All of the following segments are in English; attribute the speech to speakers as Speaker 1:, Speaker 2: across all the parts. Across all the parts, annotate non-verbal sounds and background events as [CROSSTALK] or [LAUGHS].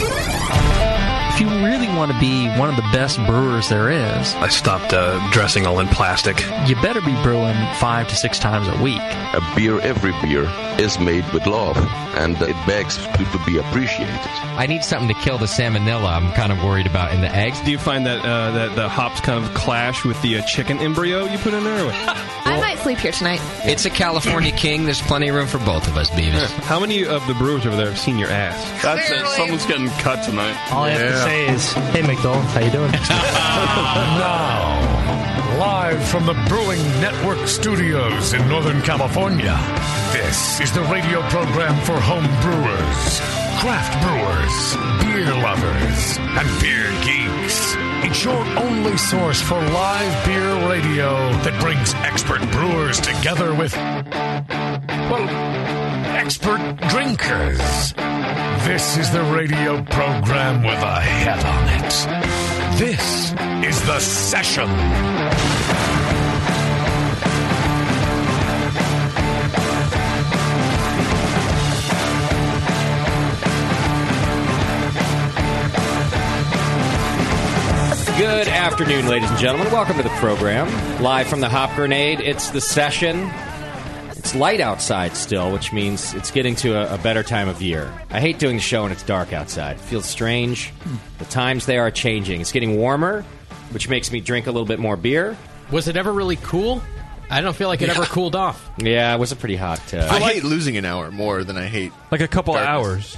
Speaker 1: If you really want to be one of the best brewers there is,
Speaker 2: I stopped uh, dressing all in plastic.
Speaker 1: you better be brewing five to six times a week.
Speaker 3: A beer, every beer, is made with love, and it begs to, to be appreciated.
Speaker 4: I need something to kill the salmonella. I'm kind of worried about in the eggs.
Speaker 5: Do you find that uh, that the hops kind of clash with the uh, chicken embryo you put in there?
Speaker 4: [LAUGHS]
Speaker 6: I might sleep here tonight.
Speaker 4: It's a California king. There's plenty of room for both of us, Beavis.
Speaker 5: How many of the brewers over there have seen your ass?
Speaker 7: That's it. Someone's getting cut tonight.
Speaker 8: All I have to say is, hey McDowell, how you doing?
Speaker 9: [LAUGHS] Now, live from the Brewing Network studios in Northern California, this is the radio program for home brewers, craft brewers, beer lovers, and beer geeks. It's your only source for live beer radio that brings expert brewers together with, well, expert drinkers. This is the radio program with a head on it. This is the session.
Speaker 10: Good afternoon, ladies and gentlemen. Welcome to the program. Live from the Hop Grenade, it's the session. It's light outside still, which means it's getting to a, a better time of year. I hate doing the show when it's dark outside. It feels strange. The times they are changing. It's getting warmer, which makes me drink a little bit more beer.
Speaker 11: Was it ever really cool? I don't feel like it ever cooled off.
Speaker 10: Yeah, it was a pretty hot. Uh,
Speaker 12: I hate losing an hour more than I hate.
Speaker 5: Like a couple
Speaker 12: Darkness.
Speaker 5: hours.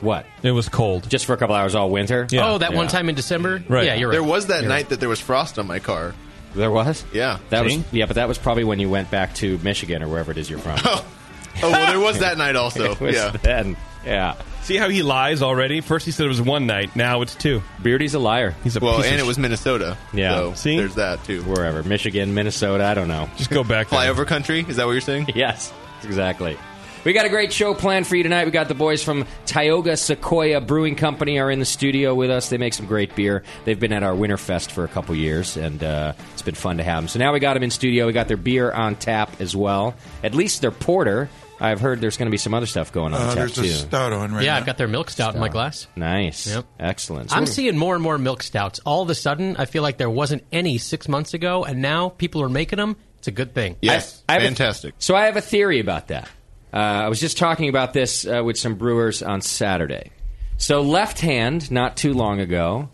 Speaker 10: what?
Speaker 5: It was cold.
Speaker 10: Just for a couple hours all winter?
Speaker 5: Yeah.
Speaker 11: Oh, that one
Speaker 10: Yeah.
Speaker 11: time in December.
Speaker 5: Right.
Speaker 11: Yeah, you're right.
Speaker 12: There was that night that there was frost on my car.
Speaker 10: There was?
Speaker 12: Yeah.
Speaker 10: That was,
Speaker 12: See?
Speaker 10: yeah, but that was probably when you went back to Michigan or wherever it is you're from.
Speaker 12: [LAUGHS] Oh, well, there was that night
Speaker 5: [LAUGHS]
Speaker 10: [LAUGHS]
Speaker 12: also.
Speaker 10: It was
Speaker 12: yeah.
Speaker 10: then. Yeah.
Speaker 5: See how he lies already? First he said it was one night, now it's two.
Speaker 10: Beardy's a liar.
Speaker 5: He's a
Speaker 12: Well,
Speaker 5: piece of
Speaker 12: and it
Speaker 5: sh-
Speaker 12: was Minnesota.
Speaker 10: Yeah.
Speaker 12: So
Speaker 5: See?
Speaker 12: there's that too.
Speaker 10: Wherever. Michigan, Minnesota, I don't know.
Speaker 5: Just go back. there.
Speaker 12: Flyover country? Is that what
Speaker 5: [LAUGHS]
Speaker 12: you're saying?
Speaker 10: Yes, [LAUGHS] exactly. We got a great show planned for you tonight. We got the boys from Tioga Sequoia Brewing Company are in the studio with us. They make some great beer. They've been at our Winterfest for a couple years, and uh, it's been fun to have them. So now we got them in studio. We got their beer on tap as well. At least their porter. I've heard there's going to be some other stuff going on
Speaker 13: Uh,
Speaker 10: tap
Speaker 13: there's
Speaker 10: too.
Speaker 13: a stout on right
Speaker 11: yeah,
Speaker 13: now.
Speaker 11: I've got their milk stout in my glass.
Speaker 10: Nice,
Speaker 11: Yep.
Speaker 10: excellent. So
Speaker 11: I'm
Speaker 10: we're-
Speaker 11: seeing more and more milk stouts. All of a sudden, I feel like there wasn't any six months ago, and now people are making them. It's a good thing.
Speaker 12: Yes.
Speaker 10: I have a-
Speaker 12: Fantastic.
Speaker 10: So I have a theory about that. Uh, I was just talking about this uh, with some brewers on Saturday. So Left Hand, not too long ago,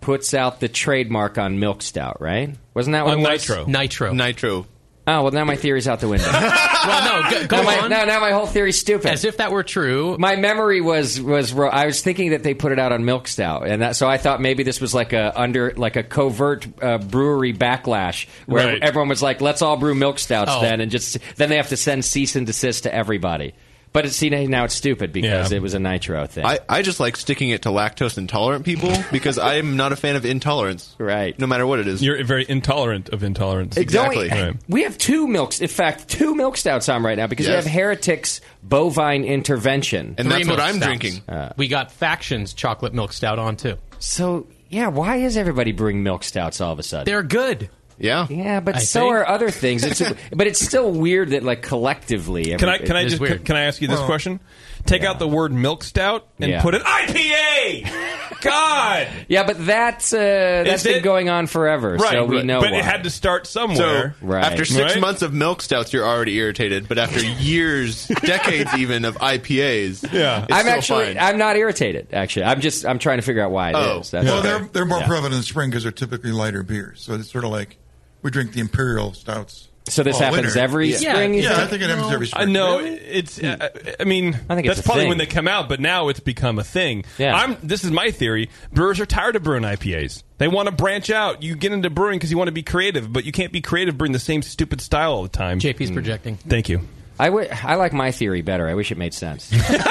Speaker 10: puts out the trademark on Milk Stout, right? Wasn't that what
Speaker 5: On
Speaker 10: it was?
Speaker 5: Nitro.
Speaker 11: Nitro.
Speaker 12: Nitro.
Speaker 10: Oh, well, now my theory's out the
Speaker 12: [LAUGHS]
Speaker 10: window. now,
Speaker 11: well, no, go, go
Speaker 10: my,
Speaker 11: on.
Speaker 10: now, now my whole theory's stupid.
Speaker 11: As if that were true.
Speaker 10: my memory was was wrong. I was thinking that they put it out on Milk Stout, and that, so I thought maybe this was like a under like a covert uh, brewery backlash where
Speaker 5: Right.
Speaker 10: everyone was like, "Let's all brew Milk Stouts
Speaker 11: Oh.
Speaker 10: then," and just then they have to send cease and desist to everybody. But it's see now it's stupid because
Speaker 5: Yeah.
Speaker 10: it was a nitro thing.
Speaker 12: I, I just like sticking it to lactose
Speaker 5: [LAUGHS]
Speaker 12: intolerant people because I am not a fan of intolerance.
Speaker 10: Right.
Speaker 12: No matter what it is.
Speaker 5: You're very intolerant of intolerance.
Speaker 10: Don't we-
Speaker 12: exactly.
Speaker 5: Right.
Speaker 10: [LAUGHS] We have two milks. In fact, two milk stouts on right now because we
Speaker 12: Yes.
Speaker 10: have Heretics Bovine Intervention.
Speaker 12: [LAUGHS] And that's
Speaker 11: Three
Speaker 12: what
Speaker 11: milk
Speaker 12: I'm
Speaker 11: stouts.
Speaker 12: drinking.
Speaker 10: Uh,
Speaker 11: we got Factions chocolate milk stout on, too.
Speaker 10: so, yeah, why is everybody brewing milk stouts all of a sudden?
Speaker 11: They're good.
Speaker 12: Yeah.
Speaker 10: Yeah, but so are other things. It's but it's still weird that like collectively.
Speaker 5: Can I
Speaker 10: every-
Speaker 5: can I
Speaker 10: it's
Speaker 5: just
Speaker 10: weird.
Speaker 5: can I ask you this
Speaker 10: Well,
Speaker 5: question? Take out the word milk stout and
Speaker 10: Yeah.
Speaker 5: put it
Speaker 10: [LAUGHS]
Speaker 5: IPA. God.
Speaker 10: Yeah, but that's uh, that's been going on forever,
Speaker 5: right,
Speaker 10: so we
Speaker 5: but-
Speaker 10: know.
Speaker 5: But
Speaker 10: why.
Speaker 5: it had to start somewhere.
Speaker 12: So after six
Speaker 5: Right?
Speaker 12: months of milk stouts, you're already irritated.
Speaker 5: [LAUGHS]
Speaker 12: But after years, decades even of IPAs, yeah, it's
Speaker 10: I'm
Speaker 12: still
Speaker 10: actually
Speaker 12: fine.
Speaker 10: I'm not irritated. Actually, I'm just I'm trying to figure out why it is.
Speaker 12: Oh.
Speaker 10: That's
Speaker 13: well,
Speaker 10: all.
Speaker 13: they're they're more
Speaker 10: Yeah.
Speaker 13: prevalent in the spring because they're typically lighter beers. So it's sort of like we drink the imperial stouts.
Speaker 10: So this
Speaker 13: all
Speaker 10: happens
Speaker 13: Oh, winter.
Speaker 10: every
Speaker 13: yeah.
Speaker 10: spring, you
Speaker 13: Yeah,
Speaker 10: think?
Speaker 13: I
Speaker 10: Hmm.
Speaker 13: think it happens
Speaker 5: Uh, No. I
Speaker 13: every
Speaker 5: know
Speaker 13: spring.
Speaker 5: it's. Uh, I mean, I
Speaker 10: think
Speaker 5: think
Speaker 10: it's
Speaker 5: that's
Speaker 10: a
Speaker 5: probably
Speaker 10: thing.
Speaker 5: when they come out, but now it's become a thing. Yeah. I'm. This is my theory. Brewers are tired of brewing IPAs. They want to branch out. You get into brewing because you want to be creative, but you can't be creative brewing the same stupid style all the time.
Speaker 11: JP's projecting.
Speaker 5: Thank you.
Speaker 10: I wi- I like my theory better. I wish it made sense.
Speaker 5: [LAUGHS]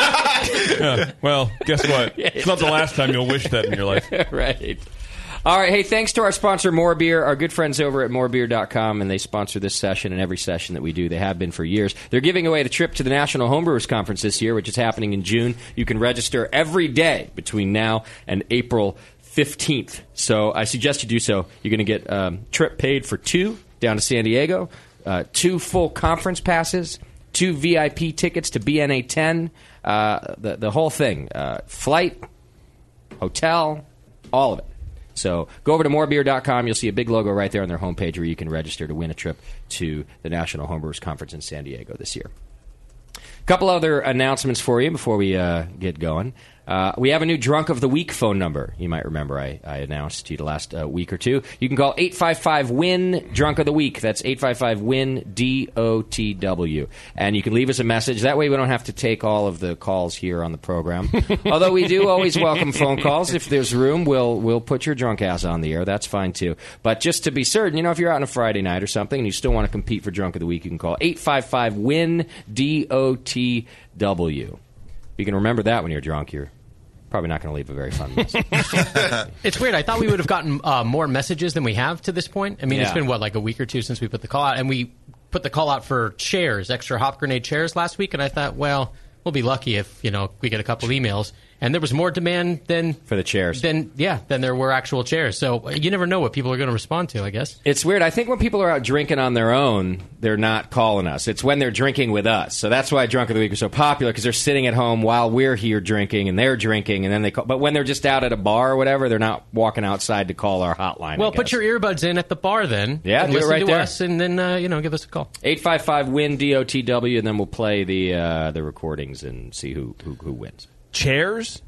Speaker 5: Yeah. well, [LAUGHS] guess what?
Speaker 10: [LAUGHS]
Speaker 5: It's not the last time you'll wish that in your life.
Speaker 10: right. All right. Hey, thanks to our sponsor, More Beer, our good friends over at morebeer.com, and they sponsor this session and every session that we do. They have been for years. They're giving away the trip to the National Homebrewers Conference this year, which is happening in June. You can register every day between now and April 15th. So I suggest you do so. You're going to get um, trip paid for two down to San Diego, uh, two full conference passes, two VIP tickets to BNA 10, uh, the, the whole thing. Uh, flight, hotel, all of it. So go over to morebeer.com. You'll see a big logo right there on their homepage where you can register to win a trip to the National Homebrewers Conference in San Diego this year. A couple other announcements for you before we uh, get going. Uh, we have a new Drunk of the Week phone number. You might remember I, I announced to you the last uh, week or two. You can call 855 WIN Drunk of the Week. That's 855 WIN D O T W. And you can leave us a message. That way we don't have to take all of the calls here on the program. Although we
Speaker 1: [LAUGHS]
Speaker 10: do always welcome phone calls. If there's room, we'll we'll put your drunk ass on the air. That's fine too. But just to be certain, you know, if you're out on a Friday night or something and you still want to compete for drunk of the week, you can call 855 WIN D O T W. You can remember that when you're drunk. You're probably not going to leave a very fun message.
Speaker 11: [LAUGHS] It's weird. I thought we would have gotten uh, more messages than we have to this point. I mean, it's
Speaker 10: Yeah.
Speaker 11: been what like a week or two since we put the call out, and we put the call out for chairs, extra hop grenade chairs last week, and I thought, well, we'll be lucky if you know we get a couple emails. And there was more demand than for
Speaker 10: the chairs.
Speaker 11: Than yeah, than there were actual chairs. So uh, you never know what people are going to respond to. I guess.
Speaker 10: It's weird. I think when people are out drinking on their own, they're not calling us. It's when they're drinking with us. So that's why Drunk of the Week is so popular because they're sitting at home while we're here drinking and they're drinking and then they call. But when they're just out at a bar or whatever, they're not walking outside to call our hotline.
Speaker 11: well, put your earbuds in at the bar then.
Speaker 10: Yeah,
Speaker 11: and
Speaker 10: do it
Speaker 11: listen
Speaker 10: right
Speaker 11: to
Speaker 10: there.
Speaker 11: us, and then uh, you know give us a call.
Speaker 10: 855 win DOTW and then we'll play the uh, the recordings and see who, who, who wins.
Speaker 5: Chairs?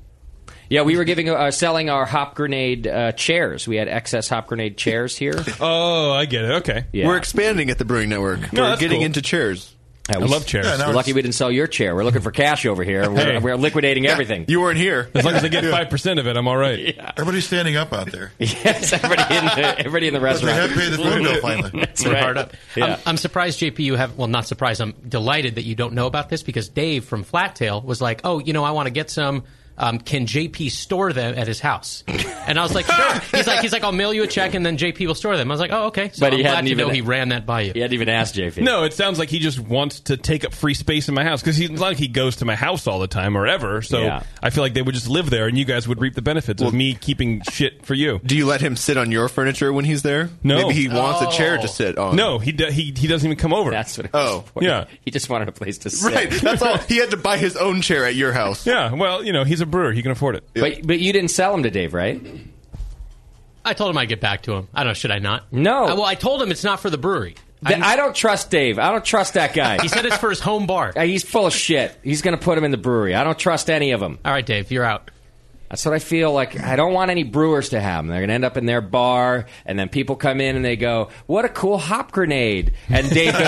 Speaker 10: Yeah, we were giving uh, selling our hop grenade uh, chairs. We had excess hop grenade chairs
Speaker 11: [LAUGHS]
Speaker 10: here.
Speaker 5: Oh, I get it. Okay.
Speaker 12: We're expanding at the Brewing Network.
Speaker 10: No,
Speaker 12: We're
Speaker 10: that's
Speaker 12: getting
Speaker 10: cool.
Speaker 12: into chairs.
Speaker 10: Yeah, we-
Speaker 5: Yeah, now
Speaker 10: we're
Speaker 5: it's-
Speaker 10: lucky we didn't sell your chair. We're looking for cash over here. We're,
Speaker 5: Hey.
Speaker 10: we're liquidating everything.
Speaker 12: You weren't here.
Speaker 5: As long as I get five percent of it, I'm all right.
Speaker 13: Everybody's standing up out there.
Speaker 10: [LAUGHS] yes, everybody [LAUGHS] in the everybody in the
Speaker 13: But they
Speaker 10: restaurant.
Speaker 13: have paid
Speaker 11: [LAUGHS]
Speaker 13: the phone
Speaker 10: [LAUGHS]
Speaker 13: bill finally.
Speaker 10: That's
Speaker 11: We're
Speaker 10: right.
Speaker 11: hard up.
Speaker 10: Yeah.
Speaker 11: I'm, I'm surprised, JP, you have. Well, not surprised. I'm delighted that you don't know about this because Dave from Flattail was like, "Oh, you know, I want to get some." Um, can JP store them at his [LAUGHS] house? And I was like, sure. He's like, he's like, I'll mail you a check and then JP will store them. I was like, oh, okay. So
Speaker 10: But he
Speaker 11: I'm glad
Speaker 10: hadn't
Speaker 11: to
Speaker 10: even-
Speaker 11: know he ran that by you. He
Speaker 10: hadn't even asked JP.
Speaker 5: No, it sounds like he just wants to take up free space in my house because he's not like he goes to my house all the time or ever. So
Speaker 12: Yeah.
Speaker 5: I feel like they would just live there, and you guys would reap the benefits of me keeping shit for you.
Speaker 12: Do you let him sit on your furniture when he's there?
Speaker 5: No,
Speaker 12: Maybe he wants a chair to sit on.
Speaker 5: No, he do- he he doesn't even come over.
Speaker 10: Oh. That's what. It
Speaker 12: Oh.
Speaker 5: yeah.
Speaker 10: He just
Speaker 12: [LAUGHS]
Speaker 10: wanted a place to sit.
Speaker 12: Right. That's all. He had to buy his own chair at your house.
Speaker 5: Yeah. Well, you know, he's a brewer. He can afford it.
Speaker 10: But but you didn't sell him to Dave, right?
Speaker 11: I told him I'd get back to him. I don't know. Should I not?
Speaker 10: No.
Speaker 11: I, well, I told him it's not for the brewery.
Speaker 10: Th- I don't trust Dave. I don't trust that guy.
Speaker 11: He said it's for his home bar.
Speaker 10: Uh, He's full of shit. He's going to put him in the brewery. I don't trust any of them.
Speaker 11: All right, Dave, you're out.
Speaker 10: That's what I feel like. I don't want any brewers to have them. They're going to end up in their bar, and then people come in and they go, "What a cool hop grenade!" And
Speaker 11: [LAUGHS]
Speaker 10: Dave goes,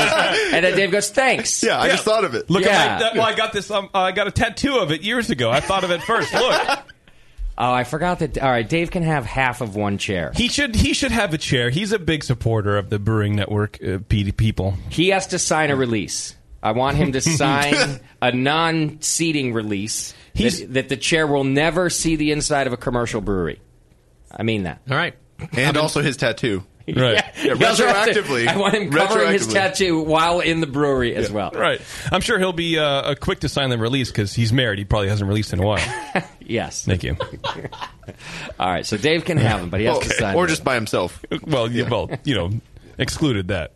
Speaker 10: and then Dave goes, "Thanks."
Speaker 12: Yeah, I just thought of it.
Speaker 5: Look,
Speaker 10: Yeah.
Speaker 5: at my, that, well, I got this. Um, uh, I got a tattoo of it years ago. I thought of it first. Look,
Speaker 10: Oh, I forgot that. All right, Dave can have half of one chair.
Speaker 5: he should he should have a chair. He's a big supporter of the Brewing Network uh, pe- people.
Speaker 10: He has to sign a release. I want him
Speaker 12: [LAUGHS]
Speaker 10: to sign a non-seating release that, that the chair will never see the inside of a commercial brewery. I mean that.
Speaker 11: All right.
Speaker 12: And also
Speaker 10: [LAUGHS]
Speaker 12: his tattoo.
Speaker 10: Right.
Speaker 12: Yeah, retroactively.
Speaker 10: I want him covering his
Speaker 5: Retroactively.
Speaker 10: tattoo while in the brewery as
Speaker 5: Yeah.
Speaker 10: well.
Speaker 5: Right. I'm sure he'll be uh, uh, quick to sign the release because he's married. He probably hasn't released in a
Speaker 10: [LAUGHS]
Speaker 5: while.
Speaker 10: yes.
Speaker 5: Thank you.
Speaker 10: All right, so Dave can have him, but he has to
Speaker 12: Okay.
Speaker 10: sign.
Speaker 12: Or
Speaker 10: it.
Speaker 12: just by himself.
Speaker 5: Well, you, well, you know, Excluded that.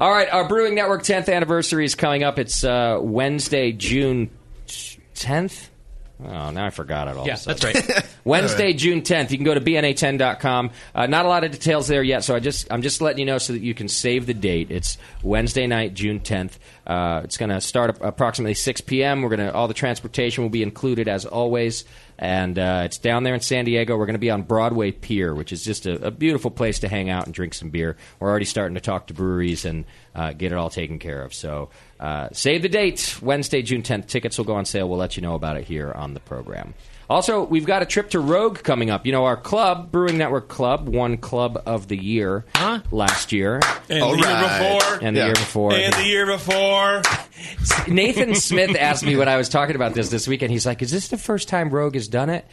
Speaker 10: All right, our Brewing Network 10th anniversary is coming up. It's uh, Wednesday, June 10th. Oh, now I forgot it all. of a
Speaker 11: Yeah,
Speaker 10: sudden.
Speaker 11: that's right.
Speaker 10: [LAUGHS] Wednesday, June 10th. You can go to bna10.com. Uh, not a lot of details there yet, so I just I'm just letting you know so that you can save the date. It's Wednesday night, June 10th. Uh, it's going to start ap- approximately 6 p.m. We're going to all the transportation will be included as always, and uh, it's down there in San Diego. We're going to be on Broadway Pier, which is just a, a beautiful place to hang out and drink some beer. We're already starting to talk to breweries and uh, get it all taken care of. So. Uh, save the date, Wednesday, June 10th. Tickets will go on sale. We'll let you know about it here on the program. Also, we've got a trip to Rogue coming up. You know, our club, Brewing Network Club, won Club of the Year last year.
Speaker 5: And the year before.
Speaker 10: And the year before.
Speaker 5: And the year before.
Speaker 10: [LAUGHS]
Speaker 5: [LAUGHS]
Speaker 10: Nathan Smith asked me when I was talking about this this weekend. He's like, "Is this the first time Rogue has done it?"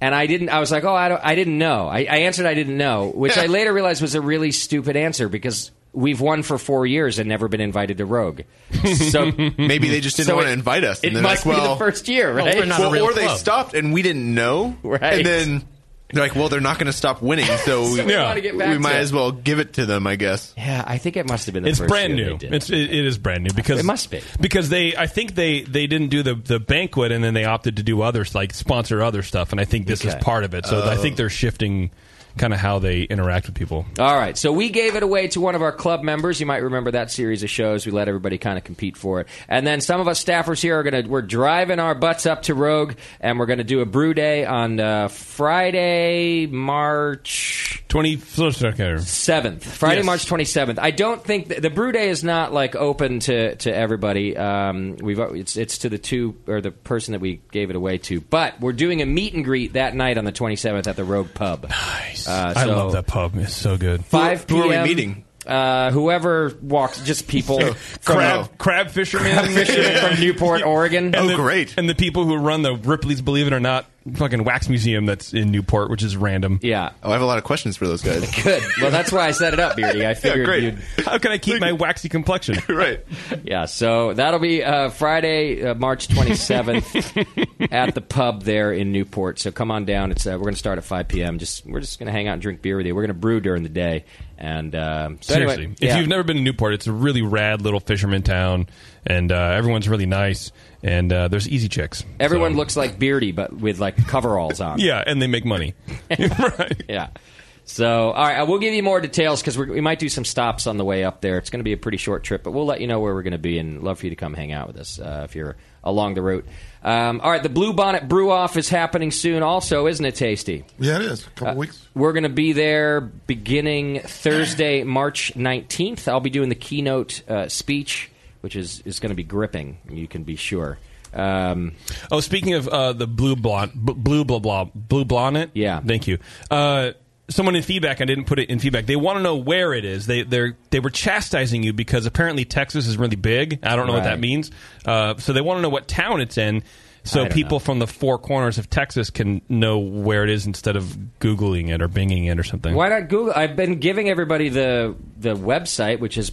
Speaker 10: And I didn't. I was like, "Oh, I, don't, I didn't know." I, I answered, "I didn't know," which I later realized was a really stupid answer because we've won for four years and never been invited to
Speaker 12: [LAUGHS]
Speaker 10: Rogue. [LAUGHS] So
Speaker 12: Maybe they just didn't
Speaker 10: so
Speaker 12: want to
Speaker 10: it-
Speaker 12: invite us.
Speaker 10: It
Speaker 12: they're
Speaker 10: must
Speaker 12: like,
Speaker 10: be
Speaker 12: well-
Speaker 10: the first year, right?
Speaker 12: Well, or they stopped and we didn't know, right? And then they're like, "Well, they're not going to stop winning,
Speaker 10: [LAUGHS]
Speaker 12: so,
Speaker 10: So we Yeah. wanna get back
Speaker 12: we might
Speaker 10: to it.
Speaker 12: as well give it to them." I guess.
Speaker 10: Yeah, I think it must have
Speaker 9: [LAUGHS]
Speaker 10: been.
Speaker 5: it's brand new. It's it, it is brand new because
Speaker 10: It must be.
Speaker 5: because they I think they they didn't do the the banquet and then they opted to do others like sponsor other stuff and I think this
Speaker 10: Okay.
Speaker 5: is part of it. So I
Speaker 10: Oh.
Speaker 5: think they're shifting kind of how they interact with people.
Speaker 10: All right, so we gave it away to one of our club members. You might remember that series of shows. We let everybody kind of compete for it, and then some of us staffers here are gonna we're driving our butts up to Rogue, and we're gonna do a brew day on uh, Friday, March
Speaker 5: twenty
Speaker 10: seventh. Friday,
Speaker 5: Yes.
Speaker 10: March twenty seventh. I don't think th- the brew day is not like open to to everybody. Um, we've it's it's to the two or the person that we gave it away to, but we're doing a meet and greet that night on the twenty seventh at the Rogue Pub. Nice. Uh,
Speaker 5: I
Speaker 10: so-
Speaker 5: love that pub. It's so good.
Speaker 10: Five
Speaker 5: Who
Speaker 10: p.m.
Speaker 5: are we meeting?
Speaker 10: Uh, whoever walks, just people. from-
Speaker 5: [LAUGHS] crab, crab fishermen, [LAUGHS]
Speaker 10: Crab fishermen from Newport, Oregon.
Speaker 5: oh, great! And the people who run the Ripley's Believe It or Not fucking wax museum that's in Newport, which is random.
Speaker 10: Yeah.
Speaker 5: Oh, I have a lot of questions for those guys.
Speaker 10: Good. Well, that's why I set it up,
Speaker 5: [LAUGHS]
Speaker 10: Beardy. I figured
Speaker 5: great.
Speaker 10: you'd.
Speaker 5: How can I keep
Speaker 10: [LAUGHS]
Speaker 5: my waxy complexion?
Speaker 12: right.
Speaker 10: Yeah. So that'll be uh, Friday, uh, March
Speaker 5: [LAUGHS]
Speaker 10: 27th, at the pub there in Newport. So come on down. It's uh, we're going to start at 5 p.m. Just we're just going to hang out and drink beer with you. We're going to brew during the day. And um, so anyway,
Speaker 5: Seriously, if
Speaker 10: yeah.
Speaker 5: you've never been to Newport, it's a really rad little fisherman town, and uh, everyone's really nice, and uh, there's easy chicks.
Speaker 10: Everyone looks like Beardy, but with like coveralls on.
Speaker 5: Yeah, and they make money.
Speaker 10: Yeah. So, all right, I will give you more details because we might do some stops on the way up there. It's going to be a pretty short trip, but we'll let you know where we're going to be and love for you to come hang out with us uh, if you're along the route. Um, all right, the Blue Bonnet Brew Off is happening soon, also, isn't it, Tasty? Uh,
Speaker 13: Yeah, it is. A couple weeks.
Speaker 10: We're going to be there beginning Thursday, March 19th. I'll be doing the keynote uh, speech, which is, is going to be gripping, you can be sure. Um,
Speaker 5: oh, speaking of uh, the blue blonde, b- blue blah blah, blue bonnet. Yeah, thank you. Uh, someone in feedback, I didn't put it in feedback. They want to know where it is. They they they were chastising you because apparently Texas is really big. I don't know what
Speaker 10: Right.
Speaker 5: that means. Uh, so they want to know what town it's in.
Speaker 10: I
Speaker 5: So
Speaker 10: don't
Speaker 5: people from the four corners of Texas can know where it is instead of googling it or binging it or something.
Speaker 10: Why not Google? I've been giving everybody the the website, which is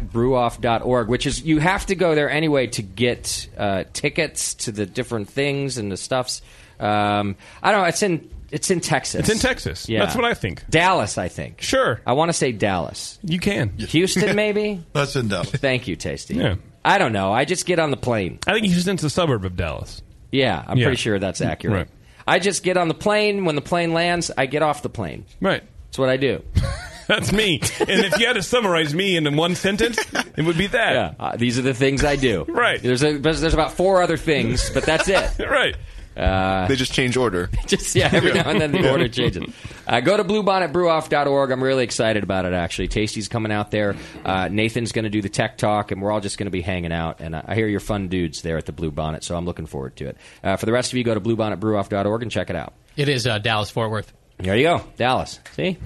Speaker 10: bluebonnetbrewoff.org, which is you have to go there anyway to get uh, tickets to the different things and the stuffs. Um, I don't know. It's in it's in Texas.
Speaker 5: It's in Texas.
Speaker 10: Yeah,
Speaker 5: That's what I think.
Speaker 10: Dallas, I think.
Speaker 5: Sure.
Speaker 10: I want to say Dallas.
Speaker 5: You can.
Speaker 13: [LAUGHS]
Speaker 10: Houston, maybe.
Speaker 13: That's in Dallas.
Speaker 10: Thank you, Tasty.
Speaker 5: Yeah.
Speaker 10: I don't know. I just get on the plane.
Speaker 5: I think Houston's a suburb of Dallas.
Speaker 10: Yeah, I'm
Speaker 5: Yeah. Mm,
Speaker 10: pretty sure that's accurate.
Speaker 5: Right. [LAUGHS]
Speaker 10: I just get on the plane. When the plane lands, I get off the plane.
Speaker 5: Right.
Speaker 10: That's what I do.
Speaker 5: That's me. And if you had to summarize me in one sentence, it would be that.
Speaker 10: Yeah, uh, these are the things I do.
Speaker 5: Right.
Speaker 10: There's a, there's there's about four other things, but that's
Speaker 5: [LAUGHS]
Speaker 10: it.
Speaker 5: right.
Speaker 10: Uh,
Speaker 12: They just change order.
Speaker 10: [LAUGHS] just yeah, every
Speaker 12: Yeah.
Speaker 10: now and then the
Speaker 12: Yeah. [LAUGHS]
Speaker 10: order changes. Uh, go to bluebonnetbrewoff.org. I'm really excited about it. Actually, Tasty's coming out there. Uh, Nathan's going to do the tech talk, and we're all just going to be hanging out. And uh, I, I hear you're fun dudes there at the Blue Bonnet, so I'm looking forward to it. Uh, for the rest of you, go to bluebonnetbrewoff.org and check it out.
Speaker 11: It is uh, Dallas Fort Worth.
Speaker 10: There you go, Dallas. See,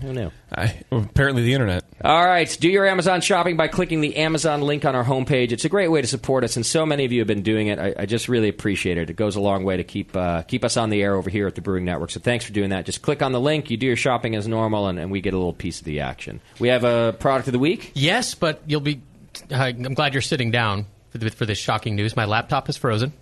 Speaker 10: who knew?
Speaker 5: I, apparently, the internet.
Speaker 10: All right, do your Amazon shopping by clicking the Amazon link on our homepage. It's a great way to support us, and so many of you have been doing it. I, I just really appreciate it. It goes a long way to keep uh, keep us on the air over here at the Brewing Network. So thanks for doing that. Just click on the link. You do your shopping as normal, and, and we get a little piece of the action. We have a product of the week.
Speaker 11: Yes, but you'll be. Uh, I'm glad you're sitting down for, th- for this shocking news. My laptop [LAUGHS]
Speaker 10: [LAUGHS]
Speaker 11: is frozen.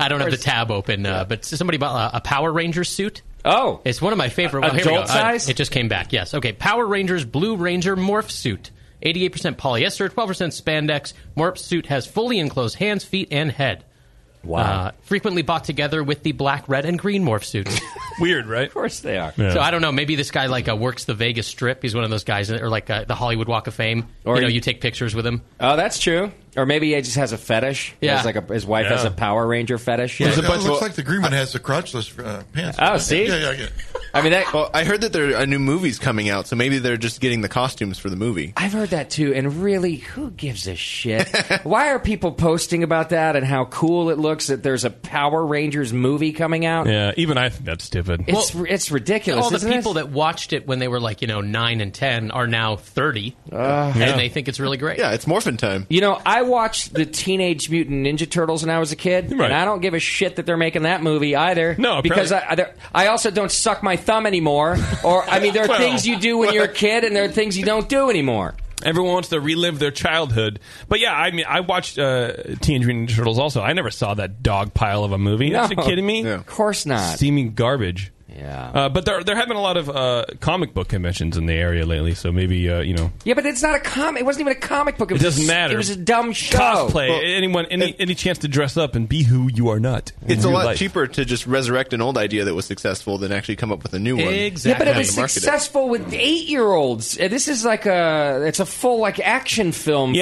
Speaker 11: I don't have the tab open, uh, but somebody bought a, a Power Ranger suit.
Speaker 10: Oh,
Speaker 11: it's one of my favorite.
Speaker 10: Uh,
Speaker 11: well, here we go.
Speaker 10: adult size?
Speaker 11: Uh, it just came back. Yes. Okay. Power Rangers Blue Ranger morph suit. 88% polyester, 12% spandex. Morph suit has fully enclosed hands, feet, and head.
Speaker 10: Wow.
Speaker 11: Uh, frequently bought together with the black, red, and green morph suits.
Speaker 5: [LAUGHS] Weird, right? Of
Speaker 10: course they are.
Speaker 11: So I don't know. Maybe this guy like uh, works the Vegas Strip. He's one of those guys, that- or like uh, the Hollywood Walk of Fame.
Speaker 10: Or
Speaker 11: you know,
Speaker 10: he-
Speaker 11: you take pictures with him.
Speaker 10: Oh, that's true. Or maybe he just has a fetish. He
Speaker 11: Yeah.
Speaker 10: has like a, his wife
Speaker 11: Yeah.
Speaker 10: has a Power Ranger fetish.
Speaker 13: Yeah, it looks like the green one has the crotchless uh, pants.
Speaker 10: Oh, see?
Speaker 13: Yeah, yeah, yeah.
Speaker 12: I mean, that, well, I heard that there a new movie's coming out, so maybe they're just getting the costumes for the movie.
Speaker 10: I've heard that too, and really, who gives a shit? [LAUGHS] Why are people posting about that and how cool it looks that there's a Power Rangers movie coming out?
Speaker 5: Yeah, even I think that's stupid.
Speaker 10: It's, it's ridiculous.
Speaker 11: All the
Speaker 10: isn't it?
Speaker 11: people that watched it when they were like you know nine and ten are now thirty, and
Speaker 10: Yeah.
Speaker 11: they think Uh, it's really great.
Speaker 12: it's morphin' time.
Speaker 10: You know, I watched the Teenage Mutant Ninja Turtles when I was a kid,
Speaker 11: Right.
Speaker 10: and I don't give a shit that they're making that movie either. No, because I, I, there- I also don't suck my thumb anymore. Or I mean, there
Speaker 5: [LAUGHS]
Speaker 10: are
Speaker 5: Well,
Speaker 10: things you do when you're a kid, and there are things you don't do anymore.
Speaker 5: Everyone wants to relive their childhood, but yeah, I mean, I watched uh, Teenage Mutant Ninja Turtles. Also, I never saw that dog pile of a movie. Are you
Speaker 10: No.
Speaker 5: kidding me?
Speaker 10: Of course not.
Speaker 5: Seeming garbage.
Speaker 10: Yeah.
Speaker 5: Uh, but there there have been a lot of uh, comic book conventions in the area lately, so maybe uh, you know
Speaker 10: Yeah, but it's not a comic. It wasn't even a comic book.
Speaker 5: it
Speaker 10: It, was
Speaker 5: doesn't
Speaker 10: a,
Speaker 5: matter.
Speaker 10: It was a dumb show.
Speaker 5: Cosplay. anyone, any, any chance to dress up and be who you are not. in
Speaker 12: [LAUGHS] It's a
Speaker 5: real
Speaker 12: lot
Speaker 5: life.
Speaker 12: cheaper to just resurrect an old idea that was successful than actually come up with a new one.
Speaker 10: Yeah, but it
Speaker 12: And
Speaker 10: was
Speaker 12: to market it.
Speaker 10: successful with eight-year-olds. Uh, This is like a it's a full like action film. for,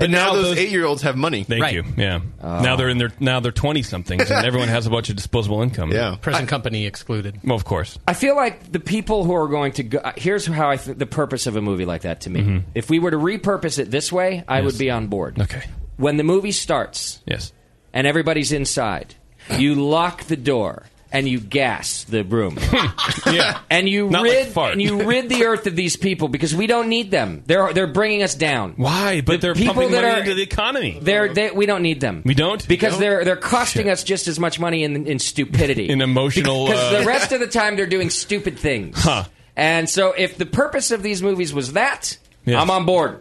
Speaker 12: and now, those, eight-year-olds have money.
Speaker 5: Thank
Speaker 10: Right.
Speaker 5: you. Yeah.
Speaker 10: Oh.
Speaker 5: Now they're in their now they're twenty somethings,
Speaker 10: [LAUGHS]
Speaker 5: and everyone has a bunch of disposable income. Yeah.
Speaker 11: Present company excluded.
Speaker 5: Well, of course.
Speaker 10: I feel like the people who are going to go. uh, Here's how I th- the purpose of a movie like that to me.
Speaker 5: Mhm.
Speaker 10: If we were to repurpose it this way, I would be on board.
Speaker 5: Okay.
Speaker 10: When the movie starts,
Speaker 5: yes,
Speaker 10: and everybody's inside, you lock the door and you gas the room.
Speaker 5: [LAUGHS] yeah.
Speaker 10: And you
Speaker 5: Not like
Speaker 10: rid
Speaker 5: fart.
Speaker 10: and you rid the earth of these people because we don't need them. They're they're bringing us down.
Speaker 5: Why? But they're
Speaker 10: people
Speaker 5: pumping
Speaker 10: that
Speaker 5: money
Speaker 10: are-
Speaker 5: into the economy.
Speaker 10: They're they, we don't need them. We
Speaker 5: don't
Speaker 10: because
Speaker 5: No?
Speaker 10: they're they're costing us just as much money in in
Speaker 5: [LAUGHS]
Speaker 10: stupidity
Speaker 5: in emotional.
Speaker 10: because
Speaker 5: Uh,
Speaker 10: the rest of the time they're doing stupid things.
Speaker 5: Huh.
Speaker 10: And so if the purpose of these movies was that, I'm on board.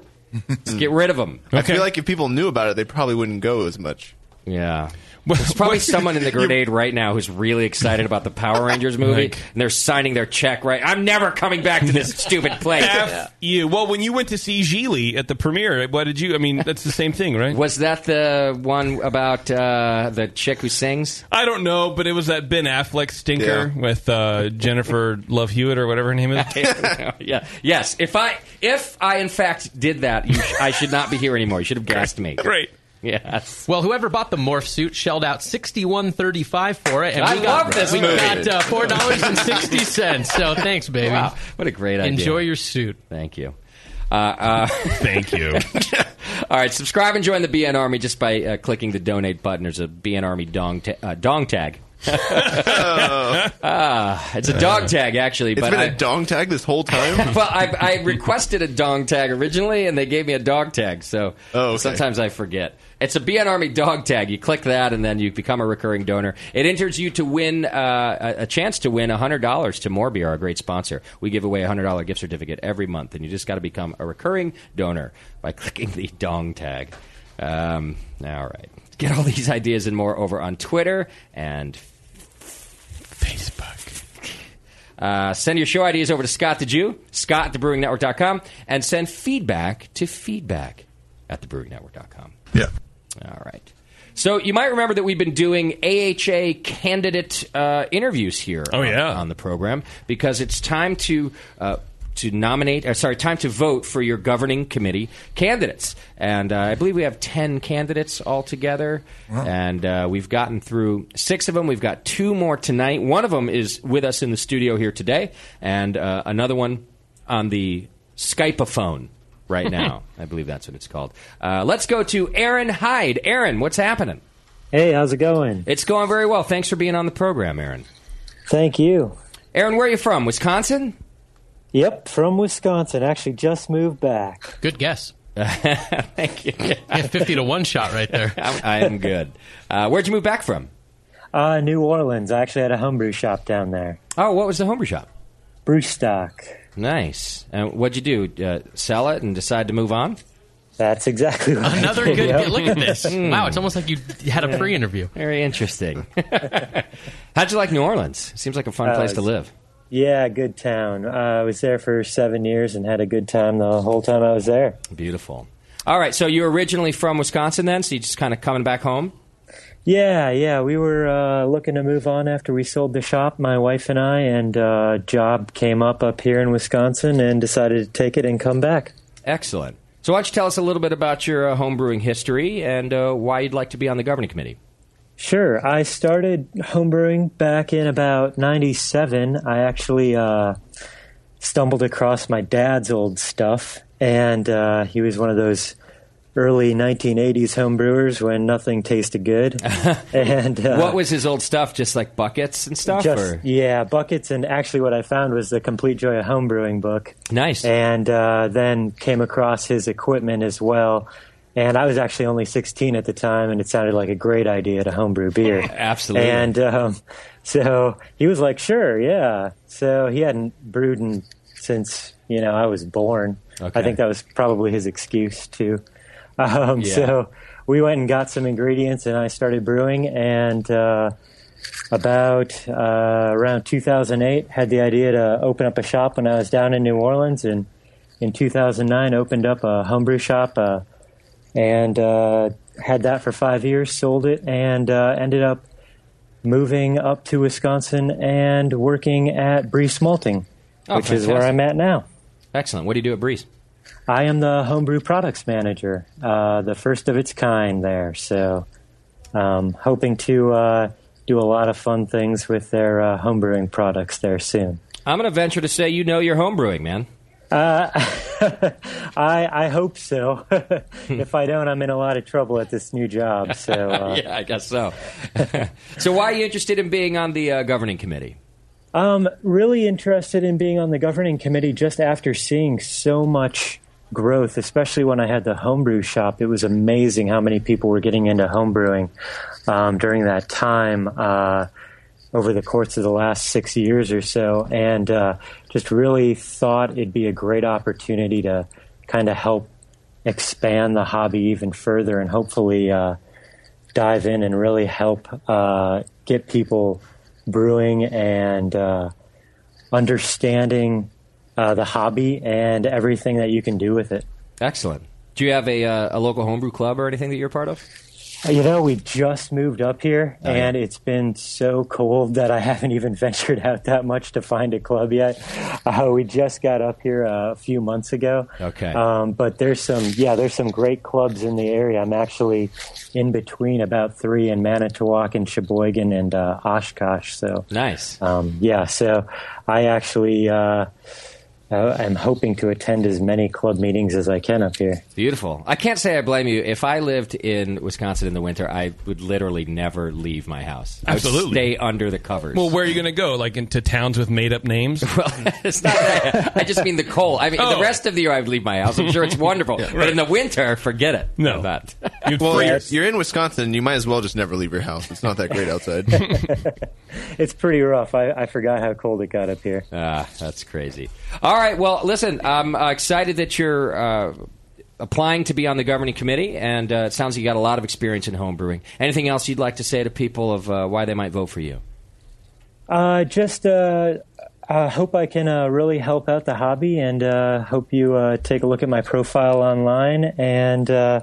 Speaker 10: Let's get rid of them.
Speaker 12: [LAUGHS] I feel like if people knew about it, they probably wouldn't go as much.
Speaker 10: Yeah. There's
Speaker 5: [LAUGHS]
Speaker 10: probably someone in the grenade right now who's really excited about the Power Rangers movie,
Speaker 5: Like-
Speaker 10: and they're signing their check right. I'm never coming back
Speaker 5: [LAUGHS]
Speaker 10: to this stupid place.
Speaker 5: F you. Well, when you went to see Gigli at the premiere, what did you? I mean, that's the same thing, right?
Speaker 10: Was that the one about uh, the chick who sings?
Speaker 5: I don't know, but it was that Ben Affleck stinker
Speaker 10: Yeah.
Speaker 5: with uh, Jennifer Love Hewitt or whatever her name is.
Speaker 10: [LAUGHS] yeah. Yes. If I if I in fact did that, you sh- I should not be here anymore. You should have gassed me.
Speaker 5: Great.
Speaker 10: Yes.
Speaker 11: Well, whoever bought the morph suit shelled out sixty one thirty five for it, and
Speaker 10: I
Speaker 11: we got,
Speaker 10: love this
Speaker 11: We
Speaker 10: movie.
Speaker 11: got uh, four dollars and sixty cents. So thanks, baby.
Speaker 10: Wow, what a great idea.
Speaker 11: Enjoy your suit.
Speaker 10: Thank you. Uh,
Speaker 12: [LAUGHS]
Speaker 10: uh,
Speaker 5: Thank you.
Speaker 10: [LAUGHS] All right, subscribe and join the BN Army just by uh, clicking the donate button. There's a BN Army dong ta- uh, dong
Speaker 12: [LAUGHS]
Speaker 10: tag. [LAUGHS] Ah, it's a dog tag actually.
Speaker 12: It's
Speaker 10: but
Speaker 12: been
Speaker 10: I-
Speaker 12: a dong tag this whole
Speaker 10: [LAUGHS]
Speaker 12: time.
Speaker 10: well, I, I requested a dong tag originally, and they gave me a dog tag. So
Speaker 12: Oh,
Speaker 10: sometimes I forget. It's a BN Army dog tag. You click that, and then you become a recurring donor. It enters you to win uh, a, a chance to win hundred dollars to Morbier, our great sponsor. We give away a hundred dollar gift certificate every month, and you just got to become a recurring donor by [LAUGHS] clicking the dong tag. Um, all right, get all these ideas and more over on Twitter and uh, send your show ideas over to Scott the Jew, Scott at thebrewingnetwork.com, and send feedback to feedback at thebrewingnetwork.com.
Speaker 13: Yeah.
Speaker 10: All right. So you might remember that we've been doing AHA candidate uh, interviews here. Oh, on, yeah. on the program because it's time to. Uh, to nominate, or sorry, time to vote for your governing committee candidates, and uh, I believe we have ten candidates altogether, and uh, we've gotten through six of them. We've got two more tonight. One of them is with us in the studio here today, and uh, another one on the Skype phone [LAUGHS] right now. I believe that's what it's called. Uh, let's go to Aaron Hyde. Aaron, what's happening?
Speaker 8: Hey, how's it going?
Speaker 10: It's going very well. Thanks for being on the program, Aaron.
Speaker 8: Thank you.
Speaker 10: Aaron, where are you from? Wisconsin?
Speaker 8: [LAUGHS] Yep, from Wisconsin. Actually, just moved back.
Speaker 11: Good guess. [LAUGHS]
Speaker 10: Thank you.
Speaker 11: Yeah, fifty to one shot right there. [LAUGHS]
Speaker 10: I'm, I'm
Speaker 8: [LAUGHS]
Speaker 10: good. Uh, where'd you move back from?
Speaker 8: Uh, New Orleans. I actually had a homebrew shop down there.
Speaker 10: Oh, what was the homebrew shop?
Speaker 8: Brew stock.
Speaker 10: Nice. And what'd you do? Uh, sell it and decide to move on?
Speaker 8: That's exactly what I
Speaker 11: Another
Speaker 8: did,
Speaker 11: good
Speaker 8: yep.
Speaker 11: look at this. Wow, it's almost like you had a
Speaker 10: Yeah.
Speaker 11: pre-interview.
Speaker 10: Very interesting. [LAUGHS] How'd you like New Orleans? Seems like a fun
Speaker 8: Uh,
Speaker 10: place to live.
Speaker 8: Yeah, good town. Uh, I was there for seven years and had a good time the whole time I was there.
Speaker 10: Beautiful. All right, so you're originally from Wisconsin, then? So you just kind of coming back home?
Speaker 8: Yeah, yeah. We were uh, looking to move on after we sold the shop, my wife and I, and uh, a job came up up here in Wisconsin and decided to take it and come back.
Speaker 10: Excellent. So why don't you tell us a little bit about your uh, homebrewing history and uh, why you'd like to be on the governing committee?
Speaker 8: Sure. I started homebrewing back in about 97. I actually uh, stumbled across my dad's old stuff, and uh, he was one of those early 1980s homebrewers when nothing
Speaker 10: [LAUGHS]
Speaker 8: tasted good. and uh,
Speaker 10: what was his old stuff? Just like buckets and stuff?
Speaker 8: just-
Speaker 10: or?
Speaker 8: yeah, buckets. And actually, what I found was the Complete Joy of Homebrewing book.
Speaker 10: Nice.
Speaker 8: And uh, then came across his equipment as well. And I was actually only 16 at the time, and it sounded like a great idea to homebrew beer.
Speaker 10: [LAUGHS] Absolutely.
Speaker 8: And um, so he was like, "Sure, yeah." So he hadn't brewed in, since you know I was born.
Speaker 10: Okay.
Speaker 8: I think that was probably his excuse too. Um,
Speaker 10: Yeah.
Speaker 8: So we went and got some ingredients, and I started brewing. And uh, about uh, around 2008, had the idea to open up a shop when I was down in New Orleans, and in 2009 opened up a homebrew shop. Uh, and uh, had that for five years, sold it, and uh, ended up moving up to Wisconsin and working at Brees Malting,
Speaker 10: Oh,
Speaker 8: which is where
Speaker 10: fantastic.
Speaker 8: I'm at now.
Speaker 10: Excellent. What do you do at Breeze?
Speaker 8: I am the homebrew products manager, uh, the first of its kind there. So, um, hoping to uh, do a lot of fun things with their uh, homebrewing products there soon.
Speaker 10: I'm going to venture to say you know your homebrewing, man.
Speaker 8: Uh,
Speaker 10: [LAUGHS]
Speaker 8: I I hope so. [LAUGHS] if I don't, I'm in a lot of trouble at this new job.
Speaker 10: [LAUGHS]
Speaker 8: So [LAUGHS] uh,
Speaker 10: yeah, I guess so. [LAUGHS] so why are you interested in being on the uh, governing committee?
Speaker 8: Um, really interested in being on the governing committee just after seeing so much growth, especially when I had the homebrew shop. It was amazing how many people were getting into homebrewing um, during that time uh, over the course of the last six years or so, and uh, just really thought it'd be a great opportunity to kind of help expand the hobby even further and hopefully. Uh, dive in and really help uh, get people brewing and uh, understanding uh, the hobby and everything that you can do with it.
Speaker 10: Excellent. Do you have a, uh, a local homebrew club or anything that you're a part of?
Speaker 8: Uh, You know, we just moved up here,
Speaker 10: Oh,
Speaker 8: and it's been so cold that I [LAUGHS] haven't even ventured out that much to find a club yet. Uh, we just got up here uh, a few months ago.
Speaker 10: Okay.
Speaker 8: Um, but there's some, yeah, there's some great clubs in the area. I'm actually in between about three in Manitowoc and Sheboygan and uh, Oshkosh. So
Speaker 10: nice.
Speaker 8: Um, yeah. So I actually. Uh, uh, I'm hoping to attend as many club meetings as I can up here.
Speaker 10: Beautiful. I can't say I blame you. If I lived in Wisconsin in the winter, I would literally never leave my house. I would
Speaker 5: Absolutely.
Speaker 10: stay under the covers.
Speaker 5: Well, where are you going to go? Like into towns with made up names?
Speaker 10: [LAUGHS] well, it's not that. [LAUGHS] I just mean the cold. I mean, the
Speaker 5: Oh.
Speaker 10: rest of the year I would leave my house. I'm sure it's wonderful. But in the winter, forget it. No. That.
Speaker 12: well, you're, you're in Wisconsin. You might as well just never leave your house. It's not that great outside.
Speaker 10: [LAUGHS]
Speaker 8: It's pretty rough. I, I forgot how cold it got up here.
Speaker 10: Ah, that's crazy. All right. Well, listen, I'm uh, excited that you're uh, applying to be on the governing committee, and uh, it sounds like you got a lot of experience in home brewing. Anything else you'd like to say to people of uh, why they might vote for you?
Speaker 8: Uh, just uh, I hope I can uh, really help out the hobby, and uh, hope you uh, take a look at my profile online. And uh,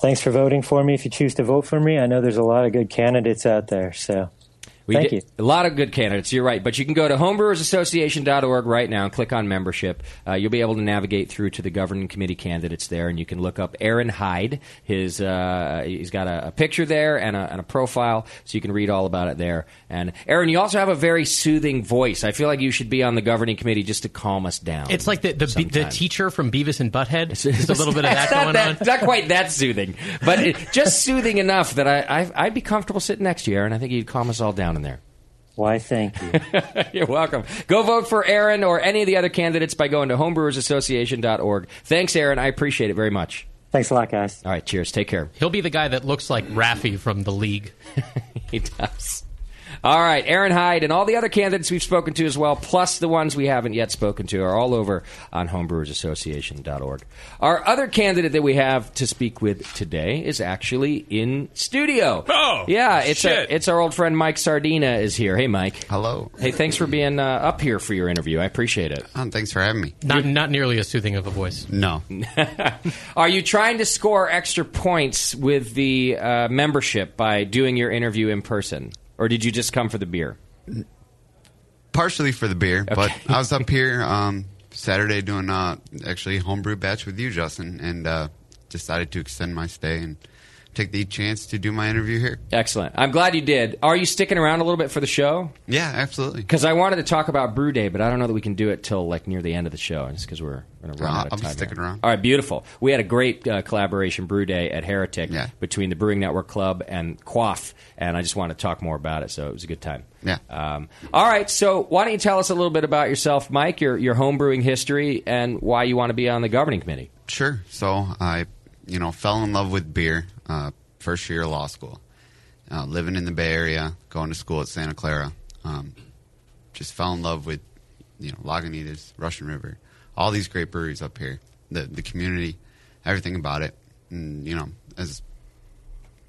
Speaker 8: thanks for voting for me. If you choose to vote for me, I know there's a lot of good candidates out there. So thank
Speaker 10: did-
Speaker 8: you.
Speaker 10: A lot of good candidates. You're right, but you can go to homebrewersassociation.org right now and click on membership. Uh, you'll be able to navigate through to the governing committee candidates there, and you can look up Aaron Hyde. His uh, he's got a, a picture there and a, and a profile, so you can read all about it there. And Aaron, you also have a very soothing voice. I feel like you should be on the governing committee just to calm us down.
Speaker 11: It's like the the, be- the teacher from Beavis and Butthead. There's a little bit of that
Speaker 10: [LAUGHS] It's not
Speaker 11: going on.
Speaker 10: that- Not quite that soothing, but it, just soothing enough that I, I I'd be comfortable sitting next to you, Aaron. I think you'd calm us all down in there.
Speaker 8: Why, thank you.
Speaker 10: [LAUGHS] You're welcome. Go vote for Aaron or any of the other candidates by going to homebrewersassociation.org. Thanks, Aaron. I appreciate it very much.
Speaker 8: Thanks a lot, guys.
Speaker 10: All right, cheers. Take care. [LAUGHS]
Speaker 11: He'll be the guy that looks like Raffy from the league.
Speaker 10: he does. All right, Aaron Hyde and all the other candidates we've spoken to as well, plus the ones we haven't yet spoken to, are all over on homebrewersassociation.org. Our other candidate that we have to speak with today is actually in studio.
Speaker 5: Oh,
Speaker 10: yeah, it's
Speaker 5: shit.
Speaker 10: A, it's our old friend Mike Sardina is here. Hey, Mike. Hello. Hey, thanks for being uh, up here for your interview. I appreciate it.
Speaker 14: Oh, thanks for having me.
Speaker 11: Not not nearly as soothing of a voice. [LAUGHS]
Speaker 14: No.
Speaker 10: Are you trying to score extra points with the uh, membership by doing your interview in person, or did you just come for the beer?
Speaker 14: Partially for the beer, but I was up here um, Saturday doing uh, actually homebrew batch with you, Justin, and uh, decided to extend my stay and take the chance to do my interview here.
Speaker 10: Excellent. I'm glad you did. Are you sticking around a little bit for the show?
Speaker 14: Yeah, absolutely.
Speaker 10: Because I wanted to talk about Brew Day, but I don't know that we can do it till like near the end of the show, just because we're going to run
Speaker 14: I'll-
Speaker 10: out of
Speaker 14: I'll be
Speaker 10: time.
Speaker 14: sticking
Speaker 10: here.
Speaker 14: around.
Speaker 10: All right, beautiful. We had a great uh, collaboration Brew Day at Heretic
Speaker 14: Yeah.
Speaker 10: between the Brewing Network Club and Quaff, and I just want to talk more about it. So it was a good time.
Speaker 14: Yeah.
Speaker 10: Um, all right, so why don't you tell us a little bit about yourself, Mike, your your homebrewing history, and why you want to be on the governing committee?
Speaker 14: Sure. So I, you know, fell in love with beer uh, first year of law school. Uh, living in the Bay Area, going to school at Santa Clara, um, just fell in love with, you know, Lagunitas, Russian River, all these great breweries up here, the the community, everything about it. And you know, as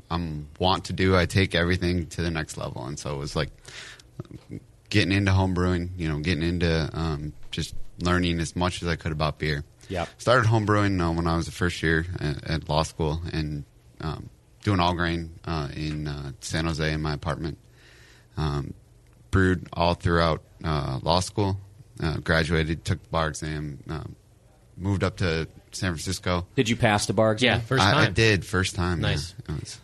Speaker 14: I'm want to do, I take everything to the next level. And so it was like getting into home brewing, you know, getting into um, just learning as much as I could about beer.
Speaker 10: Yep.
Speaker 14: Started home brewing uh, when I was a first year at, at law school and um, doing all grain uh, in uh, San Jose in my apartment. Um, brewed all throughout uh, law school, uh, graduated, took the bar exam, um, moved up to San Francisco.
Speaker 10: Did you pass the bar exam? Yeah, first
Speaker 14: I, I
Speaker 10: time.
Speaker 14: did, first time. Nice.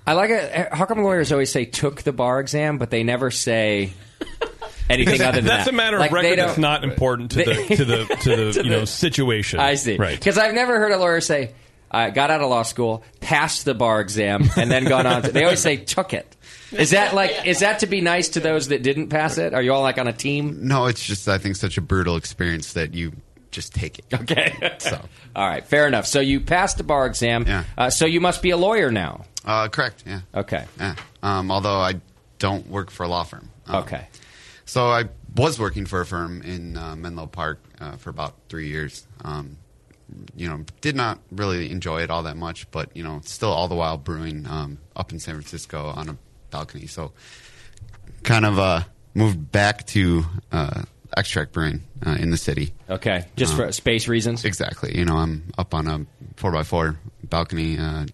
Speaker 10: I like it. eh, How come lawyers always say took the bar exam, but they never say
Speaker 5: [LAUGHS]
Speaker 10: anything other than
Speaker 5: that's
Speaker 10: that?
Speaker 5: a matter of
Speaker 10: Like, they
Speaker 5: record
Speaker 10: don't-
Speaker 5: that's not important to
Speaker 10: They-
Speaker 5: the to the to the
Speaker 10: [LAUGHS] To
Speaker 5: you know
Speaker 10: the-
Speaker 5: situation.
Speaker 10: I see.
Speaker 5: Right.
Speaker 10: Because I've never heard a lawyer say, I got out of law school, passed the bar exam, and then gone on. To, they always say took it. Is that like is that to be nice to those that didn't pass it? Are you all like on a team?
Speaker 14: No, it's just I think such a brutal experience that you um, just take it. [LAUGHS]
Speaker 10: Okay. So all right, fair enough. So you passed the bar exam. Uh, so you must be a lawyer now.
Speaker 14: Uh, correct. Yeah.
Speaker 10: Okay.
Speaker 14: Yeah. Um, although I don't work for a law firm. Um,
Speaker 10: Okay.
Speaker 14: So I was working for a firm in uh, Menlo Park uh, for about three years. Um, you know, did not really enjoy it all that much, but you know, still all the while brewing um, up in San Francisco on a balcony. So kind of uh, moved back to uh, extract brewing uh, in the city.
Speaker 10: Okay, just for space reasons.
Speaker 14: Exactly. You know, I'm up on a four by four balcony. Uh,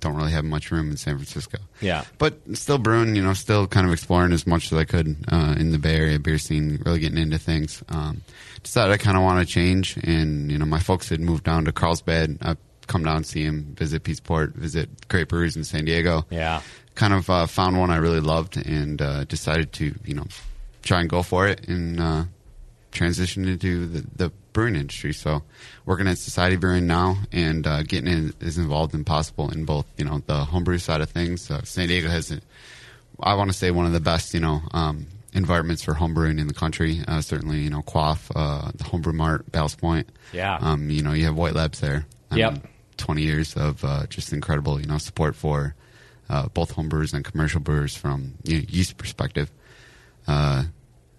Speaker 14: don't really have much room in San Francisco.
Speaker 10: Yeah.
Speaker 14: But still brewing, you know, still kind of exploring as much as I could uh, in the Bay Area beer scene, really getting into things. Um, decided I kind of want to change, and, you know, my folks had moved down to Carlsbad. I've come down, see him, visit Peaceport, visit great breweries in San Diego.
Speaker 10: Yeah.
Speaker 14: Kind of uh, found one I really loved and uh, decided to, you know, try and go for it and uh, transition into the, the brewing industry. So working at Society Brewing now and uh, getting in, as involved as possible in both, you know, the homebrew side of things. Uh, San Diego has, a- I want to say, one of the best, you know, um, environments for homebrewing in the country. Uh, certainly, you know, Quaff, uh, the Homebrew Mart, Ballast Point.
Speaker 10: Yeah.
Speaker 14: Um, you know, you have White Labs there.
Speaker 10: Yep.
Speaker 14: 20 years of uh, just incredible, you know, support for uh, both homebrewers and commercial brewers from you know, yeast perspective. Uh,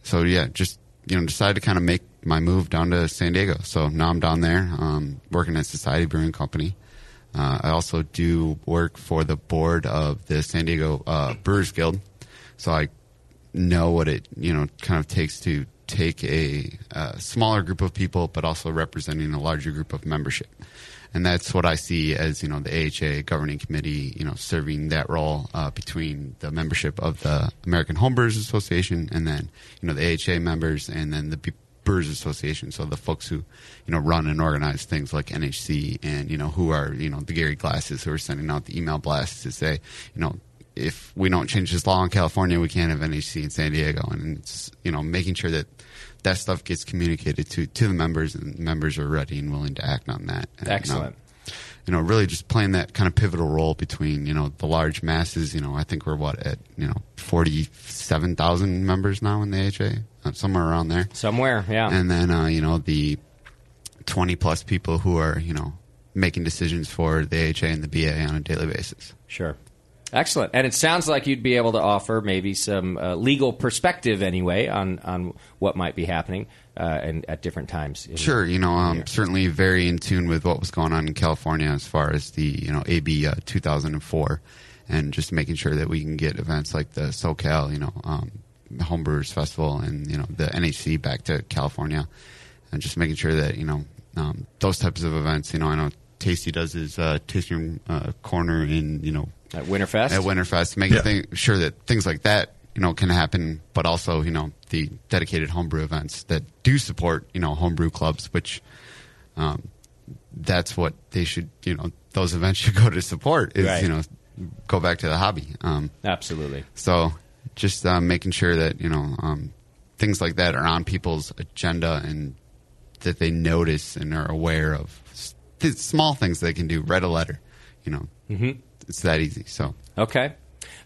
Speaker 14: so yeah, just you know, decided to kind of make my move down to San Diego. So now I'm down there um, working at Society Brewing Company. Uh, I also do work for the board of the San Diego uh, Brewers Guild, so I know what it you know kind of takes to take a, uh smaller group of people, but also representing a larger group of membership. And that's what I see as you know the AHA governing committee, you know, serving that role uh, between the membership of the American Home Brewers Association and then you know the AHA members and then the B- Brewers Association. So the folks who you know run and organize things like NHC and you know who are you know the Gary Glasses who are sending out the email blasts to say you know if we don't change this law in California, we can't have NHC in San Diego. And it's, you know, making sure that that stuff gets communicated to, to the members and members are ready and willing to act on that. And, you know,
Speaker 10: Excellent.
Speaker 14: You know, really just playing that kind of pivotal role between, you know, the large masses. You know, I think we're what at, you know, 47,000 members now in the AHA, uh, somewhere around there.
Speaker 10: Somewhere, yeah.
Speaker 14: And then, uh, you know, the 20 plus people who are, you know, making decisions for the AHA and the BA on a daily basis.
Speaker 10: Sure. Excellent. And it sounds like you'd be able to offer maybe some uh, legal perspective anyway on, on what might be happening uh, and at different times. in-
Speaker 14: Sure, you know, I'm certainly very in tune with what was going on in California as far as the you know AB uh, 2004, and just making sure that we can get events like the SoCal, you know, um, Homebrewers Festival, and you know the NHC back to California, and just making sure that you know um, those types of events. You know, I know Tasty does his uh, tasting room uh, corner in you know
Speaker 10: at Winterfest.
Speaker 14: At Winterfest, making
Speaker 10: Yeah.
Speaker 14: thing, sure that things like that you know can happen, but also you know the dedicated homebrew events that do support you know homebrew clubs, which um, that's what they should you know those events [LAUGHS] should go to support is
Speaker 10: Right.
Speaker 14: you know go back to the hobby. Um,
Speaker 10: Absolutely.
Speaker 14: so just uh, making sure that you know um, things like that are on people's agenda and that they notice and are aware of S- th- small things they can do. Write a letter, you know.
Speaker 10: Mhm.
Speaker 14: It's that easy. So
Speaker 10: Okay.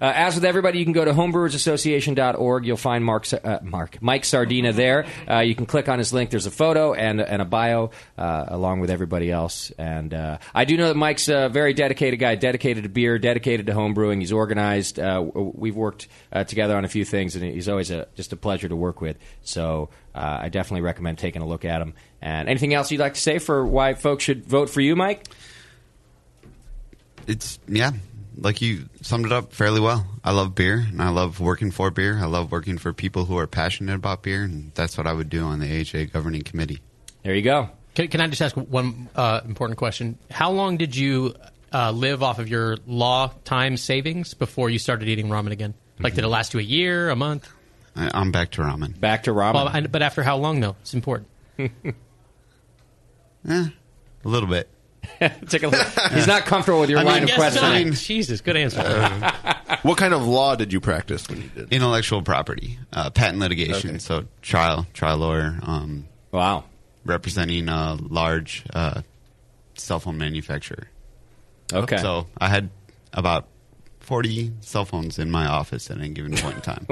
Speaker 10: Uh, as with everybody, you can go to homebrewersassociation.org. You'll find Mark, Sa- uh, Mark Mike Sardina there. Uh, you can click on his link. There's a photo and, and a bio uh, along with everybody else. And uh, I do know that Mike's a very dedicated guy, dedicated to beer, dedicated to home brewing. He's organized. Uh, w- we've worked uh, together on a few things, and he's always a, just a pleasure to work with. So uh, I definitely recommend taking a look at him. And anything else you'd like to say for why folks should vote for you, Mike?
Speaker 14: it's yeah, like you summed it up fairly well. I love beer and I love working for beer. I love working for people who are passionate about beer, and that's what I would do on the AHA governing committee.
Speaker 10: There you go.
Speaker 11: Can, can I just ask one uh, important question? How long did you uh, live off of your law time savings before you started eating ramen again? Like,
Speaker 10: Mm-hmm.
Speaker 11: did it last you a year, a month?
Speaker 14: I, I'm back to ramen.
Speaker 10: Back to ramen.
Speaker 11: Well, I- but after how long, though? It's important.
Speaker 14: a little bit.
Speaker 10: [LAUGHS] Take a look. [LAUGHS] He's not comfortable with your
Speaker 14: I mean,
Speaker 10: line of
Speaker 14: guess
Speaker 10: questioning.
Speaker 14: not. I mean,
Speaker 11: Jesus, good answer.
Speaker 14: [LAUGHS] what kind of law did you practice when you did intellectual property, uh, patent litigation?
Speaker 12: Okay.
Speaker 14: So trial, trial lawyer. Um,
Speaker 10: wow,
Speaker 14: representing a large uh, cell phone manufacturer.
Speaker 10: Okay.
Speaker 14: so I had about forty cell phones in my office at any given point
Speaker 10: [LAUGHS]
Speaker 14: in time.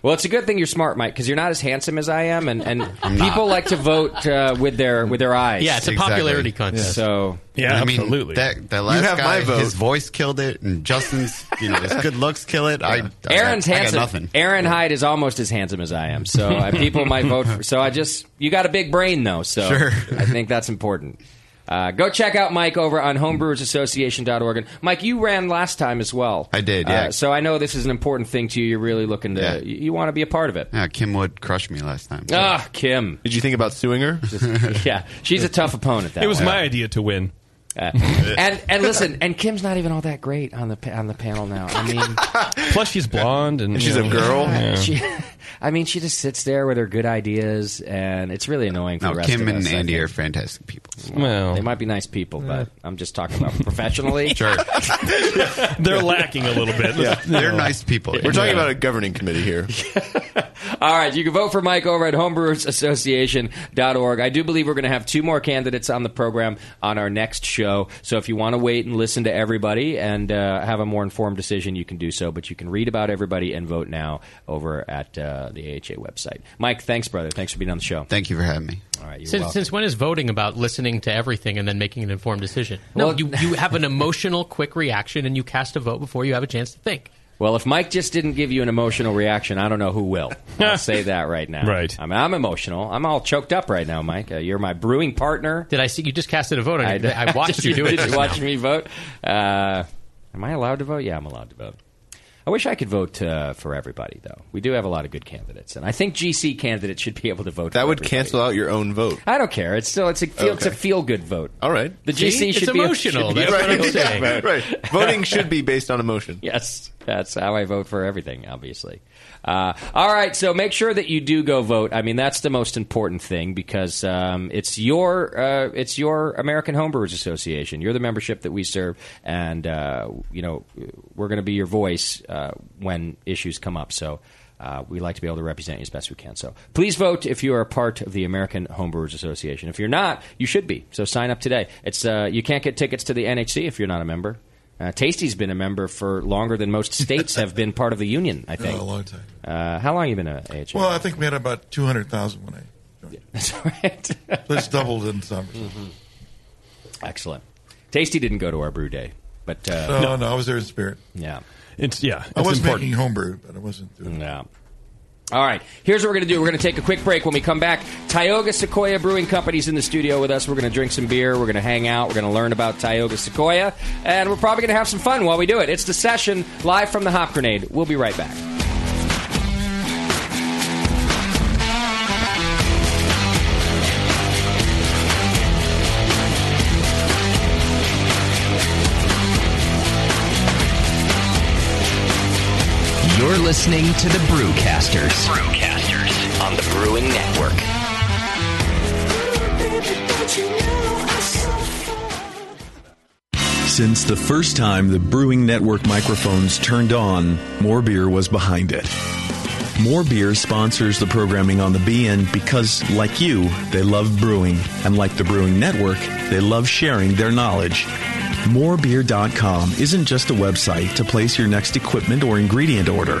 Speaker 10: Well, it's a good thing you're smart, Mike, because you're not as handsome as I am, and,
Speaker 14: [LAUGHS]
Speaker 10: and people
Speaker 14: not.
Speaker 10: like to vote uh, with their with their eyes.
Speaker 14: Exactly.
Speaker 10: So
Speaker 14: I mean, That, that last guy, his voice killed it, and Justin's, you know, his good looks
Speaker 10: [LAUGHS]
Speaker 14: kill it. I, I,
Speaker 10: Aaron's
Speaker 14: I,
Speaker 10: handsome.
Speaker 14: got nothing.
Speaker 10: Aaron Hyde is almost as handsome as I am, so
Speaker 14: [LAUGHS]
Speaker 10: uh, people might vote. for So I just you got a big brain though, so
Speaker 14: Sure.
Speaker 10: I think that's important. Uh, go check out Mike over on homebrewersassociation.org. And Mike, you ran last time as well. I
Speaker 14: did, yeah.
Speaker 10: so I know this is an important thing to you. You're really looking to. You, you want to be a part of it.
Speaker 14: Yeah, Kim Wood crushed me last time.
Speaker 10: Ah, Kim.
Speaker 14: Did you
Speaker 10: [LAUGHS]
Speaker 14: think about suing her?
Speaker 10: yeah, she's a tough opponent. That
Speaker 5: It was
Speaker 10: one.
Speaker 5: my idea to win. [LAUGHS]
Speaker 10: and and listen, and Kim's not even all that great on the pa- on the panel now. I
Speaker 5: [LAUGHS]
Speaker 10: mean,
Speaker 5: Plus, she's blonde and,
Speaker 10: you know,
Speaker 5: Yeah.
Speaker 10: [LAUGHS] She, I mean, she just sits there with her good ideas, and it's really annoying for
Speaker 14: No,
Speaker 10: the rest
Speaker 14: Kim
Speaker 10: of us.
Speaker 14: and
Speaker 10: I
Speaker 14: Andy
Speaker 10: think.
Speaker 14: are fantastic people.
Speaker 10: Well, they might be nice people, but I'm just talking about professionally.
Speaker 14: Sure.
Speaker 5: [LAUGHS] They're lacking a little bit.
Speaker 12: Yeah,
Speaker 14: they're nice people.
Speaker 12: We're talking
Speaker 10: Yeah.
Speaker 12: about a governing
Speaker 10: [LAUGHS]
Speaker 12: committee here.
Speaker 10: All right, you can vote for Mike over at homebrewersassociation.org. I do believe we're going to have two more candidates on the program on our next show. So if you want to wait and listen to everybody and uh, have a more informed decision, you can do so. But you can read about everybody and vote now over at uh, the AHA website. Mike, thanks, brother. Thanks for being on the show.
Speaker 14: Thank you for having me.
Speaker 10: All right, [LAUGHS] you're
Speaker 11: Since,
Speaker 10: welcome.
Speaker 11: since when is voting about listening to everything and then making an informed decision? No,
Speaker 10: Well-
Speaker 11: you,
Speaker 10: [LAUGHS]
Speaker 11: you have an emotional, quick reaction and you cast a vote before you have a chance to think.
Speaker 10: Well, if Mike just didn't give you an emotional reaction, I don't know who
Speaker 11: [LAUGHS]
Speaker 10: will. I'll say that right now. Right. I mean, I'm emotional. I'm all choked up right now, Mike. Uh, you're my brewing partner.
Speaker 11: Did I see you just casted a vote? On
Speaker 10: I,
Speaker 11: it. I
Speaker 10: [LAUGHS]
Speaker 11: watched you do it.
Speaker 10: Did
Speaker 11: just
Speaker 10: you
Speaker 11: now.
Speaker 10: watch me vote? Uh, am I allowed to vote? Yeah, I'm allowed to vote. I wish I could vote uh, for everybody, though. We do have a lot of good candidates, and I think GC candidates should be able to vote.
Speaker 12: That
Speaker 10: for
Speaker 12: would
Speaker 10: everybody.
Speaker 12: cancel out your own vote.
Speaker 10: I don't care. It's still it's a feel, it's a
Speaker 12: Okay.
Speaker 10: feel good vote.
Speaker 12: All right.
Speaker 10: The GC
Speaker 12: See?
Speaker 10: should be should be a feel-good vote.
Speaker 12: right, right. Voting should be based on emotion.
Speaker 10: Yes, that's how I vote for everything, obviously. Uh, all right, so make sure that you do go vote. I mean, that's the most important thing because um, it's your uh, it's your American Homebrewers Association. You're the membership that we serve, and uh, you know we're going to be your voice uh, when issues come up. So. Uh, we like to be able to represent you as best we can. So please vote if you are a part of the American Homebrewers Association. If you're not, you should be. So sign up today. It's uh, you can't get tickets to the NHC if you're not a member. Uh, Tasty's been a member for longer than most states have been part of the union. I think
Speaker 13: a long time.
Speaker 10: Uh, how long you been a AHA?
Speaker 13: Well, I think we had about 200,000 when I joined.
Speaker 10: That's right. [LAUGHS] Mm-hmm.
Speaker 13: so it's doubled in some.
Speaker 10: Excellent. Tasty didn't go to our brew day, But uh,
Speaker 13: No, no, I was there in spirit.
Speaker 10: Yeah.
Speaker 15: It's yeah.
Speaker 13: I
Speaker 10: it's
Speaker 13: was
Speaker 10: important.
Speaker 13: making homebrew, but I wasn't doing it.
Speaker 10: Yeah. All right. Here's what we're going to do. We're going to take a quick break. When we come back, Tioga Sequoia Brewing Company's in the studio with us. We're going to drink some beer. We're going to hang out. We're going to learn about Tioga Sequoia. And we're probably going to have some fun while we do it. It's the session live from the Hop Grenade. We'll be right back.
Speaker 9: You're listening to the Brewcasters. Brewcasters on the Brewing Network.
Speaker 16: Since the first time the Brewing Network microphones turned on, More Beer was behind it. More Beer sponsors the programming on the BN because, like you, they love brewing, and like the Brewing Network, they love sharing their knowledge. Morebeer.com isn't just a website to place your next equipment or ingredient order.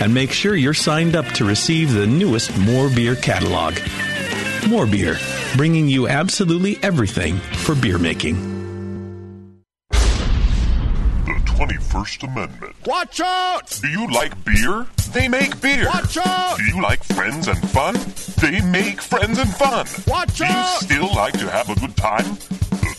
Speaker 16: and make sure you're signed up to receive the newest More Beer catalog. More Beer, bringing you absolutely everything for beer making.
Speaker 17: The 21st Amendment.
Speaker 18: Watch out!
Speaker 17: Do you like beer? They make beer.
Speaker 18: Watch out!
Speaker 17: Do you like friends and fun? They make friends and fun.
Speaker 18: Watch
Speaker 17: Do you
Speaker 18: out!
Speaker 17: still like to have a good time? The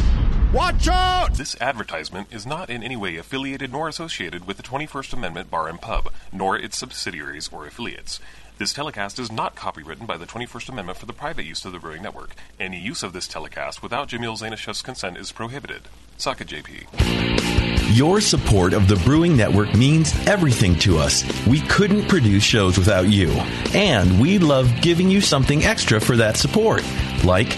Speaker 18: Watch out!
Speaker 5: This advertisement is not in any way affiliated nor associated with the 21st Amendment Bar and Pub, nor its subsidiaries or affiliates. This telecast is not copywritten by the 21st Amendment for the private use of the Brewing Network. Any use of this telecast without Jamil Zanishev's consent is prohibited. Suck it, JP.
Speaker 16: Your support of the Brewing Network means everything to us. We couldn't produce shows without you. And we love giving you something extra for that support, like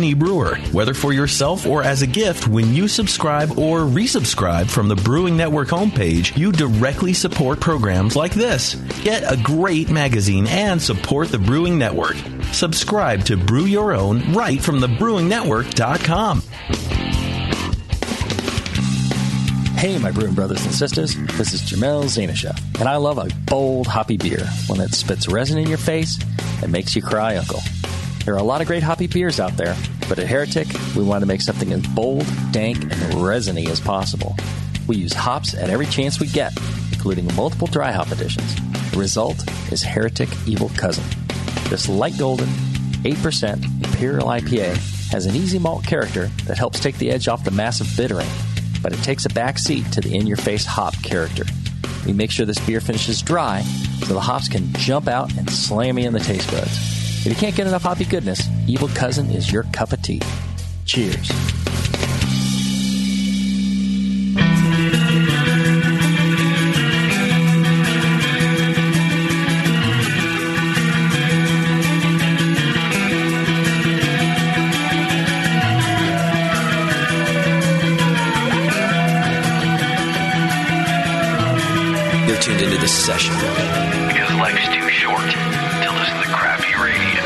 Speaker 16: brewer, whether for yourself or as a gift when you subscribe or resubscribe from the Brewing Network homepage, you directly support programs like this. Get a great magazine and support the Brewing Network. Subscribe to Brew Your Own right from the brewingnetwork.com.
Speaker 1: Hey, my brewing brothers and sisters, this is Jamel Zanishev, and I love a bold, hoppy beer, one that spits resin in your face and makes you cry, Uncle. There are a lot of great hoppy beers out there, but at Heretic, we want to make something as bold, dank, and resiny as possible. We use hops at every chance we get, including multiple dry hop editions. The result is Heretic Evil Cousin. This light golden, 8% Imperial IPA has an easy malt character that helps take the edge off the massive bittering but it takes a back seat to the in your face hop character. We make sure this beer finishes dry so the hops can jump out and slam me in the taste buds. If you can't get enough hoppy goodness, Evil Cousin is your cup of tea. Cheers.
Speaker 9: You're tuned into this session.
Speaker 19: Because life's too short to listen to crappy radio.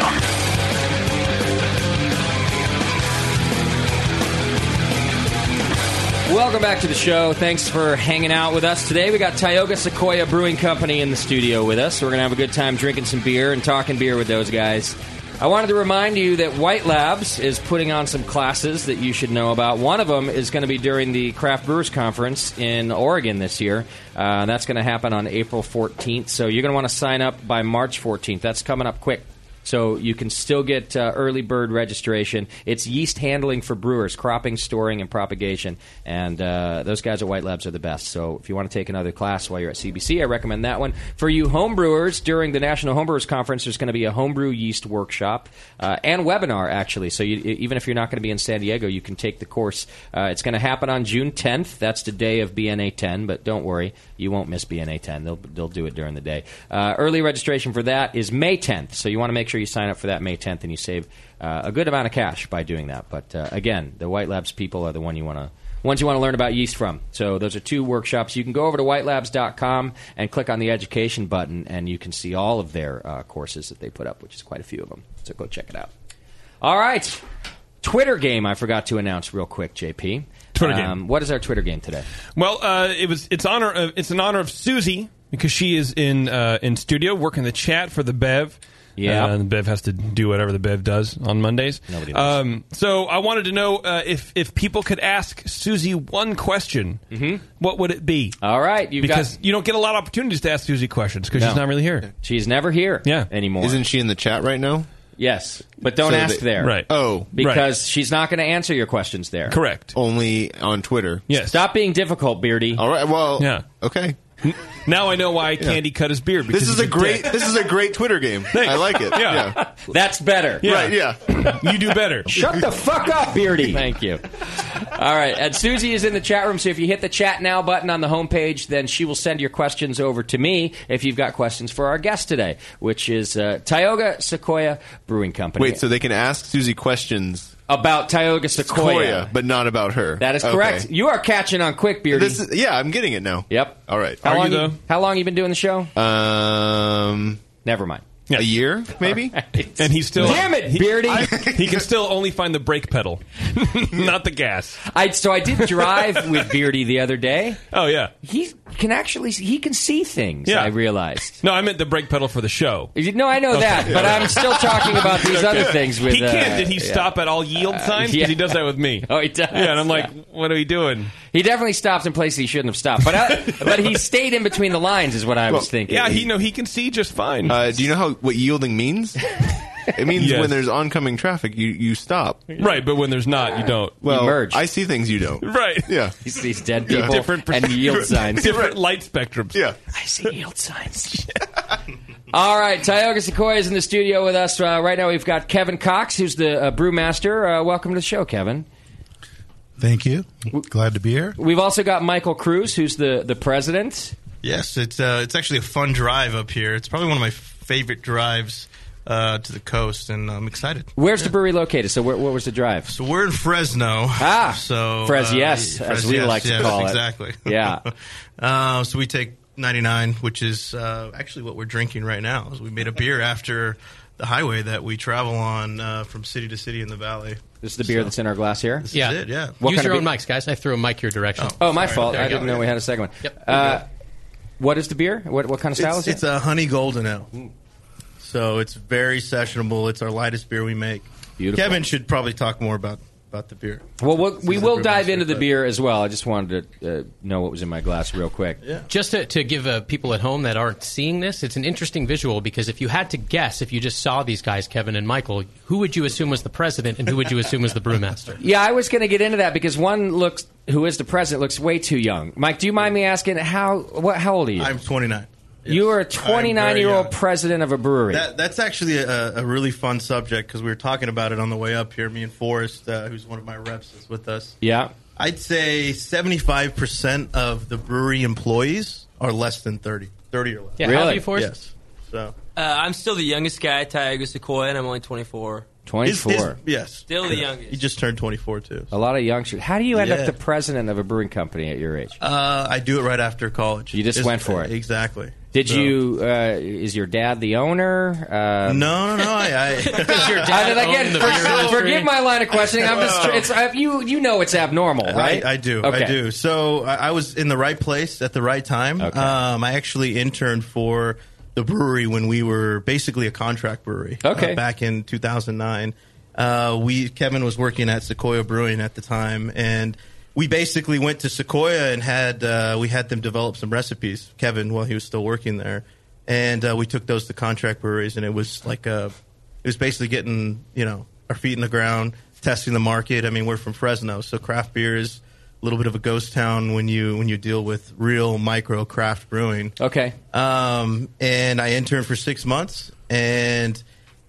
Speaker 10: Welcome back to the show. Thanks for hanging out with us today. We got Tioga Sequoia Brewing Company in the studio with us. We're going to have a good time drinking some beer and talking beer with those guys. I wanted to remind you that White Labs is putting on some classes that you should know about. One of them is going to be during the Craft Brewers Conference in Oregon this year. Uh, that's going to happen on April 14th. So you're going to want to sign up by March 14th. That's coming up quick. So you can still get uh, early bird registration. It's yeast handling for brewers, cropping, storing, and propagation. And uh, those guys at White Labs are the best. So if you want to take another class while you're at CBC, I recommend that one. For you homebrewers, during the National Homebrewers Conference, there's going to be a homebrew yeast workshop uh, and webinar, actually. So you, even if you're not going to be in San Diego, you can take the course. Uh, it's going to happen on June 10th. That's the day of BNA 10, but don't worry, you won't miss BNA 10. They'll, they'll do it during the day. Uh, early registration for that is May 10th, so you want to make sure you sign up for that May 10th and you save uh, a good amount of cash by doing that. But uh, again, the White Labs people are the one you want to ones you want to learn about yeast from. So those are two workshops. You can go over to whitelabs.com and click on the education button, and you can see all of their uh, courses that they put up, which is quite a few of them. So go check it out. All right. Twitter game I forgot to announce real quick, JP.
Speaker 5: Twitter
Speaker 10: game. What is our Twitter game today?
Speaker 5: Well, uh, it was it's honor of, it's in honor of Susie because she is in uh, in studio working the chat for the Bev.
Speaker 10: Yeah.
Speaker 5: uh, the Bev has to do whatever the Bev does on Mondays.
Speaker 10: Nobody knows.
Speaker 5: Um, so I wanted to know uh, if if people could ask Susie one question, what would it be?
Speaker 10: Mm-hmm. All right, you've
Speaker 5: because you don't get a lot of opportunities to ask Susie questions because she's
Speaker 10: No.
Speaker 5: not really here.
Speaker 10: She's never here yeah. anymore.
Speaker 12: Isn't she in the chat right now?
Speaker 10: Yes, but don't
Speaker 12: So
Speaker 10: ask
Speaker 12: they-
Speaker 10: there.
Speaker 12: Right. Oh,
Speaker 10: because
Speaker 12: right.
Speaker 10: she's not going to answer your questions there.
Speaker 5: Correct.
Speaker 12: Only on Twitter.
Speaker 5: Yes.
Speaker 10: Stop being difficult, Beardy.
Speaker 12: All right. Well.
Speaker 5: Yeah.
Speaker 12: Okay.
Speaker 5: Now I know why Candy cut his beard.
Speaker 12: This
Speaker 5: because
Speaker 12: is
Speaker 5: he's
Speaker 12: a great.
Speaker 5: dick.
Speaker 12: This is a great Twitter game. I like it.
Speaker 5: Yeah.
Speaker 12: Yeah.
Speaker 10: [LAUGHS] That's better.
Speaker 12: Right. Yeah.
Speaker 5: [LAUGHS] You do better.
Speaker 10: Shut the fuck up, Beardy. Thank you. All right. And Susie is in the chat room, so if you hit the chat now button on the homepage, then she will send your questions over to me if you've got questions for our guest today, which is uh, Tioga Sequoia Brewing Company.
Speaker 12: Wait. So they can ask Susie questions
Speaker 10: about Tioga Sequoia.
Speaker 12: Sequoia, but not about her.
Speaker 10: That is correct. You are catching on quick, Beardy.
Speaker 12: This is, yeah, I'm getting it now.
Speaker 10: Yep.
Speaker 12: All right. Uh,
Speaker 10: how long how long you been doing the show?
Speaker 12: Um.
Speaker 10: Never mind.
Speaker 12: A year, [LAUGHS] maybe.
Speaker 5: And he's still
Speaker 10: Damn it, Beardy.
Speaker 5: He, [LAUGHS] he can still only find the brake pedal, [LAUGHS] not the gas.
Speaker 10: I so I
Speaker 5: [LAUGHS]
Speaker 10: did drive with Beardy the other day.
Speaker 5: Oh yeah,
Speaker 10: he can actually he can see things.
Speaker 5: Yeah.
Speaker 10: I realized.
Speaker 5: No, I meant the brake pedal for the show.
Speaker 10: No, I know that, but I'm still
Speaker 5: [LAUGHS]
Speaker 10: talking about these
Speaker 5: Okay.
Speaker 10: other things with.
Speaker 5: He can't.
Speaker 10: uh,
Speaker 5: Did he
Speaker 10: yeah.
Speaker 5: stop at all yield signs? 'Cause
Speaker 10: Uh, yeah.
Speaker 5: he does that with me.
Speaker 10: [LAUGHS] Oh, he does.
Speaker 5: Yeah, and I'm like,
Speaker 10: Yeah.
Speaker 5: what are we doing?
Speaker 10: He definitely stops in places he shouldn't have stopped, but I,
Speaker 5: [LAUGHS]
Speaker 10: but he stayed in between the lines, is what I was thinking.
Speaker 5: Yeah, he no, he can see just fine.
Speaker 12: Uh, do you know how what
Speaker 5: [LAUGHS]
Speaker 12: yielding means? It means
Speaker 5: Yes.
Speaker 12: when there's oncoming traffic, you, you stop.
Speaker 5: Right, but when there's not, you don't.
Speaker 12: Well,
Speaker 10: merge.
Speaker 12: I see things you
Speaker 5: [LAUGHS]
Speaker 12: don't.
Speaker 5: Right.
Speaker 12: Yeah.
Speaker 10: he sees dead
Speaker 12: Yeah.
Speaker 5: [LAUGHS]
Speaker 10: people and yield signs.
Speaker 5: different light spectrums.
Speaker 12: Yeah.
Speaker 10: I see yield signs. All right, Tioga Sequoia is in the studio with us uh, right now. We've got Kevin Cox, who's the uh, brewmaster. Uh, welcome to the show, Kevin.
Speaker 20: Thank you. Glad to be here.
Speaker 10: We've also got Michael Cruz, who's the the president.
Speaker 21: Yes, it's uh, it's actually a fun drive up here. It's probably one of my favorite drives uh, to the coast, and I'm excited.
Speaker 10: Where's the brewery located? So, where, what was the drive?
Speaker 21: So we're in Fresno.
Speaker 10: Ah,
Speaker 21: [LAUGHS] so
Speaker 10: Fres
Speaker 21: uh,
Speaker 10: yes, as
Speaker 21: Fres
Speaker 10: we
Speaker 21: yes,
Speaker 10: like to
Speaker 21: yes,
Speaker 10: call it.
Speaker 21: exactly.
Speaker 10: [LAUGHS]
Speaker 21: [LAUGHS]
Speaker 10: Yeah.
Speaker 21: uh, so we take 99, which is uh, actually what we're drinking right now. Is we made a beer after the highway that we travel on uh, from city to city in the valley.
Speaker 10: This is the beer that's in our glass here.
Speaker 21: This yeah. is it, yeah.
Speaker 10: What
Speaker 11: Use
Speaker 10: kind
Speaker 11: your
Speaker 10: of
Speaker 11: own
Speaker 10: beer-
Speaker 11: mics, guys. I threw a mic your direction.
Speaker 10: Oh, my
Speaker 11: Sorry.
Speaker 10: fault.
Speaker 11: There
Speaker 10: I
Speaker 11: you go.
Speaker 10: didn't know we had a second one.
Speaker 11: Yep.
Speaker 10: Uh, what is the beer? What what kind of style is
Speaker 21: it's,
Speaker 10: it?
Speaker 21: It's a honey golden ale. So it's very sessionable. It's our lightest beer we make.
Speaker 10: Beautiful.
Speaker 21: Kevin should probably talk more about, about the beer.
Speaker 10: well, we'll we
Speaker 21: This is
Speaker 10: will
Speaker 21: the
Speaker 10: dive
Speaker 21: brewmaster,
Speaker 10: into the
Speaker 21: but-
Speaker 10: beer as well. I just wanted to uh, know what was in my glass real quick.
Speaker 11: Just to, to give uh, people at home that aren't seeing this, it's an interesting visual because if you had to guess, if you just saw these guys, Kevin and Michael, who would you assume was the president and who would you assume was the brewmaster?
Speaker 10: Yeah, I was going to get into that because one looks who is the president looks way too young. Mike, do you mind me asking how what how old are you? I'm
Speaker 21: 29.
Speaker 10: You are a
Speaker 21: I'm very
Speaker 10: 29 year old president of a brewery.
Speaker 21: That, that's actually a, a really fun subject because we were talking about it on the way up here. Me and Forrest, uh, who's one of my reps, is with us.
Speaker 10: yeah.
Speaker 21: I'd say 75% of the brewery employees are less than 30. 30 or less.
Speaker 10: Yeah, how old are Really? you,
Speaker 21: Forrest?
Speaker 10: Forrest?
Speaker 21: Yes. So.
Speaker 22: Uh, I'm still the youngest guy at Tioga Sequoia, and I'm only 24.
Speaker 21: His- his-
Speaker 10: 24.
Speaker 21: yes.
Speaker 22: Still the
Speaker 21: correct.
Speaker 22: youngest.
Speaker 21: He just turned 24, too.
Speaker 10: A lot of youngsters. How do you end
Speaker 21: Yeah.
Speaker 10: up the president of a brewing company at your age?
Speaker 21: Uh, I do it right after college.
Speaker 10: You just
Speaker 21: It's-
Speaker 10: went for it.
Speaker 21: Exactly.
Speaker 10: Did you? Uh, is your dad the owner? Uh,
Speaker 21: No, no, no.
Speaker 10: [LAUGHS]
Speaker 21: [LAUGHS] I, I,
Speaker 10: your dad
Speaker 21: own
Speaker 10: again,
Speaker 21: the
Speaker 10: for-
Speaker 21: beer
Speaker 10: [LAUGHS]
Speaker 21: industry?
Speaker 10: forgive my line of questioning. I'm just
Speaker 21: Wow.
Speaker 10: it's I, you. You know it's abnormal, right?
Speaker 21: I, I do.
Speaker 10: Okay.
Speaker 21: I do. So I, I was in the right place at the right time. Um, I actually interned for the brewery when we were basically a contract brewery. uh,
Speaker 10: Okay.
Speaker 21: back in 2009, uh, we Kevin was working at Sequoia Brewing at the time, and we basically went to Sequoia and had uh, we had them develop some recipes. Kevin, while he was still working there, and uh, we took those to contract breweries, and it was like a it was basically getting you know our feet in the ground testing the market i mean we're from fresno so craft beer is a little bit of a ghost town when you when you deal with real micro craft brewing
Speaker 10: okay
Speaker 21: um, and i interned for six months and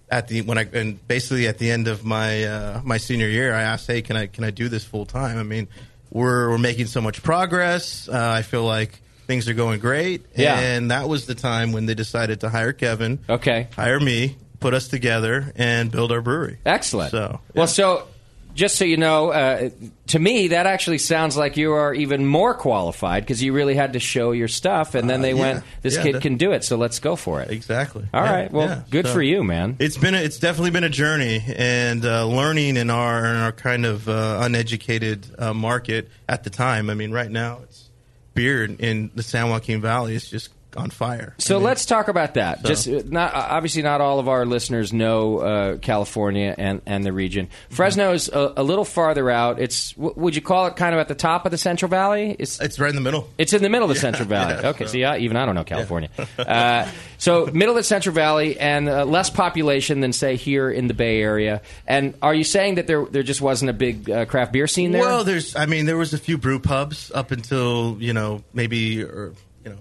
Speaker 21: at the when i and basically at the end of my uh, my senior year i asked hey can i can i do this full time i mean we're we're making so much progress uh, i feel like things are going great
Speaker 10: Yeah.
Speaker 21: and that was the time when they decided to hire kevin
Speaker 10: okay
Speaker 21: hire me put us together and build our brewery
Speaker 10: Excellent.
Speaker 21: so
Speaker 10: Well, so just so you know, uh, to me that actually sounds like you are even more qualified because you really had to show your stuff, and then they
Speaker 21: Uh, yeah.
Speaker 10: went, "This
Speaker 21: Yeah,
Speaker 10: kid
Speaker 21: that-
Speaker 10: can do it, so let's go for it."
Speaker 21: Exactly.
Speaker 10: All right.
Speaker 21: Yeah,
Speaker 10: Well,
Speaker 21: yeah.
Speaker 10: good
Speaker 21: So-
Speaker 10: for you, man.
Speaker 21: It's been a, it's definitely been a journey and uh, learning in our in our kind of uh, uneducated uh, market at the time. I mean, right now it's beer in, in the San Joaquin Valley is just on fire.
Speaker 10: So let's talk about that.
Speaker 21: So-
Speaker 10: Just uh, not uh, obviously not all of our listeners know uh, California and, and the region.
Speaker 21: Mm-hmm.
Speaker 10: Fresno is a, a little farther out. It's w- would you call it kind of at the top of the Central Valley? It's
Speaker 21: it's right in the middle.
Speaker 10: It's in the middle of the Central Valley.
Speaker 21: [LAUGHS]
Speaker 10: okay, see, I, even I don't know California. [LAUGHS] uh, so middle of the Central Valley and uh, less population than say here in the Bay Area. And are you saying that there there just wasn't a big uh, craft beer scene there?
Speaker 21: Well, there's I mean there was a few brew pubs up until you know maybe or, you know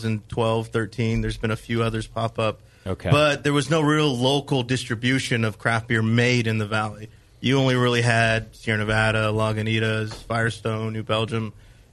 Speaker 21: 2012, 13. There's been a few others pop up.
Speaker 10: Okay.
Speaker 21: but there was no real local distribution of craft beer made in the valley. You only really had Sierra Nevada, Lagunitas, Firestone, New Belgium.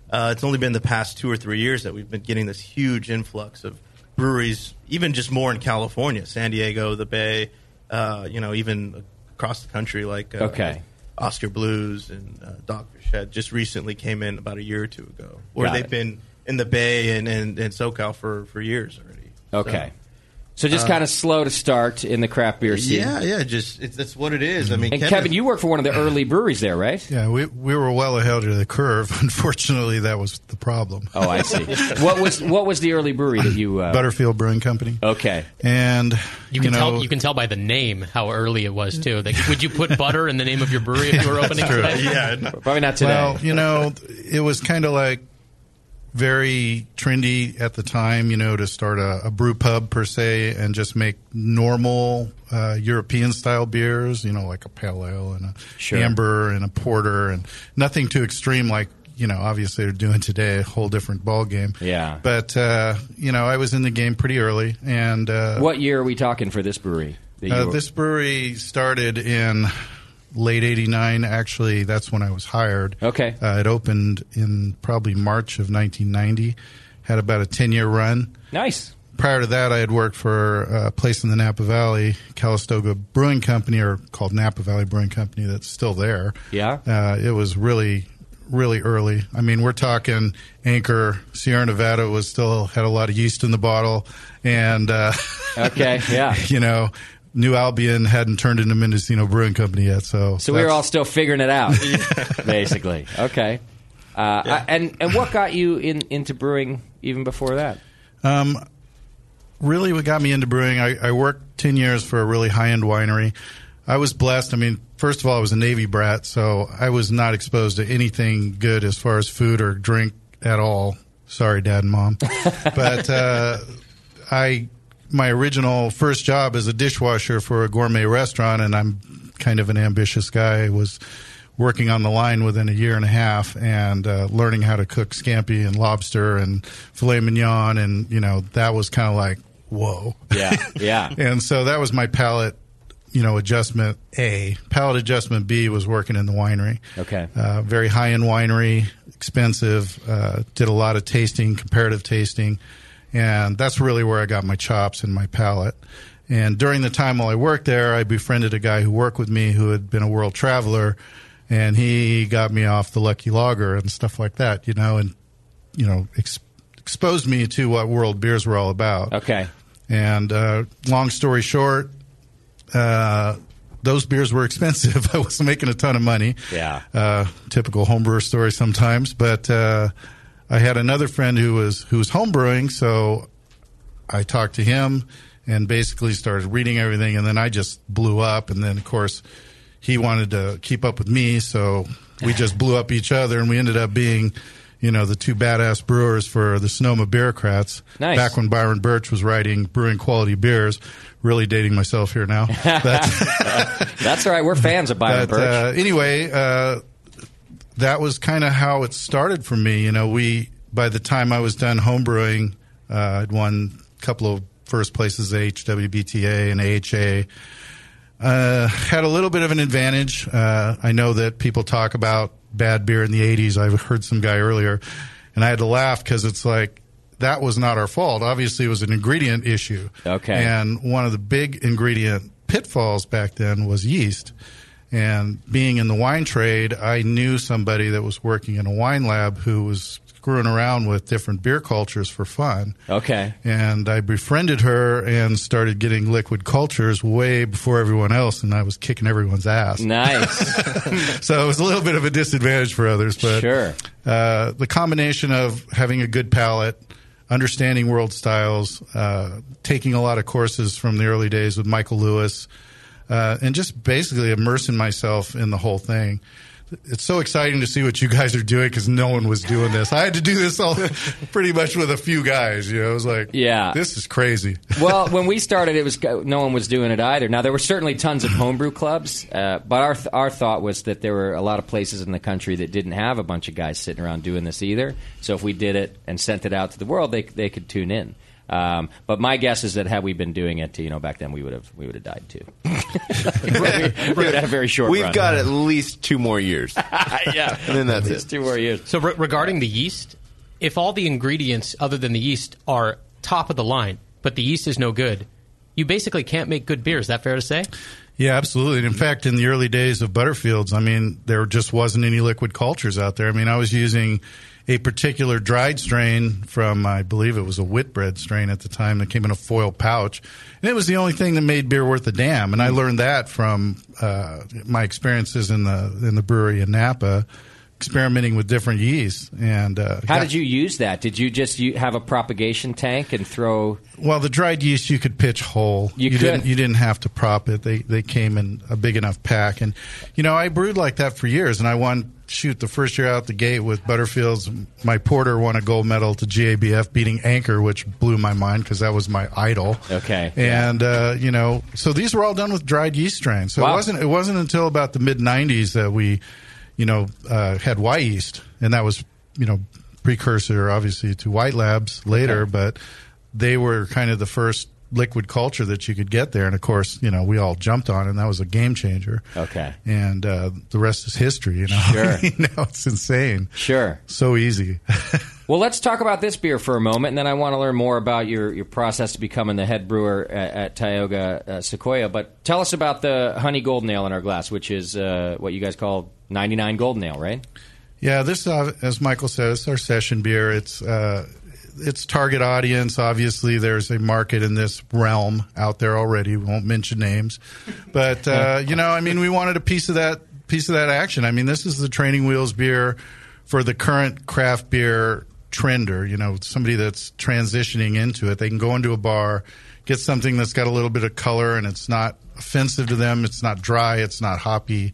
Speaker 21: Uh, it's only been the past two or three years that we've been getting this huge influx of breweries, even just more in California, San Diego, the Bay, uh, you know, even across the country, like uh,
Speaker 10: Okay.
Speaker 21: Oscar Blues and uh, Dogfish Head just recently came in about a year or two ago, where
Speaker 10: Got
Speaker 21: they've
Speaker 10: it.
Speaker 21: been in the Bay and, and, and SoCal for, for years already.
Speaker 10: okay. So, just
Speaker 21: uh,
Speaker 10: kind of slow to start in the craft beer scene.
Speaker 21: Yeah, yeah, just it's, that's what it is. I mean,
Speaker 10: And Kevin, you work for one of the early breweries there, right?
Speaker 20: Yeah, we we were well ahead of the curve. [LAUGHS] Unfortunately, that was the problem.
Speaker 10: Oh, I see. what was what was the early brewery that you uh,
Speaker 20: Butterfield Brewing Company.
Speaker 10: Okay.
Speaker 20: And
Speaker 11: You
Speaker 20: you,
Speaker 11: can
Speaker 20: know,
Speaker 11: tell. You can tell by the name how early it was too. Like, would you put butter in the name of your brewery if you were
Speaker 20: That's
Speaker 11: opening?
Speaker 20: true.
Speaker 11: Today?
Speaker 20: Yeah,
Speaker 10: probably not
Speaker 20: Well, you know, it was kind of like very trendy at the time, you know, to start a, a brew pub per se and just make normal uh, European style beers, you know, like a pale ale and a
Speaker 2: Sure.
Speaker 20: amber and a porter and nothing too extreme like, you know, obviously they're doing today a whole different ball game.
Speaker 10: Yeah.
Speaker 20: But, uh, you know, I was in the game pretty early and. Uh,
Speaker 10: What year are we talking for this brewery? that you
Speaker 20: uh,
Speaker 10: were-
Speaker 20: this brewery started in late '89. Actually, that's when I was hired.
Speaker 10: Okay.
Speaker 20: Uh, it opened in probably March of 1990. Had about a 10 year run.
Speaker 10: Nice.
Speaker 20: Prior to that, I had worked for a place in the Napa Valley, Calistoga Brewing Company, or called Napa Valley Brewing Company, that's still there.
Speaker 10: Yeah.
Speaker 20: Uh, it was really, really early. I mean, we're talking Anchor, Sierra Nevada was still had a lot of yeast in the bottle, and uh,
Speaker 10: Okay, yeah.
Speaker 20: [LAUGHS] you know, New Albion hadn't turned into Mendocino Brewing Company yet, so
Speaker 10: So we were
Speaker 20: that's-
Speaker 10: all still figuring
Speaker 20: [LAUGHS]
Speaker 10: it out, basically. Okay. Uh, I- and and what got you in, into brewing even
Speaker 20: [LAUGHS]
Speaker 10: before that?
Speaker 20: Um, really, what got me into brewing, I, I worked 10 years for a really high end winery. I was blessed. I mean, first of all, I was a Navy brat, so I was not exposed to anything good as far as food or drink at all. Sorry, Dad and
Speaker 10: [LAUGHS]
Speaker 20: Mom. but uh, I, my original first job as a dishwasher for a gourmet restaurant, and I'm kind of an ambitious guy, I was working on the line within a year and a half and uh, learning how to cook scampi and lobster and filet mignon and you know that was kind of like whoa
Speaker 13: [LAUGHS]
Speaker 10: Yeah, [LAUGHS] yeah.
Speaker 20: and so that was my palate you know adjustment a palate adjustment b was working in the winery
Speaker 10: Okay.
Speaker 20: uh, very high end winery, expensive. Uh, did a lot of tasting, comparative tasting, and that's really where I got my chops and my palate. And during the time while I worked there, I befriended a guy who worked with me who had been a world traveler, and he got me off the Lucky Lager and stuff like that, you know, and you know, ex- exposed me to what world beers were all about.
Speaker 10: Okay.
Speaker 20: And uh, long story short, uh, those beers were [LAUGHS] expensive. I was making a ton of money.
Speaker 10: Yeah.
Speaker 20: Uh, typical homebrewer story sometimes, but uh, I had another friend who was who was homebrewing, so I talked to him and basically started reading everything, and then I just blew up, and then of course he wanted to keep up with me, so we just blew up each other, and we ended up being. You know the two badass brewers for the Sonoma Bureaucrats.
Speaker 10: Nice.
Speaker 20: Back when Byron Birch was writing brewing quality beers, really dating myself here now. But
Speaker 10: [LAUGHS] That's all right. We're fans of Byron
Speaker 20: but,
Speaker 10: Birch.
Speaker 20: uh, anyway, uh, that was kind of how it started for me. You know, we by the time I was done homebrewing, uh, I'd won a couple of first places at HWBTA and AHA. Uh, had a little bit of an advantage. Uh, I know that people talk about bad beer in the '80s. I heard some guy earlier, and I had to laugh because it's like that was not our fault. Obviously, it was an ingredient issue.
Speaker 10: Okay.
Speaker 20: And one of the big ingredient pitfalls back then was yeast. And being in the wine trade, I knew somebody that was working in a wine lab who was screwing around with different beer cultures for fun.
Speaker 10: okay.
Speaker 20: And I befriended her and started getting liquid cultures way before everyone else, and I was kicking everyone's ass.
Speaker 10: Nice.
Speaker 20: so it was a little bit of a disadvantage for others, but
Speaker 10: Sure.
Speaker 20: uh, the combination of having a good palate, understanding world styles, uh, taking a lot of courses from the early days with Michael Lewis, uh, and just basically immersing myself in the whole thing. It's so exciting to see what you guys are doing because no one was doing this. I had to do this all [LAUGHS] pretty much with a few guys. You know, it was like,
Speaker 10: Yeah.
Speaker 20: [LAUGHS] this is crazy.
Speaker 10: well, when we started, it was no one was doing it either. Now there were certainly tons of homebrew clubs, uh, but our th- our thought was that there were a lot of places in the country that didn't have a bunch of guys sitting around doing this either. So if we did it and sent it out to the world, they they could tune in. Um, but my guess is that had we been doing it, you know, back then we would have we would have died too. we would have had a very short.
Speaker 12: We've
Speaker 10: run.
Speaker 12: got at least two more years.
Speaker 10: yeah,
Speaker 12: [LAUGHS] and then that's it.
Speaker 10: It's two more years.
Speaker 11: So re- regarding the yeast, if all the ingredients other than the yeast are top of the line, but the yeast is no good, you basically can't make good beer. Is that fair to say?
Speaker 20: Yeah, absolutely. And
Speaker 10: Mm-hmm.
Speaker 20: in fact, in the early days of Butterfields, I mean, there just wasn't any liquid cultures out there. I mean, I was using a particular dried strain from, I believe it was a Whitbread strain at the time that came in a foil pouch. And it was the only thing that made beer worth a damn.
Speaker 10: Mm-hmm.
Speaker 20: And I learned that from uh, my experiences in the, in the brewery in Napa, experimenting with different yeasts. And uh,
Speaker 10: How
Speaker 20: got-
Speaker 10: did you use that? Did you just you have a propagation tank and throw?
Speaker 20: Well, the dried yeast you could pitch whole.
Speaker 10: You could.
Speaker 20: didn't you didn't have to prop it. They they came in a big enough pack, and you know I brewed like that for years, and I won. Shoot, the first year out the gate with Butterfields, my porter won a gold medal to GABF, beating Anchor, which blew my mind because that was my idol.
Speaker 10: Okay.
Speaker 20: And uh, you know, so these were all done with dried yeast strains. So
Speaker 10: Wow.
Speaker 20: it wasn't it wasn't until about the mid '90s that we, you know, uh, had Y yeast, and that was you know precursor obviously to White Labs later, but they were kind of the first liquid culture that you could get there, and of course, you know, we all jumped on, it, and that was a game changer. [LAUGHS]
Speaker 10: Okay.
Speaker 20: And uh, the rest is history. You know,
Speaker 10: Sure.
Speaker 20: [LAUGHS] you know, it's insane.
Speaker 10: Sure.
Speaker 20: So easy. [LAUGHS]
Speaker 10: Well, let's talk about this beer for a moment, and then I want to learn more about your, your process to becoming the head brewer at, at Tioga uh, Sequoia. But tell us about the honey golden ale in our glass, which is uh, what you guys call 99 golden ale, right?
Speaker 20: Yeah, this uh, as Michael says, our session beer. It's uh, its target audience. Obviously, there's a market in this realm out there already. We won't mention names, but uh, you know, I mean, we wanted a piece of that piece of that action. I mean, this is the training wheels beer for the current craft beer trender. You know, somebody that's transitioning into it, they can go into a bar, get something that's got a little bit of color, and it's not offensive to them. It's not dry. It's not hoppy.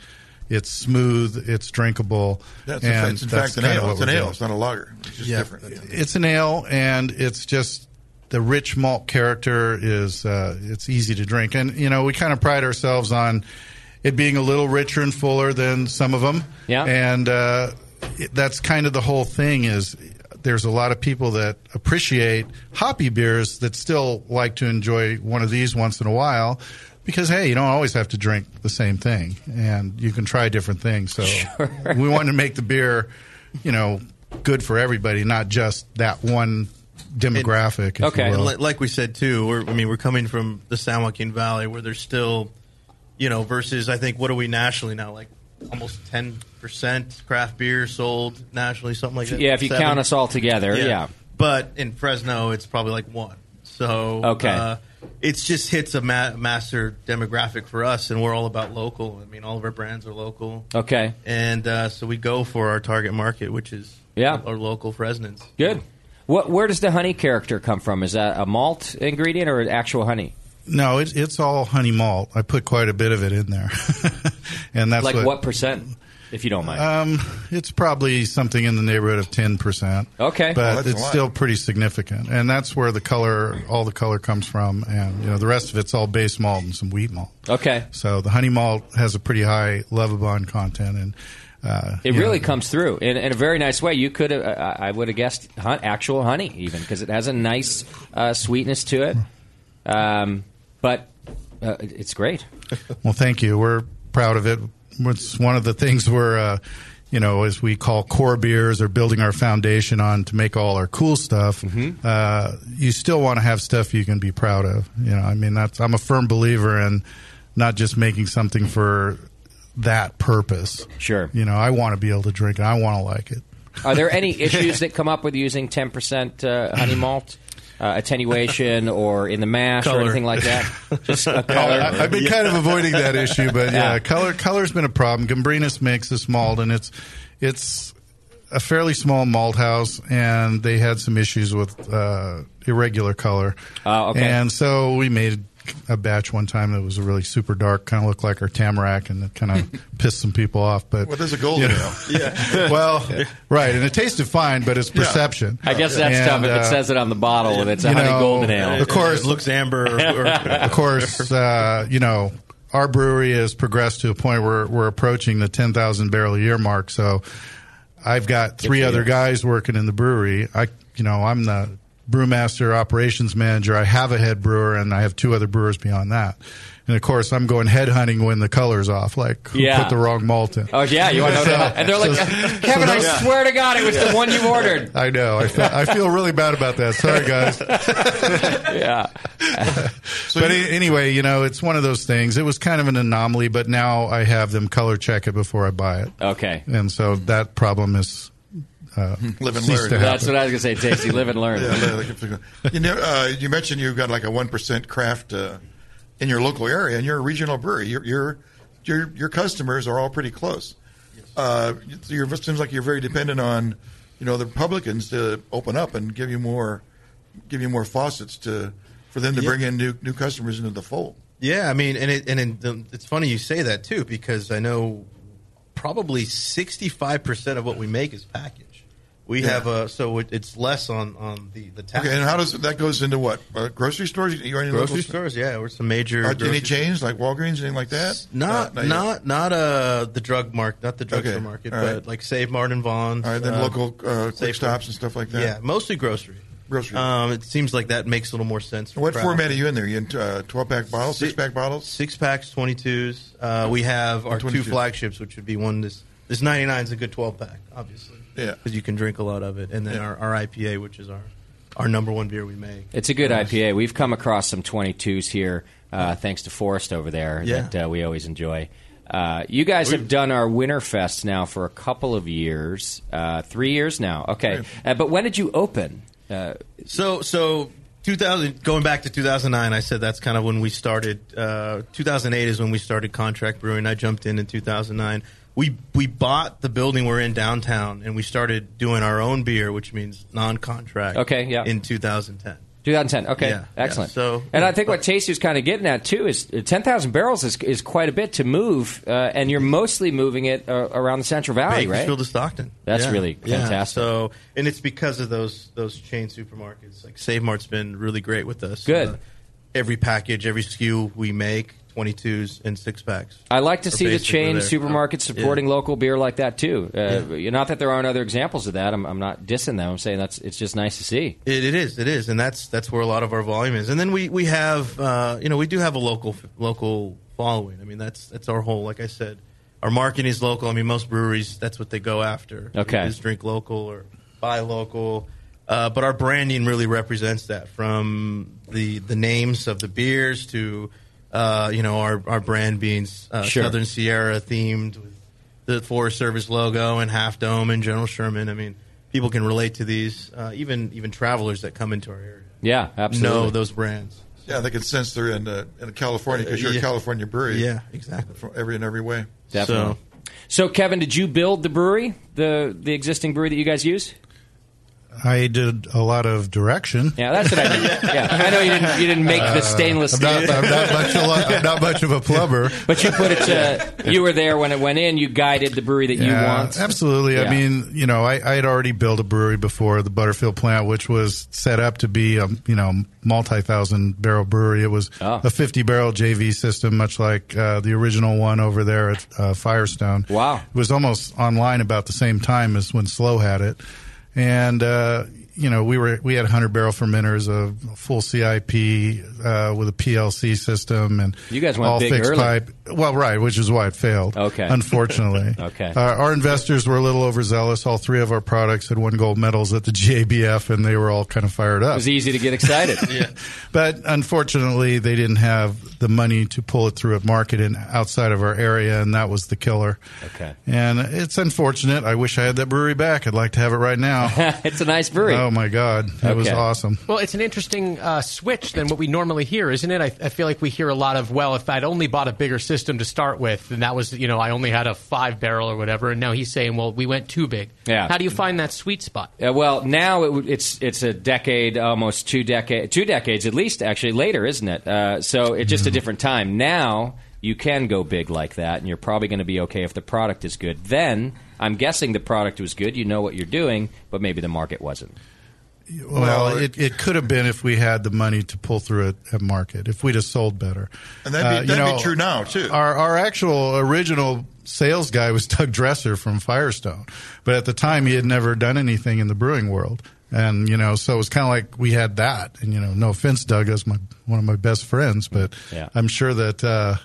Speaker 20: It's smooth. It's drinkable.
Speaker 13: That's in
Speaker 20: and
Speaker 13: fact- it's in
Speaker 20: that's
Speaker 13: fact an
Speaker 20: kinda
Speaker 13: ale.
Speaker 20: what
Speaker 13: It's
Speaker 20: we're
Speaker 13: an ale.
Speaker 20: doing.
Speaker 13: It's not a lager. It's just different.
Speaker 20: It's an ale, and it's just the rich malt character is uh, it's easy to drink, and you know we kind of pride ourselves on it being a little richer and fuller than some of them.
Speaker 10: Yeah.
Speaker 20: and uh, it- that's kind of the whole thing is. There's a lot of people that appreciate hoppy beers that still like to enjoy one of these once in a while because, hey, you don't always have to drink the same thing and you can try different things.
Speaker 10: [LAUGHS]
Speaker 20: So we wanted to make the beer, you know, good for everybody, not just that one demographic. if you will.
Speaker 21: And li- like we said too, we're, I mean, we're coming from the San Joaquin Valley, where there's still, you know, versus I think what are we nationally now? Like almost ten percent craft beer sold nationally, something like that.
Speaker 10: Yeah, if you
Speaker 21: Seven.
Speaker 10: count us all together, yeah.
Speaker 21: but in Fresno, it's probably like one. So
Speaker 10: Okay.
Speaker 21: uh, it's just hits a ma- master demographic for us, and we're all about local. I mean, all of our brands are local,
Speaker 10: Okay.
Speaker 21: and uh, so we go for our target market, which is
Speaker 10: Yeah.
Speaker 21: our local Fresnans.
Speaker 10: Good. What, where does the honey character come from? Is that a malt ingredient or actual honey?
Speaker 20: No, it's it's all honey malt. I put quite a bit of it in there, [LAUGHS] and that's
Speaker 10: like what, percent, if you don't mind?
Speaker 20: Um, it's probably something in the neighborhood of ten percent.
Speaker 10: Okay. Well,
Speaker 20: but
Speaker 10: that's a
Speaker 20: it's
Speaker 10: lot.
Speaker 20: still pretty significant, and that's where the color, all the color comes from, and you know the rest of it's all base malt and some wheat malt.
Speaker 10: okay.
Speaker 20: So the honey malt has a pretty high levibond content, and uh,
Speaker 10: It
Speaker 20: you
Speaker 10: really
Speaker 20: know,
Speaker 10: comes through in, in a very nice way. You could, uh, I I would have guessed, hun- actual honey even because it has a nice uh, sweetness to it. Um, but uh, it- it's great.
Speaker 20: Well, thank you. We're proud of it. It's one of the things we're, uh, you know, as we call core beers or building our foundation on to make all our cool stuff. Uh, you still want to have stuff you can be proud of. You know, I mean, that's I'm a firm believer in not just making something for that purpose.
Speaker 10: Sure.
Speaker 20: You know, I want to be able to drink it. I want to like it.
Speaker 10: Are there
Speaker 20: [LAUGHS]
Speaker 10: any issues that come up with using ten percent uh, honey malt? Uh, attenuation or in the mash or
Speaker 20: Color.
Speaker 10: anything like that. Just [LAUGHS] a
Speaker 20: [LAUGHS] Yeah,
Speaker 10: color.
Speaker 20: I, have been kind of avoiding that issue, but yeah, color color's been a problem. Gambrinus makes this malt, and it's it's a fairly small malt house, and they had some issues with uh, irregular color.
Speaker 10: Oh, okay.
Speaker 20: And so we made a batch one time that was really super dark, kind of looked like our tamarack, and it kind
Speaker 10: [LAUGHS]
Speaker 20: of pissed some people off. But
Speaker 13: Well, there's a goal
Speaker 20: you know.
Speaker 13: now.
Speaker 20: Yeah. [LAUGHS] well, right, and it tasted fine, but it's perception.
Speaker 10: I guess that's
Speaker 20: And,
Speaker 10: tough if
Speaker 20: uh,
Speaker 10: it says it on the bottle and it's a
Speaker 20: you
Speaker 10: honey
Speaker 20: know,
Speaker 10: golden ale.
Speaker 20: Of course,
Speaker 21: looks amber.
Speaker 13: [LAUGHS]
Speaker 20: of course, uh, you know, our brewery has progressed to a point where we're approaching the 10,000 barrel a year mark. So I've got three
Speaker 2: for
Speaker 20: other
Speaker 2: you.
Speaker 20: guys working in the brewery. I, you know, I'm the brewmaster operations manager. I have a head brewer and I have two other brewers beyond that. And of course, I'm going headhunting when the color's off, like who
Speaker 10: Yeah.
Speaker 20: put the wrong malt in.
Speaker 10: Oh yeah,
Speaker 20: [LAUGHS]
Speaker 10: you want to know that? [LAUGHS] And they're like, Kevin, I
Speaker 20: Yeah.
Speaker 10: swear to God, it was the one you ordered.
Speaker 20: I know. I feel, I feel really bad about that. Sorry, guys.
Speaker 10: yeah.
Speaker 20: but a- anyway, you know, it's one of those things. It was kind of an anomaly, but now I have them color check it before I buy it.
Speaker 10: Okay.
Speaker 20: And so that problem is uh,
Speaker 13: [LAUGHS] Live and
Speaker 20: ceased
Speaker 13: learn.
Speaker 20: to
Speaker 10: That's
Speaker 20: happen.
Speaker 10: what I was gonna say, Tasty. Live and learn.
Speaker 13: [LAUGHS] Yeah, like if- you know, uh, you mentioned you've got like a one percent craft uh, in your local area, and you're a regional brewery. Your your your, your customers are all pretty close. Uh, so you're, it seems like you're very dependent on you know the Republicans to open up and give you more give you more faucets to for them to
Speaker 21: Yeah.
Speaker 13: bring in new new customers into the fold.
Speaker 21: Yeah, I mean, and it, and in the, it's funny you say that too because I know probably sixty five percent of what we make is package. We
Speaker 13: Yeah.
Speaker 21: have a so it, it's less on on the the tax.
Speaker 13: Okay, and how does that goes into what uh, grocery stores? You're in
Speaker 21: grocery
Speaker 13: local- Uh,
Speaker 21: stores? Yeah, or some major
Speaker 13: Are
Speaker 21: grocery
Speaker 13: any chains like Walgreens, anything like that?
Speaker 21: Not
Speaker 13: Uh, yet.
Speaker 21: not not uh the drug mark, not the drugstore
Speaker 13: Okay,
Speaker 21: market,
Speaker 13: all
Speaker 21: but
Speaker 13: right.
Speaker 21: like Save Mart and Vaughn's.
Speaker 13: All right, then
Speaker 21: uh,
Speaker 13: local uh, quick
Speaker 21: Save-
Speaker 13: stops and stuff like that.
Speaker 21: Yeah, mostly grocery.
Speaker 13: Grocery.
Speaker 21: Um, it seems like that makes a little more sense. For
Speaker 13: What
Speaker 21: crowd.
Speaker 13: format are you in there? You in uh, twelve pack bottles,
Speaker 21: Si-
Speaker 13: six pack bottles? Oh.
Speaker 21: Six packs, twenty twos. Uh, we have our two
Speaker 13: 22s.
Speaker 21: flagships, which would be one. This this ninety nine is a good twelve pack, obviously.
Speaker 13: Yeah.
Speaker 21: because you can drink a lot of it, and then
Speaker 13: Yeah.
Speaker 21: our, our IPA, which is our our number one beer we make.
Speaker 10: It's a good IPA. We've come across some 22s here, uh, thanks to Forrest over there
Speaker 21: Yeah.
Speaker 10: that uh, we always enjoy. Uh, you guys have done our Winterfest now for a couple of years, uh, three years now. Okay, uh, but when did you open? Uh,
Speaker 21: So so 2000 going back to 2009 I said that's kind of when we started uh, 2008 is when we started contract brewing I jumped in in 2009 we we bought the building we're in downtown and we started doing our own beer which means non-contract
Speaker 10: Okay, yeah.
Speaker 21: in 2010
Speaker 10: 2010. Okay,
Speaker 21: Yeah,
Speaker 10: excellent.
Speaker 21: yeah, so-
Speaker 10: and I think what Tasty was kind of getting at too is uh, 10,000 barrels is, is quite a bit to move, uh, and you're mostly moving it uh, around the Central Valley, right?
Speaker 21: Bakersfield to Stockton
Speaker 10: That's
Speaker 21: Yeah,
Speaker 10: really
Speaker 21: yeah.
Speaker 10: fantastic.
Speaker 21: so and it's because of those those chain supermarkets like Save Mart's been really great with us
Speaker 10: Good.
Speaker 21: Uh, every package every SKU we make 22s and six packs
Speaker 10: I like to
Speaker 21: are
Speaker 10: see the
Speaker 21: basically
Speaker 10: chain
Speaker 21: there.
Speaker 10: supermarkets
Speaker 21: Yeah.
Speaker 10: supporting local beer like that too. Uh, Not that there aren't other examples of that. I'm, I'm not dissing them. I'm saying that's it's just nice to see.
Speaker 21: It, it is, it is, and that's that's where a lot of our volume is. And then we we have, uh, you know, we do have a local local following. I mean, that's that's our whole. Like I said, our marketing is local. I mean, most breweries that's what they go after.
Speaker 10: Okay.
Speaker 21: is drink local or buy local. Uh, but our branding really represents that, from the the names of the beers to, uh, you know, our our brand being uh,
Speaker 10: Sure.
Speaker 21: Southern Sierra themed with the Forest Service logo and Half Dome and General Sherman. I mean, people can relate to these, uh, even even travelers that come into our area.
Speaker 10: Yeah, absolutely.
Speaker 21: Know those brands.
Speaker 13: Yeah, they can sense they're in uh, in California because you're
Speaker 21: Yeah.
Speaker 13: a California brewery.
Speaker 21: Yeah, exactly.
Speaker 13: From every in every way.
Speaker 10: Definitely. So, Kevin, did you build the brewery, the the existing brewery that you guys use?
Speaker 20: I did a lot of direction.
Speaker 10: Yeah, that's what I
Speaker 21: [LAUGHS]
Speaker 10: did. Yeah, I know you didn't. You didn't make the stainless
Speaker 20: Uh, I'm not,
Speaker 10: steel.
Speaker 20: I'm not much, a lot, I'm not much of a plumber.
Speaker 10: [LAUGHS] But you put it to. You were there when it went in. You guided the brewery that you
Speaker 20: Yeah,
Speaker 10: want.
Speaker 20: Absolutely.
Speaker 10: Yeah.
Speaker 20: I mean, you know, I, I had already built a brewery before the Butterfield plant, which was set up to be a you know multi thousand barrel brewery. It was
Speaker 10: Oh.
Speaker 20: a fifty barrel JV system, much like uh, the original one over there at uh, Firestone.
Speaker 10: Wow.
Speaker 20: It was almost online about the same time as when Slow had it, and. Uh, you know, we were we had 100 barrel fermenters, a full CIP uh, with a PLC system, and
Speaker 10: You guys went
Speaker 20: all
Speaker 10: big
Speaker 20: fixed
Speaker 10: early.
Speaker 20: pipe. Well, right, which is why it failed.
Speaker 10: Okay. [LAUGHS]
Speaker 20: unfortunately.
Speaker 10: Okay.
Speaker 20: Uh, our investors were a little overzealous. All three of our products had won gold medals at the JBF, and they were all kind of fired
Speaker 10: It
Speaker 20: up.
Speaker 10: was easy to get
Speaker 21: [LAUGHS]
Speaker 10: excited. yeah.
Speaker 20: But unfortunately, they didn't have the money to pull it through at market and outside of our area, and that was the killer.
Speaker 10: Okay.
Speaker 20: And it's unfortunate. I wish I had that brewery back. I'd like to have it right now.
Speaker 10: [LAUGHS] it's a nice brewery.
Speaker 20: Oh my god, that was
Speaker 10: Okay.
Speaker 20: awesome.
Speaker 11: Well, it's an interesting uh, switch than what we normally hear, isn't it? I, I feel like we hear a lot of, well, if I'd only bought a bigger system to start with, and that was, you know, I only had a five barrel or whatever, and now he's saying, well, we went too big.
Speaker 10: Yeah.
Speaker 11: How do you find that sweet spot?
Speaker 10: Uh, well, now it, w- it's it's a decade, almost two decade, two decades at least, actually later, isn't it? Uh, so it's just a different time. Now you can go big like that, and you're probably going to be okay if the product is good. Then I'm guessing the product was good. You know what you're doing, but maybe the market wasn't.
Speaker 20: Well, it, it could have been if we had the money to pull through it at market, if we'd have sold better. Uh,
Speaker 13: And
Speaker 21: Uh,
Speaker 13: that'd be-
Speaker 20: you
Speaker 13: that'd be true now, too.
Speaker 20: Our, our actual original sales guy was [LAUGHS] Doug Dresser from Firestone, but at the time he had never done anything in the brewing world. And, you know, so it was kind of like we had that. And, you know, no offense, Doug is my, one of my best friends, but
Speaker 10: Yeah.
Speaker 20: I'm sure that, uh,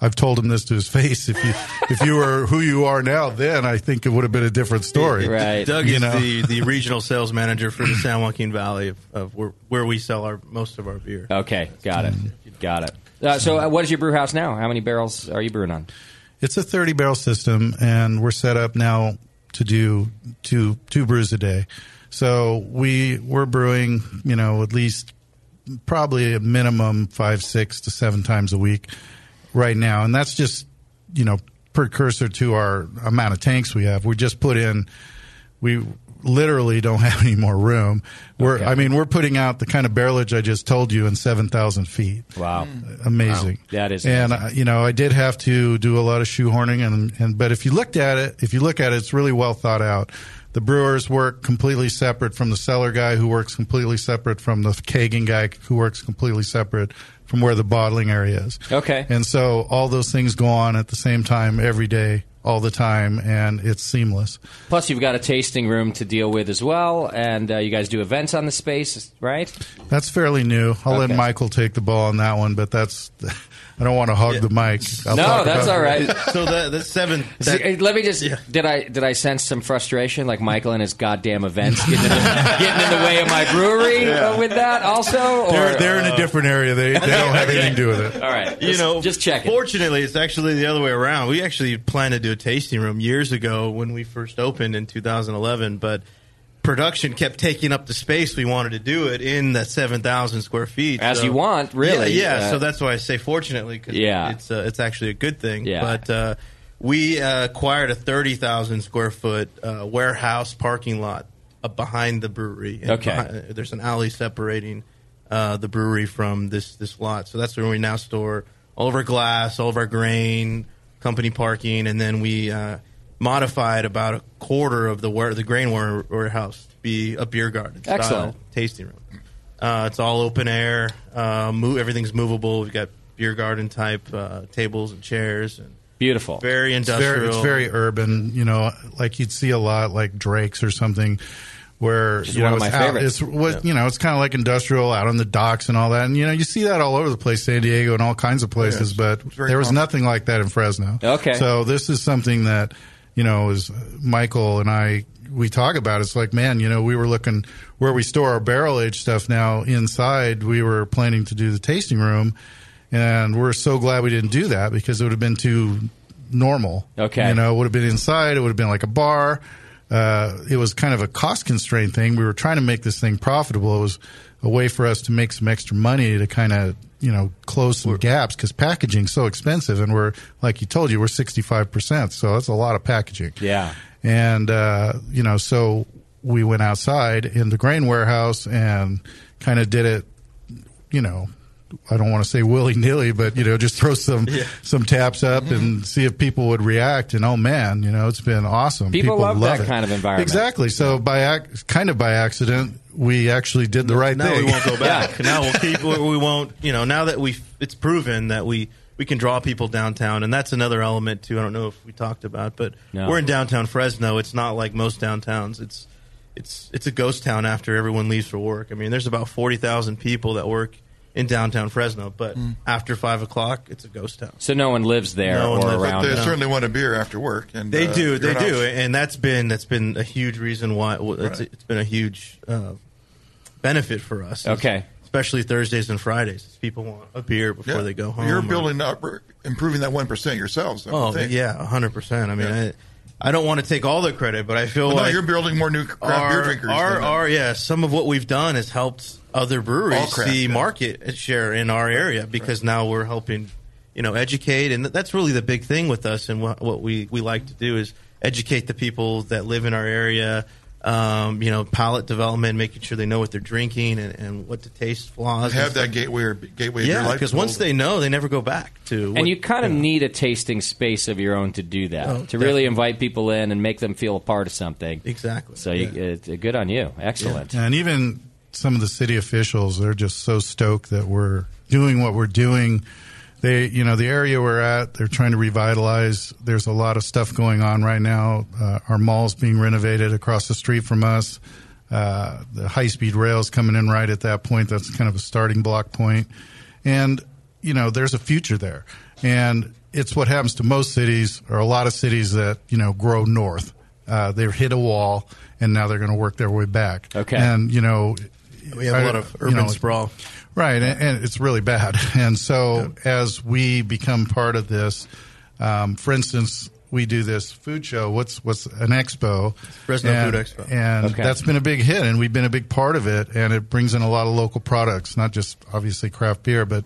Speaker 20: I've told him this to his [LAUGHS] face. If you if you were who you are now, then I think it would have been a different story. [LAUGHS]
Speaker 21: Doug
Speaker 20: You
Speaker 21: is
Speaker 20: know?
Speaker 21: the, the regional sales manager for the San Joaquin Valley of, of where, where we sell our most of our beer.
Speaker 10: Okay, got it, got it. Uh, so, uh, what is your brew house now? How many barrels are you brewing on?
Speaker 20: It's a 30 barrel system, and we're set up now to do two two brews a day. So we we're brewing, you know, at least probably a minimum five, six to seven times a week right now, and that's just you know precursor to our amount of tanks we have. We just put in we literally don't [LAUGHS] have any more room. We're I mean we're putting out the kind of barrelage I just told you in seven thousand feet.
Speaker 10: Wow,
Speaker 20: Amazing.
Speaker 10: Wow. That is
Speaker 20: and uh, you know I did have to do a lot of shoehorning and and but if you looked at it, if you look at it, it's really well thought out. The brewers work completely separate from the cellar guy, who works completely separate from the kegging guy, who works completely separate from where the bottling area is.
Speaker 10: Okay.
Speaker 20: And so all those things go on at the same time every day, all the time, and it's seamless.
Speaker 10: Plus, you've got a tasting room to deal with as well, and uh, you guys do events on the space, right?
Speaker 20: That's fairly new. I'll let
Speaker 10: Okay.
Speaker 20: Michael take the ball on that one, but that's [LAUGHS] I don't want to hog the mic. I'll
Speaker 10: no,
Speaker 20: talk
Speaker 10: that's
Speaker 20: about-
Speaker 10: all right.
Speaker 21: so that, that's seven.
Speaker 10: See, eh, let me just did I did I sense some frustration like Michael and his goddamn events getting in the, getting in the way of my brewery uh, with that also? Or,
Speaker 20: They're, they're in a different area. They, they don't have anything to do with it.
Speaker 10: All right,
Speaker 21: you know, just check. Fortunately, it's actually the other way around. We actually planned to do a tasting room years ago when we first opened in 2011, but production kept taking up the space we wanted to do it in that 7,000 square feet.
Speaker 10: As you want, really.
Speaker 21: Yeah, yeah,
Speaker 10: Uh,
Speaker 21: so that's why I say fortunately, because
Speaker 10: Yeah.
Speaker 21: it's uh, it's actually a good thing.
Speaker 10: Yeah.
Speaker 21: But uh, we uh, acquired a 30,000 square foot uh, warehouse parking lot uh, behind the brewery. And
Speaker 10: Okay.
Speaker 21: behi- uh, there's an alley separating uh, the brewery from this this lot. So that's where we now store all of our glass, all of our grain, company parking, and then we uh, modified about a quarter of the ware- the grain ware- warehouse to be a beer garden, style
Speaker 10: Excellent.
Speaker 21: tasting room. Uh, it's all open air. Uh, move, everything's movable. We've got beer garden type uh, tables and chairs and
Speaker 10: beautiful,
Speaker 21: very
Speaker 20: It's
Speaker 21: industrial.
Speaker 20: very, it's very urban, you know, like you'd see a lot like Drake's or something where
Speaker 10: is
Speaker 20: you know
Speaker 10: one of
Speaker 20: it's
Speaker 10: my
Speaker 20: out-
Speaker 10: favorites.
Speaker 20: it's what you know it's kind of like industrial out on the docks and all that and you know you see that all over the place San Diego and all kinds of places
Speaker 13: it's-
Speaker 20: but
Speaker 13: it's very
Speaker 20: there was
Speaker 13: common.
Speaker 20: nothing like that in Fresno.
Speaker 13: Okay.
Speaker 20: So this is something that you know is Michael and I we talk about it's like man you know we were looking where we store our barrel aged stuff now inside we were planning to do the tasting room and we're so glad we didn't do that because it would have been too normal
Speaker 10: Okay.
Speaker 20: you know it would have been inside it would have been like a bar uh, it was kind of a cost constraint thing. We were trying to make this thing profitable. It was a way for us to make some extra money to kind of you know close some gaps because packaging's so expensive, and we're like you told you we're sixty five percent, so that's a lot of packaging.
Speaker 10: Yeah.
Speaker 20: And, uh, you know, so we went outside in the grain warehouse and kind of did it, you know, I don't want to say willy nilly, but, you know, just throw some,
Speaker 2: Yeah.
Speaker 20: some taps up
Speaker 21: Mm-hmm.
Speaker 20: and see if people would react. And oh man, you know, it's been awesome.
Speaker 10: People love that
Speaker 20: it.
Speaker 10: kind of environment.
Speaker 20: Exactly. So by ac- kind of by accident, we actually did the right
Speaker 21: now
Speaker 20: thing.
Speaker 21: we
Speaker 20: [LAUGHS]
Speaker 10: [LAUGHS]
Speaker 21: won't go back. Now we'll keep. We we won't. You know, now that we it's proven that we we can draw people downtown, and that's another element too. I don't know if we talked about, but
Speaker 10: No.
Speaker 21: we're in downtown Fresno. It's not like most downtowns. It's it's it's a ghost town after everyone leaves for work. I mean, there's about forty thousand people that work in downtown Fresno, but
Speaker 20: Hmm.
Speaker 21: after five o'clock, it's a ghost town.
Speaker 10: So no one lives there
Speaker 21: No one
Speaker 10: or
Speaker 21: lives- but
Speaker 10: around.
Speaker 21: they
Speaker 10: it.
Speaker 21: certainly
Speaker 13: want a beer after work, and
Speaker 21: They
Speaker 13: uh,
Speaker 21: do,
Speaker 13: you're
Speaker 21: they
Speaker 13: an
Speaker 21: do,
Speaker 13: option.
Speaker 21: and that's been that's been a huge reason why well, it's,
Speaker 13: Right.
Speaker 21: it's been a huge uh, benefit for us.
Speaker 13: Okay.
Speaker 21: especially Thursdays and Fridays, is people want a beer before
Speaker 13: Yeah.
Speaker 21: they go home.
Speaker 13: You're
Speaker 21: or-
Speaker 13: building up, improving that one percent yourselves. I would
Speaker 21: Oh
Speaker 13: think.
Speaker 21: yeah, hundred percent. I mean, I, I don't want to take all the credit, but I feel
Speaker 13: Well, no,
Speaker 21: like
Speaker 13: you're building more new craft
Speaker 21: our,
Speaker 13: beer drinkers.
Speaker 21: Our,
Speaker 13: than that.
Speaker 21: our- yeah, some of what we've done has helped other
Speaker 13: All
Speaker 21: breweries
Speaker 13: craft,
Speaker 21: see
Speaker 13: yeah.
Speaker 21: market share in our area because now we're helping, you know, educate, and that's really the big thing with us. And what, what we we like to do is educate the people that live in our area. Um, you know, palate development, making sure they know what they're drinking and, and what to taste flaws. and
Speaker 13: have
Speaker 21: stuff.
Speaker 13: that gateway or gateway. of your
Speaker 21: yeah,
Speaker 13: life
Speaker 21: because once
Speaker 13: goal.
Speaker 21: they know, they never go back to.
Speaker 10: And you kind of need a tasting space of your own to do that,
Speaker 21: Oh,
Speaker 10: to really invite people in and make them feel a part of something.
Speaker 21: Exactly.
Speaker 10: So you, it's uh, good on you. Excellent.
Speaker 20: And even some of the city officials, they're just so stoked that we're doing what we're doing. They, you know, the area we're at, they're trying to revitalize. There's a lot of stuff going on right now. Uh, our mall's being renovated across the street from us. Uh, the high speed rail's coming in right at that point. That's kind of a starting block point. And, you know, there's a future there. And it's what happens to most cities or a lot of cities that, you know, grow north. Uh, they've hit a wall and now they're going to work their way back.
Speaker 21: Okay.
Speaker 20: And, you know,
Speaker 21: We have a
Speaker 20: I-
Speaker 21: lot of
Speaker 20: you
Speaker 21: urban
Speaker 20: know,
Speaker 21: sprawl.
Speaker 20: Right. And, and it's really bad. [LAUGHS] And so as we become part of this, um, for instance, we do this food show. What's what's an expo?
Speaker 21: Fresno
Speaker 20: and,
Speaker 21: Food Expo.
Speaker 20: and
Speaker 21: Okay.
Speaker 20: that's been a big hit, and we've been a big part of it. And it brings in a lot of local products, not just obviously craft beer, but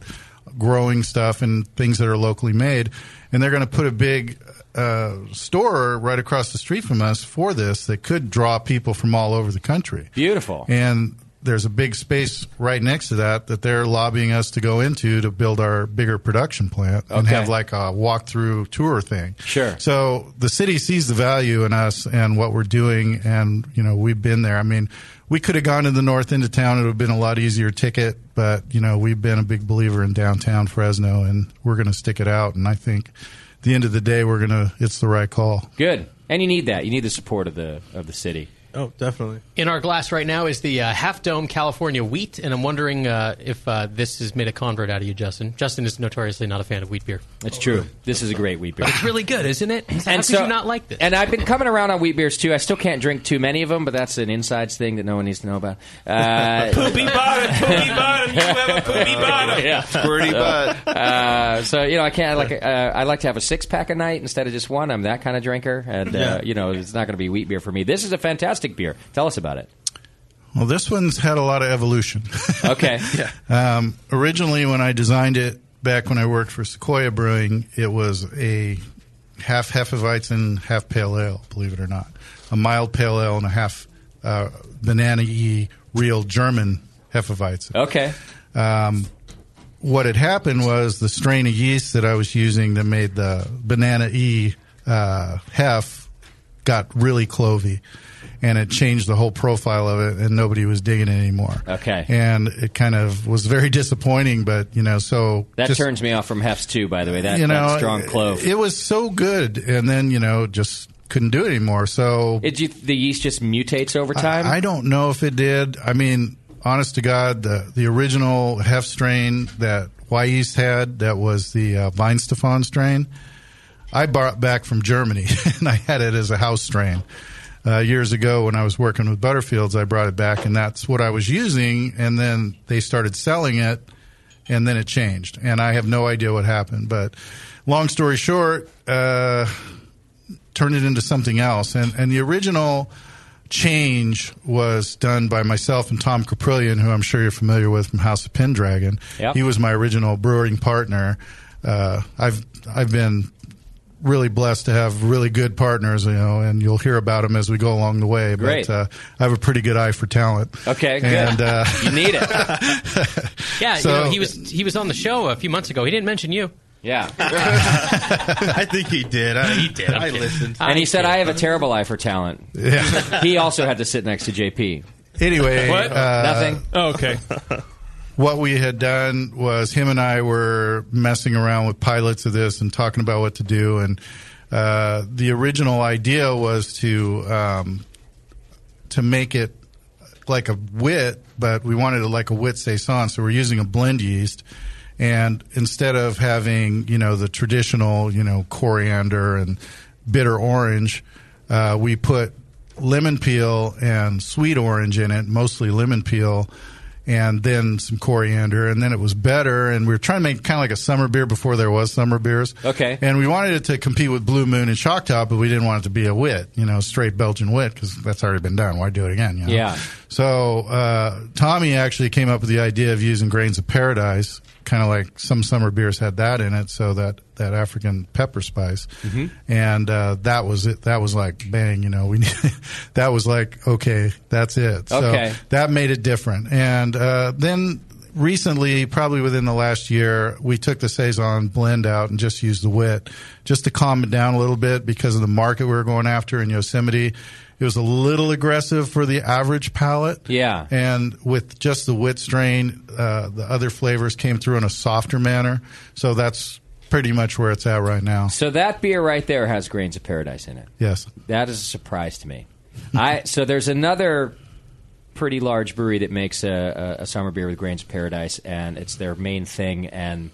Speaker 20: growing stuff and things that are locally made. And they're going to put a big uh, store right across the street from us for this that could draw people from all over the country.
Speaker 10: Beautiful.
Speaker 20: And there's a big space right next to that that they're lobbying us to go into to build our bigger production plant and
Speaker 10: Okay.
Speaker 20: have like a walkthrough tour thing.
Speaker 10: Sure.
Speaker 20: So the city sees the value in us and what we're doing, and you know we've been there. I mean, we could have gone to the north end of town; it would have been a lot easier ticket. But you know, we've been a big believer in downtown Fresno, and we're going to stick it out. And I think, at the end of the day, we're going to. It's the right call.
Speaker 10: Good. And you need that. You need the support of the of the city.
Speaker 21: Oh, definitely.
Speaker 11: In our glass right now is the uh, Half Dome California wheat, and I'm wondering uh, if uh, this has made a convert out of you, Justin. Justin is notoriously not a fan of wheat beer.
Speaker 10: That's true. This is a great wheat beer.
Speaker 11: It's really good, isn't it? How could you not like this?
Speaker 10: And I've been coming around on wheat beers too. I still can't drink too many of them, but that's an insides thing that no one needs to
Speaker 5: [LAUGHS]
Speaker 10: know about. Uh,
Speaker 5: Poopy bottom, poopy bottom, you have a
Speaker 10: [LAUGHS]
Speaker 5: poopy bottom.
Speaker 10: yeah,
Speaker 5: Squirty
Speaker 10: butt. Uh, so you know, I can't like. Uh, I like to have a six pack a night instead of just one. I'm that kind of drinker, and uh,
Speaker 20: Yeah.
Speaker 10: you know, it's not going to be wheat beer for me. This is a fantastic beer. Tell us about it.
Speaker 20: Well, this one's had a lot of evolution.
Speaker 10: [LAUGHS]
Speaker 20: [LAUGHS]
Speaker 10: Okay.
Speaker 20: Um, originally, when I designed it back when I worked for Sequoia Brewing, it was a half Hefeweizen, half pale ale, believe it or not. A mild pale ale and a half uh, banana y real German Hefeweizen.
Speaker 10: Okay.
Speaker 20: Um, what had happened was the strain of yeast that I was using that made the banana E uh, hef got really clovey, and it changed the whole profile of it, and nobody was digging it anymore.
Speaker 10: Okay.
Speaker 20: And it kind of was very disappointing, but you know, so
Speaker 10: That
Speaker 20: just-
Speaker 10: turns me off from hefts too. By the way, that, that strong clove.
Speaker 20: It, was so good, and then you know, just couldn't do it anymore. So
Speaker 10: It, you, the yeast just mutates over time.
Speaker 20: I, I don't know if it did. I mean, honest to God, the, the original Hef strain that Y East had, that was the uh, Weinstefan strain, I brought back from Germany [LAUGHS] and I had it as a house strain. Uh, years ago, when I was working with Butterfields, I brought it back, and that's what I was using. And then they started selling it, and then it changed. And I have no idea what happened. But long story short, uh, turn it into something else. And and the original change was done by myself and Tom Caprillion, who I'm sure you're familiar with from House of Pendragon.
Speaker 2: Yep.
Speaker 20: He was my original brewing partner. Uh, I've I've been really blessed to have really good partners, you know, and you'll hear about them as we go along the way.
Speaker 10: Great.
Speaker 20: But uh, I have a pretty good eye for talent.
Speaker 10: Okay, good.
Speaker 20: And, uh,
Speaker 10: [LAUGHS] you need
Speaker 21: [LAUGHS]
Speaker 10: it.
Speaker 11: Yeah,
Speaker 20: So-
Speaker 11: you know, he was he was on the show a few months ago. He didn't mention you.
Speaker 10: Yeah,
Speaker 11: I
Speaker 21: think he did. [LAUGHS] I, he did. I listened.
Speaker 10: And he said, "I have a terrible eye for talent." he also had to sit next to JP.
Speaker 20: Anyway,
Speaker 10: What?
Speaker 20: uh,
Speaker 10: nothing.
Speaker 5: Oh,
Speaker 12: [LAUGHS]
Speaker 5: okay.
Speaker 20: what we had done was him and I were messing around with pilots of this and talking about what to do. And uh, the original idea was to um, to make it like a wit, but we wanted it like a wit saison, so we're using a blend yeast. And instead of having you know the traditional you know coriander and bitter orange, uh, we put lemon peel and sweet orange in it, mostly lemon peel, and then some coriander, and then it was better. And we were trying to make kind of like a summer beer before there was summer beers.
Speaker 10: Okay.
Speaker 20: And we wanted it to compete with Blue Moon and Shock Top, but we didn't want it to be a wit, you know, straight Belgian wit, because that's already been done. Why do it again? you know?
Speaker 10: Yeah.
Speaker 20: So uh, Tommy actually came up with the idea of using grains of paradise, kind of like some summer beers had that in it, so that that African pepper spice,
Speaker 10: Mm-hmm.
Speaker 6: Mhm.
Speaker 20: and uh, that was it. That was like bang, you know, we [LAUGHS] need, that was like okay, that's it.
Speaker 6: Okay.
Speaker 20: So that made it different, and uh, then. Recently, probably within the last year, we took the saison blend out and just used the wit, just to calm it down a little bit because of the market we were going after in Yosemite. It was a little aggressive for the average palate,
Speaker 10: Yeah.
Speaker 20: and with just the wit strain, uh, the other flavors came through in a softer manner. So that's pretty much where it's at right now.
Speaker 10: So that beer right there has grains of paradise in it.
Speaker 20: Yes.
Speaker 10: That is a surprise to me. I so there's another pretty large brewery that makes a, a, a summer beer with grains of paradise, and it's their main thing. And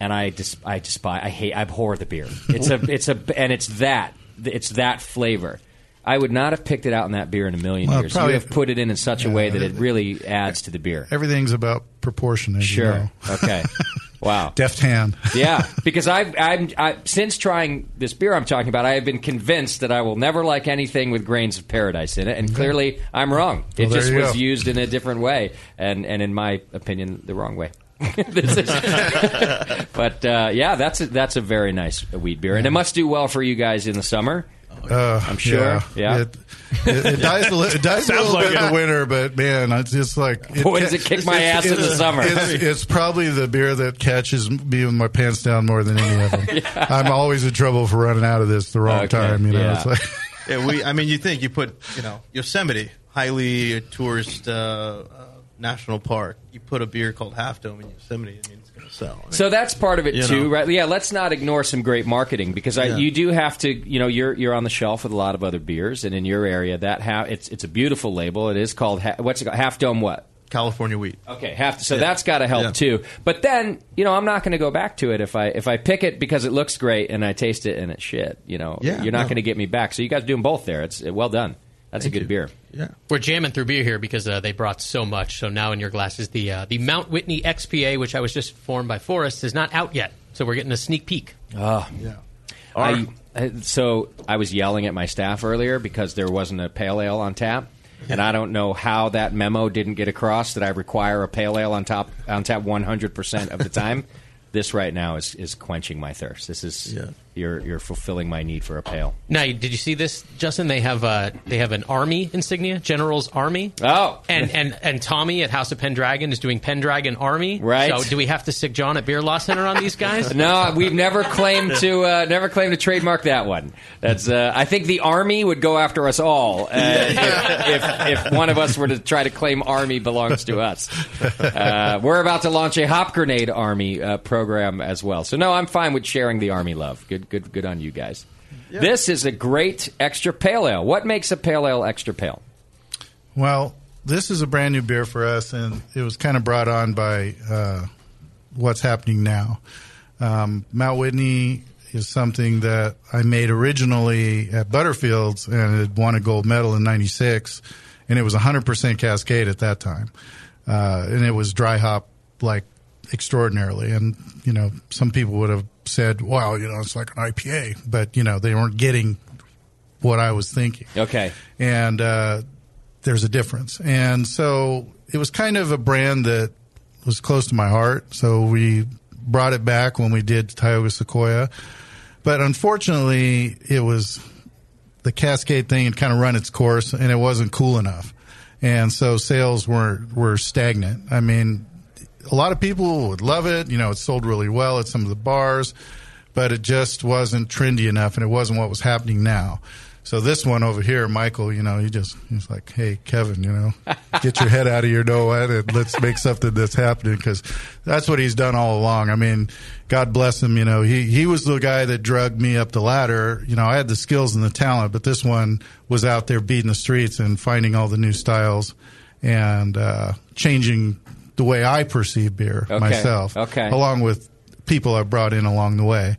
Speaker 10: and I dis, I despise I hate I abhor the beer.
Speaker 20: [LAUGHS]
Speaker 10: It's a it's a and it's that it's that flavor. I would not have picked it out in that beer in a million
Speaker 20: Well,
Speaker 10: years.
Speaker 20: probably-
Speaker 10: you have put it in in such a way that it really adds to the beer.
Speaker 20: Everything's about proportion, as you
Speaker 10: Sure.
Speaker 20: know. [LAUGHS]
Speaker 10: Okay. Wow.
Speaker 20: Deft hand.
Speaker 10: [LAUGHS] yeah, because I've I'm I, since trying this beer I'm talking about, I have been convinced that I will never like anything with grains of paradise in it, and clearly I'm wrong. It
Speaker 19: Well, there
Speaker 10: just
Speaker 19: you
Speaker 10: was
Speaker 19: go.
Speaker 10: used in a different way, and and in my opinion, the wrong way. [LAUGHS] This is- but uh, yeah, that's a, that's a very nice wheat beer, and it must do well for you guys in the summer.
Speaker 20: Uh,
Speaker 10: I'm sure. Yeah.
Speaker 20: It, it, it dies a, li- it dies a
Speaker 10: Sounds
Speaker 20: little
Speaker 10: like
Speaker 20: bit in
Speaker 10: it.
Speaker 20: the winter, but man, it's just like
Speaker 10: Boy, does it kick my ass in the summer.
Speaker 20: It's, it's probably the beer that catches me with my pants down more than any of
Speaker 10: [LAUGHS]
Speaker 20: them. I'm always in trouble for running out of this the wrong time. You know, it's like
Speaker 21: [LAUGHS] yeah, we. I mean, you think you put you know Yosemite, highly tourist uh, uh, national park. You put a beer called Half Dome in Yosemite. I mean, it's going to sell. I mean,
Speaker 10: So that's part of it
Speaker 21: you
Speaker 10: too,
Speaker 21: know.
Speaker 10: right? Yeah, let's not ignore some great marketing because I,
Speaker 21: Yeah.
Speaker 10: you do have to. You know, you're you're on the shelf with a lot of other beers, and in your area, that ha- it's it's a beautiful label. It is called ha- what's it called? Half Dome what?
Speaker 21: California wheat.
Speaker 10: Okay, half. So
Speaker 21: Yeah.
Speaker 10: that's got to help
Speaker 21: Yeah.
Speaker 10: too. But then you know, I'm not going to go back to it if I if I pick it because it looks great and I taste it and it's shit. You know,
Speaker 11: Yeah,
Speaker 10: you're not
Speaker 11: no.
Speaker 10: going to get me back. So you guys are doing both there. It's well done. That's a good beer.
Speaker 21: Yeah.
Speaker 11: We're jamming through beer here because uh, they brought so much. So now in your glass is the uh, the Mount Whitney XPA, which I was just informed by Forrest is not out yet. So we're getting a sneak peek.
Speaker 10: Ah.
Speaker 11: Yeah.
Speaker 10: I, I- uh, so I was yelling at my staff earlier because there wasn't a pale ale on tap, and I don't know how that memo didn't get across that I require a pale ale on top on tap one hundred percent of the time. this right now is, is quenching my thirst. This is you're you're fulfilling my need for a pale.
Speaker 11: Now, did you see this, Justin? They have uh, they have an army insignia, General's Army.
Speaker 10: Oh,
Speaker 11: and and and Tommy at House of Pendragon is doing Pendragon Army.
Speaker 10: Right.
Speaker 11: So, do we have to sick John at Beer Law Center on these guys?
Speaker 10: [LAUGHS] No, we've never claimed to uh, never claimed to trademark that one. That's uh, I think the army would go after us all uh, if, if if one of us were to try to claim army belongs to us. Uh, we're about to launch a hop grenade army uh, program as well. So no, I'm fine with sharing the army love. Good, good, good on you guys. This is a great extra pale ale. What makes a pale ale extra pale?
Speaker 20: Well, this is a brand new beer for us, and it was kind of brought on by uh, what's happening now. Um, Mount Whitney is something that I made originally at Butterfields, and it won a gold medal in '96, and it was 100% Cascade at that time, uh, and it was dry hop like extraordinarily. And you know, some people would have said, "Wow, you know, it's like an IPA," but you know, they weren't getting what I was thinking.
Speaker 10: Okay.
Speaker 20: And uh, there's a difference. And so it was kind of a brand that was close to my heart. So we brought it back when we did Tioga Sequoia. But unfortunately, it was the Cascade thing had kind of run its course and it wasn't cool enough. And so sales were, were stagnant. I mean, a lot of people would love it. You know, it sold really well at some of the bars, but it just wasn't trendy enough and it wasn't what was happening now. So this one over here, Michael, you know, he just he's like, "Hey, Kevin, you know, get your head out of your dough and let's make something that's happening because that's what he's done all along. I mean, God bless him, you know, he he was the guy that drugged me up the ladder. You know, I had the skills and the talent, but this one was out there beating the streets and finding all the new styles and uh, changing the way I perceive beer
Speaker 10: Okay.
Speaker 20: myself,
Speaker 10: Okay.
Speaker 20: along with people I've brought in along the way.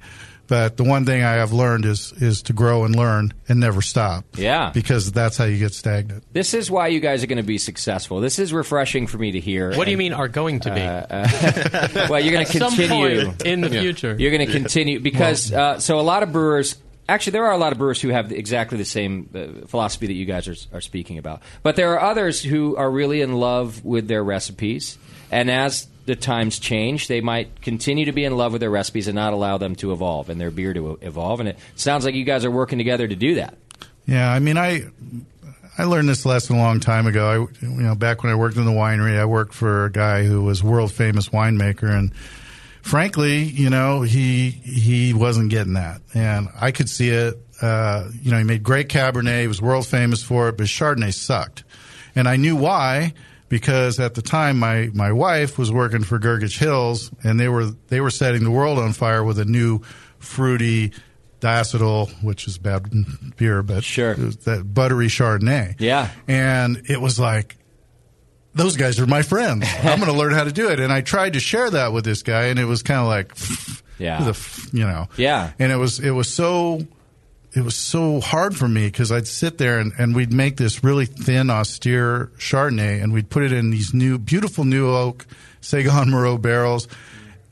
Speaker 20: But the one thing I have learned is is to grow and learn and never stop.
Speaker 10: Yeah.
Speaker 20: because that's how you get stagnant.
Speaker 10: This is why you guys are going to be successful. This is refreshing for me to hear.
Speaker 11: What do you
Speaker 10: And,
Speaker 11: mean are going to be?
Speaker 10: uh, [LAUGHS] well, you're
Speaker 11: [LAUGHS]
Speaker 10: going
Speaker 11: At
Speaker 10: to
Speaker 11: some
Speaker 10: continue
Speaker 11: point in the Yeah. future.
Speaker 10: You're going to
Speaker 11: Yeah.
Speaker 10: continue because uh, so a lot of brewers. Actually, there are a lot of brewers who have exactly the same uh, philosophy that you guys are, are speaking about. But there are others who are really in love with their recipes, and as the times change, they might continue to be in love with their recipes and not allow them to evolve and their beer to e-, evolve. And it sounds like you guys are working together to do that.
Speaker 20: Yeah, I mean, I I learned this lesson a long time ago. I, you know, back when I worked in the winery, I worked for a guy who was world famous winemaker, and frankly, you know, he he wasn't getting that, and I could see it. Uh, you know, he made great Cabernet, he was world famous for it, but Chardonnay sucked, and I knew why. Because at the time, my, my wife was working for Gergich Hills, and they were they were setting the world on fire with a new fruity diacetyl, which is bad beer, but sure. that buttery Chardonnay.
Speaker 10: Yeah.
Speaker 20: And it was like, those guys are my
Speaker 10: [LAUGHS]
Speaker 20: friends. I'm going to learn how to do it. And I tried to share that with this guy, and it was kind of like,
Speaker 10: Yeah.
Speaker 20: who the f- you know,
Speaker 10: Yeah.
Speaker 20: and it was it was so it was so hard for me because I'd sit there and, and we'd make this really thin, austere Chardonnay, and we'd put it in these new, beautiful new oak Saison Moreau barrels,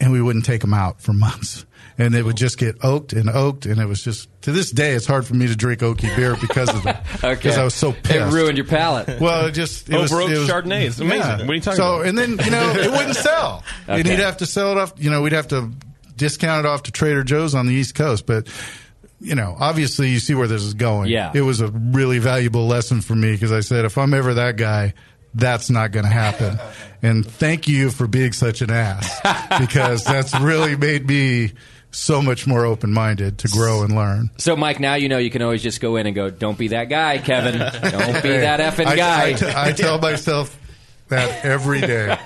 Speaker 20: and we wouldn't take them out for months. And it would just get oaked and oaked, and it was just to this day, it's hard for me to drink oaky beer because of that.
Speaker 10: [LAUGHS] Okay.
Speaker 20: Because I was so pissed.
Speaker 10: It ruined your palate.
Speaker 20: Well, it just it
Speaker 5: Over
Speaker 20: was,
Speaker 5: oak
Speaker 20: it was-
Speaker 5: Oh, Chardonnay. It's amazing.
Speaker 20: yeah.
Speaker 5: What are you talking
Speaker 20: so,
Speaker 5: about?
Speaker 20: and then you know
Speaker 5: [LAUGHS]
Speaker 20: it wouldn't sell, and
Speaker 5: Okay.
Speaker 20: he'd have to sell it off. You know, we'd have to discount it off to Trader Joe's on the East Coast. But you know, obviously, you see where this is going.
Speaker 10: Yeah.
Speaker 20: it was a really valuable lesson for me because I said, if I'm ever that guy, that's not going to
Speaker 10: [LAUGHS]
Speaker 20: happen. and thank you for being such an ass because that's really made me so much more open minded to grow and learn.
Speaker 10: So, Mike, now you know you can always just go in and go, don't be that
Speaker 20: [LAUGHS]
Speaker 10: guy, Kevin. Don't be
Speaker 20: Hey, [LAUGHS]
Speaker 10: that effing
Speaker 20: I-
Speaker 10: guy.
Speaker 20: I t- I
Speaker 10: [LAUGHS]
Speaker 20: tell myself that every day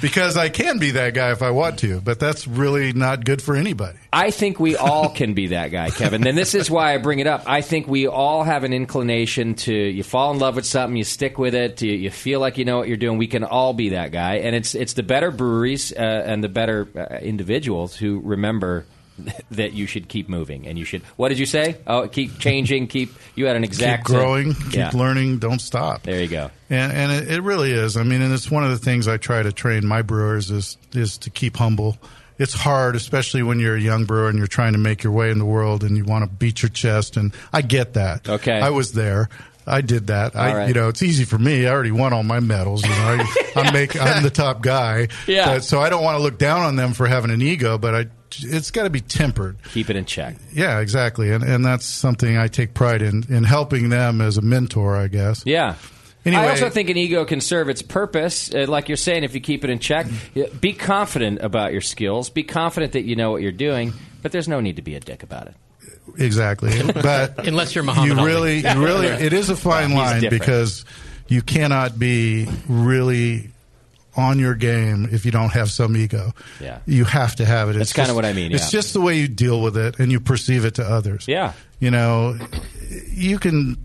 Speaker 20: because I can be that guy if I want to, but that's really not good for anybody.
Speaker 10: I think we all can be that guy, Kevin. Then this is why I bring it up. I think we all have an inclination to you fall in love with something, you stick with it, you, you feel like you know what you're doing. We can all be that guy, and it's it's the better breweries uh, and the better uh, individuals who remember [LAUGHS] that you should keep moving and you should. What did you say? Oh, keep changing, keep. You had an exact
Speaker 20: keep growing, keep
Speaker 10: Yeah.
Speaker 20: learning, don't stop.
Speaker 10: There you go.
Speaker 20: And, and it, it really is. I mean, and it's one of the things I try to train my brewers is is to keep humble. It's hard, especially when you're a young brewer and you're trying to make your way in the world and you want to beat your chest. And I get that.
Speaker 10: Okay.
Speaker 20: I was there. I did that. I,
Speaker 10: All right.
Speaker 20: you know, it's easy for me. I already won all my medals. You know,
Speaker 10: [LAUGHS]
Speaker 20: I, I'm make, I'm the top guy.
Speaker 10: Yeah.
Speaker 20: But- so I don't want to look down on them for having an ego, but I, it's got to be tempered.
Speaker 10: Keep it in check.
Speaker 20: Yeah, exactly. And and that's something I take pride in in helping them as a mentor, I guess.
Speaker 10: Yeah.
Speaker 20: Anyway-
Speaker 10: I also think an ego can serve its purpose. Uh, like you're saying, if you keep it in check, y- be confident about your skills, be confident that you know what you're doing, but there's no need to be a dick about it.
Speaker 20: Exactly.
Speaker 10: [LAUGHS]
Speaker 20: But
Speaker 11: Unless you're Muhammad
Speaker 20: you
Speaker 11: Ali.
Speaker 20: really you really it is a fine
Speaker 11: He's
Speaker 20: line
Speaker 11: different.
Speaker 20: because you cannot be really on your game if you don't have some ego.
Speaker 10: Yeah.
Speaker 20: You have to have it.
Speaker 10: That's
Speaker 20: It's
Speaker 10: kinda
Speaker 20: just-
Speaker 10: what I mean,
Speaker 20: It's
Speaker 10: yeah.
Speaker 20: just the way you deal with it and you perceive it to others.
Speaker 10: Yeah.
Speaker 20: You know, you can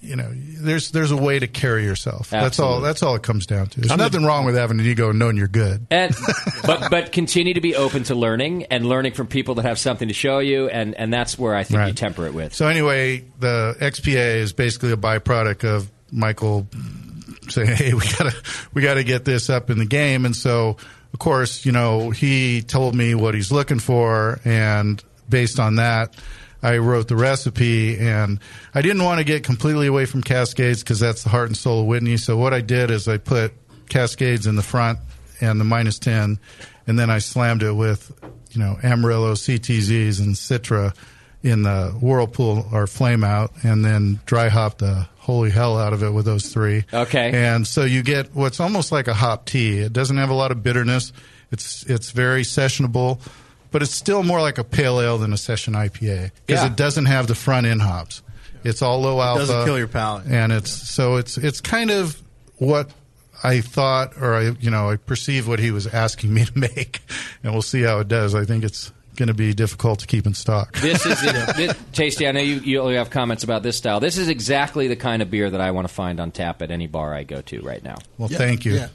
Speaker 20: you know, there's there's a way to carry yourself. That's all
Speaker 10: Absolutely.
Speaker 20: that's all it comes down to. There's
Speaker 10: I'm the-
Speaker 20: nothing wrong with having an ego and knowing you're good.
Speaker 10: And, but but continue to be open to learning and learning from people that have something to show you, and, and that's where I think you temper it with.
Speaker 20: So anyway, the XPA is basically a byproduct of Michael saying, "Hey, we gotta we gotta get this up in the game," and so of course, you know, he told me what he's looking for, and based on that. I wrote the recipe, and I didn't want to get completely away from Cascades because that's the heart and soul of Whitney. So what I did is I put Cascades in the front and the minus ten, and then I slammed it with you know Amarillo CTZs and Citra in the whirlpool or flame out, and then dry hop the holy hell out of it with those three.
Speaker 10: Okay.
Speaker 20: And so you get what's almost like a hop tea. It doesn't have a lot of bitterness. It's it's very sessionable, but it's still more like a pale ale than a session IPA because
Speaker 21: Yeah.
Speaker 20: it doesn't have the front end hops. It's all low alpha.
Speaker 21: doesn't kill your palate.
Speaker 20: And it's so it's it's kind of what I thought or I you know I perceive what he was asking me [LAUGHS] to make, and we'll see how it does. I think it's going to be difficult to keep in stock. [LAUGHS]
Speaker 10: This is it. Thi- Tasty. I know you, you only have comments about this style. This is exactly the kind of beer that I want to find on tap at any bar I go to right now.
Speaker 20: Well,
Speaker 13: Yeah, Yeah.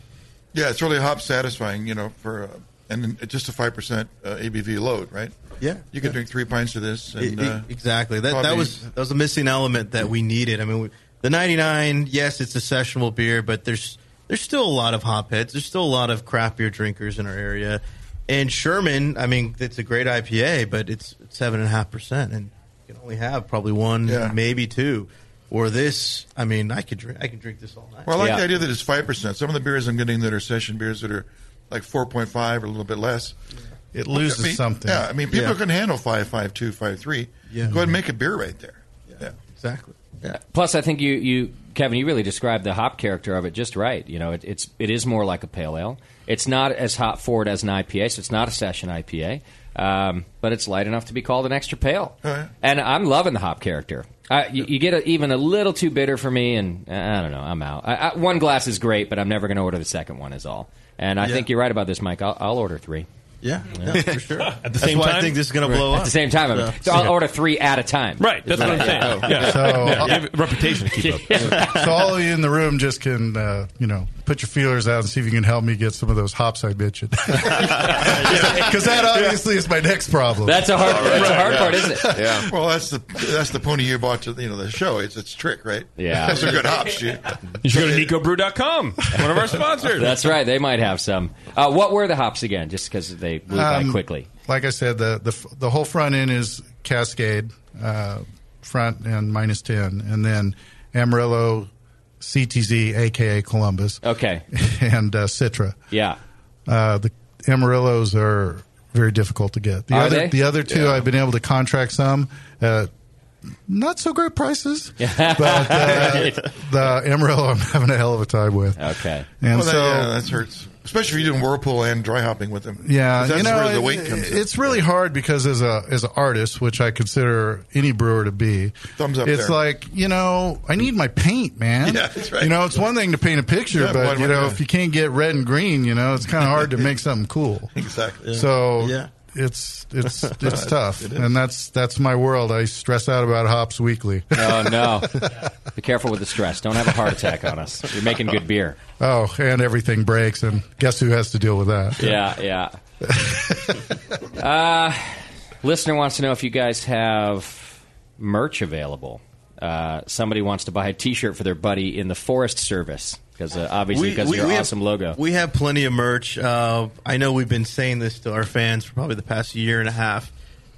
Speaker 13: Yeah, it's really hop satisfying, you know, for uh, and then it's just a five percent uh, ABV load, right?
Speaker 21: Yeah,
Speaker 13: you could drink three pints of this. And,
Speaker 21: E- e-
Speaker 13: uh,
Speaker 21: exactly. That that
Speaker 13: probably-
Speaker 21: was that was a missing element that we needed. I mean, we, the 99, yes, it's a sessionable beer, but there's there's still a lot of hopheads. There's still a lot of craft beer drinkers in our area. And Sherman, I mean, it's a great IPA, but it's seven and a half percent, and you can only have probably one,
Speaker 13: Yeah.
Speaker 21: maybe two. Or this, I mean, I could drink. I could drink this all night.
Speaker 13: Well, I like the idea that it's five percent. Some of the beers I'm getting that are session beers that are like four point five or a little bit less.
Speaker 20: It
Speaker 13: Look, I
Speaker 20: loses
Speaker 13: mean,
Speaker 20: something.
Speaker 13: Yeah, I mean, people
Speaker 20: Yeah.
Speaker 13: can handle five, five, two, five, three.
Speaker 10: Yeah.
Speaker 13: go ahead and make a beer right there. Yeah,
Speaker 21: exactly.
Speaker 10: Plus, I think you, you Kevin, you really described the hop character of it just right. You know, it, it's it is more like a pale ale. It's not as hop forward as an IPA, so it's not a session IPA, um, but it's light enough to be called an extra pale.
Speaker 13: Oh,
Speaker 10: And I'm loving the hop character. I, you, you get a, even a little too bitter for me, and uh, I don't know. I'm out. I, I, one glass is great, but I'm never going to order the second one. Is all. And I
Speaker 21: Yeah.
Speaker 10: think you're right about this, Mike. I'll, I'll order three.
Speaker 21: Yeah,
Speaker 10: Yeah.
Speaker 21: yeah, for sure.
Speaker 10: At the
Speaker 21: That's
Speaker 10: same
Speaker 21: why I
Speaker 10: time?
Speaker 21: think this is going to blow up
Speaker 10: At the same time, I'm- so I'll order three at a time.
Speaker 5: Right, that's what I'm saying. Yeah.
Speaker 20: So-
Speaker 21: uh,
Speaker 5: Yeah, you have a reputation to keep up.
Speaker 21: [LAUGHS]
Speaker 20: so all of you in the room just can uh, you know put your feelers out and see if you can help me get some of those hops I mentioned. [LAUGHS] Because that obviously is my next problem.
Speaker 10: That's a hard- that's a hard part, isn't it?
Speaker 13: Yeah. [LAUGHS] Well, that's the that's the pony you bought to you know the show. It's it's trick, right?
Speaker 10: Yeah.
Speaker 13: [LAUGHS] those are good hops. You,
Speaker 5: You should go to NicoBrew.com, one of our sponsors.
Speaker 10: That's right. They might have some. Uh, what were the hops again? Just because they blew by
Speaker 20: Um,
Speaker 10: quickly.
Speaker 20: Like I said, the the f- the whole front end is Cascade uh, front and minus ten, and then Amarillo, CTZ, aka Columbus.
Speaker 10: Okay.
Speaker 20: [LAUGHS] and uh, Citra.
Speaker 10: Yeah.
Speaker 20: Uh, the Amarillos are very difficult to get. The
Speaker 10: Are
Speaker 20: other
Speaker 10: they?
Speaker 20: the other two,
Speaker 10: Yeah.
Speaker 20: I've been able to contract some.
Speaker 10: [LAUGHS]
Speaker 20: Uh, not so great prices, but uh, the Amarillo, I'm having a hell of a time with.
Speaker 10: Okay,
Speaker 20: and
Speaker 13: well, that,
Speaker 20: so
Speaker 13: yeah, that hurts, especially if you're doing whirlpool and dry hopping with them.
Speaker 20: yeah,
Speaker 13: 'Cause that's
Speaker 20: you know,
Speaker 13: where the
Speaker 20: it-
Speaker 13: weight comes. in.
Speaker 20: It's really hard because as a as an artist, which I consider any brewer to be,
Speaker 13: Thumbs up
Speaker 20: It's
Speaker 13: there.
Speaker 20: like you know, I need my paint, man.
Speaker 13: [LAUGHS] Yeah, that's right.
Speaker 20: You know, it's one thing to paint a picture,
Speaker 13: Yeah,
Speaker 20: but
Speaker 13: one-
Speaker 20: you know,
Speaker 13: yeah.
Speaker 20: if you can't get red and green, you know, it's kind of hard to make something cool.
Speaker 13: [LAUGHS] Exactly.
Speaker 20: So
Speaker 13: Yeah.
Speaker 20: it's
Speaker 13: [LAUGHS]
Speaker 20: it's
Speaker 13: No,
Speaker 20: it's
Speaker 13: it's-
Speaker 20: tough,
Speaker 13: it is.
Speaker 20: and that's that's my world. I stress out about hops weekly.
Speaker 10: Oh
Speaker 21: [LAUGHS]
Speaker 10: no! Be careful with the stress. Don't have a heart attack on us. You're making good beer.
Speaker 20: [LAUGHS] oh, and everything breaks, and guess who has to deal with that?
Speaker 10: Yeah, yeah. [LAUGHS] Uh, listener wants to know if you guys have merch available. Uh, somebody wants to buy a T-shirt for their buddy in the Forest Service because uh, obviously because of your
Speaker 21: have-
Speaker 10: awesome logo.
Speaker 21: We have plenty of merch. Uh, I know we've been saying this to our fans for probably the past year and a half.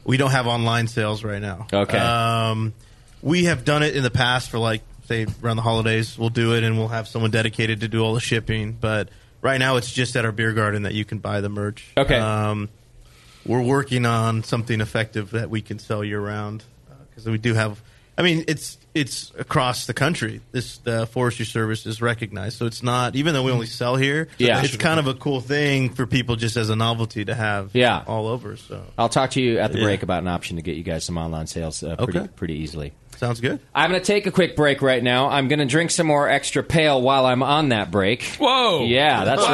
Speaker 21: We don't have online sales right now.
Speaker 10: Okay.
Speaker 21: Um, we have done it in the past for like say around the holidays. We'll do it and we'll have someone dedicated to do all the shipping. But right now it's just at our beer garden that you can buy the merch.
Speaker 10: Okay.
Speaker 21: Um, we're working on something effective that we can sell year round because we do have. I mean, it's it's across the country. This the forestry service is recognized, so it's not even though we only sell here.
Speaker 10: Yeah.
Speaker 21: it's kind of a cool thing for people just as a novelty to have.
Speaker 10: Yeah.
Speaker 21: all over. So
Speaker 10: I'll talk to you at the
Speaker 21: Yeah.
Speaker 10: break about an option to get you guys some online sales uh, pretty,
Speaker 21: Okay.
Speaker 10: pretty easily.
Speaker 21: sounds good.
Speaker 10: I'm going to take a quick break right now. I'm going to drink some more extra pale while I'm on that break.
Speaker 5: Whoa!
Speaker 10: Yeah, that's
Speaker 5: wow.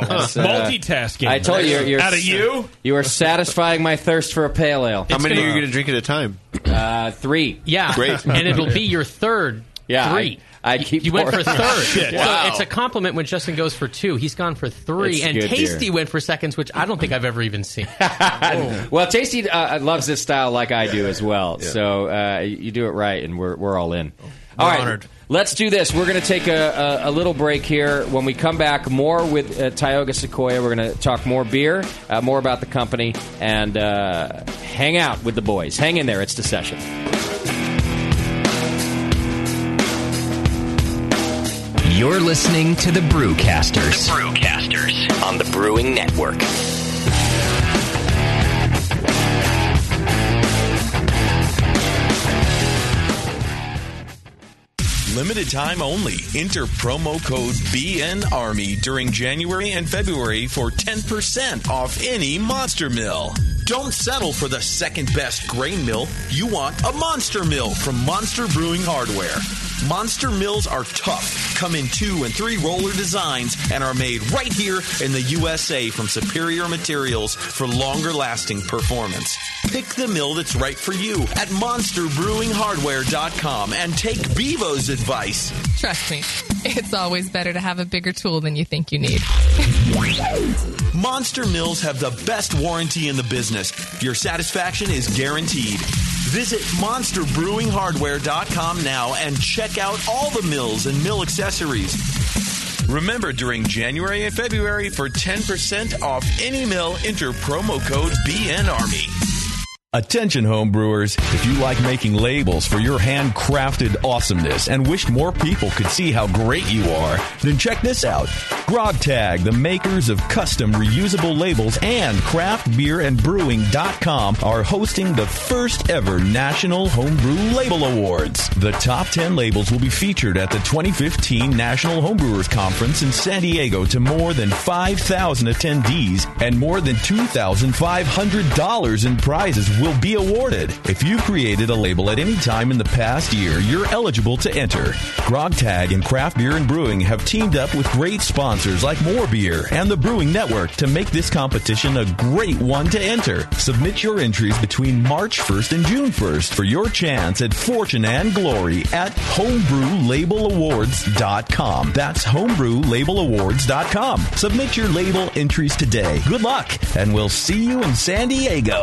Speaker 10: right. That's, uh,
Speaker 5: Multitasking.
Speaker 10: I told you, you're,
Speaker 5: out of you.
Speaker 10: You are satisfying my thirst for a pale ale.
Speaker 12: How many are you going to
Speaker 10: drink at a time? Uh, three.
Speaker 11: Yeah,
Speaker 10: Great.
Speaker 11: and it'll be your third.
Speaker 10: [LAUGHS] Yeah,
Speaker 11: three.
Speaker 10: I, I keep.
Speaker 11: You went for
Speaker 10: [LAUGHS] pouring. Oh,
Speaker 11: third. So
Speaker 10: Wow.
Speaker 11: it's a compliment when Justin goes for two. He's gone for three,
Speaker 10: It's
Speaker 11: and
Speaker 10: good
Speaker 11: Tasty
Speaker 10: beer.
Speaker 11: went for seconds, which I don't think I've ever even
Speaker 10: [LAUGHS]
Speaker 11: seen.
Speaker 10: well, Tasty uh, loves this style like I do as well. So uh, you do it right, and we're, we're all in. All right, let's do this. We're going to take a, a, a little break here. When we come back, more with uh, Tioga Sequoia. We're going to talk more beer, uh, more about the company, and uh,
Speaker 19: hang out with the boys. Hang in there. It's the session.
Speaker 10: You're listening to the Brewcasters. Brewcasters on the Brewing Network.
Speaker 16: Limited time only. Enter promo code BN Army during January and February for 10% off any monster mill. Don't settle for the second best grain mill. You want a monster mill from Monster Brewing Hardware. Monster mills are tough, come in two and three roller designs, and are made right here in the USA from superior materials for longer lasting performance. Pick the mill that's right for you at monsterbrewinghardware.com and take Bevo's advice.
Speaker 23: Trust me, it's always better to have a bigger tool than you think you need.
Speaker 16: Monster Mills have the best warranty in the business. Your satisfaction is guaranteed. Visit monsterbrewinghardware.com now and check out all the mills and mill accessories. Remember, during January and February, for 10% off any mill, enter promo code BNARMY.
Speaker 24: Attention home brewers, if you like making labels for your handcrafted awesomeness and wish more people could see how great you are, then check this out. GrogTag, the makers of custom reusable labels and craftbeerandbrewing.com are hosting the first ever National Homebrew Label Awards. The top 10 labels will be featured at the 2015 National Homebrewers Conference in San Diego to more than 5,000 attendees and more than $2,500 in prizes will be awarded. If you've created a label at any time in the past year, you're eligible to enter. GrogTag and Craft Beer and Brewing have teamed up with great sponsors like More Beer and the Brewing Network to make this competition a great one to enter. Submit your entries between March 1st and June 1st for your chance at fortune and glory at homebrewlabelawards.com. That's homebrewlabelawards.com. Submit your label entries today. Good luck, and we'll see you in San Diego.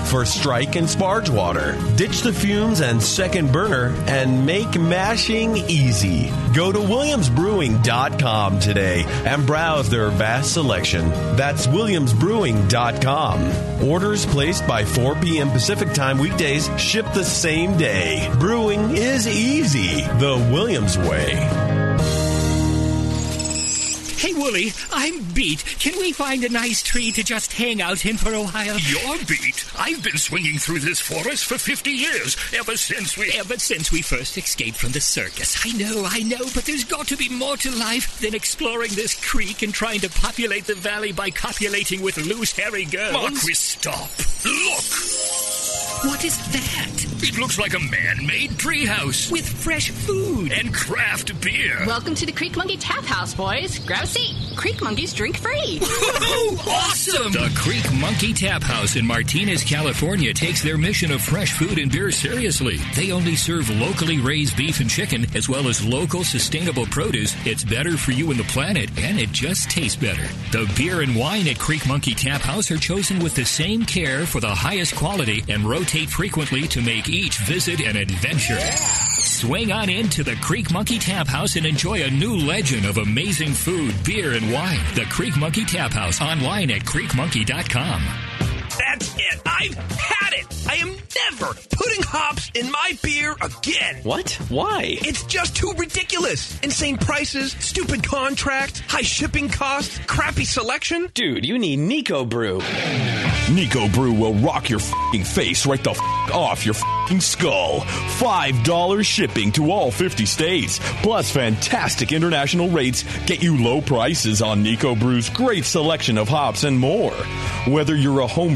Speaker 16: for strike and sparge water. Ditch the fumes and second burner and make mashing easy. Go to williamsbrewing.com today and browse their vast selection. That's williamsbrewing.com. Orders placed by 4 p.m. Pacific time weekdays ship the same day. Brewing is easy the Williams way.
Speaker 9: Hey, Wooly, I'm beat. Can we find a nice tree to just hang out in for a while?
Speaker 25: You're beat. I've been swinging through this forest for 50 years, ever since we.
Speaker 9: Ever since we first escaped from the circus. I know, I know, but there's got to be more to life than exploring this creek and trying to populate the valley by copulating with loose, hairy girls.
Speaker 25: Marquis, stop. Look!
Speaker 9: What is that?
Speaker 25: It looks like a man made treehouse.
Speaker 9: With fresh food.
Speaker 25: And craft beer.
Speaker 6: Welcome to the Creek Monkey Tap House, boys. Grab a seat. Creek Monkeys drink free.
Speaker 25: awesome! The Creek Monkey Tap House in Martinez, California takes their mission of fresh food and beer seriously. They only serve locally raised beef and chicken, as well as local sustainable produce. It's better for you and the planet, and it just tastes better. The beer and wine at Creek Monkey Tap House are chosen with the same care for the highest quality and rotate frequently to make each visit an adventure. Swing on into the Creek Monkey Tap House and enjoy a new legend of amazing food, beer, and wine. The Creek Monkey Tap House online at creekmonkey.com.
Speaker 5: That's it. I've had it. I am never putting hops in my beer again.
Speaker 19: What? Why?
Speaker 5: It's just too ridiculous. Insane prices, stupid contracts, high shipping costs, crappy selection.
Speaker 19: Dude, you need Nico Brew.
Speaker 16: Nico Brew will rock your fing face right the f- off your fing skull. $5 shipping to all 50 states, plus fantastic international rates get you low prices on Nico Brew's great selection of hops and more. Whether you're a home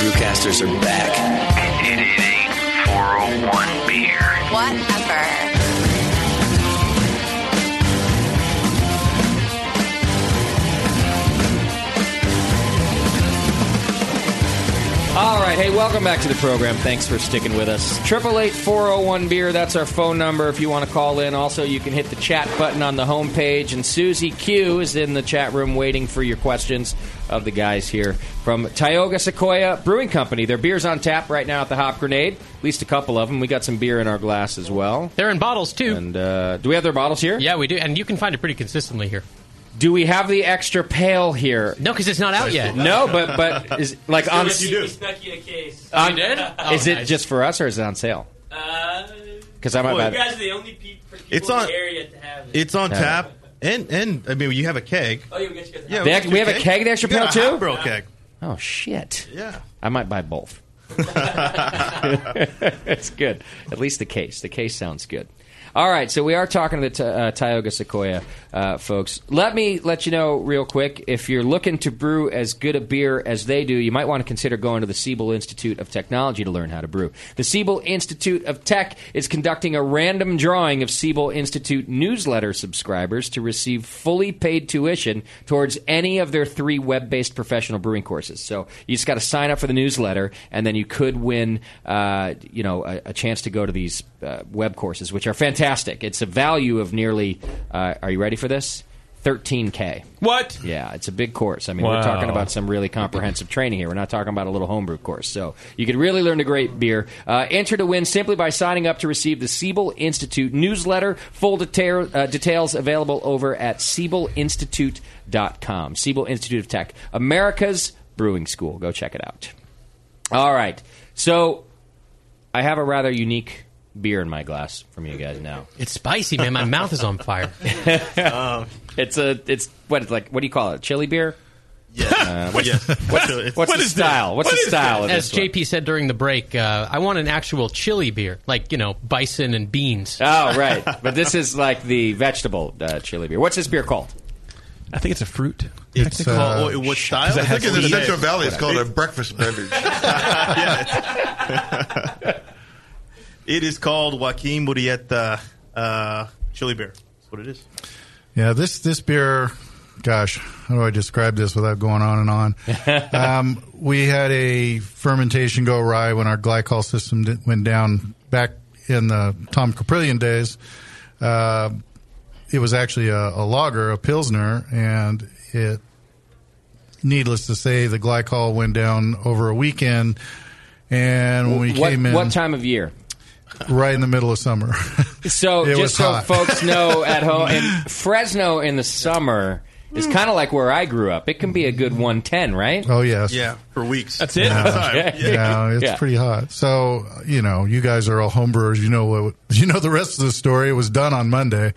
Speaker 9: Brewcasters are back.
Speaker 26: It is a 401 beer.
Speaker 16: Whatever.
Speaker 10: All right, hey, welcome back to the program. Thanks for sticking with us. Triple eight four zero one beer. That's our phone number if you want to call in. Also, you can hit the chat button on the homepage, and Susie Q is in the chat room waiting for your questions of the guys here from Tioga Sequoia Brewing Company. Their beers on tap right now at the Hop Grenade. At least a couple of them. We got some beer in our glass as well.
Speaker 11: They're in bottles too.
Speaker 10: And uh, do we have their bottles here?
Speaker 11: Yeah, we do, and you can find it pretty consistently here.
Speaker 10: Do we have the extra pail here?
Speaker 11: No, because it's not out yet.
Speaker 10: No, but but is like on.
Speaker 22: snuck you a case.
Speaker 10: on- [LAUGHS]
Speaker 11: Oh,
Speaker 10: Is
Speaker 21: Oh,
Speaker 10: it just for us or is it on sale? Because I might
Speaker 22: Well, Uh,
Speaker 10: buy
Speaker 22: you
Speaker 10: it.
Speaker 22: guys are the only pe- people
Speaker 21: It's on-
Speaker 22: in the area to have it.
Speaker 21: It's on
Speaker 10: Yeah.
Speaker 21: tap, and and I mean you have a keg.
Speaker 22: Oh, yeah, we got you guys.
Speaker 21: Yeah,
Speaker 10: They act- we have a keg, the
Speaker 21: The
Speaker 10: extra
Speaker 21: you
Speaker 10: pail,
Speaker 21: got a
Speaker 10: too?
Speaker 21: hot bro keg.
Speaker 10: Oh shit!
Speaker 21: Yeah.
Speaker 10: I might buy both. [LAUGHS] it's good. At least the case. The case sounds good. All right, so we are talking to the Ti- uh, Tioga Sequoia uh, folks. Let me let you know real quick if you're looking to brew as good a beer as they do, you might want to consider going to the Siebel Institute of Technology to learn how to brew. The Siebel Institute of Tech is conducting a random drawing of Siebel Institute newsletter subscribers to receive fully paid tuition towards any of their three web based professional brewing courses. So you just got to sign up for the newsletter, and then you could win, uh, you know, a, a chance to go to these uh, web courses, which are fantastic. It's a value of nearly. Uh, are you ready for this? 13k.
Speaker 5: What?
Speaker 10: Yeah, it's a big course. I mean, we're
Speaker 5: Wow.
Speaker 10: talking about some really comprehensive training here. We're not talking about a little homebrew course. So you can really learn a great beer. Uh, enter to win simply by signing up to receive the Siebel Institute newsletter. Full detail, uh, details available over at SiebelInstitute.com. Siebel Institute of Tech, America's Brewing School. Go check it out. All right. So I have a rather unique beer in my glass from you guys now.
Speaker 11: It's [LAUGHS] spicy, man. My mouth is on fire.
Speaker 10: it's a it's what like what do you call it? Chili beer? [LAUGHS] Yeah.
Speaker 21: Uh,
Speaker 10: what's,
Speaker 11: Yes.
Speaker 21: [LAUGHS]
Speaker 10: what's, what's the style? What's the style of
Speaker 11: As
Speaker 10: this? one?
Speaker 11: JP said during the break, uh, I want an actual chili beer, like you know, bison and beans.
Speaker 10: Oh, right. But this is like the vegetable uh, chili beer. What's this beer called?
Speaker 5: I think it's a fruit.
Speaker 21: It's uh,
Speaker 10: Oh,
Speaker 21: what, what style?
Speaker 13: I think in the Central Valley it's called a
Speaker 21: It-
Speaker 13: breakfast beverage.
Speaker 10: [LAUGHS]
Speaker 21: [LAUGHS] It is called Joaquin Murrieta uh, Chili Bear. That's what it is.
Speaker 20: Yeah, this this beer, gosh, how do I describe this without going on and
Speaker 10: [LAUGHS]
Speaker 20: on? um, we had a fermentation go awry when our glycol system d- went down back in the Tom Caprillion days. Uh, it was actually a, a lager, a pilsner, and it. Needless to say, the glycol went down over a weekend, and when we
Speaker 10: what,
Speaker 20: came in,
Speaker 10: what time of year?
Speaker 20: right in the middle of summer. [LAUGHS]
Speaker 10: So
Speaker 20: It was
Speaker 10: just so
Speaker 20: hot. [LAUGHS]
Speaker 10: folks know at home, and Fresno in the summer is kind of like where I grew up. It can be a good 110, right?
Speaker 20: Oh, yes.
Speaker 21: Yeah, for weeks.
Speaker 5: That's it.
Speaker 20: Yeah, yeah, it's
Speaker 10: Yeah.
Speaker 20: pretty hot. So you know, you guys are all homebrewers. You know what? You know the rest of the story. It was done on Monday,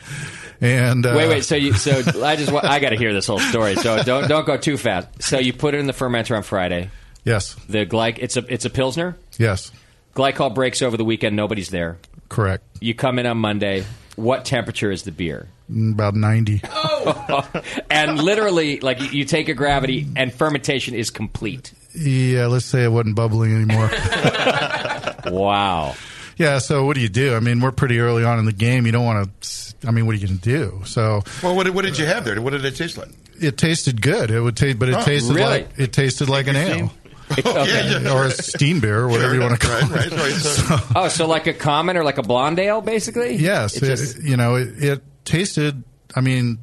Speaker 20: and uh,
Speaker 10: wait, wait. So you, so I just, wa- I got to hear this whole story. So don't, don't go too fast. So you put it in the fermenter on Friday.
Speaker 20: Yes.
Speaker 10: The glyc, it's a, it's a pilsner.
Speaker 20: yes,
Speaker 10: Glycol breaks over the weekend. Nobody's there.
Speaker 20: correct.
Speaker 10: You come in on Monday. What temperature is the beer?
Speaker 20: uh, About ninety.
Speaker 10: [LAUGHS] and literally, like you- you take a gravity, and fermentation is complete.
Speaker 20: Yeah, let's say it wasn't bubbling anymore.
Speaker 10: Wow.
Speaker 20: yeah. So what do you do? I mean, we're pretty early on in the game. You don't want to. I mean, what are you going to do? So
Speaker 13: well, what, did- what did you have there? What did it taste like?
Speaker 20: it tasted good. It would taste, but it
Speaker 13: Oh,
Speaker 20: tasted
Speaker 13: really?
Speaker 20: like it tasted like an ale.
Speaker 13: okay. yeah.
Speaker 20: or a steam beer, or whatever you want to call it. [LAUGHS]
Speaker 10: Oh, so like a common or like a blonde ale, basically?
Speaker 20: Yes,
Speaker 10: It
Speaker 20: it
Speaker 10: just-
Speaker 20: you know, it, it tasted. I mean,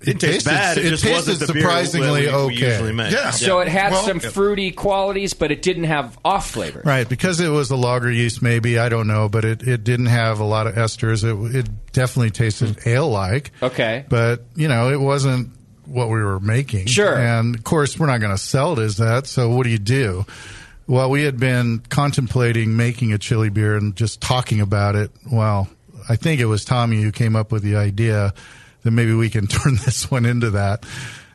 Speaker 21: Didn't taste bad, it
Speaker 20: It,
Speaker 21: just
Speaker 20: tasted
Speaker 21: wasn't the beer
Speaker 20: surprisingly
Speaker 21: that we- we
Speaker 20: okay.
Speaker 21: usually make. Yeah.
Speaker 10: So it had
Speaker 20: Well-
Speaker 10: some
Speaker 20: Yep.
Speaker 10: fruity qualities, but it didn't have off flavor.
Speaker 20: Right, because it was a lager yeast, maybe I don't know, but it, it didn't have a lot of esters. It it definitely tasted ale like,
Speaker 10: Hmm. Okay.
Speaker 20: but you know, it wasn't what we were making.
Speaker 10: Sure.
Speaker 20: And of course, we're not going to sell it as that. So what do you do? Well, we had been contemplating making a chili beer and just talking about it. Well, I think it was Tommy who came up with the idea that maybe we can [LAUGHS] turn this one into that.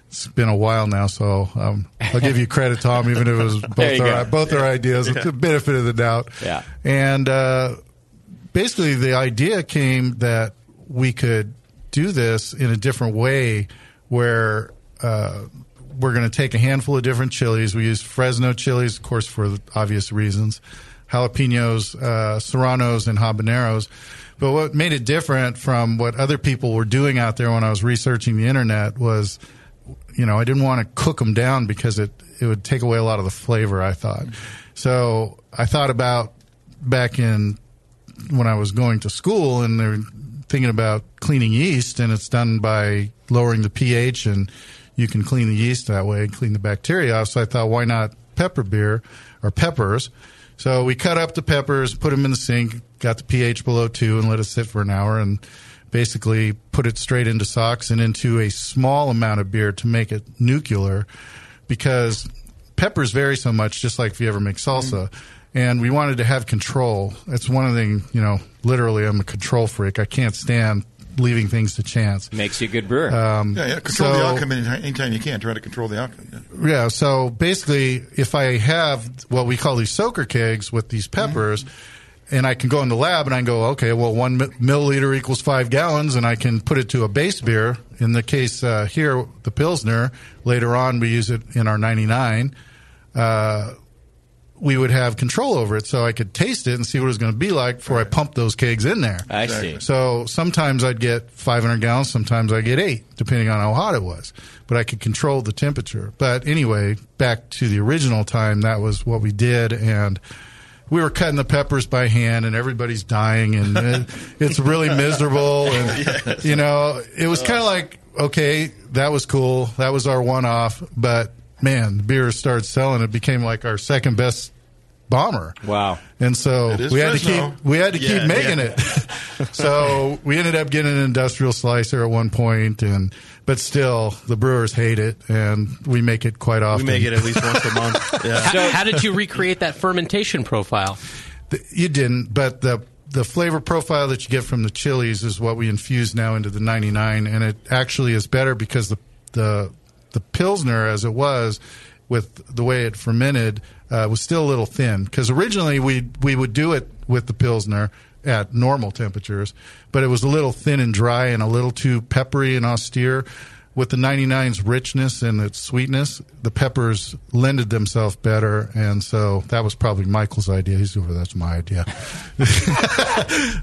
Speaker 20: It's been a while now, so um, I'll give you credit, Tom, even if it was
Speaker 10: [LAUGHS] There
Speaker 20: both
Speaker 10: you
Speaker 20: our,
Speaker 10: go.
Speaker 20: both our
Speaker 10: Yeah.
Speaker 20: ideas. It's
Speaker 10: Yeah.
Speaker 20: the benefit of the doubt.
Speaker 10: Yeah.
Speaker 20: And uh, basically, the idea came that we could do this in a different way where uh, we're going to take a handful of different chilies. We use Fresno chilies, of course, for obvious reasons, jalapenos, uh, serranos, and habaneros. But what made it different from what other people were doing out there when I was researching the internet was you know, I didn't want to cook them down because it, it would take away a lot of the flavor, I thought. So I thought about back in when I was going to school and they're thinking about cleaning yeast and it's done by lowering the pH and you can clean the yeast that way and clean the bacteria off. So I thought, why not pepper beer or peppers? So we cut up the peppers, put them in the sink, got the pH below two and let it sit for an hour and basically put it straight into socks and into a small amount of beer to make it nuclear because peppers vary so much, just like if you ever make salsa. And we wanted to have control. That's one thing, you know, literally, I'm a control freak. I can't stand leaving things to chance.
Speaker 10: Makes you a good brewer.
Speaker 20: Um,
Speaker 13: Yeah, yeah. Control the
Speaker 20: so-
Speaker 13: outcome anytime, anytime you can. Try to control the outcome. Yeah.
Speaker 20: yeah. So basically, if I have what we call these soaker kegs with these peppers, and I can go in the lab and I can go, okay, well, one mi- milliliter equals five gallons, and I can put it to a base beer. In the case uh, here, the Pilsner, later on, we use it in our 99. Uh, we would have control over it, so I could taste it and see what it was going to be like before I pumped those kegs in there.
Speaker 10: I see.
Speaker 20: So sometimes I'd get 500 gallons, sometimes I get eight, depending on how hot it was. But I could control the temperature. But anyway, back to the original time, that was what we did, and we were cutting the peppers by hand, and everybody's dying, and
Speaker 10: [LAUGHS]
Speaker 20: it- it's really miserable. And you know, it was kind of like okay, that was cool, that was our one off, but man, the beer started selling. It became like our second best bomber.
Speaker 10: Wow.
Speaker 20: And so
Speaker 10: It is
Speaker 20: we had to
Speaker 10: Fresno.
Speaker 20: keep we had to
Speaker 10: Yeah,
Speaker 20: keep making
Speaker 10: yeah.
Speaker 20: it. so we ended up getting an industrial slicer at one point, and but still the brewers hate it, and we make it quite often.
Speaker 21: make it at least once
Speaker 11: [LAUGHS]
Speaker 21: a month.
Speaker 11: How, how did you recreate that fermentation profile?
Speaker 20: The- you didn't, but the the flavor profile that you get from the chilies is what we infuse now into the 99, and it actually is better because the the the pilsner as it was with the way it fermented uh, was still a little thin because originally we we would do it with the pilsner at normal temperatures, but it was a little thin and dry and a little too peppery and austere. With the 99's richness and its sweetness, the peppers lended themselves better, and so that was probably Michael's idea. He's over. That's my idea. [LAUGHS]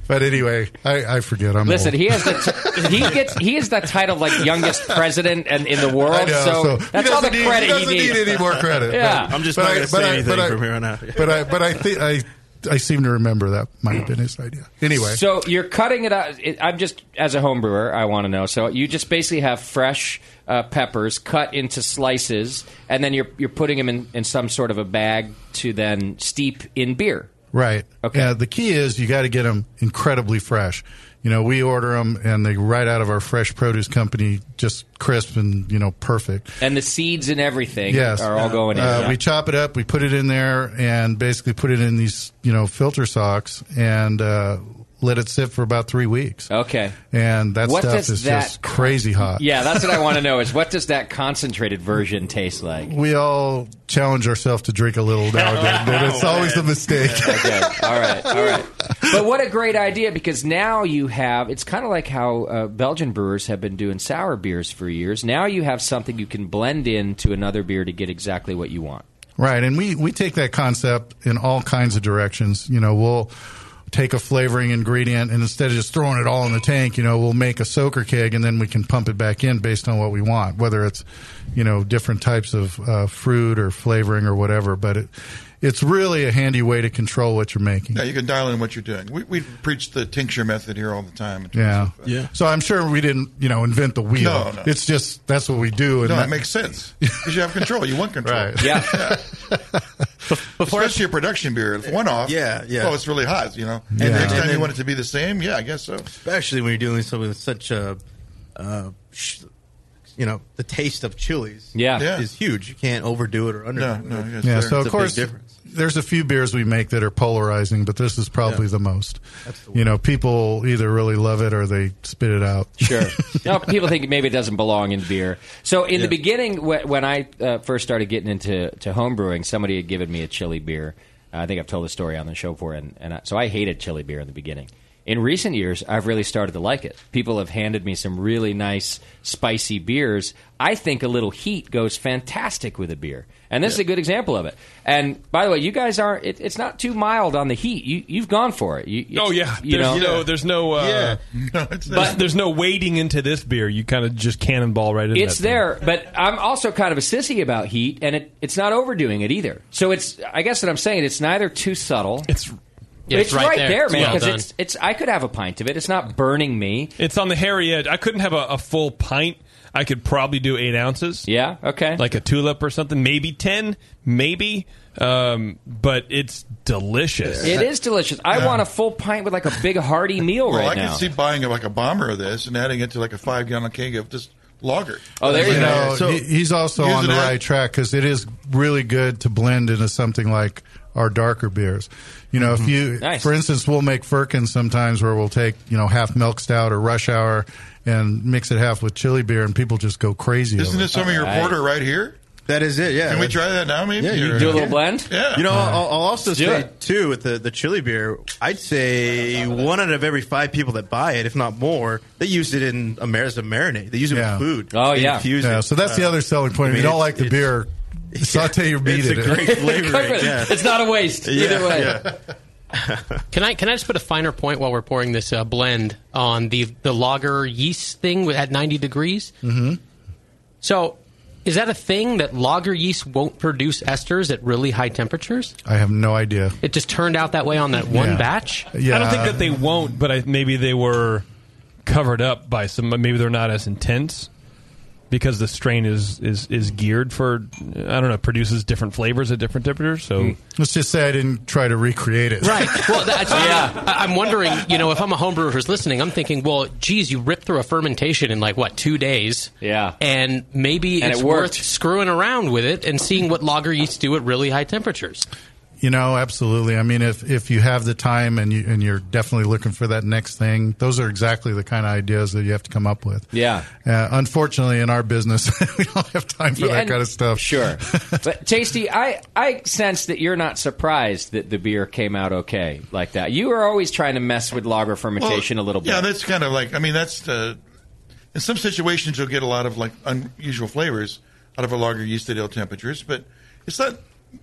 Speaker 20: but anyway, I, I forget. I'm
Speaker 10: Listen,
Speaker 20: old.
Speaker 10: he
Speaker 20: [LAUGHS]
Speaker 10: has the t- he gets he is the title of like youngest president and in the world.
Speaker 20: I know, so
Speaker 10: so,
Speaker 20: he
Speaker 10: that's all the
Speaker 20: doesn't need- he
Speaker 10: credit
Speaker 20: doesn't need any more credit.
Speaker 10: Yeah,
Speaker 20: But- I'm just But not I- gonna say but I- anything but I- from here on out. [LAUGHS] but I but I think I I seem to remember that might have been his idea. Anyway,
Speaker 10: So you're cutting it out. It, I'm just as a home brewer, I want to know. So you just basically have fresh uh, peppers cut into slices, and then you're you're putting them in, in some sort of a bag to then steep in beer.
Speaker 20: Right. Okay. Yeah, the key is you got to get them incredibly fresh. You know, we order them and they right out of our fresh produce company, just crisp and you know perfect.
Speaker 10: And the seeds and everything
Speaker 20: Yes,
Speaker 10: are all going in.
Speaker 20: Uh, We chop it up, we put it in there, and basically put it in these you know filter socks and uh, let it sit for about three weeks.
Speaker 10: okay.
Speaker 20: And that
Speaker 10: What
Speaker 20: stuff
Speaker 10: does
Speaker 20: is
Speaker 10: that
Speaker 20: just crazy hot.
Speaker 10: Yeah, that's what I want to know is what does that concentrated version
Speaker 20: [LAUGHS]
Speaker 10: taste like?
Speaker 20: We all challenge ourselves to drink a
Speaker 10: [LAUGHS]
Speaker 20: little now and then, but it's always a mistake.
Speaker 10: okay. All right. All right. But what a great idea because now you have it's kind of like how uh, Belgian brewers have been doing sour beers for years. Now you have something you can blend into another beer to get exactly what you want.
Speaker 20: Right, and we we take that concept in all kinds of directions. You know, we'll take a flavoring ingredient and instead of just throwing it all in the tank, you know, we'll make a soaker keg and then we can pump it back in based on what we want, whether it's you know different types of uh, fruit or flavoring or whatever. But it it's really a handy way to control what you're making.
Speaker 13: Yeah, you can dial in what you're doing. We, we preach the tincture method here all the time.
Speaker 20: Yeah, yeah. So I'm sure we didn't you know invent the wheel.
Speaker 13: No, no.
Speaker 20: It's just that's what we do.
Speaker 13: No,
Speaker 20: that-
Speaker 13: it
Speaker 20: [LAUGHS]
Speaker 13: makes sense because you have control. You want control. [LAUGHS]
Speaker 20: Yeah.
Speaker 13: Before Especially your production beer, it's one off.
Speaker 21: Yeah, yeah.
Speaker 13: Oh, it's really hot. You know. And
Speaker 21: Yeah.
Speaker 13: the next
Speaker 21: And
Speaker 13: time
Speaker 21: then-
Speaker 13: you want it to be the same, yeah, I guess so.
Speaker 21: Especially when you're doing something with such a uh, sh- you know the taste of chilies.
Speaker 20: Yeah. Yeah.
Speaker 21: is huge. You can't overdo it or underdo
Speaker 13: No,
Speaker 21: it.
Speaker 13: no,
Speaker 20: Yeah, so
Speaker 21: It's
Speaker 20: of
Speaker 21: a big
Speaker 20: course,
Speaker 21: difference.
Speaker 20: there's a few beers we make that are polarizing, but this is probably
Speaker 10: Yeah.
Speaker 20: the most. you know, people either really love it or they spit it out.
Speaker 10: Sure. [LAUGHS] no, people think maybe it doesn't belong in beer. So in the beginning, wh- when I uh, first started getting into to home brewing, somebody had given me a chili beer. Uh, I think I've told the story on the show before, and, and I, so I hated chili beer in the beginning. In recent years, I've really started to like it. People have handed me some really nice, spicy beers. I think a little heat goes fantastic with a beer, and this is a good example of it. And by the way, you guys aren't—it's not too mild on the heat. You, you've gone for it. You,
Speaker 5: Oh yeah,
Speaker 10: you
Speaker 5: there's
Speaker 10: know,
Speaker 5: no, there's no, uh, [LAUGHS] but there's no wading into this beer. You kind of just cannonball right into
Speaker 10: it's there, but I'm also kind of a sissy about heat, and it, it's not overdoing it either. So it's, I guess what I'm saying, it's neither too subtle. It's,
Speaker 5: Yeah, it's
Speaker 10: right,
Speaker 5: right
Speaker 10: there,
Speaker 5: there. It's
Speaker 10: man.
Speaker 5: well
Speaker 10: 'cause
Speaker 5: done.
Speaker 10: it's, it's, I could have a pint of it. It's not burning me.
Speaker 5: It's on the hairy edge. I couldn't have a, a full pint. I could probably do eight ounces.
Speaker 10: Yeah. Okay.
Speaker 5: Like a tulip or something. Maybe ten. Maybe. Um, but it's delicious.
Speaker 10: It is delicious. I want a full pint with like a big hearty
Speaker 20: Oh,
Speaker 10: meal
Speaker 13: Well,
Speaker 10: right
Speaker 13: I can
Speaker 10: now.
Speaker 13: see buying like a bomber of this and adding it to like a five gallon keg of just lager.
Speaker 20: Oh, know, he- he's also
Speaker 13: Use
Speaker 20: on
Speaker 13: it
Speaker 20: the
Speaker 13: out.
Speaker 20: right track because it is really good to blend into something like our darker beers. You know,
Speaker 21: Mm-hmm.
Speaker 20: if you,
Speaker 16: Nice.
Speaker 20: for instance, we'll make firkins sometimes where we'll take you know half milk stout or rush hour and mix it half with chili beer, and people just go crazy.
Speaker 13: Isn't
Speaker 20: over
Speaker 13: this
Speaker 20: it.
Speaker 13: some of your porter right here?
Speaker 21: That is it. Yeah.
Speaker 13: Can we
Speaker 21: That's-
Speaker 13: try that now? Maybe
Speaker 21: Yeah, you
Speaker 13: Or-
Speaker 21: do a little
Speaker 10: blend.
Speaker 13: Yeah.
Speaker 21: You know, I'll, I'll also
Speaker 13: Let's do
Speaker 21: say
Speaker 13: it.
Speaker 21: too with the the chili beer. I'd say one out of every five people that buy it, if not more, they use it in a mar- as a marinade. They use it
Speaker 20: Yeah. Oh,
Speaker 21: with food. They infuse
Speaker 20: yeah.
Speaker 21: it.
Speaker 20: So that's the
Speaker 21: Uh,
Speaker 20: other selling point.
Speaker 21: I mean,
Speaker 20: if you don't
Speaker 21: it's-
Speaker 20: like the beer, saute your meat
Speaker 21: it's
Speaker 20: in
Speaker 21: a
Speaker 20: it.
Speaker 11: [LAUGHS]
Speaker 21: great flavor.
Speaker 11: Cover it.
Speaker 21: yeah.
Speaker 11: It's not a waste, either way. [LAUGHS] Can I can I just put a finer point while we're pouring this uh, blend on the the lager yeast thing with- at ninety degrees?
Speaker 7: Mm-hmm.
Speaker 11: So, is that a thing that lager yeast won't produce esters at really high temperatures?
Speaker 20: I have no idea.
Speaker 11: It just turned out that way on that one batch.
Speaker 5: I don't think that they won't, but I, maybe they were covered up by some. Maybe they're not as intense because the strain is is is geared for. I don't know. Produces different flavors at different temperatures. So
Speaker 20: Let's just say I didn't try to recreate it.
Speaker 11: Mm. Right. Well,
Speaker 10: [LAUGHS]
Speaker 11: that's, I- I'm wondering, you know, if I'm a homebrewer who's listening, I'm thinking, well, geez, you ripped through a fermentation in like what two days?
Speaker 10: Yeah.
Speaker 11: And maybe
Speaker 10: And
Speaker 11: it's
Speaker 10: it
Speaker 11: worth
Speaker 10: worked.
Speaker 11: screwing around with it and seeing what lager yeasts do at really high temperatures.
Speaker 20: You know, absolutely. I mean, if if you have the time and you and you're definitely looking for that next thing, those are exactly the kind of ideas that you have to come up with.
Speaker 10: Yeah.
Speaker 20: Uh, unfortunately, in our business, [LAUGHS] we don't have time for
Speaker 10: Yeah,
Speaker 20: that
Speaker 10: and-
Speaker 20: kind of stuff. [LAUGHS]
Speaker 10: Sure. but Tasty, I, I sense that you're not surprised that the beer came out okay like that. You are always trying to mess with lager fermentation a little bit.
Speaker 13: Yeah, that's kind of like I mean that's the in some situations you'll get a lot of like unusual flavors out of a lager yeast at ale temperatures, but it's not.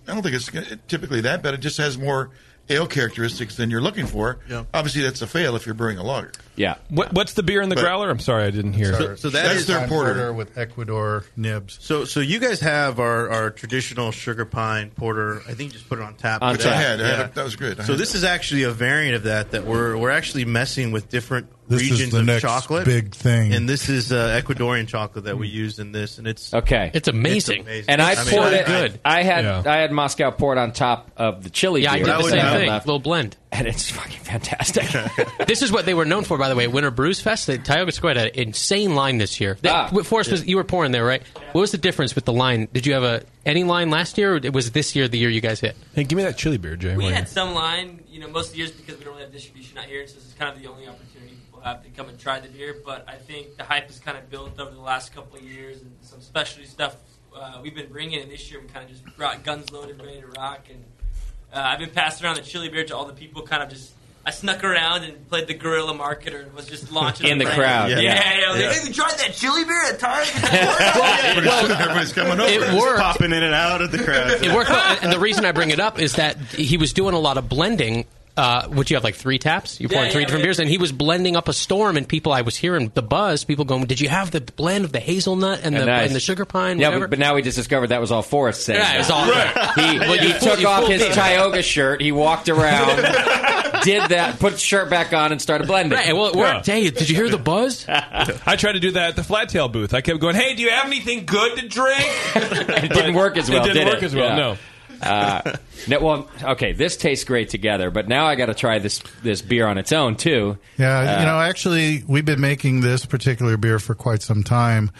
Speaker 13: I don't think it's typically that bad. It just has more ale characteristics than you're looking for. Obviously, that's a fail if you're brewing a lager.
Speaker 10: yeah.
Speaker 5: What, what's the beer in the
Speaker 13: But-
Speaker 5: growler? I'm sorry, I didn't hear.
Speaker 21: So- so that That's is- their porter.
Speaker 20: with Ecuador nibs.
Speaker 21: So, so you guys have our, our traditional sugar pine porter. I think you just put it on tap.
Speaker 13: On Which I tap. had. I had a- that was good. I
Speaker 21: so
Speaker 13: had
Speaker 21: this
Speaker 13: that.
Speaker 21: is actually a variant of that that we're we're actually messing with different
Speaker 20: This is
Speaker 21: regions
Speaker 20: the
Speaker 21: of
Speaker 20: next
Speaker 21: chocolate.
Speaker 20: big thing.
Speaker 21: And this is uh, Ecuadorian chocolate that we used in this, and it's
Speaker 10: Okay,
Speaker 21: it's
Speaker 11: amazing.
Speaker 10: And I,
Speaker 21: mean,
Speaker 10: poured
Speaker 21: I-
Speaker 10: it. I had
Speaker 21: Yeah.
Speaker 10: I had Moscow poured on top of the chili.
Speaker 11: Yeah, I
Speaker 10: beer
Speaker 11: did the
Speaker 10: that
Speaker 11: same
Speaker 10: I
Speaker 11: thing.
Speaker 10: left.
Speaker 11: Little blend,
Speaker 10: and it's fucking fantastic. [LAUGHS]
Speaker 11: this is what they were known for, by the way. at Winter Brews Fest, the Tioga Square had an insane line this year. They,
Speaker 10: Ah.
Speaker 11: Forrest, was, you were pouring there, right? What was the difference with the line? Did you have a any line last year, or was this year the year you guys hit?
Speaker 5: Hey, give me that chili beer, Jay.
Speaker 22: We had some line, you know, most of the years because we don't really have distribution out here, so this is kind of the only opportunity people have to come and try the beer. But I think the hype has kind of built over the last couple of years, and some specialty stuff uh, we've been bringing. And this year, we kind of just brought guns loaded, ready to rock. And uh, I've been passing around the chili beer to all the people, kind of just. I snuck around and played the guerrilla marketer and was just launching
Speaker 10: [LAUGHS] In the
Speaker 22: brand.
Speaker 10: crowd,
Speaker 22: Yeah,
Speaker 10: yeah.
Speaker 22: yeah. yeah.
Speaker 10: Yeah.
Speaker 22: Hey, we tried that chili beer at Target.
Speaker 13: everybody's coming
Speaker 11: over. It worked.
Speaker 21: popping in and out of the crowd.
Speaker 11: It worked well. And the reason I bring it up is that he was doing a lot of blending. Uh, which you have like three taps, you
Speaker 22: Yeah,
Speaker 11: pouring three
Speaker 22: yeah,
Speaker 11: different
Speaker 22: yeah.
Speaker 11: beers, and he was blending up a storm. And people, I was hearing the buzz. People going, "Did you have the blend of the hazelnut and the
Speaker 10: Nice.
Speaker 11: and the sugar pine?"
Speaker 10: Yeah,
Speaker 11: whatever?
Speaker 10: but, but now we just discovered that was all Forrest saying.
Speaker 11: Yeah, it was all- Right.
Speaker 10: He,
Speaker 11: Well,
Speaker 10: he
Speaker 11: you fooled-
Speaker 10: took
Speaker 11: you
Speaker 10: off
Speaker 11: fooled
Speaker 10: his
Speaker 11: me.
Speaker 10: Tioga shirt. He walked around, did that, put his shirt back on, and started blending.
Speaker 11: Right, well, it worked. Hey, did you hear the buzz?
Speaker 5: [LAUGHS] I tried to do that at the Flattail booth. I kept going, "Hey, do you have anything good to drink?"
Speaker 10: [LAUGHS] it didn't work as well.
Speaker 5: It didn't
Speaker 10: did
Speaker 5: work as well.
Speaker 10: Yeah.
Speaker 5: No.
Speaker 10: Uh, [LAUGHS] no. Well, okay, this tastes great together, but now I got to try this this beer on its own too.
Speaker 20: Yeah,
Speaker 10: Uh,
Speaker 20: you know, actually, we've been making this particular beer for quite some time.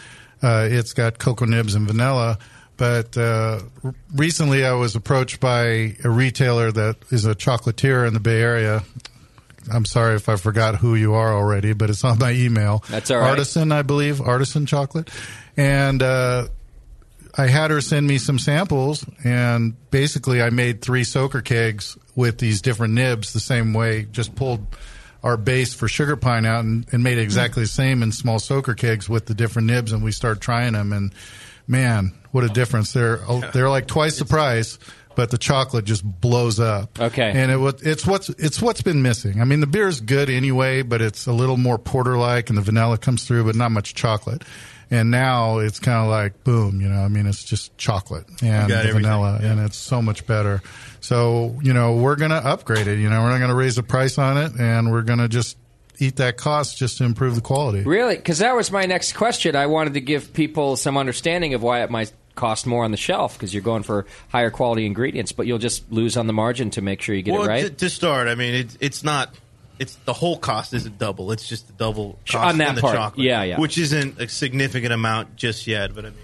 Speaker 20: Uh, it's got cocoa nibs and vanilla. But uh, r- recently, I was approached by a retailer that is a chocolatier in the Bay Area. I'm sorry if I forgot who you are already, but it's on my email.
Speaker 10: That's all right.
Speaker 20: Artisan, I believe, artisan chocolate, and uh, I had her send me some samples, and basically I made three soaker kegs with these different nibs the same way, just pulled our base for sugar pine out and, and made it exactly the same in small soaker kegs with the different nibs, and we started trying them, and man, what a difference! They're oh, they're like twice the price. But the chocolate just blows up.
Speaker 10: Okay.
Speaker 20: and it was it's what's it's what's been missing. I mean, the beer is good anyway, but it's a little more porter like, and the vanilla comes through, but not much chocolate. And now it's kind of like boom, you know. I mean, it's just chocolate and
Speaker 21: got
Speaker 20: the
Speaker 21: everything,
Speaker 20: vanilla, and it's so much better. So you know, we're gonna upgrade it. You know, we're not gonna raise the price on it, and we're gonna just eat that cost just to improve the quality.
Speaker 10: Really? Because that was my next question. I wanted to give people some understanding of why it might cost more on the shelf because you're going for higher quality ingredients, but you'll just lose on the margin to make sure you get
Speaker 21: well,
Speaker 10: it right.
Speaker 21: To, to start, I mean, it, it's not. It's the whole cost isn't double. It's just the double
Speaker 10: Sh-
Speaker 21: cost
Speaker 10: on that
Speaker 21: and the
Speaker 10: part.
Speaker 21: chocolate,
Speaker 10: Yeah, yeah.
Speaker 21: which isn't a significant amount just yet. But I mean,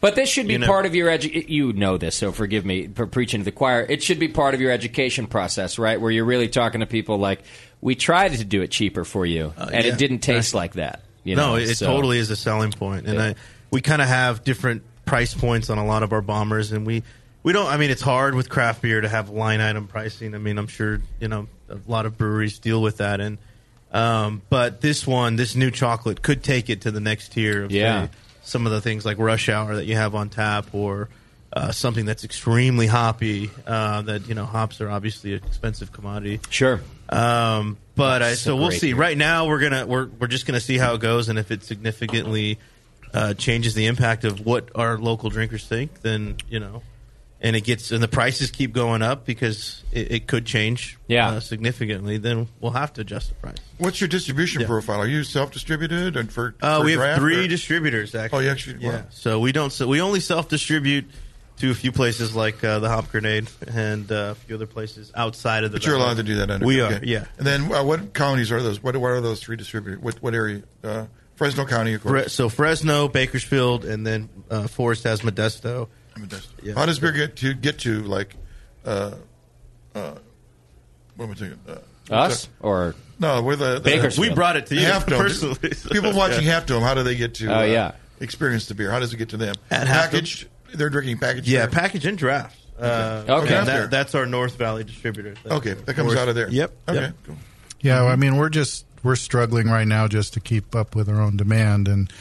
Speaker 10: But this should be
Speaker 21: You know-
Speaker 10: part of your edu- You know this, so forgive me for preaching to the choir. It should be part of your education process, right? Where you're really talking to people like, "We tried to do it cheaper for you, and
Speaker 21: Uh, yeah.
Speaker 10: it didn't taste like that." You know,
Speaker 21: no, it it
Speaker 10: so-
Speaker 21: totally is a selling point, and
Speaker 10: Yeah.
Speaker 21: I, we kind of have different price points on a lot of our bombers, and we we don't. I mean, it's hard with craft beer to have line item pricing. I mean, I'm sure you know a lot of breweries deal with that, and um, but this one, this new chocolate, could take it to the next tier. Of
Speaker 10: Yeah.
Speaker 21: say, some of the things like rush hour that you have on tap, or uh, something that's extremely hoppy. Uh, that you know, hops are obviously an expensive commodity.
Speaker 10: Sure.
Speaker 21: Um, but I,
Speaker 10: That's
Speaker 21: so
Speaker 10: a
Speaker 21: we'll
Speaker 10: great
Speaker 21: see.
Speaker 10: beer.
Speaker 21: Right now, we're gonna we're we're just gonna see how it goes, and if it significantly uh, changes the impact of what our local drinkers think, then you know, and it gets and the prices keep going up because it, it could change,
Speaker 10: yeah,
Speaker 21: uh, significantly. Then we'll have to adjust the price.
Speaker 13: What's your distribution profile? Are you self-distributed and for?
Speaker 21: Uh,
Speaker 13: for
Speaker 21: we have
Speaker 13: draft
Speaker 21: three
Speaker 13: or-
Speaker 21: distributors. Actually,
Speaker 13: Oh, you actually- wow.
Speaker 21: yeah. So we don't. So we only self distribute to a few places like uh, the Hop Grenade and uh, a few other places outside of the.
Speaker 13: But you're
Speaker 21: valley.
Speaker 13: allowed to do that. Under,
Speaker 21: we
Speaker 13: okay.
Speaker 21: are. Yeah.
Speaker 13: And then uh, what counties are those? What, what are those three distributors? What, what area? Uh, Fresno County, of course.
Speaker 21: Fre- so Fresno, Bakersfield, and then uh, Forest has Modesto.
Speaker 13: Modesto.
Speaker 21: Yeah.
Speaker 13: How does beer get to get to like? Uh, uh, what am I thinking? Uh,
Speaker 10: Us or
Speaker 13: no, we're the, the
Speaker 10: Bakersfield.
Speaker 13: Half Dome. [LAUGHS] People watching
Speaker 10: Yeah.
Speaker 13: Half Dome. How do they get to? uh,
Speaker 10: Oh, yeah.
Speaker 13: experience the beer. How does it get to them?
Speaker 21: At Half Dome?
Speaker 13: packaged. They're drinking packaged.
Speaker 21: Yeah,
Speaker 13: beer.
Speaker 21: package and draft. Uh,
Speaker 13: Okay. Okay.
Speaker 21: and that- that's our North Valley distributor.
Speaker 13: Okay, that comes out of there.
Speaker 21: Yep.
Speaker 13: Okay,
Speaker 21: yep.
Speaker 13: cool.
Speaker 20: Yeah, I mean, we're just we're struggling right now just to keep up with our own demand, and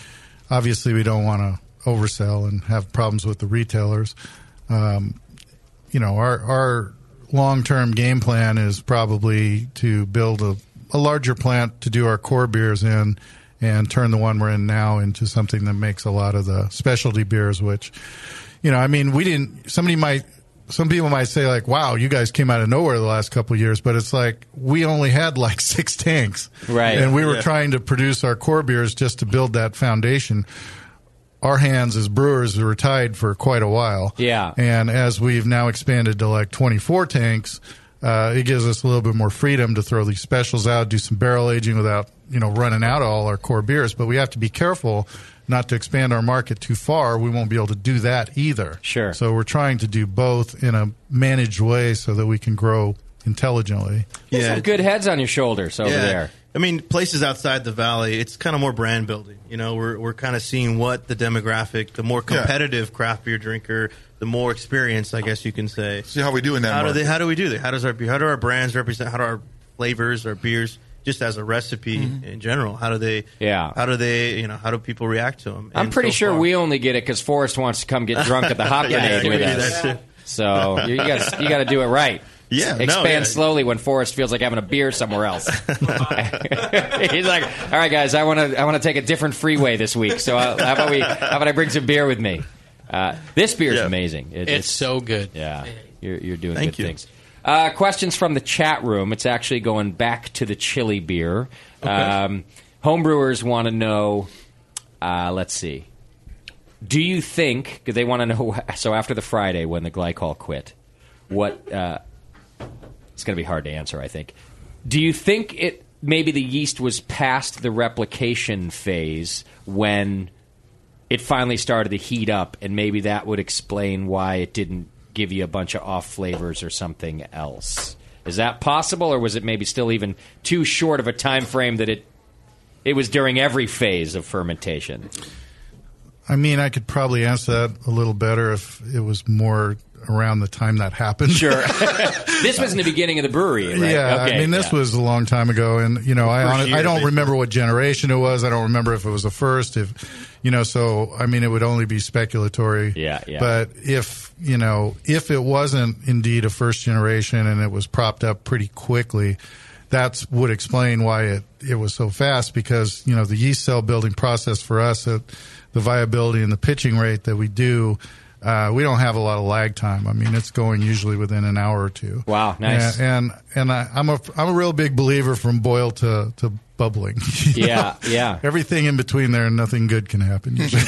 Speaker 20: obviously, we don't want to oversell and have problems with the retailers. Um, you know, our our long term game plan is probably to build a, a larger plant to do our core beers in. And turn the one we're in now into something that makes a lot of the specialty beers, which, you know, I mean, we didn't, somebody might some people might say like, "Wow, you guys came out of nowhere the last couple of years," but it's like we only had like [LAUGHS] six tanks,
Speaker 10: Right.
Speaker 20: And we were
Speaker 10: Yeah.
Speaker 20: trying to produce our core beers just to build that foundation. Our hands as brewers were tied for quite a while,
Speaker 10: Yeah.
Speaker 20: And as we've now expanded to like 24 tanks, uh, it gives us a little bit more freedom to throw these specials out, do some barrel aging without you know running out of all our core beers. But we have to be careful not to expand our market too far. We won't be able to do that either.
Speaker 10: Sure.
Speaker 20: So we're trying to do both in a managed way so that we can grow intelligently.
Speaker 10: There's some good heads on your shoulders over there.
Speaker 21: I mean, places outside the valley, it's kind of more brand building. You know, we're we're kind of seeing what the demographic, the more competitive craft beer drinker, the more experience, I guess you can say.
Speaker 13: See how we do in that
Speaker 21: How do they?
Speaker 13: market.
Speaker 21: How do we do that? How does our beer- how do our brands represent? How do our flavors, our beers, just as a recipe
Speaker 10: Mhm.
Speaker 21: in general? How do they?
Speaker 10: Yeah.
Speaker 21: How do they? You know, how do people react to them?
Speaker 10: I'm pretty sure we only get it because Forrest wants to come get
Speaker 21: [LAUGHS]
Speaker 10: drunk at the Hop
Speaker 21: Yeah,
Speaker 10: Grenade
Speaker 21: yeah,
Speaker 10: with
Speaker 21: yeah,
Speaker 10: us.
Speaker 21: that's it.
Speaker 10: So you got you got to do it right.
Speaker 21: [LAUGHS] Yeah, no,
Speaker 10: expand
Speaker 21: yeah.
Speaker 10: slowly when Forrest feels like having a beer somewhere
Speaker 21: [LAUGHS]
Speaker 10: else. [LAUGHS] He's like, "All right, guys, I want to I want to take a different freeway this week. So uh, how about we how about I bring some beer with me? Uh, this beer is amazing. It-
Speaker 11: It's so good.
Speaker 10: Yeah, you're, you're doing
Speaker 11: Thank
Speaker 10: good
Speaker 11: you.
Speaker 10: things. Uh, questions from the chat room. It's actually going back to the chili beer. Um, homebrewers want to know. Uh, let's see. Do you think? Because they want to know. [LAUGHS] So after the Friday when the glycol quit, what? Uh, it's going to be hard to answer. I think. Do you think it? Maybe the yeast was past the replication phase when it finally started to heat up, and maybe that would explain why it didn't give you a bunch of off flavors or something else. Is that possible, or was it maybe still even too short of a time frame that it it was during every phase of fermentation?
Speaker 20: I mean, I could probably answer that a little better if it was more around the time that happened. [LAUGHS]
Speaker 10: Sure. [LAUGHS] this was in the beginning of the brewery, right?
Speaker 20: Yeah, I mean, this
Speaker 10: yeah.
Speaker 20: was a long time ago, and you know, I
Speaker 10: First
Speaker 20: hon-
Speaker 10: year,
Speaker 20: I don't
Speaker 10: basically.
Speaker 20: remember what generation it was. I don't remember if it was the first, if you know. So, I mean, it would only be speculatory.
Speaker 10: Yeah, yeah.
Speaker 20: But if you know, if it wasn't indeed a first generation and it was propped up pretty quickly, that's would explain why it it was so fast because you know the yeast cell building process for us at the viability and the pitching rate that we do. Uh, we don't have a lot of lag time. I mean, it's going usually within an hour or two.
Speaker 10: Wow, nice.
Speaker 20: Yeah, and and I, I'm a I'm a real big believer from boil to to bubbling. [LAUGHS] You
Speaker 10: Yeah,
Speaker 20: know?
Speaker 10: yeah.
Speaker 20: Everything in between there, and nothing good can
Speaker 10: [LAUGHS]
Speaker 20: happen. usually.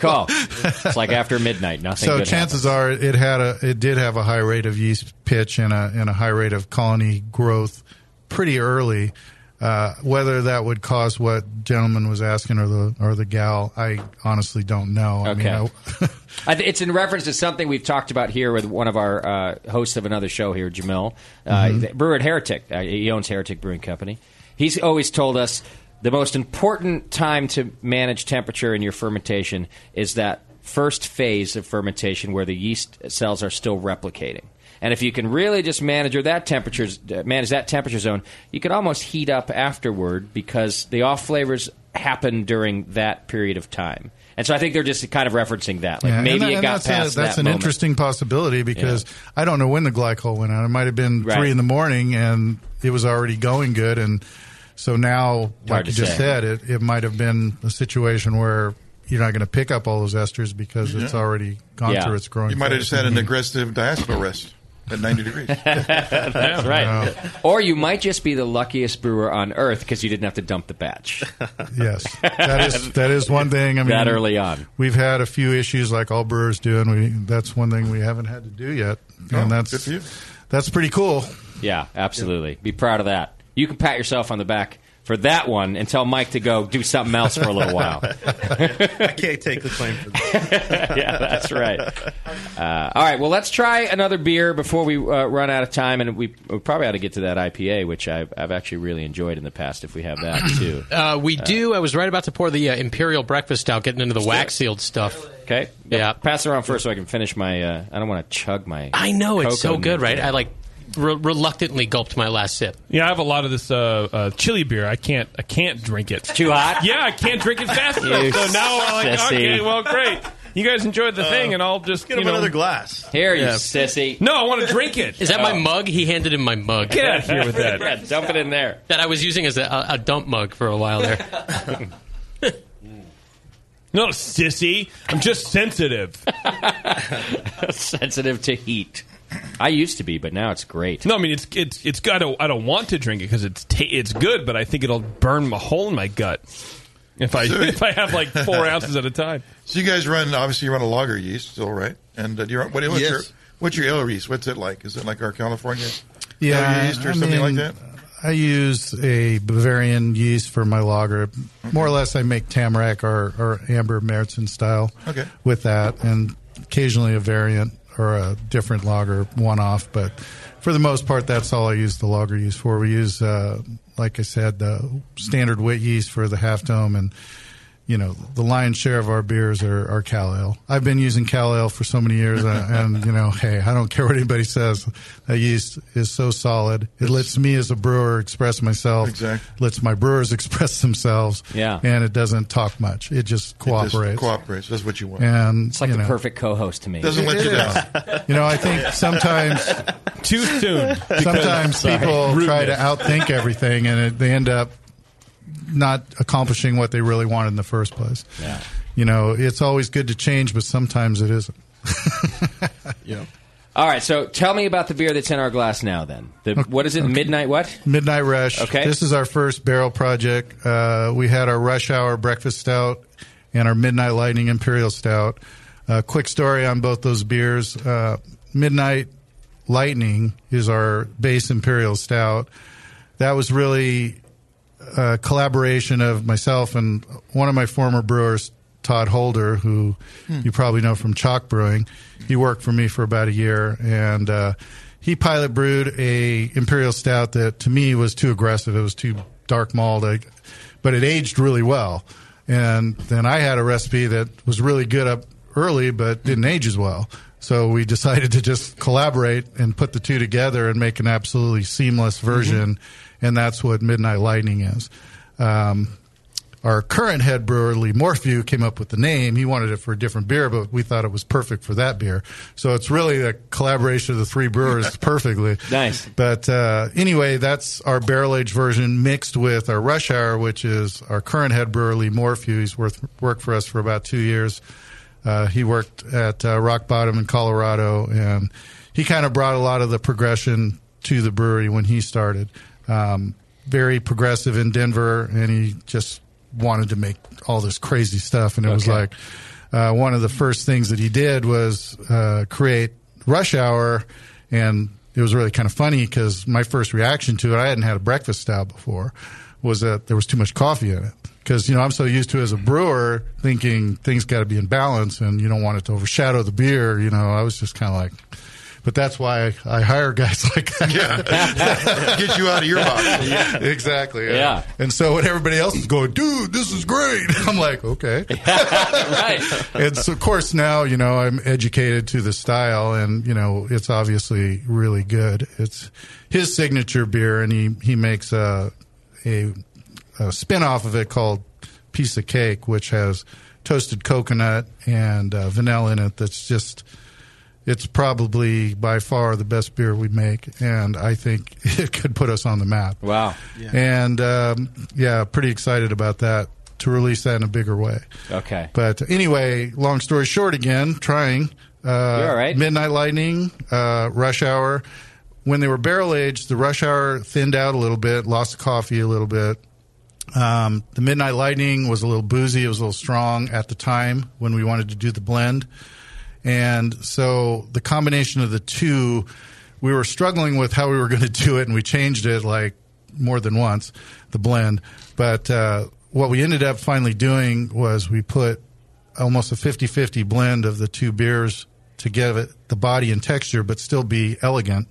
Speaker 20: [LAUGHS]
Speaker 10: call. It's like after midnight, nothing.
Speaker 20: so
Speaker 10: good
Speaker 20: chances are it had a it did have a high rate of yeast pitch and a and a high rate of colony growth pretty early. Uh, whether that would cause what gentleman was asking or the or the gal, I honestly don't know. I mean,
Speaker 10: Okay.
Speaker 20: I,
Speaker 10: I th- it's in reference to something we've talked about here with one of our uh, hosts of another show here, Jamil, uh,
Speaker 20: Mhm.
Speaker 10: th- brewer at Heretic. Uh, he owns Heretic Brewing Company. He's always told us the most important time to manage temperature in your fermentation is that first phase of fermentation where the yeast cells are still replicating. And if you can really just manage or that temperature, manage that temperature zone, you can almost heat up afterward because the off flavors happen during that period of time. And so I think they're just kind of referencing that. Like
Speaker 20: Yeah, and
Speaker 10: maybe
Speaker 20: that-
Speaker 10: it
Speaker 20: and
Speaker 10: got
Speaker 20: that's a-
Speaker 10: past
Speaker 20: that's
Speaker 10: that
Speaker 20: an
Speaker 10: moment.
Speaker 20: interesting possibility because I don't know when the glycol went out. It might have been
Speaker 10: Right.
Speaker 20: three in the morning and it was already going good, and so now,
Speaker 10: Hard
Speaker 20: like
Speaker 10: to
Speaker 20: you just
Speaker 10: say.
Speaker 20: said, it it might have been a situation where you're not going to pick up all those esters because it's
Speaker 13: Yeah.
Speaker 20: already gone through its growing.
Speaker 13: Mm-hmm. You might have
Speaker 20: phase. Mm-hmm.
Speaker 13: just had an aggressive diastole rest at 90 degrees.
Speaker 10: [LAUGHS] [LAUGHS] That's right. Or you might just be the luckiest brewer on earth because you didn't have to dump the batch.
Speaker 20: [LAUGHS] Yes, that
Speaker 10: [LAUGHS]
Speaker 20: is that is one thing. I mean,
Speaker 10: That early on.
Speaker 20: we've had a few issues like all brewers do, and we that's one thing we haven't had to do yet,
Speaker 10: Oh,
Speaker 20: and that's
Speaker 10: good for you.
Speaker 20: that's pretty cool.
Speaker 10: Yeah, absolutely. Be proud of that. You can pat yourself on the back for that one and tell Mike to go do something else for a
Speaker 20: [LAUGHS]
Speaker 10: little while. [LAUGHS]
Speaker 21: [LAUGHS] I can't take the claim for that.
Speaker 10: yeah, that's right. Uh, all right, well, let's try another beer before we uh, run out of time, and we, we probably ought to get to that IPA, which I've, I've actually really enjoyed in the past. If we have
Speaker 20: [CLEARS THROAT]
Speaker 10: that too,
Speaker 11: Uh, we do. I was right about to pour the uh, Imperial Breakfast out, getting into the wax sealed stuff.
Speaker 10: Okay. Yeah. Pass it around first so I can finish my. Uh, I don't want to chug my.
Speaker 11: I know it's so
Speaker 10: cocoa
Speaker 11: good,
Speaker 10: nut.
Speaker 11: right? I like re- reluctantly gulped my last sip.
Speaker 5: Yeah, I have a lot of this uh, uh, chili beer. I can't. I can't drink it.
Speaker 10: Too hot?
Speaker 5: Yeah, I can't drink it fast
Speaker 10: You
Speaker 5: enough. So now I'm like,
Speaker 10: sissy. Uh,
Speaker 5: okay, well, great. You guys enjoyed the thing, and I'll just
Speaker 21: get
Speaker 5: you
Speaker 21: him
Speaker 5: know-
Speaker 21: another glass.
Speaker 10: Here,
Speaker 5: Yeah.
Speaker 10: you sissy.
Speaker 5: No, I want to drink it.
Speaker 11: Is that my
Speaker 5: Oh.
Speaker 11: mug? He handed him my mug.
Speaker 5: Get out of here with that.
Speaker 10: Yeah, dump it in there.
Speaker 11: [LAUGHS] That I was using as a, a, a dump mug for a while there.
Speaker 10: [LAUGHS]
Speaker 5: No, sissy. I'm just sensitive.
Speaker 10: sensitive to heat. I used to be, but now it's great.
Speaker 5: No, I mean it's it's it's got. I don't, I don't want to drink it because it's ta- it's good, but I think it'll burn a hole in my gut if
Speaker 21: [LAUGHS]
Speaker 5: I if I have
Speaker 10: [LAUGHS]
Speaker 5: like four ounces at a time.
Speaker 13: So you guys run obviously you run a lager yeast still, right? And uh, do you run, what, what's
Speaker 20: Yes.
Speaker 13: your what's your ale yeast? What's it like? Is it like our California ale
Speaker 20: Yeah,
Speaker 13: yeast or
Speaker 20: I
Speaker 13: something like
Speaker 20: mean,
Speaker 13: that?
Speaker 20: I use a Bavarian yeast for my lager. More or less, I make tamarack or, or amber märzen style
Speaker 13: Okay.
Speaker 20: with that, and occasionally a variant or a different lager one off. But for the most part, that's all I use the lager yeast for. We use, uh, like I said, the standard wit yeast for the half dome and. You know, the lion's share of our beers are, are Cal Ale. I've been using Cal Ale for so many years, uh, [LAUGHS] and you know, hey, I don't care what anybody says. That yeast is so solid; it lets me as a brewer express myself.
Speaker 13: Exactly.
Speaker 20: Lets my brewers [LAUGHS] express themselves.
Speaker 13: Yeah.
Speaker 20: and it doesn't talk much; it just cooperates.
Speaker 13: It just cooperates. That's what you want.
Speaker 20: And
Speaker 10: It's like
Speaker 20: you
Speaker 10: the
Speaker 20: know,
Speaker 10: perfect co-host to me.
Speaker 13: Doesn't let you down.
Speaker 20: You know, I think sometimes
Speaker 5: too soon.
Speaker 20: Sometimes people try to outthink everything, and it, they end up not accomplishing what they really wanted in the first place.
Speaker 10: Yeah.
Speaker 20: You know, it's always good to change, but sometimes it isn't.
Speaker 10: All right, so tell me about the beer that's in our glass now. Then, the, what is it? Midnight what?
Speaker 20: Midnight Rush.
Speaker 10: Okay.
Speaker 20: This is our first barrel project. Uh, we had our Rush Hour Breakfast Stout and our Midnight Lightning Imperial Stout. Uh, quick story on both those beers. Uh, Midnight Lightning is our base Imperial Stout. That was really a collaboration of myself and one of my former brewers, Todd Holder, who
Speaker 13: Hmm.
Speaker 20: you probably know from Chalk Brewing. He worked for me for about a year, and uh, he pilot brewed a imperial stout that to me was too aggressive. It was too dark malt, I- but it aged really well. And then I had a recipe that was really good up early, but didn't age as well. So we decided to just collaborate and put the two together and make an absolutely seamless version, and that's what Midnight Lightning is. Um, our current head brewer Lee Morphew came up with the name. He wanted it for a different beer, but we thought it was perfect for that beer. So it's really a collaboration of the three brewers perfectly.
Speaker 10: Nice.
Speaker 20: But uh, anyway, that's our barrel aged version mixed with our rush hour, which is our current head brewer Lee Morphew. He's worth, worked for us for about two years. Uh, he worked at uh, Rock Bottom in Colorado, and he kind of brought a lot of the progression to the brewery when he started. Um, very progressive in Denver, and he just wanted to make all this crazy stuff. And it was like uh, one of the first things that he did was uh, create Rush Hour, and it was really kind of funny because my first reaction to it, I hadn't had a breakfast stout before, was that there was too much coffee in it. Because you know I'm so used to as a brewer thinking things got to be in balance, and you don't want it to overshadow the beer. You know, I was just kind of like, but that's why I hire guys [LAUGHS] like that.
Speaker 13: [LAUGHS] Get you out of
Speaker 10: [LAUGHS]
Speaker 13: your box.
Speaker 20: Exactly. And so when everybody else is going, dude, this is great, [LAUGHS] I'm like, okay.
Speaker 10: [LAUGHS] right.
Speaker 20: [LAUGHS] and so, of course, now, you know, I'm educated to the style and, you know, it's obviously really good. It's his signature beer and he, he makes a, a, a spin off of it called Piece of Cake, which has toasted coconut and uh, vanilla in it that's just it's probably by far the best beer we make, and I think [LAUGHS] it could put us on the map.
Speaker 10: Wow.
Speaker 20: Yeah. And um, yeah, pretty excited about that to release that in a bigger way.
Speaker 10: Okay.
Speaker 20: But anyway, long story short, again, trying. Uh,
Speaker 10: You're all right.
Speaker 20: Midnight Lightning, uh, Rush Hour. When they were barrel aged, the Rush Hour thinned out a little bit, lost the coffee a little bit. Um, the Midnight Lightning was a little boozy, it was a little strong at the time when we wanted to do the blend. And so the combination of the two, we were struggling with how we were [LAUGHS] going to do it, and we changed it like more than once, the blend. But uh, what we ended up finally doing was we put almost a 50 50 blend of the two beers to give it the body and texture, but still be elegant.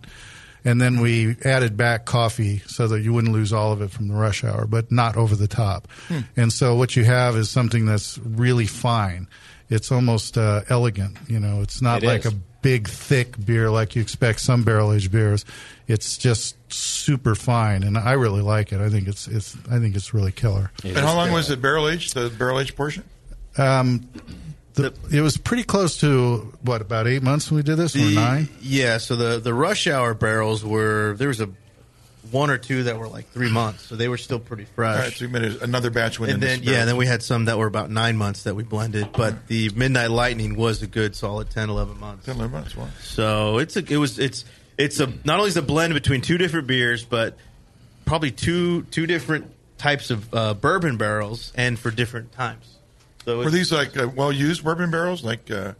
Speaker 20: And then we added back coffee so that you wouldn't lose all of it from the rush hour, but not over the top.
Speaker 16: Hmm.
Speaker 20: And so what you have is something that's really fine. It's almost uh, elegant. You know, it's not
Speaker 16: It
Speaker 20: like
Speaker 16: is.
Speaker 20: a big, thick beer like you expect some barrel aged beers. It's just super fine, and I really like it. I think it's it's I think it's really killer.
Speaker 13: And how long was the barrel aged? The barrel aged portion?
Speaker 20: Um, the, it was pretty close to what about eight months when we did this or
Speaker 21: The-
Speaker 20: nine?
Speaker 21: Yeah, so the the rush hour barrels were there was a one or two that were like three months, so they were still pretty fresh.
Speaker 13: All right, so we made another batch went
Speaker 21: and
Speaker 13: in
Speaker 21: then
Speaker 13: this barrel.
Speaker 21: yeah, then we had some that were about nine months that we blended,
Speaker 13: Mm-hmm.
Speaker 21: but the midnight lightning was a good solid 10, 11 months.
Speaker 13: 10, 11 months, wow.
Speaker 21: So it's a it was it's it's a not only is it a blend between two different beers, but probably two two different types of uh, bourbon barrels and for different times. So
Speaker 13: Were
Speaker 21: it's-
Speaker 13: these like uh, well used bourbon barrels? Like uh,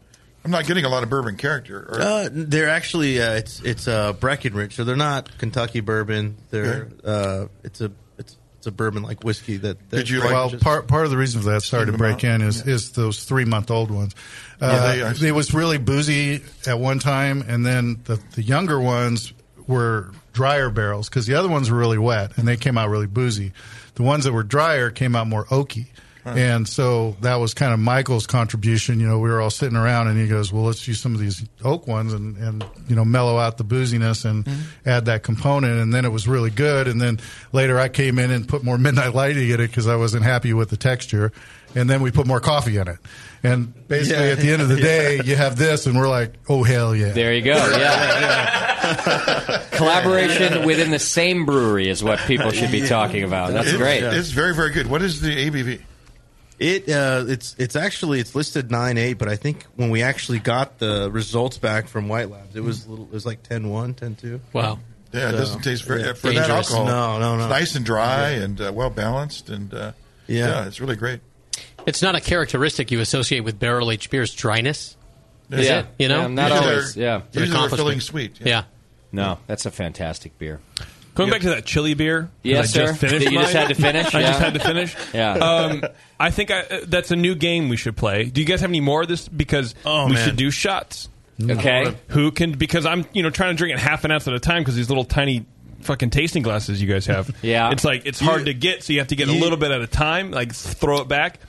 Speaker 13: I'm not getting a lot of bourbon character. Or,
Speaker 21: Uh, they're actually uh, it's it's uh, Breckenridge, so they're not Kentucky bourbon. They're uh, it's a it's it's a bourbon like whiskey that. that
Speaker 20: well,
Speaker 21: Breckenridge is-
Speaker 20: part part of the reason for that sorry to
Speaker 21: them
Speaker 20: break in
Speaker 21: out?
Speaker 20: is is those three month old ones.
Speaker 13: Yeah,
Speaker 20: Uh,
Speaker 13: they are-
Speaker 20: it was really boozy at one time, and then the the younger ones were drier barrels because the other ones were really wet and they came out really boozy. The ones that were drier came out more oaky.
Speaker 16: Huh.
Speaker 20: And so that was kind of Michael's contribution. You know, we were all sitting around and he goes, Well, let's use some of these oak ones and, and you know, mellow out the booziness and add that component. And then it was really good. And then later I came in and put more [LAUGHS] midnight lighting in it because I wasn't happy with the texture. And then we put more coffee in it. And basically
Speaker 16: Yeah.
Speaker 20: at the end of the
Speaker 16: [LAUGHS] Yeah.
Speaker 20: day, you have this and we're like, Oh, hell yeah.
Speaker 10: There you go. Yeah. Collaboration within the same brewery is what people should be talking about. That's
Speaker 13: It's-
Speaker 10: great.
Speaker 13: It's very very good. What is the ABV?
Speaker 21: It uh, it's it's actually it's listed nine eight, but I think when we actually got the results back from White Labs, it was a little, it was like 10-1, 10-2.
Speaker 11: Wow.
Speaker 13: Yeah, it
Speaker 21: So,
Speaker 13: doesn't taste very
Speaker 21: yeah.
Speaker 13: for that alcohol.
Speaker 21: No, no, no.
Speaker 13: It's nice and dry
Speaker 21: Yeah.
Speaker 13: and uh, well balanced and uh,
Speaker 11: Yeah.
Speaker 13: it's really great.
Speaker 11: It's not a characteristic you associate with barrel aged beers dryness. Is
Speaker 10: Yeah.
Speaker 11: it? You know?
Speaker 10: Yeah, not
Speaker 11: Usually
Speaker 10: always,
Speaker 11: they're-
Speaker 10: yeah.
Speaker 11: they're accomplishment. Yeah.
Speaker 10: No, that's a fantastic beer.
Speaker 5: Going back to that chili beer. that
Speaker 10: Yes,
Speaker 5: I
Speaker 10: sir.
Speaker 5: Just finished
Speaker 10: That you just
Speaker 5: mine.
Speaker 10: had to finish,
Speaker 5: [LAUGHS] I just
Speaker 10: yeah.
Speaker 5: had to finish.
Speaker 10: Yeah.
Speaker 5: Um, I think I, uh, that's a new game we should play. Do you guys have any more of this? Because we
Speaker 10: man.
Speaker 5: should do shots.
Speaker 10: Okay.
Speaker 5: Who can? Because I'm you know trying to drink it half an ounce at a time because these little tiny fucking tasting glasses you guys have.
Speaker 10: [LAUGHS] Yeah.
Speaker 5: It's like it's hard to get, so you have to get a little bit at a time. Like throw it back.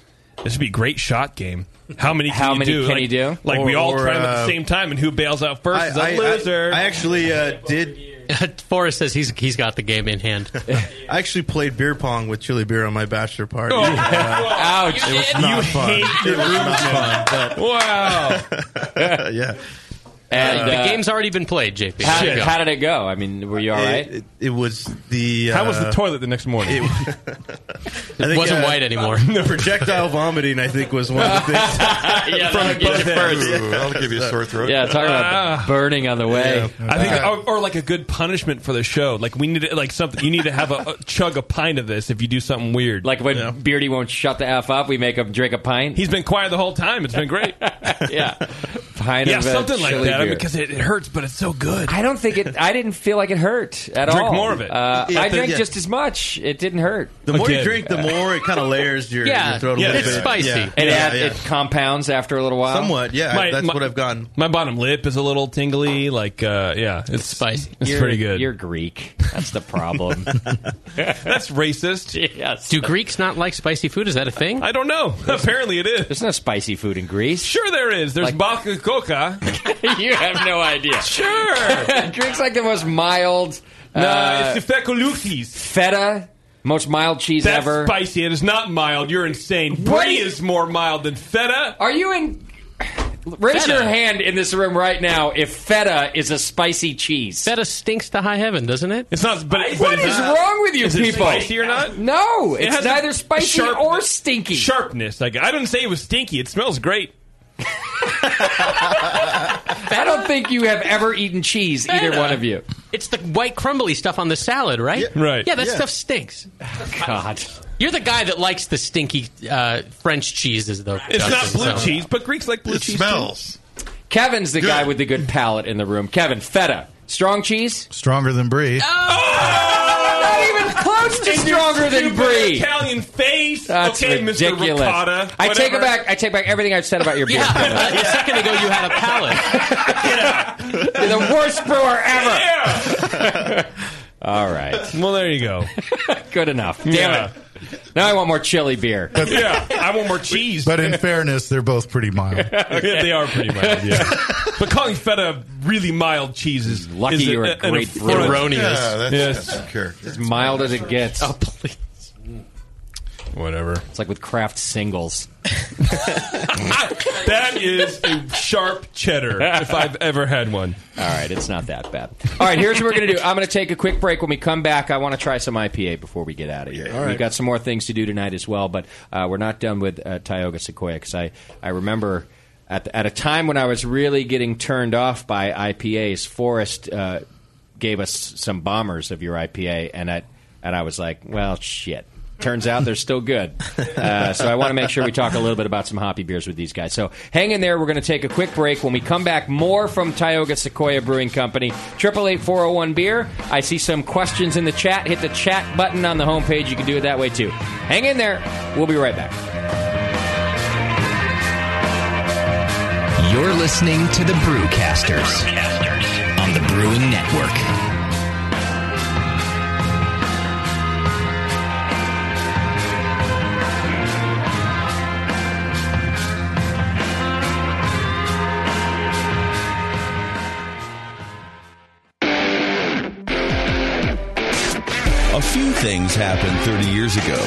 Speaker 5: This would be a great shot game. How many? Can
Speaker 10: How
Speaker 5: you
Speaker 10: many
Speaker 5: do?
Speaker 10: can
Speaker 5: like,
Speaker 10: you do?
Speaker 5: Like we
Speaker 10: Or-
Speaker 5: all
Speaker 10: or,
Speaker 5: try them at the
Speaker 10: uh,
Speaker 5: same time, and who bails out first is a loser.
Speaker 21: I actually uh, did.
Speaker 11: [LAUGHS] Forrest says he's he's got the game in
Speaker 10: [LAUGHS]
Speaker 11: hand. [LAUGHS]
Speaker 21: I actually played beer pong with chili beer on my bachelor party.
Speaker 11: Oh.
Speaker 21: [LAUGHS] Ouch! It was
Speaker 11: You
Speaker 21: not fun.
Speaker 11: hate your
Speaker 21: it was not fun.
Speaker 11: roommate.
Speaker 9: [LAUGHS]
Speaker 21: But
Speaker 5: wow.
Speaker 21: [LAUGHS] yeah.
Speaker 10: And,
Speaker 11: the
Speaker 10: uh,
Speaker 11: game's already been played, JP.
Speaker 10: How
Speaker 11: There you
Speaker 10: did,
Speaker 11: go.
Speaker 10: how did it go? I mean, were you all
Speaker 11: It-
Speaker 10: right?
Speaker 21: It, it was the. uh,
Speaker 10: How was the
Speaker 5: toilet the next morning?
Speaker 21: I
Speaker 11: It wasn't white
Speaker 21: [LAUGHS]
Speaker 11: anymore.
Speaker 21: uh, projectile vomiting, I think, was one of the things.
Speaker 10: yeah,
Speaker 21: From
Speaker 10: that'll get
Speaker 21: both
Speaker 10: you
Speaker 21: ends.
Speaker 10: first.
Speaker 21: Ooh, that'll give you a sore throat.
Speaker 10: Yeah, talk about
Speaker 5: Ah.
Speaker 10: burning on the way. Uh,
Speaker 5: I think, or, or like a good punishment for the show. Like we need, to, like something. You need to have a, [LAUGHS] a chug a pint of this if you do something weird.
Speaker 10: Like when
Speaker 5: you know?
Speaker 10: Beardy won't shut the f up, we make him drink a pint.
Speaker 5: He's been quiet the whole time. It's been great.
Speaker 10: [LAUGHS] yeah, pint
Speaker 5: yeah,
Speaker 10: of, uh,
Speaker 5: something like
Speaker 10: chili
Speaker 5: that I mean,
Speaker 10: beer.
Speaker 5: because it, it hurts, but it's so good.
Speaker 10: I don't think it. I didn't feel like it hurt at all.
Speaker 5: Drink more of it.
Speaker 10: Uh,
Speaker 5: Yeah,
Speaker 10: I
Speaker 5: the-
Speaker 10: drank
Speaker 5: yeah.
Speaker 10: just as much. It didn't hurt.
Speaker 21: The more you drink, the more it kind of layers your, your throat a little bit. Yeah.
Speaker 10: It,
Speaker 21: Yeah,
Speaker 10: add-
Speaker 21: yeah.
Speaker 10: it compounds after a little while. [LAUGHS]
Speaker 21: gotten.
Speaker 5: My bottom lip is a little tingly. Like, uh, yeah, it's, spicy. It's
Speaker 10: You're-
Speaker 5: pretty good.
Speaker 10: You're Greek. That's the
Speaker 5: [LAUGHS]
Speaker 10: problem.
Speaker 5: That's racist.
Speaker 10: Yes.
Speaker 11: Do Greeks not like spicy food? Is that a thing?
Speaker 5: I don't know. [LAUGHS] Apparently, it is.
Speaker 10: There's no spicy food in Greece.
Speaker 5: Sure, there is. There's baka coca.
Speaker 10: [LAUGHS] you have no idea.
Speaker 5: Sure.
Speaker 10: Greek's like the most mild.
Speaker 5: No,
Speaker 10: uh,
Speaker 5: it's the fecalucis.
Speaker 10: Feta, most mild cheese
Speaker 5: That's
Speaker 10: ever.
Speaker 5: spicy. It is not mild. You're insane. Brie is more mild than feta.
Speaker 10: Are you in? Raise your hand in this room right now if feta is a spicy cheese.
Speaker 11: Feta stinks to high heaven, doesn't it?
Speaker 5: It's not. But,
Speaker 10: What is wrong with you
Speaker 11: Is it
Speaker 10: people?
Speaker 11: spicy
Speaker 5: or not?
Speaker 10: No,
Speaker 5: It
Speaker 10: it's
Speaker 5: has a
Speaker 10: neither spicy
Speaker 5: sharp-
Speaker 10: or stinky.
Speaker 5: Sharpness. Like I didn't say it was stinky. It smells great.
Speaker 10: I don't think you have ever eaten cheese, either
Speaker 11: Feta.
Speaker 10: one of you.
Speaker 11: It's the white crumbly stuff on the salad, right?
Speaker 10: Yeah. Right.
Speaker 11: Yeah, that
Speaker 10: Yeah.
Speaker 11: stuff stinks.
Speaker 10: God.
Speaker 11: You're the guy that likes the stinky uh, French cheeses, though.
Speaker 5: It's not
Speaker 11: Justin,
Speaker 5: blue
Speaker 11: so-
Speaker 5: cheese, but Greeks like blue cheese.
Speaker 10: smells. Kevin's the guy with the good palate in the room. Kevin, feta, strong cheese,
Speaker 20: stronger than brie.
Speaker 10: not even close to
Speaker 5: In your
Speaker 10: stronger than
Speaker 5: stupid
Speaker 10: brie.
Speaker 5: Italian face.
Speaker 10: That's
Speaker 5: okay,
Speaker 10: ridiculous.
Speaker 5: Mr. Ricotta.
Speaker 10: I take it
Speaker 5: whatever.
Speaker 10: back. I take back everything I've said about
Speaker 5: [LAUGHS]
Speaker 10: your beer. Kevin.
Speaker 11: A second ago, you had a palate.
Speaker 10: You're the worst brewer ever. All right.
Speaker 5: Well, there you go.
Speaker 10: [LAUGHS] Good enough. Damn
Speaker 5: Yeah.
Speaker 10: it. Now I want more chili beer.
Speaker 5: [LAUGHS] yeah, I want more cheese.
Speaker 20: But in fairness, they're both pretty mild.
Speaker 5: [LAUGHS] Yeah, they are pretty mild. Yeah, [LAUGHS] but calling feta really mild cheese is
Speaker 10: Lucky
Speaker 5: is
Speaker 10: you're a
Speaker 5: an
Speaker 10: great
Speaker 5: affront.
Speaker 10: brewer. Erroneous.
Speaker 13: Yeah, that's,
Speaker 5: yes.
Speaker 13: that's character.
Speaker 10: As mild as it gets.
Speaker 11: Oh, please.
Speaker 5: Whatever.
Speaker 10: It's like with
Speaker 5: [LAUGHS]
Speaker 10: craft singles.
Speaker 5: That is a sharp cheddar if I've
Speaker 10: [LAUGHS]
Speaker 5: ever had one.
Speaker 10: All right, it's not that bad. All right, here's what we're going to do. I'm going to take a quick break. When we come back, I want to try some IPA before we get out of here.
Speaker 1: all right.
Speaker 10: We've got some more things to do tonight as well, but uh, we're not done with uh, Tioga Sequoia because I, I remember at, the, at a time when I was really getting turned off by IPAs, Forrest uh, gave us some bombers of your IPA, and, at, and I was like, well, shit. Turns out they're still good. Uh, so I want to make sure we talk a little bit about some hoppy beers with these guys. So hang in there. We're going to take a quick break. When we come back, more from Tioga Sequoia Brewing Company. Triple eight four zero one beer. I see some questions in the chat. Hit the chat button on the homepage. You can do it that way too. Hang in there. We'll be right back.
Speaker 9: You're listening to the Brewcasters, on the Brewing Network.
Speaker 27: A few things happened 30 years ago.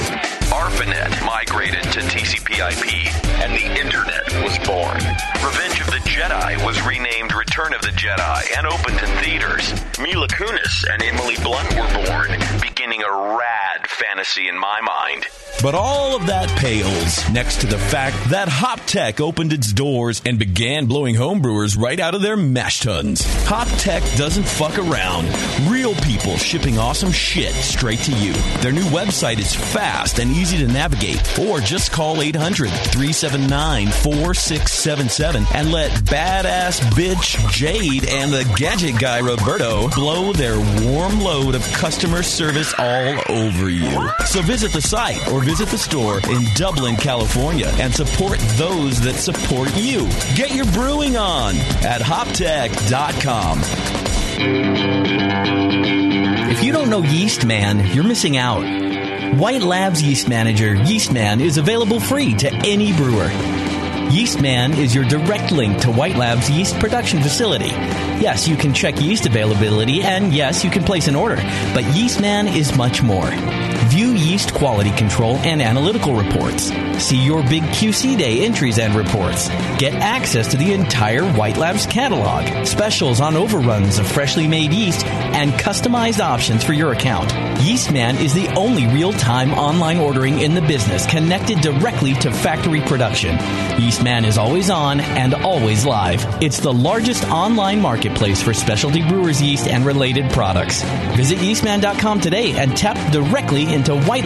Speaker 26: ARPANET migrated to TCP/IP, and the Internet was born. Revenge of the Jedi was renamed Return of the Jedi and opened in theaters. Mila Kunis and Emily Blunt were born, beginning a rad fantasy in my mind.
Speaker 27: But all of that pales next to the fact that HopTech opened its doors and began blowing homebrewers right out of their mash tuns. HopTech doesn't fuck around. Real people shipping awesome shit straight to you. Their new website is fast and easy to navigate, or just call 800 379 4677 and let
Speaker 16: badass bitch Jade and the gadget guy Roberto blow their warm load of customer service all over you. So visit the site or visit the store in Dublin, California and support those that support you. Get your brewing on at hoptech.com.
Speaker 19: If you don't know Yeast Man, you're missing out. White Labs Yeast Manager Yeast Man is available free to any brewer. Yeast Man is your direct link to White Labs yeast production facility. Yes, you can check yeast availability and yes, you can place an order, but Yeast Man is much more. View yeast quality control and analytical reports. See your big QC day entries and reports. Get access to the entire White Labs catalog, specials on overruns of freshly made yeast, and customized options for your account. Yeastman is the only real time online ordering in the business connected directly to factory production. Yeastman is always on and always live. It's the largest online marketplace for specialty brewers' yeast and related products. Visit yeastman.com today and tap directly into White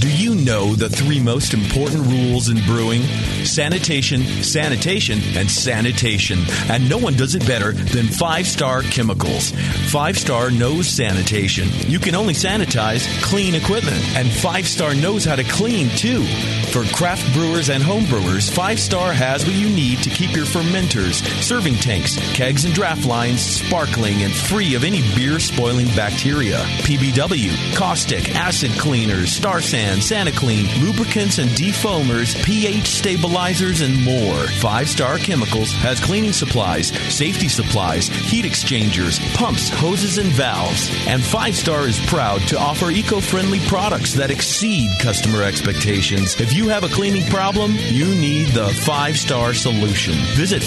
Speaker 16: Do you know the three most important rules in brewing? Sanitation, sanitation, and sanitation. And no one does it better than Five Star Chemicals. Five Star knows sanitation. You can only sanitize clean equipment. And Five Star knows how to clean too. For craft brewers and home brewers, Five Star has what you need to keep your fermenters, serving tanks, kegs, and draft lines sparkling and free of any beer spoiling bacteria. PBW, caustic, acid cleaners, star sand, SanaClean, lubricants and defoamers, pH stabilizers, and more. Five Star Chemicals has cleaning supplies, safety supplies, heat exchangers, pumps, hoses, and valves. And Five Star is proud to offer eco friendly products that exceed customer expectations. If you have a cleaning problem, you need the Five Star solution. Visit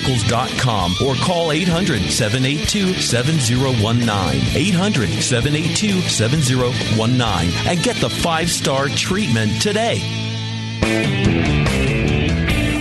Speaker 16: 5starchemicals.com or call 800 782 7019. 800 782 7019 and get the five star treatment today.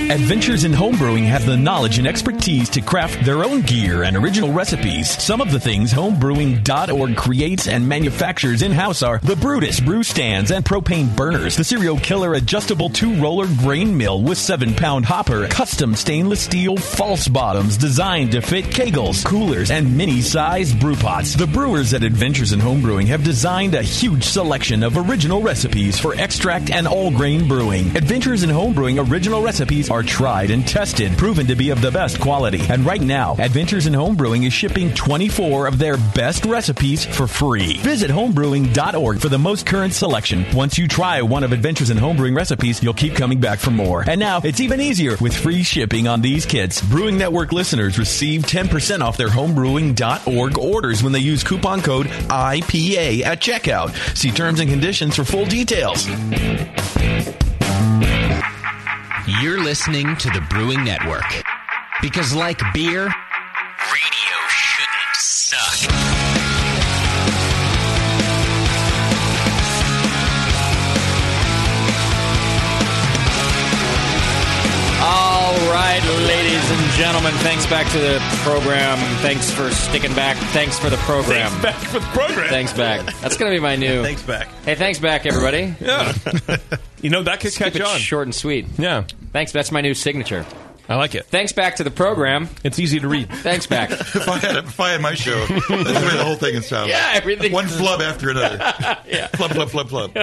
Speaker 16: Adventures in Homebrewing have the knowledge and expertise to craft their own gear and original recipes. Some of the things homebrewing.org creates and manufactures in-house are the Brutus brew stands and propane burners, the serial killer adjustable two-roller grain mill with seven-pound hopper, custom stainless steel false bottoms designed to fit kegels, coolers, and mini-sized brew pots. The brewers at Adventures in Homebrewing have designed a huge selection of original recipes for extract and all-grain brewing. Adventures in Homebrewing original recipes are tried and tested, proven to be of the best quality. And right now, Adventures in Homebrewing is shipping 24 of their best recipes for free. Visit homebrewing.org for the most current selection. Once you try one of Adventures in Homebrewing recipes, you'll keep coming back for more. And now, it's even easier with free shipping on these kits. Brewing Network listeners receive 10% off their homebrewing.org orders when they use coupon code IPA at checkout. See terms and conditions for full details.
Speaker 11: You're listening to the Brewing Network. Because, like beer, radio shouldn't suck.
Speaker 10: All right, ladies and gentlemen, thanks back to the program. Thanks for sticking back. Thanks for the program. Thanks back for the program. Thanks back. That's going to be my new. thanks back. Hey, thanks back, everybody. Yeah. you know, that could catch on. Short and sweet. Yeah. Thanks. That's my new signature. I like it. Thanks back to the program. It's easy to read. Thanks back.
Speaker 13: [LAUGHS] if I had if I had my show, that's
Speaker 10: [LAUGHS]
Speaker 13: the way the whole thing would sound.
Speaker 10: Yeah, everything. [LAUGHS]
Speaker 13: One flub after another. yeah, flub, flub, flub, flub.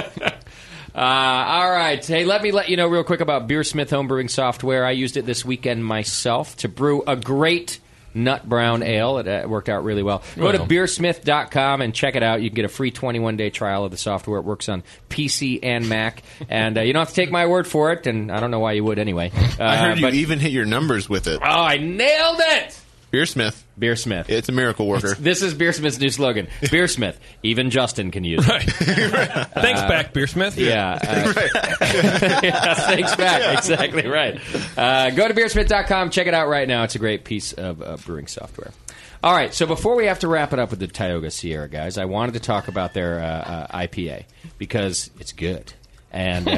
Speaker 10: Uh, all right. Hey, let me let you know real quick about Beersmith homebrewing software. I used it this weekend myself to brew a great nut brown ale. It uh, worked out really well. Go
Speaker 12: Well.
Speaker 10: to beersmith.com and check it out. You can get a free 21 day trial of the software. It works on PC and Mac. and uh, you don't have to take my word for it, and I don't know why you would anyway. Uh,
Speaker 8: [LAUGHS] I heard you
Speaker 10: but-
Speaker 8: even hit your numbers with it.
Speaker 10: Oh, I nailed it!
Speaker 8: Beersmith.
Speaker 10: Beersmith.
Speaker 8: It's a miracle worker.
Speaker 10: This is Beersmith's new
Speaker 8: [LAUGHS]
Speaker 10: slogan. Beersmith. Even Justin can use it.
Speaker 5: Thanks
Speaker 10: Uh,
Speaker 5: back, Beersmith.
Speaker 8: [LAUGHS]
Speaker 10: Yeah. uh, [LAUGHS] yes, thanks back. Exactly right. Uh, go to beersmith.com. Check it out right now. It's a great piece of uh, brewing software. All right. So before we have to wrap it up with the Tioga Sierra guys, I wanted to talk about their uh, uh, IPA because it's good. And uh, uh,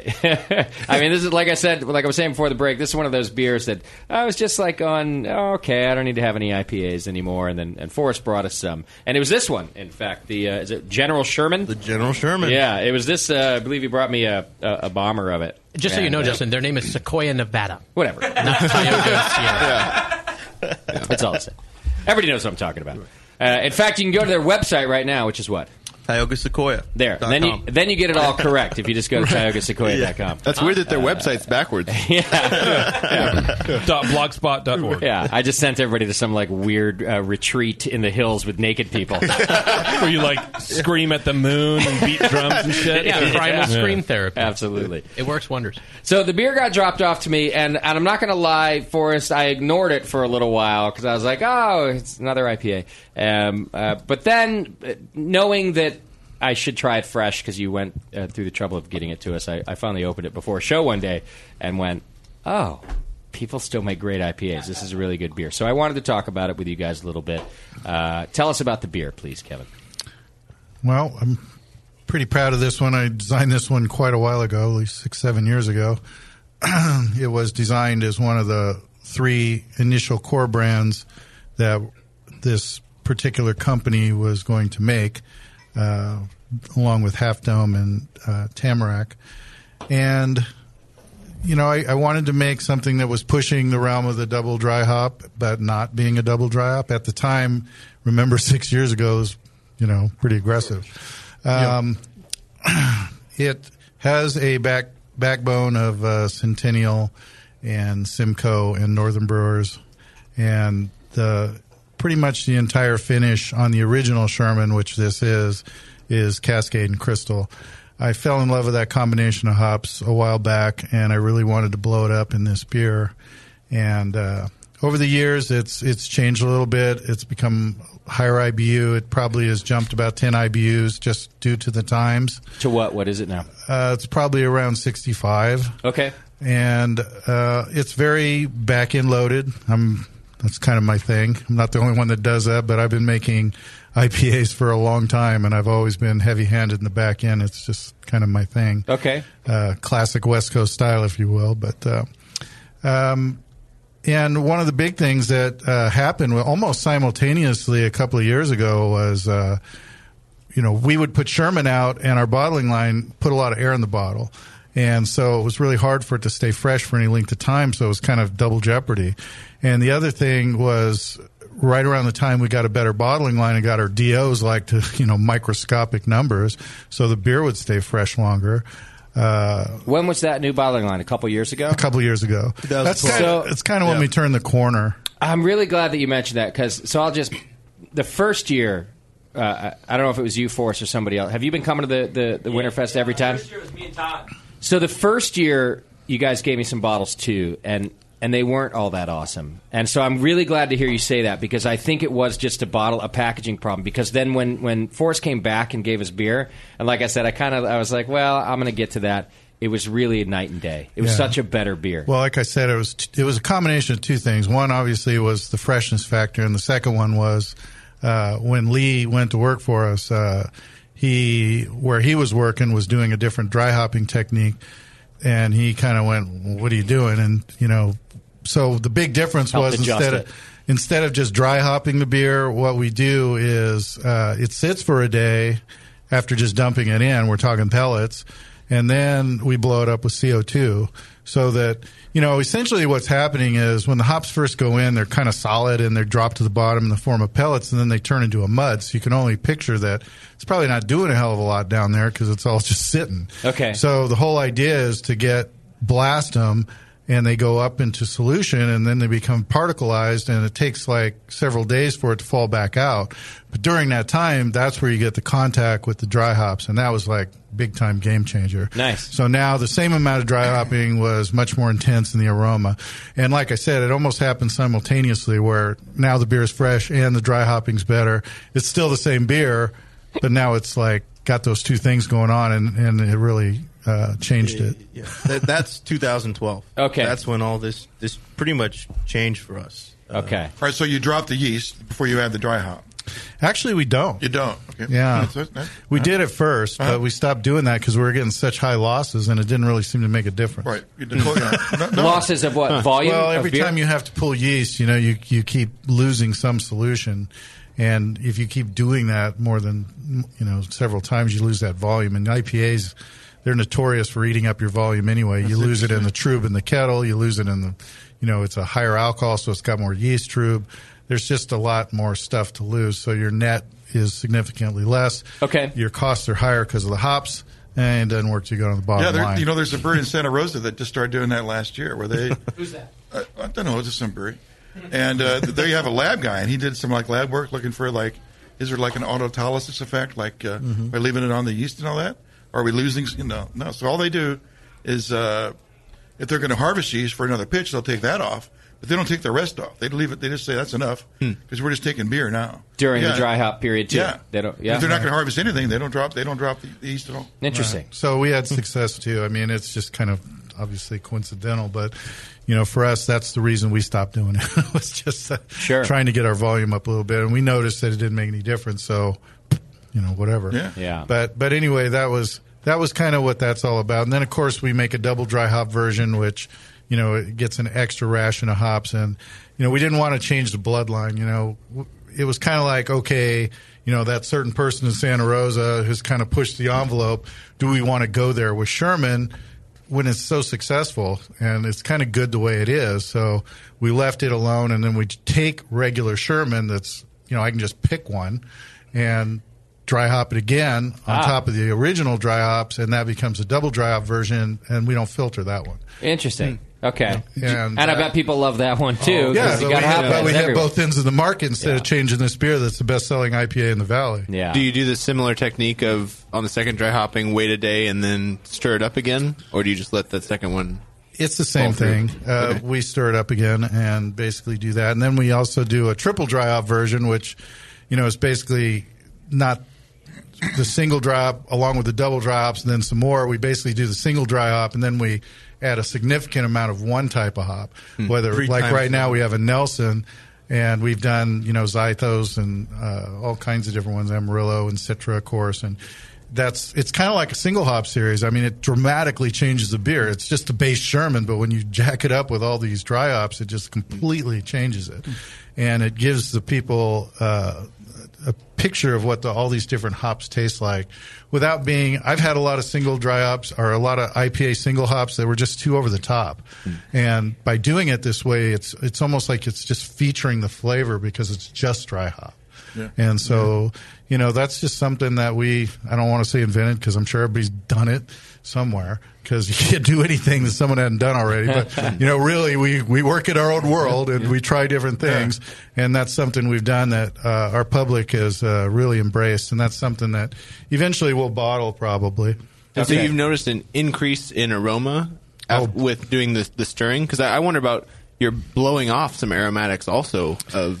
Speaker 10: [LAUGHS] I mean, this is like I said, like I was saying before the break. This is one of those beers that I was just like, on "Oh, okay, I don't need to have any IPAs anymore. And then and Forrest brought us some, and it was this one, in fact. The uh, is it General Sherman? The
Speaker 8: General Sherman.
Speaker 10: Yeah, it was this. Uh, I believe you brought me a, a, a bomber of it.
Speaker 11: Just so
Speaker 10: And,
Speaker 11: you know,
Speaker 10: uh, [LAUGHS]
Speaker 11: Justin, their name is Sequoia, Nevada.
Speaker 10: Whatever. [LAUGHS] That's all I said. Everybody knows what I'm talking about. Uh, in fact, you can go to their website right now, which is what
Speaker 8: Tioga Sequoia.
Speaker 10: there. Then you then you get it all correct if you
Speaker 8: [LAUGHS]
Speaker 10: just go to tiogasequoia.com.
Speaker 8: That's weird
Speaker 10: Uh,
Speaker 8: that their website's
Speaker 10: [LAUGHS]
Speaker 8: backwards.
Speaker 5: Dot blogspot.org.
Speaker 10: Yeah, I just sent everybody to some like weird uh, retreat in the hills with naked people.
Speaker 5: [LAUGHS] Where you like scream at the moon and beat drums and shit.
Speaker 10: [LAUGHS] Yeah, primal scream
Speaker 11: therapy.
Speaker 10: Absolutely.
Speaker 11: It works wonders.
Speaker 10: So the beer got dropped off to me, and, and I'm not going to lie, Forrest, I ignored it for a little while because I was like, oh, it's another IPA. Um, uh, but then, uh, knowing that I should try it fresh because you went uh, through the trouble of getting it to us, I, I finally opened it before a show one day and went, oh, people still make great IPAs. This is a really good beer. So I wanted to talk about it with you guys a little bit. Uh, tell us about the beer, please, Kevin.
Speaker 20: Well, I'm pretty proud of this one. I designed this one quite a while ago, at least six, seven years ago. [CLEARS THROAT] it was designed as one of the three initial core brands that this particular company was going to make, uh, along with Half Dome and uh, Tamarack. And you know, I, I wanted to make something that was pushing the realm of the double dry hop, but not being a double dry hop at the time. Remember, six years ago, it was you know pretty aggressive. Um, [CLEARS THROAT] It has a back backbone of uh, Centennial and Simcoe and Northern Brewers, and the pretty much the entire finish on the original Sherman, which this is, is Cascade and Crystal. I fell in love with that combination of hops a while back, and I really wanted to blow it up in this beer. And uh, over the years, it's it's changed a little bit. It's become higher IBU. It probably has jumped about ten IBUs just due to the times.
Speaker 10: To what? What is it now?
Speaker 20: Uh, it's probably around 65.
Speaker 10: Okay.
Speaker 20: And uh, it's very back end loaded. I'm that's kind of my thing. I'm not the only one that does that, but I've been making [LAUGHS] IPAs for a long time, and I've always been heavy handed in the back end. It's just kind of my thing.
Speaker 10: Okay.
Speaker 20: Uh, classic West Coast style, if you will. But uh, um, and one of the big things that uh, happened wa- almost simultaneously a couple of years ago was, uh, you know, we would put Sherman out and our bottling line put a lot of air in the bottle. And so it was really hard for it to stay fresh for any length of time. So it was kind of double jeopardy. And the other thing was right around the time we got a better bottling line and got our DOs like to, [LAUGHS] you know, microscopic numbers. So the beer would stay fresh longer. Uh,
Speaker 10: When was that new bottling line? A couple years ago? A
Speaker 20: couple years ago. That's kind
Speaker 10: So-
Speaker 20: of, it's kind of when we turned the corner.
Speaker 10: I'm really glad that you mentioned that because so I'll just the first year. Uh, I- I don't know if it was you, Forrest, or somebody else. Have you been coming to the the, the Winterfest every time?
Speaker 22: Sure, it was me and Todd.
Speaker 10: So the first year, you guys gave me some bottles too, and and they weren't all that awesome. And so I'm really glad to hear you say that because I think it was just a bottle, a packaging problem. Because then when when Forrest came back and gave us beer, and like I said, I kind of I was like, well, I'm going to get to that. It was really night and day. It was
Speaker 20: Yeah.
Speaker 10: such a better beer.
Speaker 20: Well, like I said, it was it was a combination of two things. One, obviously, was the freshness factor, and the second one was uh, when Lee went to work for us. Uh, he where he was working was doing a different dry hopping technique, and he kind of went, well, "What are you doing?" And you know, so the big difference
Speaker 10: Helped
Speaker 20: was
Speaker 10: adjust
Speaker 20: instead
Speaker 10: it.
Speaker 20: of instead of just dry hopping the beer, what we do is uh, it sits for a day after just dumping it in. We're talking pellets, and then we blow it up with CO2 so that, you know, essentially what's happening is when the hops first go in, they're kind of solid and they're dropped to the bottom in the form of pellets and then they turn into a mud. So you can only picture that it's probably not doing a hell of a lot down there because it's all just sitting.
Speaker 10: Okay.
Speaker 20: So the whole idea is to get blast them and they go up into solution and then they become particleized and it takes like several days for it to fall back out. But during that time, that's where you get the contact with the dry hops and that was like big time game changer.
Speaker 10: Nice.
Speaker 20: So now the same amount of dry hopping was much more intense in the aroma. And like I said, it almost happened simultaneously where now the beer is fresh and the dry hopping's better. It's still the same beer, but now it's like got those two things going on and, and it really uh, changed it.
Speaker 21: Yeah, that, that's 2012.
Speaker 10: Okay,
Speaker 21: that's when all this this pretty much changed for us. Uh,
Speaker 10: Okay.
Speaker 13: All right, so you drop
Speaker 21: [LAUGHS]
Speaker 13: the yeast before you add the dry hop.
Speaker 20: Actually, we don't.
Speaker 13: You don't. Okay.
Speaker 20: Yeah.
Speaker 13: That's- that's- that's-
Speaker 20: We did at 1st
Speaker 13: Uh-huh.
Speaker 20: but we stopped doing that because we were getting such high losses, and it didn't really seem to make a difference.
Speaker 13: Right. You did-
Speaker 20: [LAUGHS]
Speaker 13: [LAUGHS] no, no.
Speaker 10: Losses of what?
Speaker 20: Huh.
Speaker 10: Volume?
Speaker 20: Well,
Speaker 10: of
Speaker 20: every
Speaker 10: beer?
Speaker 20: time you have to pull yeast, you know, you you keep losing some solution, and if you keep doing that more than you know several times, you lose that volume. And IPAs, they're notorious for eating up your volume anyway. you lose it in the trube in the kettle. You lose it in the, you know, it's a higher alcohol, so it's got more yeast trube. There's just a lot more stuff to lose, so your net is significantly less.
Speaker 10: Okay,
Speaker 20: your costs are higher because of the hops, and it doesn't work to go on the bottom
Speaker 13: Yeah, there,
Speaker 20: line.
Speaker 13: you know, there's a brewery in Santa Rosa that just started doing that last year. Where they
Speaker 22: [LAUGHS] who's that?
Speaker 13: I, I don't know, it's just some brewery, and uh, there you have a lab guy, and he did some like lab work looking for like, is there like an autolysis effect, like uh,
Speaker 10: Mm-hmm.
Speaker 6: Mhm.
Speaker 13: by leaving it on the yeast and all that? Are we losing? You know, no. So all they do is uh, if they're going to harvest yeast for another pitch, they'll take that off, but they don't take the rest off. They leave it. They just say that's enough because we're just taking beer now
Speaker 10: Hmm. During the
Speaker 13: Yeah.
Speaker 10: dry hop period, too.
Speaker 13: Yeah,
Speaker 10: They don't, yeah.
Speaker 13: If they're not going to harvest anything, they don't drop. They don't drop the, the yeast at all.
Speaker 20: Right. So we had success too. I mean, it's just kind of obviously coincidental, but you know, for us, that's the reason we stopped doing it. [LAUGHS] it was just uh,
Speaker 10: Sure.
Speaker 20: trying to get our volume up a little bit, and we noticed that it didn't make any difference. So, you know, whatever.
Speaker 10: Yeah. Yeah.
Speaker 20: But but anyway, that was that was kind of what that's all about. And then of course we make a double dry hop version, which you know it gets an extra ration of hops, and you know we didn't want to change the bloodline. You know, W- it was kind of like okay. You know, that certain person in Santa Rosa who's kind of pushed the envelope. Do we want to go there with Sherman when it's so successful and it's kind of good the way it is. So we left it alone and then we take regular Sherman that's, you know, I can just pick one and dry hop it again on
Speaker 10: Ah.
Speaker 20: top of the original dry hops and that becomes a double dry hop version and we don't filter that one.
Speaker 10: Mm-hmm.
Speaker 20: Hmm.
Speaker 10: Interesting. Okay.
Speaker 20: Yeah,
Speaker 10: And,
Speaker 20: and
Speaker 10: I
Speaker 20: that-
Speaker 10: bet people love that one, too. 'cause
Speaker 20: yeah,
Speaker 10: you
Speaker 20: but we,
Speaker 10: gotta have
Speaker 20: had, but
Speaker 10: that
Speaker 20: we had
Speaker 10: everywhere.
Speaker 20: both ends of the market instead of changing this beer that's the best selling IPA in the valley.
Speaker 10: Yeah.
Speaker 8: Do you do the similar technique of on the second dry hopping, wait a day, and then stir it up again, or do you just let that second one?
Speaker 20: It's the same
Speaker 8: fall through?
Speaker 20: thing. Uh,
Speaker 8: Okay.
Speaker 20: We stir it up again and basically do that. And then we also do a triple dry hop version, which, you know, is basically not the single dry hop along with the double dry hops and then some more. We basically do the single dry hop and then we add a significant amount of one type of hop.
Speaker 6: Hmm.
Speaker 20: Whether,
Speaker 6: Three
Speaker 20: like
Speaker 6: times
Speaker 20: right now,
Speaker 6: the-
Speaker 20: we have a Nelson and we've done, you know, Zythos and uh, all kinds of different ones, Amarillo and Citra, of course. And, that's it's kind of like a single hop series. I mean, it dramatically changes the beer. It's just a base Sherman, but when you jack it up with all these dry hops, it just completely changes
Speaker 6: Hmm.
Speaker 20: it, and it gives the people uh, a picture of what the, all these different hops taste like without being. I've had a lot of single dry hops or a lot of IPA single hops that were just too over the top,
Speaker 6: Hmm.
Speaker 20: and by doing it this way, it's it's almost like it's just featuring the flavor because it's just dry hop.
Speaker 6: Yeah.
Speaker 20: And so, you know, that's just something that we, I don't want to say invented because I'm sure everybody's done it somewhere because you can't do anything that someone hadn't done already.
Speaker 6: [LAUGHS]
Speaker 20: But, you know, really, we, we work in our own world and we try different things. And that's something we've done that uh, our public has uh, really embraced. And that's something that eventually we'll bottle probably.
Speaker 8: And So you've noticed an increase in aroma af- with doing the, the stirring because I, I wonder about you're blowing off some aromatics also of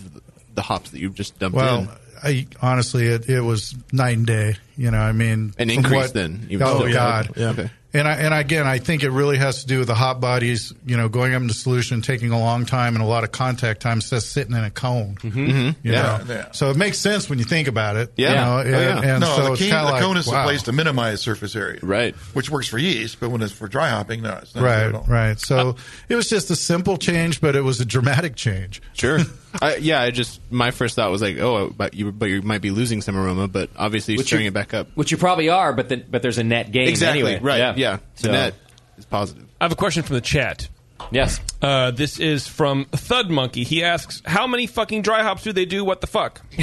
Speaker 8: the hops that you've just dumped in.
Speaker 20: Well, I honestly, it, it was night and day. You know, I mean,
Speaker 8: An
Speaker 20: from
Speaker 8: increase
Speaker 20: what-
Speaker 8: then, even
Speaker 20: Oh
Speaker 8: still.
Speaker 20: God,
Speaker 8: Yeah. Okay.
Speaker 20: And I, and again, I think it really has to do with the hot bodies. You know, going up into solution, taking a long time and a lot of contact time, instead of sitting in a cone.
Speaker 8: Mhm.
Speaker 20: You
Speaker 13: Yeah.
Speaker 20: know? So it makes sense when you think about it. You
Speaker 8: Oh,
Speaker 20: know, and, and
Speaker 13: no,
Speaker 20: so
Speaker 13: the,
Speaker 20: it's
Speaker 13: key, the
Speaker 20: kinda like,
Speaker 13: cone is
Speaker 20: wow.
Speaker 13: the place to minimize surface area. Right. Which works for yeast, but when it's for dry hopping, no, it's not good
Speaker 20: Right,
Speaker 13: at all. Uh,
Speaker 20: right. So it was just a simple change, but it was a dramatic change.
Speaker 8: [LAUGHS] Sure. I, yeah, I just my first thought was like, oh, but you but you might be losing some aroma, but obviously
Speaker 20: Which
Speaker 8: stirring
Speaker 20: you-
Speaker 8: it back back up.
Speaker 10: Which you probably are, but the, but there's a net gain
Speaker 8: Exactly,
Speaker 10: anyway.
Speaker 8: right, yeah. The net
Speaker 10: is positive.
Speaker 5: I have a question from the chat.
Speaker 10: Yes.
Speaker 5: Uh, this is from Thud Monkey. He asks, "How many fucking dry hops do they do? What the fuck?"
Speaker 10: [LAUGHS]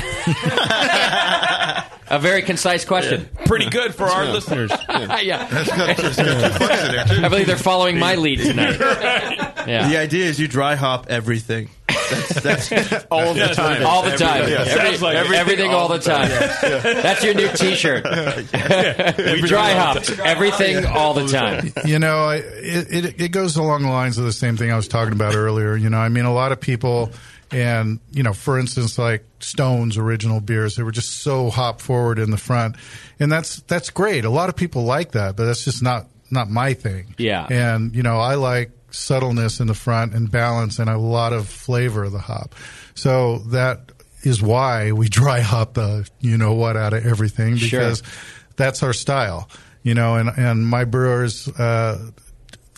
Speaker 10: a very concise question.
Speaker 5: Pretty good for our
Speaker 10: Yeah.
Speaker 5: listeners.
Speaker 10: [LAUGHS] Yeah. [LAUGHS]
Speaker 5: too.
Speaker 10: I believe they're following my lead
Speaker 21: [LAUGHS]
Speaker 10: tonight. Yeah.
Speaker 21: The idea is you dry hop everything. That's, that's all
Speaker 10: Yes, [LAUGHS] All the time. Every- everything, all the time. That's your new T-shirt. [LAUGHS] Dry hops. Everything all the time.
Speaker 20: [LAUGHS] you know, I, it, it it goes along the lines of the same thing I was talking about earlier. You know, I mean, a lot of people, and you know, for instance, like Stone's original beers, they were just so hop forward in the front, and that's that's great. A lot of people like that, but that's just not not my thing.
Speaker 10: Yeah.
Speaker 20: And, you know, I like subtleness in the front and balance and a lot of flavor of the hop. So that is why we dry hop the, you know what, out of everything
Speaker 6: Sure.
Speaker 20: because that's our style, you know, and, and my brewers, uh,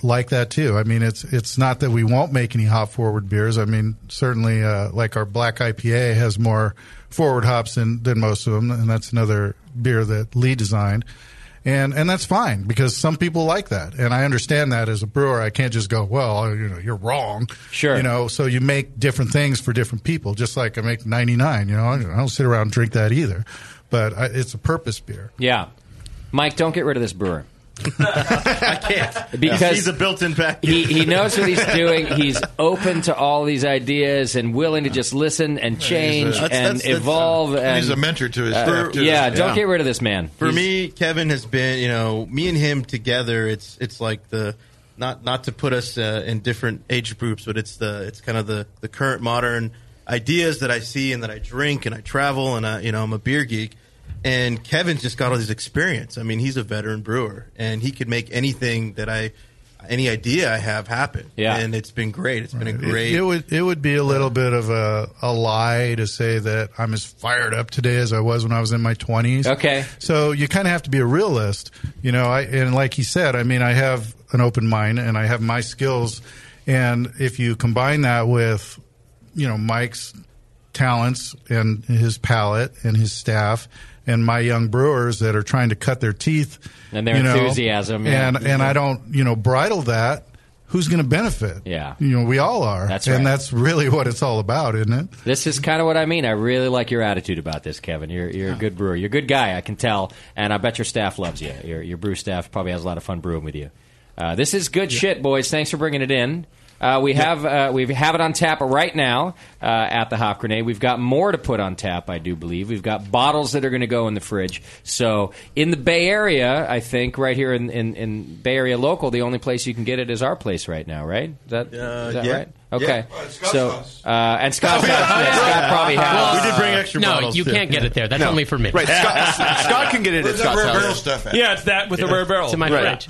Speaker 20: like that too. I mean, it's it's not that we won't make any hop forward beers. I mean, certainly, uh, like our black IPA has more forward hops than, than most of them, and that's another beer that Lee designed, and and that's fine because some people like that, and I understand that as a brewer. I can't just go, well, you know, you're wrong.
Speaker 10: Sure.
Speaker 20: you know, so you make different things for different people. Just like I make 99. You know, I don't sit around and drink that either, but I, it's a purpose beer.
Speaker 10: Yeah. Mike, don't get rid of this brewer.
Speaker 21: [LAUGHS] I can't
Speaker 10: Because-
Speaker 21: he's a built-in pack.
Speaker 10: He, he knows what he's doing. He's open to all these ideas and willing to just listen and change
Speaker 21: That's- that's-
Speaker 10: and
Speaker 21: that's-
Speaker 10: evolve. and uh,
Speaker 21: he's a mentor to his staff, too.
Speaker 10: Yeah, don't
Speaker 21: Yeah.
Speaker 10: get rid of this man.
Speaker 21: For
Speaker 10: He's-
Speaker 21: me, Kevin has been, you know, me and him together. It's it's like the not not to put us uh, in different age groups, but it's the it's kind of the the current modern ideas that I see and that I drink and I travel and I, you know I'm a beer geek. And Kevin's just got all this experience. I mean, he's a veteran brewer and he could make anything that I any idea I have happen.
Speaker 20: Yeah.
Speaker 21: and it's been great. It's been a
Speaker 20: It-
Speaker 21: great.
Speaker 20: It, would it would be a little bit of a, a lie to say that I'm as fired up today as I was when I was in my 20s.
Speaker 10: Okay.
Speaker 20: So you kind of have to be a realist, you know. I and like he said, I mean, I have an open mind and I have my skills, and if you combine that with, you know, Mike's talents and his palate and his staff. And my young brewers that are trying to cut their teeth
Speaker 10: And their
Speaker 20: you know,
Speaker 10: enthusiasm, yeah.
Speaker 20: and and I don't you know bridle that. Who's going to benefit?
Speaker 10: Yeah.
Speaker 20: you know we all are
Speaker 10: That's
Speaker 20: and
Speaker 10: right.
Speaker 20: that's really what it's all about isn't it
Speaker 10: This is kind of what I mean. I really like your attitude about this, Kevin. You're, you're a good brewer. You're a good guy, I can tell. And I bet your staff loves you. Your, your brew staff probably has a lot of fun brewing with you. Uh, this is good shit, boys. Thanks for bringing it in. Uh, we have uh, we have it on tap right now uh, at the Hop Grenade. We've got more to put on tap, I do believe. We've got bottles that are going to go in the fridge. So in the Bay Area, I think right here in, in, in Bay Area local, the only place you can get it is our place right now, right? Is that, is that
Speaker 21: Uh, yeah.
Speaker 10: right?
Speaker 21: Yeah.
Speaker 10: Okay.
Speaker 21: Uh,
Speaker 10: so uh, and Scott, Scott probably has.
Speaker 11: We did bring extra
Speaker 10: no,
Speaker 11: No, bottles, you too. can't get it there. That's No. only for me. Right, [LAUGHS] Scott- Scott can get it at Where's that Scott's rare house. barrel stuff at?
Speaker 5: Yeah, it's that with a rare barrel.
Speaker 11: It's in my
Speaker 5: Right.
Speaker 11: fridge.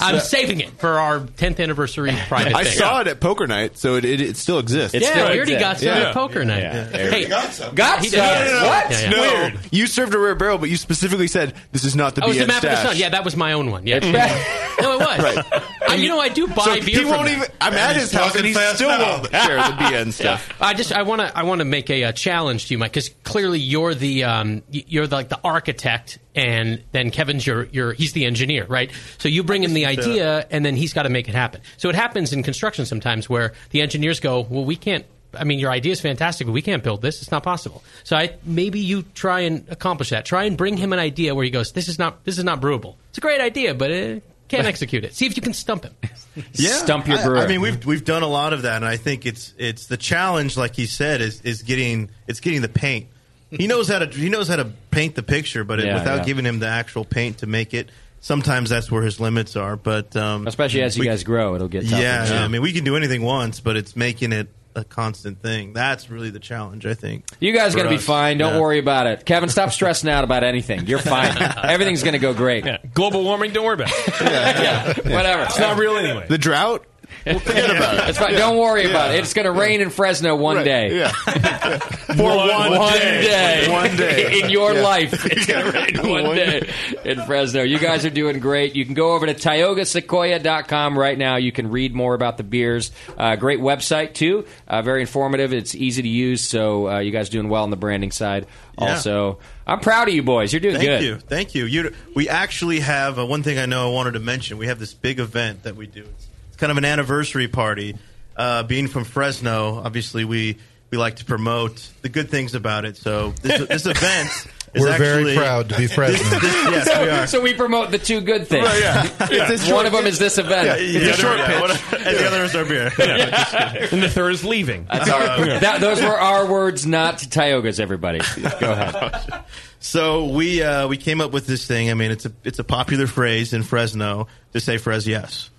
Speaker 11: I'm saving it for our 10th
Speaker 10: [LAUGHS]
Speaker 11: anniversary [LAUGHS] private
Speaker 8: I
Speaker 11: thing.
Speaker 8: saw it at poker night, so it, it, it still exists.
Speaker 11: It's Yeah, still we already exists. got some at poker night.
Speaker 8: there
Speaker 11: Hey,
Speaker 8: we
Speaker 11: got some.
Speaker 8: Got
Speaker 11: He
Speaker 8: some.
Speaker 11: did.
Speaker 8: What?
Speaker 11: Yeah, yeah.
Speaker 8: No.
Speaker 11: Weird.
Speaker 8: You served a rare barrel, but you specifically said this is not the
Speaker 11: oh, it's
Speaker 8: BN
Speaker 11: the map
Speaker 8: stash.
Speaker 11: of the sun. Yeah, that was my own one. Yeah,
Speaker 8: Yeah.
Speaker 11: no, it was.
Speaker 8: [LAUGHS] Right.
Speaker 11: I, you know, I do buy
Speaker 8: So
Speaker 11: beer.
Speaker 8: he
Speaker 11: from
Speaker 8: won't
Speaker 11: there.
Speaker 8: even- I'm And at he's his house talking and he fast still now.
Speaker 11: [LAUGHS]
Speaker 8: won't share the BN stuff.
Speaker 11: Yeah. I just I want to I want to make a, uh challenge to you, Mike, because clearly you're the um, y- you're the, like the architect, and then Kevin's your your he's the engineer, right? So you bring him the
Speaker 28: to
Speaker 11: idea, and then he's got to make it happen. So it happens in construction sometimes where the engineers go, well, we can't. I mean, your idea is fantastic, but we can't build this. It's not possible. So I maybe you try and accomplish that. Try and bring him an idea where he goes, this is not this is not brewable. It's a great idea, but uh, [LAUGHS] can't execute it. See if you can stump him.
Speaker 21: I- I, mean, we've we've done a lot of that, and I think it's it's the challenge, like he said, is is getting it's getting the paint.
Speaker 10: [LAUGHS]
Speaker 21: He knows how to he knows how to paint the picture, but it-
Speaker 10: Yeah,
Speaker 21: without
Speaker 10: yeah.
Speaker 21: giving him the actual paint to make it. Sometimes that's where his limits are, but um,
Speaker 10: Especially as you
Speaker 21: we-
Speaker 10: guys grow, it'll get tougher.
Speaker 21: Yeah, yeah, I mean, we can do anything once, but it's making it a constant thing. That's really the challenge, I think.
Speaker 10: You guys
Speaker 21: for
Speaker 10: are gonna be
Speaker 21: us. [LAUGHS]
Speaker 10: fine. Don't
Speaker 21: Yeah.
Speaker 10: worry about it, Kevin. Stop stressing out about anything. You're fine. Everything's gonna go great. [LAUGHS]
Speaker 5: Global warming. Don't worry about it.
Speaker 10: Whatever.
Speaker 5: It's not real anyway.
Speaker 8: The drought, Forget about it.
Speaker 10: It's fine. Don't worry
Speaker 8: Yeah.
Speaker 10: about it. It's going to rain in Fresno one
Speaker 8: Right.
Speaker 10: day.
Speaker 8: Yeah.
Speaker 10: For
Speaker 8: One-
Speaker 10: one,
Speaker 8: one
Speaker 10: day.
Speaker 8: day. One day.
Speaker 10: [LAUGHS] in your
Speaker 8: Yeah.
Speaker 10: life.
Speaker 21: [LAUGHS]
Speaker 10: It's going to rain [LAUGHS] one day in Fresno. You guys are doing great. You can go over to tiogasequoia.com right now. You can read more about the beers. Uh, great website, too. Uh, very informative. It's easy to use. So uh, you guys are doing well on the branding side
Speaker 21: Yeah.
Speaker 10: also. I'm proud of you boys. You're doing
Speaker 21: Thank
Speaker 10: good.
Speaker 21: you,
Speaker 10: [LAUGHS]
Speaker 21: thank you. you. We actually have uh, one thing I know I wanted to mention. We have this big event that we do. It's, it's kind of an anniversary party. Uh, being from Fresno, obviously we we like to promote the good things about it. So this,
Speaker 20: [LAUGHS]
Speaker 21: this event. Is
Speaker 20: We're very
Speaker 21: actually-
Speaker 20: proud
Speaker 21: [LAUGHS]
Speaker 20: to be Fresno.
Speaker 21: This- this- yes,
Speaker 10: so,
Speaker 21: we are.
Speaker 10: so we promote the two good things. [LAUGHS]
Speaker 21: Right, yeah. Yeah. It's a
Speaker 10: One
Speaker 21: short
Speaker 10: of them
Speaker 21: pitch.
Speaker 10: is this event.
Speaker 21: Yeah, yeah, It's a short yeah, pitch. what- and the other is our beer.
Speaker 5: [LAUGHS] and the third is leaving.
Speaker 10: That's our- that- those were our words, not Tioga's. Everybody, go ahead.
Speaker 21: [LAUGHS] So we uh, we came up with this thing. I mean, it's a it's a popular phrase in Fresno to say Fres yes.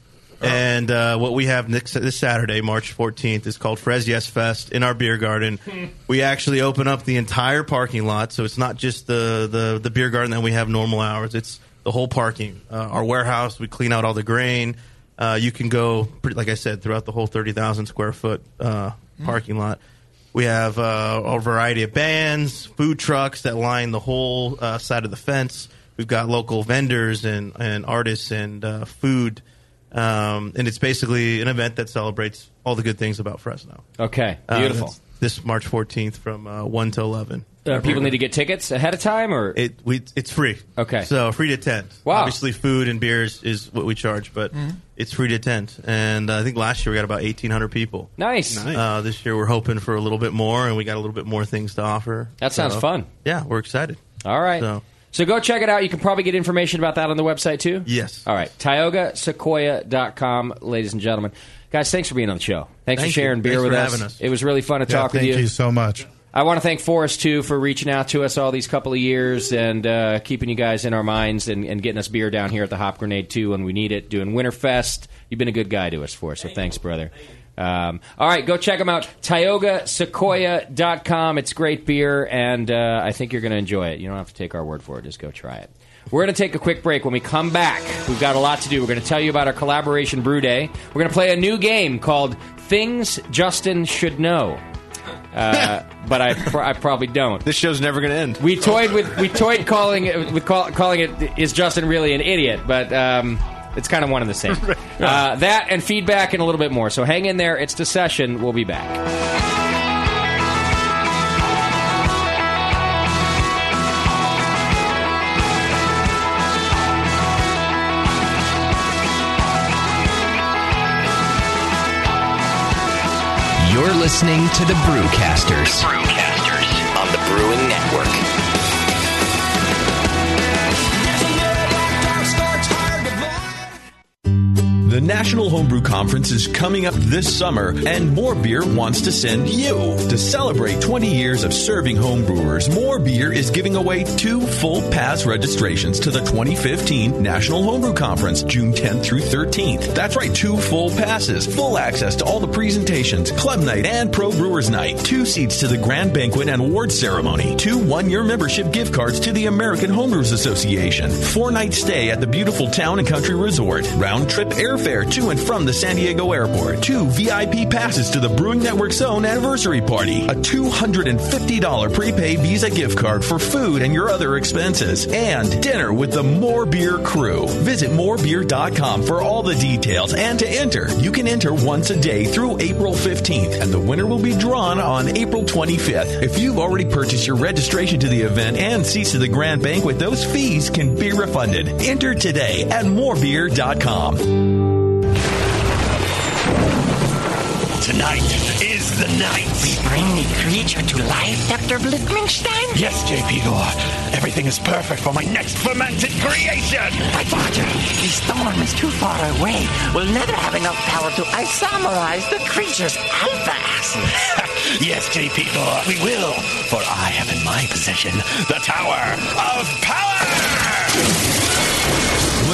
Speaker 21: And uh, what we have next, this Saturday, March 14th, is called Fres Yes Fest in our beer garden. we actually open up the entire parking lot, so it's not just the, the, the beer garden that we have normal hours. It's the whole parking, uh, our warehouse. We clean out all the grain. Uh, you can go, pretty, like I said, throughout the whole 30,000 square foot uh,
Speaker 6: Mm.
Speaker 21: parking lot. We have uh, a variety of bands, food trucks that line the whole uh, side of the fence. We've got local vendors and, and artists and uh, food. Um, and it's basically an event that celebrates all the good things about Fresno.
Speaker 10: Okay,
Speaker 21: Um,
Speaker 10: beautiful.
Speaker 21: it's this March 14th from uh, 1 to 11.
Speaker 10: Uh, people need to get tickets ahead of time, or
Speaker 21: it we it's free.
Speaker 10: Okay,
Speaker 21: So free to attend.
Speaker 10: Wow.
Speaker 21: Obviously, food and beers is what we charge, but
Speaker 10: Mhm.
Speaker 21: it's free to attend. And uh, I think last year we got about eighteen hundred people.
Speaker 10: Nice. Nice.
Speaker 21: Uh, this year we're hoping for a little bit more, and we got a little bit more things to offer.
Speaker 10: That sounds
Speaker 21: So,
Speaker 10: fun.
Speaker 21: Yeah, we're excited.
Speaker 10: All right.
Speaker 21: So
Speaker 10: So go check it out. You can probably get information about that on the website too.
Speaker 21: Yes.
Speaker 10: All right. TiogaSequoia.com, ladies and gentlemen. Guys, thanks for being on the show. Thanks
Speaker 20: Thank
Speaker 10: for sharing
Speaker 20: you.
Speaker 10: beer
Speaker 20: Thanks
Speaker 10: with
Speaker 20: for
Speaker 10: us.
Speaker 20: having us.
Speaker 10: It was really fun to
Speaker 20: Yeah,
Speaker 10: talk with
Speaker 20: thank you so much.
Speaker 10: I want to thank Forrest too for reaching out to us all these couple of years and uh, keeping you guys in our minds and, and getting us beer down here at the Hop Grenade too when we need it. Doing Winterfest, you've been a good guy to us, Forrest. So thanks, brother. Um, all right, go check them out. TiogaSequoia.com. It's great beer, and uh, I think you're going to enjoy it. You don't have to take our word for it. Just go try it. We're going to take a quick break. When we come back, we've got a lot to do. We're going to tell you about our collaboration brew day. We're going to play a new game called Things Justin Should Know uh, but I, pr- I probably don't. This show's never going to end. We toyed with we toyed calling it with call, calling it is Justin really an idiot, but um, it's kind of one and the [LAUGHS] same. uh, that and feedback and a little bit more. So hang in there. It's the session. We'll be back.
Speaker 9: You're listening to the Brewcasters. Brewcasters on the Brewing Network.
Speaker 16: The National Homebrew Conference is coming up this summer, and More Beer wants to send you. To celebrate 20 years of serving homebrewers, More Beer is giving away two full pass registrations to the 2015 National Homebrew Conference, June 10th through 13th. That's right, two full passes, full access to all the presentations, club night, and pro brewers night, two seats to the grand banquet and award ceremony, two one year membership gift cards to the American Homebrewers Association, four night stay at the beautiful town and country resort, round trip airfare to and from the San Diego airport, two VIP passes to the Brewing Network's own anniversary party, a $250 prepaid Visa gift card for food and your other expenses, and dinner with the More Beer crew. Visit morebeer.com for all the details and to enter. You can enter once a day through April 15th, and the winner will be drawn on April 25th. If you've already purchased your registration to the event and seats to the grand banquet, those fees can be refunded. Enter today at morebeer.com.
Speaker 12: Tonight is the night. We bring the creature to life, Dr. Blitzmanstein? Yes, J.P. Gore. Everything is perfect for my next fermented creation. But, Roger, the storm is too far away. We'll never have enough power to isomerize the creature's alpha acid. [LAUGHS] yes, J.P. Gore, we will. For I have in my possession the Tower of Power!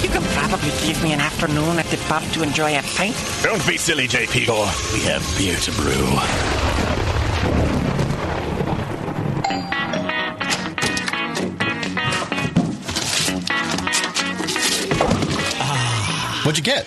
Speaker 12: you can probably give me an afternoon at the pub to enjoy a pint.
Speaker 6: Don't be silly, JP Gore. We have beer to brew.
Speaker 19: What'd you get?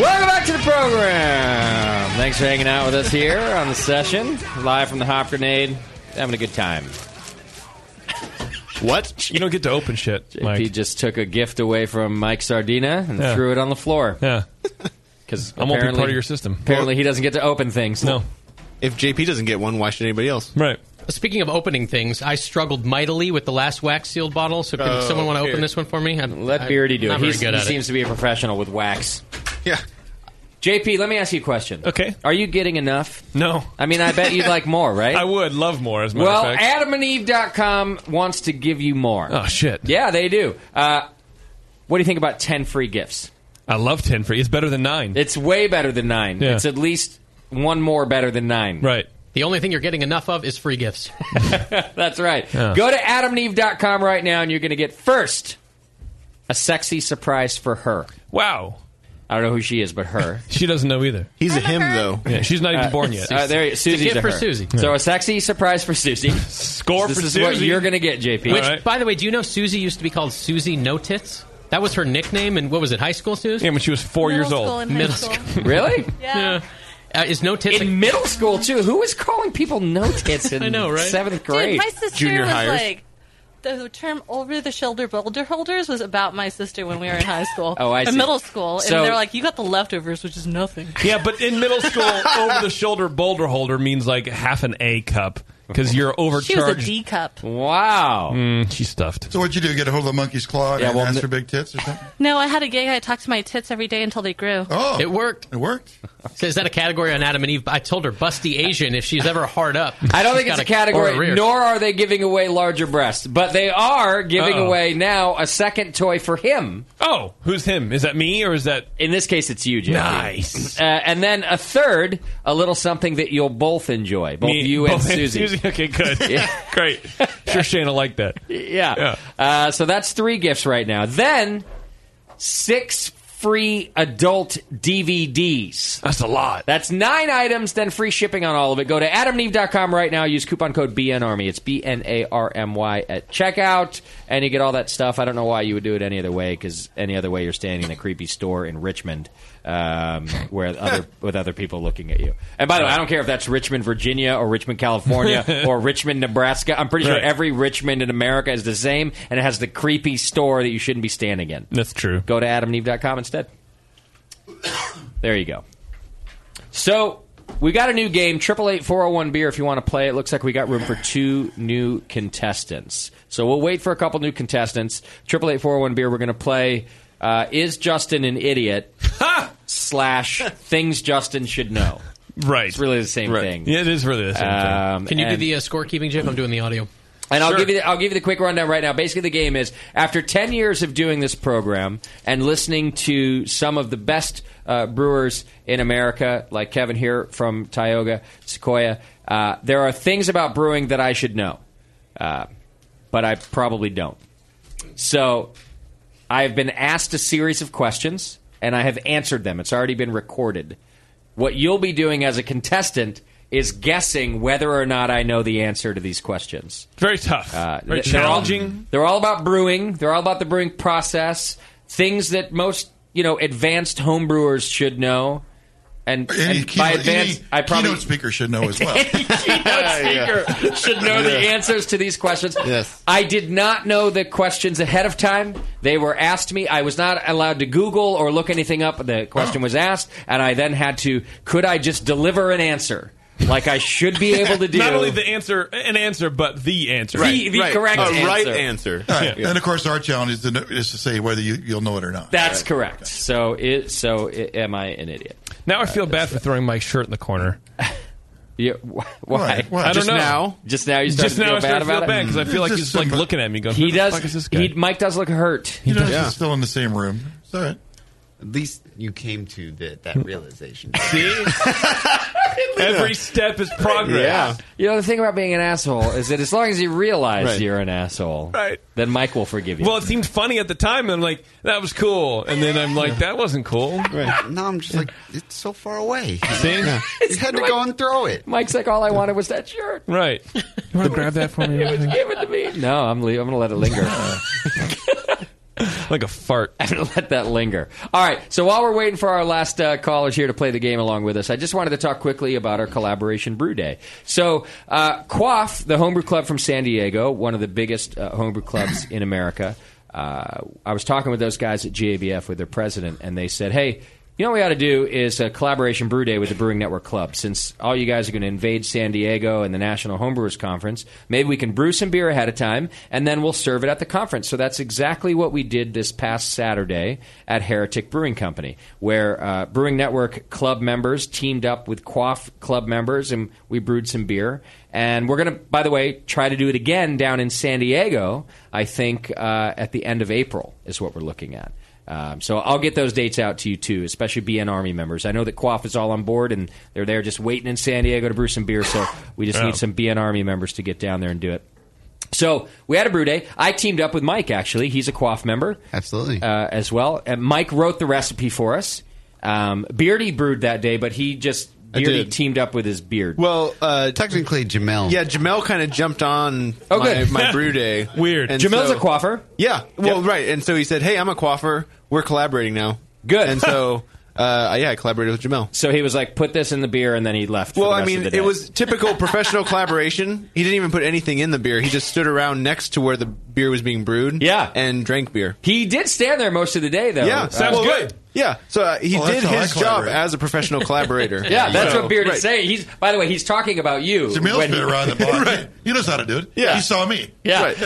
Speaker 10: Welcome back to the program. Thanks for hanging out with us here on the session, live from the Hop Grenade. Having a good time. What? You don't get to open shit. JP just took a gift away from Mike Sardina and
Speaker 5: Yeah.
Speaker 10: threw it on the floor.
Speaker 8: [LAUGHS]
Speaker 5: Yeah.
Speaker 10: Because
Speaker 5: I won't be part of your system.
Speaker 10: Apparently, he doesn't get to open things. No.
Speaker 8: If JP doesn't get one, why should anybody else?
Speaker 5: Right.
Speaker 11: Speaking of opening things, I struggled mightily with the last wax sealed bottle. So, can
Speaker 10: Oh,
Speaker 11: someone want to open
Speaker 10: here.
Speaker 11: this one for me? I'm,
Speaker 10: Let Beardy do
Speaker 11: I'm
Speaker 10: it.
Speaker 11: Not very
Speaker 10: He's-
Speaker 11: good
Speaker 10: he
Speaker 11: at
Speaker 10: seems
Speaker 11: it.
Speaker 10: to be a professional with wax.
Speaker 8: Yeah.
Speaker 10: JP, let me ask you a question.
Speaker 5: Okay.
Speaker 10: Are you getting enough?
Speaker 5: No.
Speaker 10: I mean, I bet you'd like more, right?
Speaker 5: [LAUGHS] I would love more, as a matter
Speaker 10: Well,
Speaker 5: of fact.
Speaker 10: adamandeve.com wants to give you more. Oh,
Speaker 5: shit.
Speaker 10: Yeah, they do. Uh, what do you think about 10 free gifts?
Speaker 5: I love 10 free. It's better than 9.
Speaker 10: It's way better than 9.
Speaker 5: Yeah.
Speaker 10: It's at least one more better than 9.
Speaker 5: Right.
Speaker 11: The only thing you're getting enough of is free gifts.
Speaker 10: [LAUGHS] That's right.
Speaker 11: Yeah.
Speaker 10: Go to adamandeve.com right now, and you're going to get first a sexy surprise for her.
Speaker 5: Wow.
Speaker 10: I don't know who she is, but her.
Speaker 5: [LAUGHS] she doesn't know either.
Speaker 8: He's a him, though.
Speaker 5: Yeah, she's not even
Speaker 10: Uh,
Speaker 5: born yet.
Speaker 10: Uh, there, you-
Speaker 5: It's a
Speaker 10: Susie's
Speaker 5: gift
Speaker 10: to
Speaker 5: for
Speaker 10: her.
Speaker 5: Susie.
Speaker 10: So a sexy surprise
Speaker 5: [LAUGHS]
Speaker 10: for Susie. Score this
Speaker 11: for
Speaker 10: is what
Speaker 11: Susie.
Speaker 10: you're going to get, JP.
Speaker 11: Which, by the way, do you know Susie used to be called Susie No Tits? That was her nickname, and what was it? High school, Susie?
Speaker 5: Yeah, when she was four
Speaker 10: Middle years old. school and high
Speaker 11: middle
Speaker 10: school.
Speaker 11: school. [LAUGHS]
Speaker 10: Really?
Speaker 11: Yeah. Uh, is no tits
Speaker 10: in middle school too? Who was calling people
Speaker 5: [LAUGHS]
Speaker 10: no tits in
Speaker 11: I know, right?
Speaker 10: seventh
Speaker 11: Dude,
Speaker 10: grade?
Speaker 14: Dude, my sister was like the term over the shoulder boulder holders was about my sister when we were in high school.
Speaker 5: Oh, I
Speaker 14: in
Speaker 5: see.
Speaker 14: middle school.
Speaker 5: So-
Speaker 14: and they're like, You got the leftovers, which is nothing.
Speaker 5: Yeah, but in middle
Speaker 10: [LAUGHS]
Speaker 5: school, over the shoulder boulder holder means like half an A cup because you're
Speaker 14: She was a
Speaker 5: overcharged.
Speaker 14: D cup.
Speaker 10: Wow.
Speaker 5: Mm, she's stuffed.
Speaker 13: So what'd you do? Get a hold of the monkey's claw and
Speaker 5: Yeah, well,
Speaker 13: ask
Speaker 5: n-
Speaker 13: for big tits or something?
Speaker 14: No, I had a gay guy talk to my tits every day until they grew.
Speaker 13: Oh.
Speaker 11: It worked.
Speaker 13: It worked.
Speaker 11: So [LAUGHS] is that a category on Adam and Eve? I told her busty Asian if she's ever hard up.
Speaker 10: I don't
Speaker 11: she's
Speaker 10: think it's
Speaker 11: got
Speaker 10: a category,
Speaker 11: or rear.
Speaker 10: nor are they giving away larger breasts, but they are giving
Speaker 5: Uh-oh.
Speaker 10: away now a second toy for him.
Speaker 5: Oh, who's him? Is that me or is that?
Speaker 10: In this case, it's you, Jim.
Speaker 5: Nice.
Speaker 10: Uh, and then a third, a little something that you'll both enjoy, both
Speaker 5: Me-
Speaker 10: you
Speaker 5: both [LAUGHS]
Speaker 10: and Susie.
Speaker 5: Okay, good.
Speaker 10: [LAUGHS]
Speaker 5: [LAUGHS] Great. Sure, Shana liked that.
Speaker 10: Yeah. Uh, so that's three gifts right now. Then six free adult DVDs.
Speaker 5: That's a lot.
Speaker 10: That's nine items, then free shipping on all of it. Go to adamneve.com right now. Use coupon code BNARMY. It's B N A R M Y at checkout, and you get all that stuff. I don't know why you would do it any other way, because any other way you're standing in a creepy store in Richmond um, where other, with other people looking at you. And by the way, I don't care if that's Richmond, Virginia, or
Speaker 5: [LAUGHS]
Speaker 10: Richmond, California, or Richmond, Nebraska. I'm pretty sure
Speaker 5: Right.
Speaker 10: every Richmond in America is the same, and it has the creepy store that you shouldn't be standing in.
Speaker 5: That's true.
Speaker 10: Go to adamneve.com instead. There you go. So we got a new game, triple eight four zero one beer. If you want to play, it looks like we got room for two new contestants. So we'll wait for a couple new contestants. Triple eight four zero one beer. We're going to play. Uh, is Justin an idiot? slash things Justin should know.
Speaker 5: Right.
Speaker 10: It's really the same thing.
Speaker 5: Yeah, it is really the same
Speaker 10: Um,
Speaker 11: Can you do
Speaker 10: and-
Speaker 11: the uh, scorekeeping, Jim? I'm doing the audio.
Speaker 10: And I'll give you the, I'll give you the quick rundown right now. Basically, the game is after ten years of doing this program and listening to some of the best uh, brewers in America, like Kevin here from Tioga Sequoia. Uh, there are things about brewing that I should know, uh, but I probably don't. So I have been asked a series of questions, and I have answered them. It's already been recorded. What you'll be doing as a contestant is guessing whether or not I know the answer to these questions.
Speaker 5: Very tough.
Speaker 10: Uh,
Speaker 5: Very
Speaker 10: they're all-
Speaker 5: challenging.
Speaker 10: They're all, about brewing. They're all about the brewing process. Things that most you know advanced homebrewers should know. And,
Speaker 13: Any
Speaker 10: and
Speaker 13: keynote,
Speaker 10: by advanced,
Speaker 13: any
Speaker 10: I probably
Speaker 13: keynote speaker should know as well.
Speaker 10: Any
Speaker 13: [LAUGHS]
Speaker 10: keynote [LAUGHS] speaker should know the
Speaker 13: Yeah.
Speaker 10: answers to these questions.
Speaker 13: Yes.
Speaker 10: I did not know the questions ahead of time. They were asked me. I was not allowed to Google or look anything up. The question was asked, and I then had to. Could I just deliver an answer like I
Speaker 5: [LAUGHS]
Speaker 10: should be able to do?
Speaker 5: Not only the answer, an answer, but the answer.
Speaker 10: The- the Right. correct A right answer. answer.
Speaker 13: All right.
Speaker 10: Yeah.
Speaker 13: And of course, our challenge is to, know, is to say whether you, you'll know it or not.
Speaker 10: That's correct. So, it, so i am I an idiot?
Speaker 5: Now I feel bad for throwing my shirt in the corner.
Speaker 10: [LAUGHS] Yeah, why?
Speaker 5: I
Speaker 10: Why?
Speaker 5: don't
Speaker 10: Just
Speaker 5: know.
Speaker 10: now? Just now you started
Speaker 5: Just
Speaker 10: to
Speaker 5: now
Speaker 10: feel
Speaker 5: I started
Speaker 10: bad
Speaker 5: to feel
Speaker 10: about it?
Speaker 5: bad because I feel like
Speaker 10: Just
Speaker 5: he's like
Speaker 10: simple.
Speaker 5: looking at me going,
Speaker 10: He
Speaker 5: "Who the
Speaker 10: does.
Speaker 5: fuck is this guy?"
Speaker 10: He, Mike does look hurt.
Speaker 13: You know, he's still in the same room. It's all right.
Speaker 2: At least
Speaker 13: [LAUGHS]
Speaker 2: you came to the, that
Speaker 5: [LAUGHS]
Speaker 2: realization. [LAUGHS]
Speaker 5: See? Every step is progress.
Speaker 10: You know the thing about being an asshole is that as long as you realize you're an asshole,
Speaker 5: Right.
Speaker 10: then Mike will forgive you.
Speaker 5: Well, it seemed funny at the time, and I'm like, that was cool. And then I'm like, that wasn't cool. Right.
Speaker 2: No, I'm just like, it's so far away.
Speaker 5: See?
Speaker 2: You had to go and throw it.
Speaker 10: Mike's like, all I wanted was that shirt. [LAUGHS]
Speaker 5: Right. You want to grab that for me?
Speaker 10: It was given to me. No, I'm le- I'm gonna let
Speaker 5: [LAUGHS]
Speaker 10: it linger.
Speaker 5: like a fart.
Speaker 10: I'm gonna let that linger. All right. So while we're waiting for our last uh, callers here to play the game along with us, I just wanted to talk quickly about our collaboration brew day. So uh, Quaff, the homebrew club from San Diego, one of the biggest uh, homebrew clubs in America. Uh, I was talking with those guys at GABF with their president, and they said, "Hey." You know what we ought to do is a collaboration brew day with the Brewing Network Club. Since all you guys are going to invade San Diego and the National Homebrewers Conference, maybe we can brew some beer ahead of time and then we'll serve it at the conference. So that's exactly what we did this past Saturday at Heretic Brewing Company, where uh, Brewing Network Club members teamed up with Quaff Club members and we brewed some beer. And we're going to, by the way, try to do it again down in San Diego, I think, uh, at the end of April is what we're looking at. Um, so I'll get those dates out to you too, especially BN Army members. I know that Quaff is all on board and they're there just waiting in San Diego to brew some beer. So we just
Speaker 5: Yeah.
Speaker 10: need some BN Army members to get down there and do it. So we had a brew day. I teamed up with Mike. Actually, he's a Quaff member, absolutely uh, as well. And Mike wrote the recipe for us. Um, Beardy brewed that day, but he just
Speaker 8: I
Speaker 10: Beardy
Speaker 8: did.
Speaker 10: teamed up with his beard.
Speaker 8: Well, uh, technically, Jamel. Yeah, Jamel kind of jumped on
Speaker 10: Oh,
Speaker 8: my,
Speaker 10: good. [LAUGHS]
Speaker 8: my brew day.
Speaker 5: Weird.
Speaker 10: Jamel's a quaffer.
Speaker 8: Yeah. Well, right. And so he said, "Hey, I'm a quaffer. We're collaborating now."
Speaker 10: Good. [LAUGHS]
Speaker 8: And so, uh, yeah, I collaborated with Jamel.
Speaker 10: So he was like, "Put this in the beer," and then he left. for
Speaker 8: Well,
Speaker 10: the
Speaker 8: I
Speaker 10: rest
Speaker 8: mean,
Speaker 10: of the day.
Speaker 8: it was typical professional [LAUGHS] collaboration. He didn't even put anything in the beer. He just stood around next to where the beer was being brewed. Yeah. And drank beer.
Speaker 10: He did stand there most of the day, though.
Speaker 8: Yeah.
Speaker 10: Sounds
Speaker 8: Well,
Speaker 10: good.
Speaker 8: Yeah. So uh, he
Speaker 10: Well,
Speaker 8: did
Speaker 10: Oh, that's how I
Speaker 8: his job
Speaker 10: collaborate.
Speaker 8: as a professional collaborator.
Speaker 10: [LAUGHS] yeah, that's
Speaker 8: So-
Speaker 10: what Beard
Speaker 8: Right.
Speaker 10: is saying. He's by the way, he's talking about you.
Speaker 13: Jamel's
Speaker 10: when
Speaker 13: been
Speaker 10: he-
Speaker 13: around the block. He knows how to do it.
Speaker 10: Yeah.
Speaker 13: He saw me.
Speaker 10: Yeah,
Speaker 13: Right.
Speaker 10: [LAUGHS]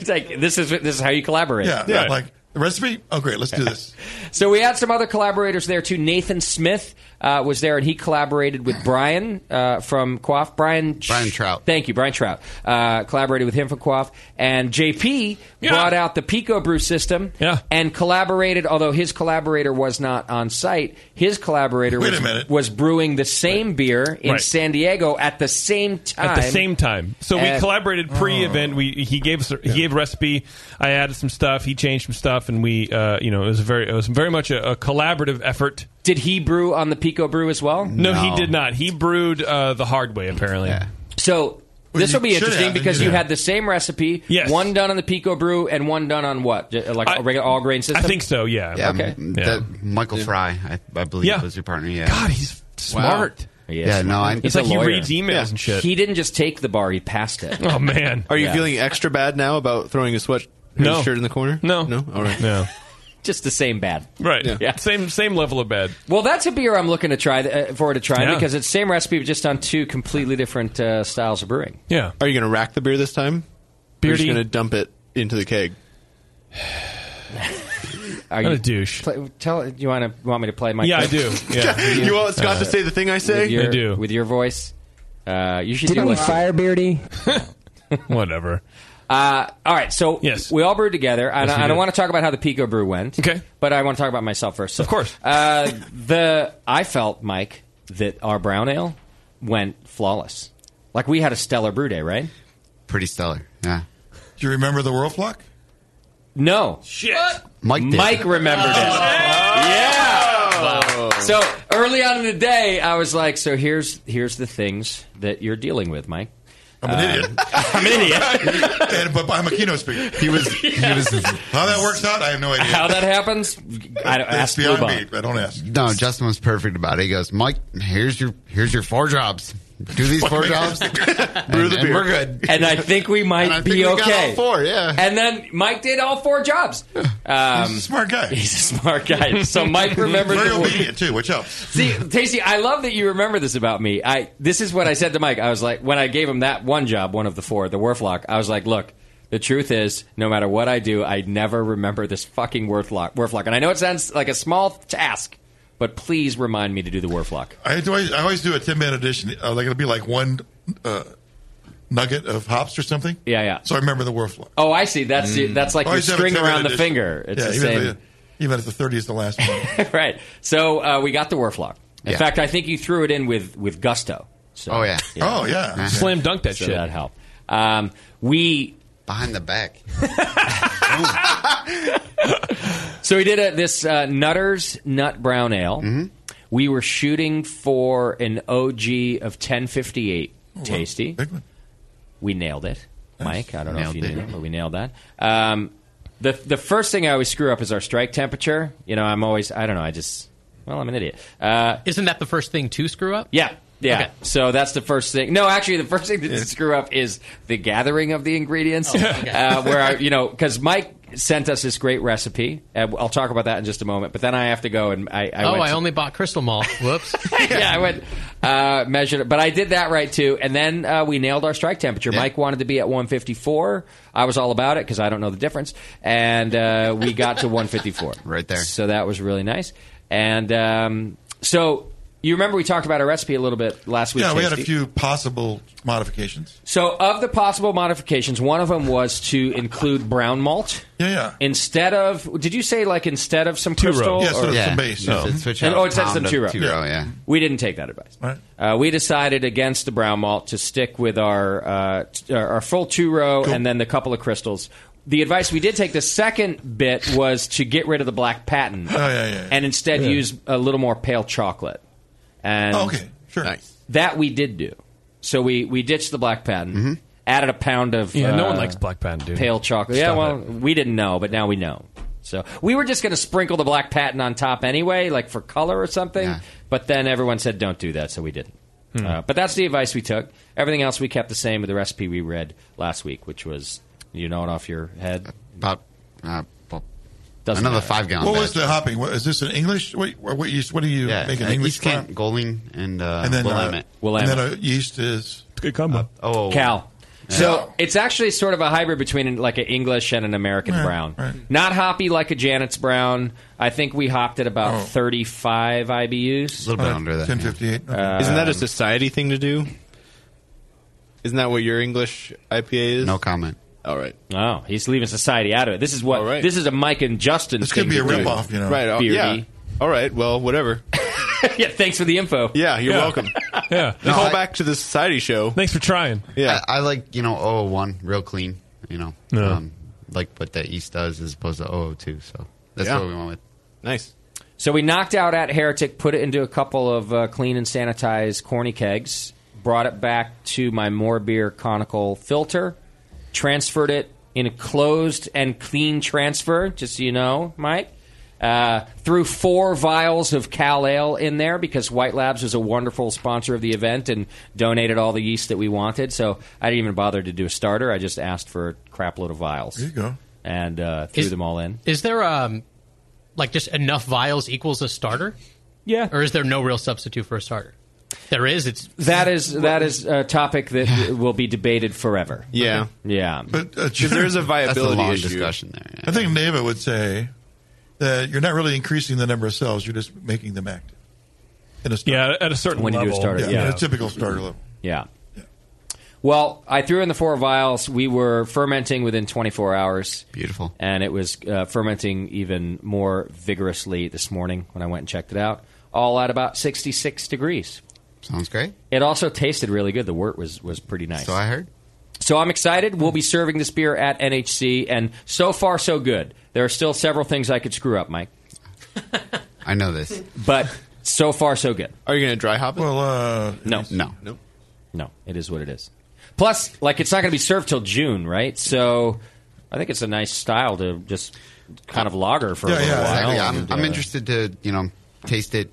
Speaker 10: it's like this is this is how you collaborate.
Speaker 13: Yeah. yeah. Like, the recipe? Oh, great. Let's do this.
Speaker 10: So we had some other collaborators there too. Nathan Smith uh, was there, and he collaborated with Brian uh, from Quaff. Brian Brian Trout. Thank you, Brian Trout. Uh, collaborated with him from Quaff, and JP brought out the Pico Brew system. and collaborated. Although his collaborator was not on site, his collaborator
Speaker 5: Wait a
Speaker 10: was,
Speaker 5: minute.
Speaker 10: was brewing the same beer in
Speaker 5: Right.
Speaker 10: San Diego at the same time.
Speaker 5: At the same time, so we
Speaker 10: And- Oh.
Speaker 5: collaborated pre-event. We he gave us he gave a recipe. I added some stuff. He changed some stuff, and we uh, you know it was a very it was very much a, a collaborative effort.
Speaker 10: Did he brew on the Pico Brew as well?
Speaker 5: No,
Speaker 10: No.
Speaker 5: he did not. He brewed uh, the hard way apparently.
Speaker 10: So this
Speaker 5: you
Speaker 10: will be
Speaker 5: should
Speaker 10: interesting
Speaker 5: have,
Speaker 10: because
Speaker 5: yeah.
Speaker 10: you had the same recipe,
Speaker 5: Yes.
Speaker 10: one done on the Pico Brew and one done on what, J- like a regular all grain system.
Speaker 5: I think so. Yeah.
Speaker 2: Yeah,
Speaker 10: okay.
Speaker 2: m- that- Michael Fry, I, I believe,
Speaker 10: Yeah.
Speaker 2: was your partner. Yeah.
Speaker 10: God,
Speaker 5: he's
Speaker 10: smart.
Speaker 2: Yeah, no, I,
Speaker 10: He's a lawyer. He
Speaker 2: He,
Speaker 10: didn't just take the bar; he passed it.
Speaker 5: Oh,
Speaker 10: [LAUGHS]
Speaker 5: man.
Speaker 8: Are you
Speaker 10: Yeah.
Speaker 8: feeling extra bad now about throwing a sweat his
Speaker 10: No.
Speaker 8: shirt in the corner?
Speaker 5: No.
Speaker 8: No. All right.
Speaker 5: No.
Speaker 10: Just the same bad.
Speaker 5: Right. [LAUGHS] Same same level of bad.
Speaker 10: Well, that's a beer I'm looking to try uh, for to try
Speaker 5: Yeah.
Speaker 10: because it's same recipe but just on two completely different uh, styles of brewing.
Speaker 5: Yeah.
Speaker 8: Are you going to rack the beer this time? You're just
Speaker 10: Beardy-
Speaker 8: going to dump it into the keg.
Speaker 10: Are
Speaker 8: What a
Speaker 5: douche.
Speaker 10: tell you want to want me to play my?
Speaker 8: Yeah, I
Speaker 10: clip? [LAUGHS]
Speaker 8: do. Yeah. [LAUGHS] You want Scott to say the thing I say?
Speaker 10: With your,
Speaker 8: I do.
Speaker 10: with your voice. Uh, you should
Speaker 8: [LAUGHS]
Speaker 29: Did
Speaker 10: do
Speaker 29: we
Speaker 10: like
Speaker 29: fire Beardy?
Speaker 5: Whatever.
Speaker 10: Uh, all right, so yes. we all brewed together. I,
Speaker 5: Yes,
Speaker 10: don't-
Speaker 5: you
Speaker 10: I don't
Speaker 5: did.
Speaker 10: want to talk about how the Pico brew went. Okay. But I want to talk about myself first. of course. Uh, the I felt, Mike, that our brown ale went flawless. Like we had a stellar brew day, right?
Speaker 2: Pretty stellar, yeah.
Speaker 13: Do you remember the Whirlflock?
Speaker 10: No.
Speaker 5: Shit.
Speaker 2: Mike did.
Speaker 10: Mike remembered
Speaker 13: [LAUGHS]
Speaker 10: it. Yeah. So early on in the day, I was like, "So here's here's the things that you're dealing with, Mike." I'm an idiot. [LAUGHS] I'm an idiot.
Speaker 13: and, but I'm a keynote speaker.
Speaker 2: He was.
Speaker 10: [LAUGHS]
Speaker 2: He was.
Speaker 13: How that works out, I have no idea.
Speaker 10: How that happens? I don't
Speaker 13: It's
Speaker 10: ask
Speaker 13: beyond
Speaker 10: Blue
Speaker 13: me. I don't ask.
Speaker 2: No, Justin was perfect about it. He goes, Mike, here's your here's your four jobs. Do these four jobs. [LAUGHS] Brew the beer.
Speaker 10: We're good. And I think we might
Speaker 2: And I
Speaker 10: be
Speaker 2: think we got
Speaker 10: okay.
Speaker 2: all four, yeah.
Speaker 10: And then Mike did all
Speaker 2: [LAUGHS]
Speaker 10: four jobs. he's a
Speaker 13: smart guy.
Speaker 10: Um, [LAUGHS] He's a smart guy. [LAUGHS] So Mike remembered
Speaker 13: Very
Speaker 10: the-
Speaker 13: obedient too, which helps.
Speaker 10: See, Tasty, I love that you remember this about me. I this is what I said to Mike. I was like, when I gave him that one job, one of the four, the Werflock, I was like, look, the truth is, no matter what I do, I never remember this fucking Werflock. Werflock, and I know it sounds like a small task, but please remind me to do the Werflock.
Speaker 13: I do. I always do a ten minute edition. Uh, like it'll be like one uh, nugget of hops or something.
Speaker 10: Yeah, yeah.
Speaker 13: So I remember the Whirlflock.
Speaker 10: Oh, I see. That's
Speaker 2: Mm.
Speaker 10: the that's like
Speaker 13: I
Speaker 10: your
Speaker 13: always have a
Speaker 10: string
Speaker 13: 10-minute
Speaker 10: around the
Speaker 13: edition.
Speaker 10: finger. It's
Speaker 13: yeah,
Speaker 10: the
Speaker 13: even
Speaker 10: same.
Speaker 13: If the, even if the thirty is
Speaker 10: [LAUGHS]
Speaker 13: the last one.
Speaker 10: right. So uh, we got the Werflock. In
Speaker 13: Yeah.
Speaker 10: fact, I think you threw it in with with gusto. So, Uh-huh.
Speaker 2: Oh, yeah. Oh, yeah. Yeah. Slam dunked that
Speaker 10: so
Speaker 2: shit.
Speaker 10: That helped. Um, we
Speaker 2: behind the back.
Speaker 10: [LAUGHS] so we did a, this uh, Nutters Nut Brown Ale.
Speaker 2: Mm-hmm.
Speaker 10: We were shooting for an OG of 1058
Speaker 2: Oh,
Speaker 10: tasty. We nailed it, Mike. I don't know if
Speaker 2: Nailed
Speaker 10: you
Speaker 2: it.
Speaker 10: knew, but we nailed that. Um, the the first thing I always screw up is our strike temperature. You know, I'm always I don't know. I just well, I'm an idiot. Uh,
Speaker 11: Isn't that the first thing to screw up?
Speaker 10: Yeah. Yeah.
Speaker 11: Okay.
Speaker 10: So that's the first thing. No, actually, the first thing that screw up is the gathering of the
Speaker 11: Oh,
Speaker 10: ingredients. uh, where I, you know, because Mike sent us this great recipe. Uh, I'll talk about that in just a moment. But then I have to go and I. I
Speaker 11: oh,
Speaker 10: went
Speaker 11: I
Speaker 10: to-
Speaker 11: only bought crystal
Speaker 13: [LAUGHS]
Speaker 11: malt. Whoops.
Speaker 10: yeah, I went uh, measured it, but I did that right too. And then uh, we nailed our strike temperature. Mike wanted to be at 154. I was all about it because I don't know the difference, and uh, we got to
Speaker 13: [LAUGHS]
Speaker 10: 154 right there. So that was really nice. And um, so you remember we talked about our recipe a little bit last week.
Speaker 13: yeah, we had a
Speaker 10: Tasty?
Speaker 13: few possible modifications.
Speaker 10: So, of the possible modifications, one of them was to include brown malt.
Speaker 13: Yeah, yeah.
Speaker 10: Instead of, did you say like instead of some
Speaker 13: Two row.
Speaker 10: crystal?
Speaker 13: Yeah, instead of
Speaker 10: or-
Speaker 13: Yeah. some base, yeah.
Speaker 10: And-
Speaker 13: Switch out
Speaker 10: oh, instead of
Speaker 13: pound
Speaker 10: some
Speaker 13: of
Speaker 10: two row.
Speaker 13: two row,
Speaker 2: yeah.
Speaker 10: We didn't take that advice.
Speaker 13: Right.
Speaker 10: Uh, we decided against the brown malt to stick with our uh, t- our our full two row and then the couple of crystals. The advice we did take the second bit was to get rid of the black patent and instead
Speaker 13: Oh, Yeah.
Speaker 10: use a little more pale chocolate. And
Speaker 13: Oh, okay, sure.
Speaker 10: That we did do. So we we ditched the black patent,
Speaker 2: Mm-hmm.
Speaker 10: added a pound of
Speaker 5: Yeah, no one
Speaker 10: uh,
Speaker 5: likes black patent, dude.
Speaker 10: pale chocolate.
Speaker 5: Stop
Speaker 10: yeah, well, we didn't know, but now we know. So we were just going to sprinkle the black patent on top anyway, like for color or something. But then everyone said don't do that, so we didn't.
Speaker 5: Hmm.
Speaker 10: Uh, but that's the advice we took. Everything else we kept the same with the recipe we read last week, which was you know it off your head
Speaker 2: about uh, well,
Speaker 10: doesn't
Speaker 2: another
Speaker 10: matter.
Speaker 2: five gallon.
Speaker 13: What was the hopping? What, is this an English? Wait, what, what, yeast- what do you
Speaker 2: Yeah,
Speaker 13: make an
Speaker 2: uh,
Speaker 13: English?
Speaker 2: East Kent,
Speaker 13: from?
Speaker 2: Golding, and uh,
Speaker 13: and then
Speaker 2: Willamette.
Speaker 13: Uh, And then a yeast is
Speaker 5: good combo.
Speaker 2: oh,
Speaker 10: Cal.
Speaker 2: Yeah.
Speaker 10: So it's actually sort of a hybrid between an- like an English and an American
Speaker 2: Right,
Speaker 10: brown. Not hoppy like a Janet's brown. I think we hopped at
Speaker 8: Oh.
Speaker 10: about 35 IBUs.
Speaker 2: A little bit under that.
Speaker 13: Ten fifty eight.
Speaker 10: Uh,
Speaker 8: Isn't that a society thing to do? Isn't that what your English IPA is? No
Speaker 2: comment.
Speaker 8: All right.
Speaker 10: Oh, he's leaving society out of it. This is what. This is a Mike and Justin.
Speaker 8: This
Speaker 10: thing
Speaker 8: could be
Speaker 10: to
Speaker 8: a
Speaker 10: do.
Speaker 8: rip-off, you know. Right, oh,
Speaker 10: Beardy.
Speaker 8: yeah. All right. Well, whatever.
Speaker 10: [LAUGHS] yeah. Thanks for the info.
Speaker 8: Yeah, you're
Speaker 10: Yeah.
Speaker 8: welcome.
Speaker 10: [LAUGHS]
Speaker 5: yeah.
Speaker 8: No,
Speaker 2: No,
Speaker 8: call
Speaker 2: I-
Speaker 8: back to the society show.
Speaker 5: Thanks for trying.
Speaker 2: Yeah, I, I like you know 001, real clean. You know,
Speaker 5: Yeah.
Speaker 2: um, like what the East does as opposed to 002. So that's
Speaker 10: Yeah.
Speaker 2: what we went with.
Speaker 8: Nice.
Speaker 10: So we knocked out at Heretic, put it into a couple of uh, clean and sanitized corny kegs, brought it back to my more beer conical filter, transferred it in a closed and clean transfer, just so you know, Mike. Uh, threw four vials of Cal Ale in there because White Labs was a wonderful sponsor of the event and donated all the yeast that we wanted. So I didn't even bother to do a starter. I just asked for a crap load of vials.
Speaker 13: There you go.
Speaker 10: And uh, threw
Speaker 11: Is-
Speaker 10: them all in.
Speaker 11: Is there um, like just enough vials equals a starter?
Speaker 10: Yeah.
Speaker 11: Or is there no real substitute for a starter? There is. It's
Speaker 10: That is that is a topic
Speaker 13: [LAUGHS]
Speaker 10: that will be debated forever.
Speaker 8: Yeah.
Speaker 10: yeah.
Speaker 13: But uh,
Speaker 10: [LAUGHS]
Speaker 13: there's a viability [LAUGHS] That's a long issue. discussion
Speaker 2: there.
Speaker 13: I think Neva would say that you're not really increasing the number of cells; you're just making them active. In a starter.
Speaker 5: Yeah, at a certain
Speaker 10: When you do a
Speaker 5: level.
Speaker 10: starter, yeah.
Speaker 13: in a typical starter level.
Speaker 10: Yeah. Well, I threw in the four vials. We were fermenting within 24 hours. Beautiful. And it was uh, fermenting even more vigorously this morning when I went and checked it out. All at about 66 degrees. Sounds great. It also tasted really good. The wort was, was pretty nice. So I heard. So I'm excited. We'll be serving this beer at NHC, and so far, so good. There are still several things I could screw up, Mike. [LAUGHS] I know this. But so far, so good. Are you going to dry hop it? Well, uh, no. No. No. No. It is what it is. Plus, like, it's not going to be served till June, right? So I think it's a nice style to just kind of lager for a little while.
Speaker 2: exactly. I'm,
Speaker 10: And,
Speaker 2: I'm
Speaker 10: uh,
Speaker 2: interested to you know taste it.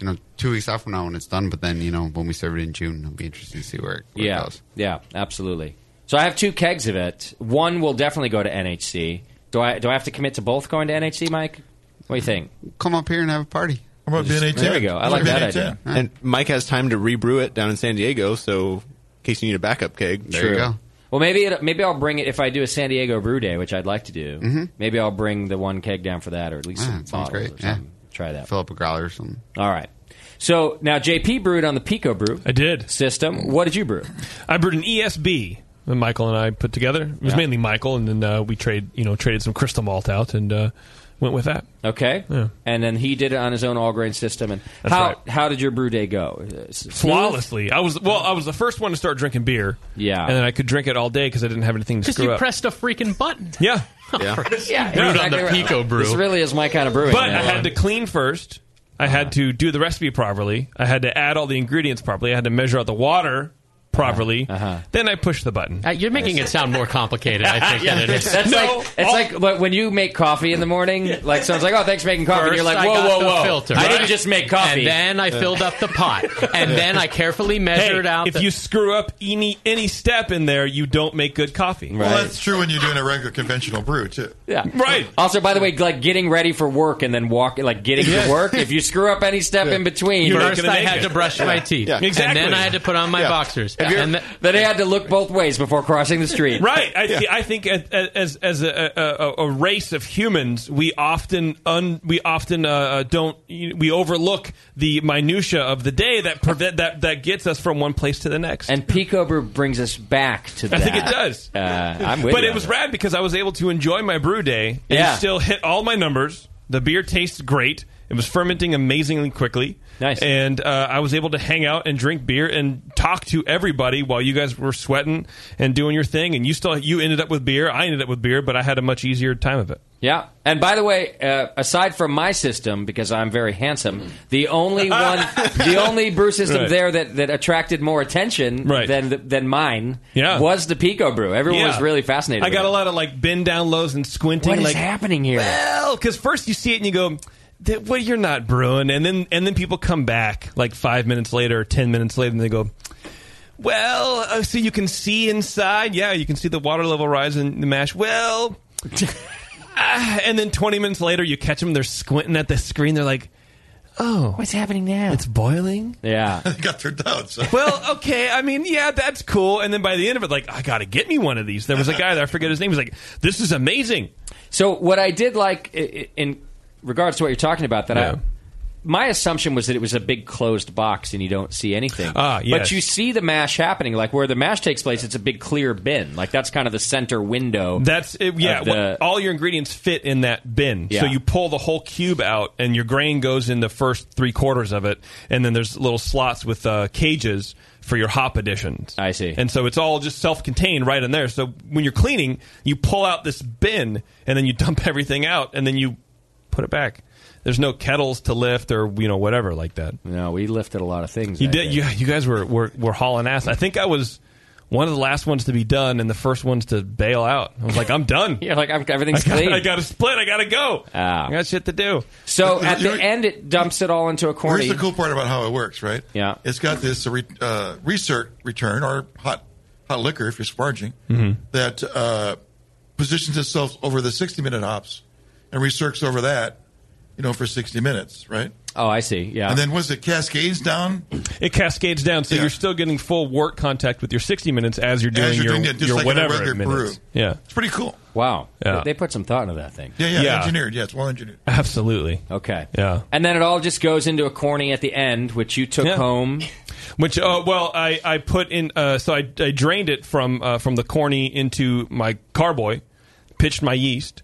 Speaker 2: You know, two weeks out from now when it's done, but then you know when we serve it in June, it'll be interesting to see where it, where it
Speaker 10: Yeah.
Speaker 2: goes.
Speaker 10: Yeah, absolutely. So I have two kegs of it. One will definitely go to NHC. Do I, do I have to commit to both going to NHC, Mike? What do you think?
Speaker 2: Come up here and have a party.
Speaker 13: How about
Speaker 10: Just-
Speaker 13: being 18?
Speaker 10: There we go. I like that idea.
Speaker 8: And Mike has time to rebrew it down in San Diego, so in case you need a backup keg, there you
Speaker 10: True.
Speaker 8: go.
Speaker 10: Well, maybe it, maybe I'll bring it if I do a San Diego Brew Day, which I'd like to do.
Speaker 2: Mhm.
Speaker 10: Maybe I'll bring the one keg down for that, or at least
Speaker 2: Yeah,
Speaker 10: some
Speaker 2: that Ah, sounds
Speaker 10: bottles
Speaker 2: great.
Speaker 10: or
Speaker 2: Yeah.
Speaker 10: something. Try that.
Speaker 2: Fill up a growler or something.
Speaker 10: All right. So now JP brewed on the Pico Brew. I
Speaker 5: did
Speaker 10: system. What did you brew?
Speaker 5: I brewed an E ESB that Michael and I put together. It was
Speaker 10: Yeah.
Speaker 5: mainly Michael, and then uh, we trade you know traded some crystal malt out and uh, went with that.
Speaker 10: Okay.
Speaker 5: Yeah.
Speaker 10: And then he did it on his own all grain system. And
Speaker 5: That's
Speaker 10: how
Speaker 5: right.
Speaker 10: how did your brew day go? Uh, s- smooth?
Speaker 5: Flawlessly, I was well. I was
Speaker 10: [LAUGHS]
Speaker 5: the first one to start drinking beer.
Speaker 10: Yeah.
Speaker 5: and then I could drink it all day because I didn't have anything to
Speaker 11: Because
Speaker 5: screw
Speaker 11: you
Speaker 5: up.
Speaker 11: pressed a freaking button.
Speaker 5: [LAUGHS] yeah,
Speaker 11: [LAUGHS]
Speaker 10: yeah,
Speaker 5: Brewed on
Speaker 10: exactly
Speaker 5: the
Speaker 10: right.
Speaker 5: Pico brew.
Speaker 10: This really is my kind of brewing.
Speaker 5: But
Speaker 10: Yeah.
Speaker 5: I had to clean first. I had to do the recipe properly. I had to add all the ingredients properly. I had to measure out the water properly.
Speaker 10: Uh-huh.
Speaker 5: Then I pushed the button.
Speaker 11: Uh, you're making it sound more complicated, I think, than it is.
Speaker 10: [LAUGHS] That's
Speaker 11: No,
Speaker 10: like it's
Speaker 11: all-
Speaker 10: like but when you make coffee in the morning, like someone's like, "Oh, thanks for making coffee." and
Speaker 11: First,
Speaker 10: you're
Speaker 11: I
Speaker 10: like, "Whoa,
Speaker 11: got
Speaker 10: whoa,
Speaker 11: the
Speaker 10: whoa!"
Speaker 11: filter.
Speaker 10: I didn't just make coffee.
Speaker 11: And then I filled up the
Speaker 10: [LAUGHS]
Speaker 11: pot, and then I carefully measured
Speaker 5: hey,
Speaker 11: out.
Speaker 5: If
Speaker 11: the-
Speaker 5: you screw up any any step in there, you don't make good coffee.
Speaker 13: Well, that's true when you're doing a regular conventional brew too.
Speaker 10: Yeah.
Speaker 5: Right.
Speaker 10: Also, by the way, like getting ready for work and then walk, like getting
Speaker 13: Yeah.
Speaker 10: to work. If you screw up any step in between,
Speaker 11: You're First, not gonna I make had it. to brush my teeth. Yeah. And then I had to put on my Yeah. boxers.
Speaker 10: And
Speaker 11: And
Speaker 10: then- then I had to look both ways before crossing the street.
Speaker 5: [LAUGHS] Right. I, thi- I think as as, as a, a, a- a race of humans, we often un, we often uh, uh, don't we overlook the minutia of the day that prevent that that gets us from one place to the next.
Speaker 10: And Pico Brew brings us back to
Speaker 5: I
Speaker 10: that.
Speaker 5: think it does.
Speaker 10: [LAUGHS] Uh, I'm with
Speaker 5: but
Speaker 10: you
Speaker 5: it
Speaker 10: on
Speaker 5: was
Speaker 10: that.
Speaker 5: rad because I was able to enjoy my brew day and
Speaker 10: Yeah.
Speaker 5: still hit all my numbers. The beer tastes great. It was fermenting amazingly quickly. Nice. And uh, I was able to hang out and drink beer and talk to everybody while you guys were sweating and doing your thing. And you still you ended up with beer. I ended up with beer, but I had a much easier time of it.
Speaker 10: Yeah. And by the way, uh, aside from my system, because I'm very handsome, the
Speaker 5: [LAUGHS]
Speaker 10: only one, the only brew system
Speaker 5: Mm-hmm. Right.
Speaker 10: there that, that attracted more attention than than mine was the Pico Brew. Everyone
Speaker 5: Yeah.
Speaker 10: was really fascinated.
Speaker 5: I
Speaker 10: with
Speaker 5: got
Speaker 10: it.
Speaker 5: a lot of like bend down lows and squinting.
Speaker 10: What is
Speaker 5: like,
Speaker 10: happening here?
Speaker 5: Well, because first you see it and you go, "That- "Well, you're not brewing," and then and then people come back like five minutes later or ten minutes later, and they go. Well, uh, so you can see inside. Yeah, you can see the water level rise in the mash.
Speaker 10: [LAUGHS]
Speaker 5: Well, ah, and then 20 minutes later, you catch them. They're squinting at the screen. They're like, oh.
Speaker 10: What's happening now?
Speaker 5: It's boiling?
Speaker 10: Yeah.
Speaker 13: [LAUGHS] they got their doubts. [LAUGHS]
Speaker 5: well, okay. I mean, yeah, that's cool. And then by the end of it, like, I got to get me one of these. There was a guy there, I forget his name. He was like, this is amazing.
Speaker 10: So what I did like i- i- in regards to what you're talking about that I my assumption was that it was a big closed box and you don't see anything.
Speaker 5: Ah,
Speaker 10: But
Speaker 5: yes.
Speaker 10: you see the mash happening. Like where the mash takes place, it's a big clear bin. Like that's kind of the center window.
Speaker 5: That's it, yeah.
Speaker 10: of the-
Speaker 5: what- all your ingredients fit in that bin, so
Speaker 10: Yeah.
Speaker 5: you pull the whole cube out, and your grain goes in the first three quarters of it, and then there's little slots with uh, cages for your hop additions. I see. And so it's all just self-contained right in there. So when you're cleaning, you pull out this bin, and then you [LAUGHS] dump everything out, and then you put it back. There's no kettles to lift or you know whatever like that.
Speaker 10: No, we lifted a lot of things.
Speaker 5: You
Speaker 10: that
Speaker 5: did.
Speaker 10: day.
Speaker 5: You, you guys were, were were hauling ass. I think I was one of the last ones to be done and the first ones to bail out. I was like, I'm done.
Speaker 10: [LAUGHS] You're like, I'm, everything's
Speaker 5: I got,
Speaker 10: clean.
Speaker 5: I got to split. I got to go. I got shit to do.
Speaker 10: Ah. So at the end, it dumps it all into a corny.
Speaker 13: Here's the cool part about how it works, right?
Speaker 10: Yeah.
Speaker 13: It's got this re- uh, research return or hot hot liquor if you're sparging
Speaker 12: Mhm.
Speaker 13: that uh, positions itself over the 60 minute hops and recircs over that, you know, for 60 minutes, right?
Speaker 10: Oh, I see. Yeah.
Speaker 13: And then once it cascades down,
Speaker 5: It cascades down, so you're still getting full work contact with your 60 minutes as you're doing
Speaker 13: As you're
Speaker 5: your,
Speaker 13: doing it, just
Speaker 5: your
Speaker 13: like in a
Speaker 5: whatever
Speaker 13: regular
Speaker 5: minutes.
Speaker 13: brew.
Speaker 5: Yeah.
Speaker 13: it's pretty cool.
Speaker 10: Wow.
Speaker 5: Yeah.
Speaker 10: They put some thought into that thing.
Speaker 13: Yeah, yeah, engineered. Yeah, it's well engineered.
Speaker 5: Absolutely.
Speaker 10: Okay.
Speaker 5: Yeah.
Speaker 10: And then it all just goes into a corny at the end, which you took home.
Speaker 5: Which, uh, well, I, I put in, uh, so I, I drained it from uh, from the corny into my carboy, pitched my yeast,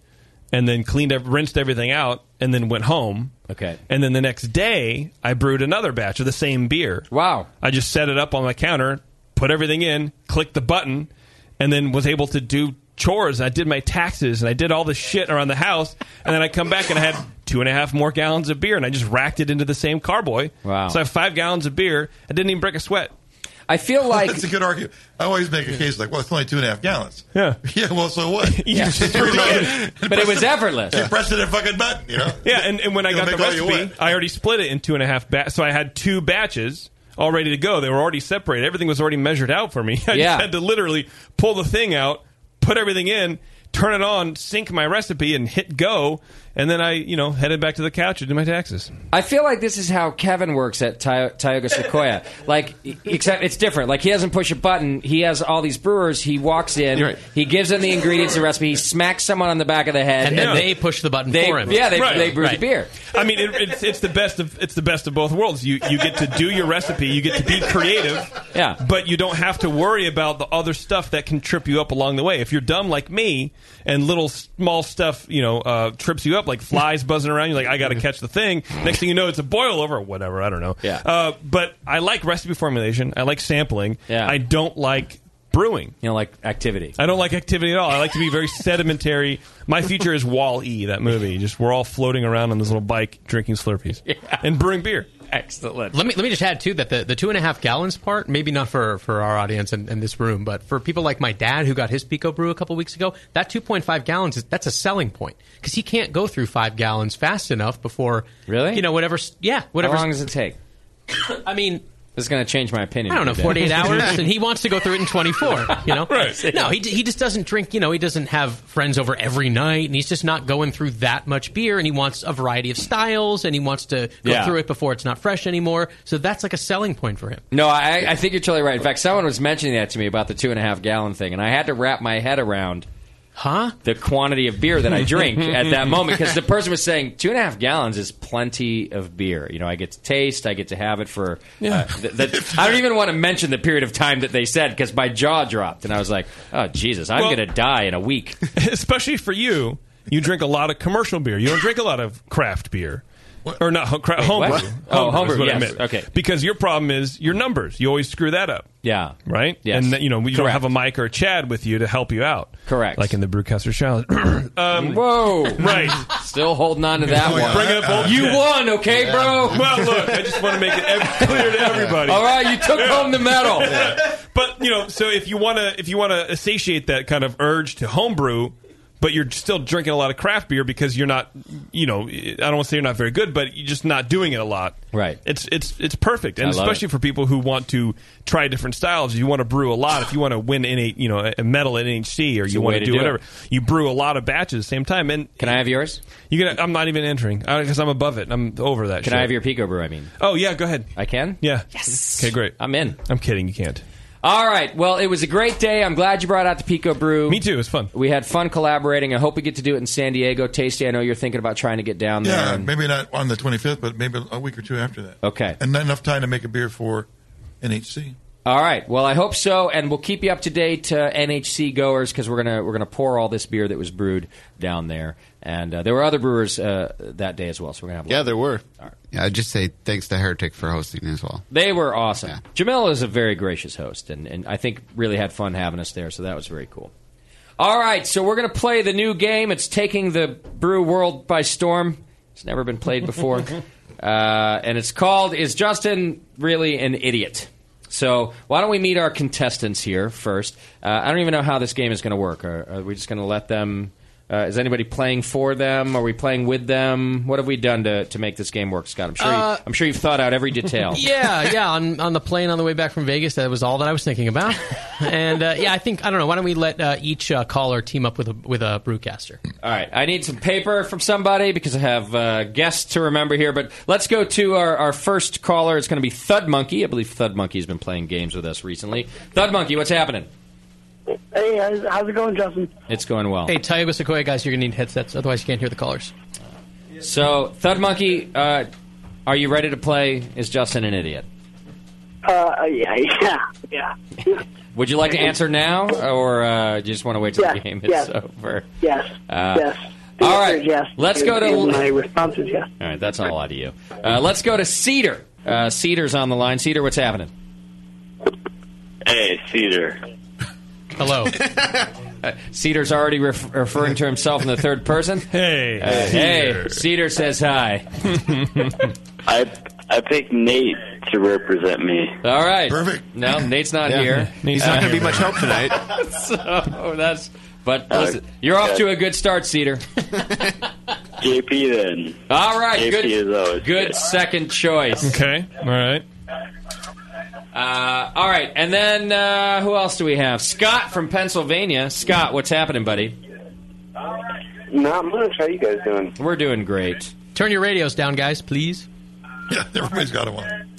Speaker 5: and then cleaned up, rinsed everything out, and then went home.
Speaker 10: Okay.
Speaker 5: And then the next day, I brewed another batch of the same beer.
Speaker 10: Wow.
Speaker 5: I just set it up on my counter, put everything in, clicked the button, and then was able to do chores. And I did my taxes and I did all the shit around the house. And then I come back and I had two and a half more gallons of beer and I just racked it into the same carboy.
Speaker 10: Wow.
Speaker 5: So I have five gallons of beer. I didn't even break a sweat.
Speaker 10: I feel like
Speaker 13: [LAUGHS] that's a good argument. I always make a case like, well, it's only two and a half gallons.
Speaker 5: Yeah.
Speaker 13: [LAUGHS] Yeah. Well, so
Speaker 5: [LAUGHS]
Speaker 13: what?
Speaker 5: Yeah.
Speaker 10: but it was effortless.
Speaker 13: [LAUGHS] You pressed it a fucking button, you know.
Speaker 5: Yeah, and, and [LAUGHS] when I
Speaker 13: You'll
Speaker 5: got the
Speaker 13: make all you
Speaker 5: recipe, I already split it in two and a half batches. So I had two batches all ready to go. They were already separated. Everything was already measured out for me. [LAUGHS] I
Speaker 10: Yeah.
Speaker 5: just had to literally pull the thing out, put everything in, turn it on, sync my recipe, and hit go. And then I, you know, headed back to the couch and did my taxes.
Speaker 10: I feel like this is how Kevin works at Ty-
Speaker 5: [LAUGHS]
Speaker 10: Tioga Sequoia. like, e- except it's different. Like, he doesn't push a button. He has all these brewers. He walks in. He gives them the ingredients, the recipe. He smacks someone on the back of the head,
Speaker 11: And then they push the button
Speaker 10: They-
Speaker 11: for him.
Speaker 10: yeah, they- they brew the beer.
Speaker 5: I mean, it, it's, it's the best of it's the best of both worlds. You you get to do your recipe, you get to be creative,
Speaker 10: yeah.
Speaker 5: But you don't have to worry about the other stuff that can trip you up along the way. If you're dumb like me, and little small stuff, you know, uh, trips you up like flies buzzing around. You're like, I got to
Speaker 10: Mm-hmm.
Speaker 5: catch the thing. Next thing you know, it's a boil over or whatever. I don't know. Yeah. Uh, but I like recipe formulation. I like sampling. Yeah. I don't like brewing.
Speaker 10: You know, like activity.
Speaker 5: I don't like activity at all. I like to be very sedimentary. My future is Wall E, that movie. Just we're all floating around on this little bike drinking Slurpees and brewing beer.
Speaker 10: Excellent.
Speaker 11: Let me let me just add too that the, the two and a half gallons part, maybe not for, for our audience in, in this room, but for people like my dad who got his Pico Brew a couple weeks ago, that two point five gallons is that's a selling point because he can't go through five gallons fast enough before really you know whatever s- yeah whatever
Speaker 10: long does it take?
Speaker 11: I mean,
Speaker 10: This is going to change my opinion.
Speaker 11: I don't know,
Speaker 10: today. [LAUGHS]
Speaker 11: 48 hours, and he wants to go through it in 24, you know?
Speaker 10: Right.
Speaker 11: No, he, he just doesn't drink, you know, he doesn't have friends over every night, and he's just not going through that much beer, and he wants a variety of styles, and he wants to go
Speaker 10: Yeah.
Speaker 11: through it before it's not fresh anymore. So that's like a selling point for him.
Speaker 10: No, I, I think you're totally right. In fact, someone was mentioning that to me about the two and a half gallon thing, and I had to wrap my head around,
Speaker 11: huh,
Speaker 10: the quantity of beer that
Speaker 11: [LAUGHS]
Speaker 10: I drink at that moment because the person was saying two and a half gallons is plenty of beer. You know, I get to taste, I get to have it for.
Speaker 5: Yeah.
Speaker 10: Uh, th- that- I don't even want to mention the period of time that they said because my jaw dropped, and I was like, "Oh Jesus, I'm
Speaker 5: Well-
Speaker 10: going to die in a week."
Speaker 5: [LAUGHS] Especially for you, you drink a lot of commercial beer. You don't drink a lot of craft beer. Or not ho- cra-
Speaker 10: Wait,
Speaker 5: homebrew.
Speaker 10: what? Oh,
Speaker 5: Homebrew is
Speaker 10: homebrew,
Speaker 5: what I
Speaker 10: yes.
Speaker 5: meant.
Speaker 10: Okay.
Speaker 5: Because your problem is your numbers. You always screw that up.
Speaker 10: Yeah.
Speaker 5: Right?
Speaker 10: Yes.
Speaker 5: And, that, you know, you don't
Speaker 10: Correct.
Speaker 5: have a Mike or a Chad with you to help you out.
Speaker 10: Correct.
Speaker 5: Like in the Brewcaster Challenge. [CLEARS THROAT] um,
Speaker 10: Whoa!
Speaker 5: [LAUGHS] Right.
Speaker 10: Still holding on to that one.
Speaker 5: Bring up old
Speaker 10: you
Speaker 5: Chad.
Speaker 10: won, okay, bro.
Speaker 5: Well, look, I just want to make it ev-
Speaker 10: [LAUGHS]
Speaker 5: clear to everybody.
Speaker 10: All right, you took home
Speaker 5: [LAUGHS]
Speaker 10: the medal.
Speaker 5: But you know, so if you want to, if you want to satiate that kind of urge to homebrew, but you're still drinking a lot of craft beer because you're not, you know, I don't want to say you're not very good, but you're just not doing it a lot.
Speaker 10: Right.
Speaker 5: It's it's it's perfect, and
Speaker 10: I love
Speaker 5: especially for people who want to try different styles. You want to brew a lot if you want to win any, you know, a medal at NHC, or
Speaker 10: It's
Speaker 5: you
Speaker 10: a
Speaker 5: want
Speaker 10: way
Speaker 5: to
Speaker 10: to
Speaker 5: do
Speaker 10: do it.
Speaker 5: whatever. You brew a lot of batches at the same time. And
Speaker 10: can I have yours?
Speaker 5: You can. I'm not even entering because I'm above it. I'm over that.
Speaker 10: Can
Speaker 5: shit.
Speaker 10: I have your Pico Brew? I mean,
Speaker 5: Oh yeah, go ahead.
Speaker 10: I can.
Speaker 5: Yeah.
Speaker 10: Yes.
Speaker 5: Okay, great.
Speaker 10: I'm in.
Speaker 5: I'm kidding. You can't.
Speaker 10: All right. Well, it was a great day. I'm glad you brought out the Pico Brew. Me
Speaker 5: too. It was fun.
Speaker 10: We had fun collaborating. I hope we get to do it in San Diego. Tasty, I know you're thinking about trying to get down there.
Speaker 13: Yeah,
Speaker 10: and-
Speaker 13: maybe not on the 25th, but maybe a week or two after that.
Speaker 10: Okay.
Speaker 13: And not enough time to make a beer for NHC.
Speaker 10: All right. Well, I hope so, and we'll keep you up to date, uh, NHC goers, because we're gonna we're gonna pour all this beer that was brewed down there, and uh, there were other brewers uh, that day as well. So we're gonna have a
Speaker 2: Yeah,
Speaker 10: lot.
Speaker 2: there were. Yeah, I'd just say thanks to Heretic for hosting as well.
Speaker 10: They were awesome. Jamel is a very gracious host, and, and I think really had fun having us there, so that was very cool. All right, so we're going to play the new game. It's taking the brew world by storm. It's never been played
Speaker 2: [LAUGHS]
Speaker 10: before. uh, and it's called Is Justin Really an Idiot? So why don't we meet our contestants here first? Uh, I don't even know how this game is going to work. Are, are we just going to let them. Uh, is anybody playing for them? Are we playing with them? What have we done to, to make this game work, Scott? I'm sure,
Speaker 11: Uh,
Speaker 10: you, I'm sure you've thought out every detail.
Speaker 11: [LAUGHS] yeah, yeah. On on the plane on the way back from Vegas, that was all that I was thinking
Speaker 10: [LAUGHS]
Speaker 11: about. and uh, yeah, I think I don't know. Why don't we let uh, each uh, caller team up with a with a brewcaster?
Speaker 10: All right, I need some paper from somebody because I have uh, guests to remember here. But let's go to our, our first caller. It's going to be Thud Monkey. I believe Thud Monkey's been playing games with us recently. Thud Monkey, what's happening?
Speaker 29: Hey, how's, how's it going, Justin?
Speaker 10: It's going well.
Speaker 11: Hey, Tioga Sequoia guys, you're gonna need headsets, otherwise you can't hear the callers.
Speaker 10: So, Thud Monkey, uh, are you ready to play? Is Justin an idiot?
Speaker 29: Uh, yeah, [LAUGHS] yeah, yeah.
Speaker 10: Would you like to answer now, or uh, do you just want to wait till the
Speaker 29: Yes,
Speaker 10: game is
Speaker 29: yes.
Speaker 10: over?
Speaker 29: Yes.
Speaker 10: Uh,
Speaker 29: yes.
Speaker 10: All right.
Speaker 29: Yes.
Speaker 10: Let's go to-
Speaker 29: And my response is yes.
Speaker 10: All right, that's not a lot of you. Uh, let's go to Cedar. Uh, Cedar's on the line. Cedar, what's happening?
Speaker 7: Hey, Cedar.
Speaker 10: Hello. [LAUGHS] Cedar's already ref- referring to himself in the
Speaker 5: [LAUGHS]
Speaker 10: third person. Hey, hey,
Speaker 7: Cedar.
Speaker 10: Cedar says hi.
Speaker 7: I I picked Nate to represent me.
Speaker 10: All right, perfect. No, Nate's not
Speaker 7: Yeah.
Speaker 10: here.
Speaker 7: Nate's not gonna be much help
Speaker 10: tonight. [LAUGHS] so that's. But
Speaker 7: Uh,
Speaker 10: listen, you're off
Speaker 7: yeah.
Speaker 10: to a good start, Cedar.
Speaker 7: JP then.
Speaker 10: All right,
Speaker 7: JP
Speaker 10: good.
Speaker 7: is always
Speaker 10: Good, second choice.
Speaker 5: Okay. All right.
Speaker 10: Uh, all right, and then uh, who else do we have? Scott from Pennsylvania. Scott, what's happening, buddy?
Speaker 7: Not much. How you guys doing?
Speaker 10: We're doing great.
Speaker 11: Turn your radios down, guys, please.
Speaker 13: Yeah, everybody's got one.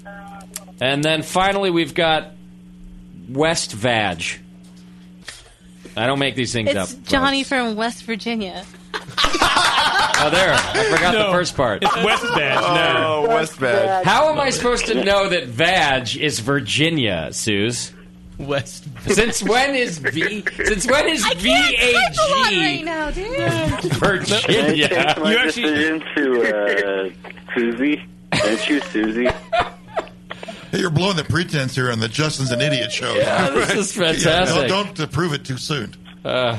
Speaker 10: And then finally, we've got West Vag. I don't make these things
Speaker 14: It's
Speaker 10: up.
Speaker 14: Johnny from West Virginia.
Speaker 10: Oh, there. I forgot the first part. It's
Speaker 5: West
Speaker 8: [LAUGHS]
Speaker 5: Vag.
Speaker 10: No.
Speaker 7: Oh, West Vag.
Speaker 10: How am I supposed to know that Vag is Virginia, Suze?
Speaker 11: West.
Speaker 10: Since when is V? Since when is
Speaker 14: I
Speaker 10: V
Speaker 14: can't
Speaker 10: A
Speaker 14: type a lot
Speaker 10: G
Speaker 14: right now, dude.
Speaker 7: I
Speaker 10: Virginia?
Speaker 7: changed my decision to uh, Susie. Don't you, Susie?
Speaker 13: Hey, you're blowing the pretense here on the Justin's an Idiot show.
Speaker 7: Yeah, this is
Speaker 13: [LAUGHS] Yeah,
Speaker 7: fantastic.
Speaker 13: don't, don't prove it too soon.
Speaker 10: Uh,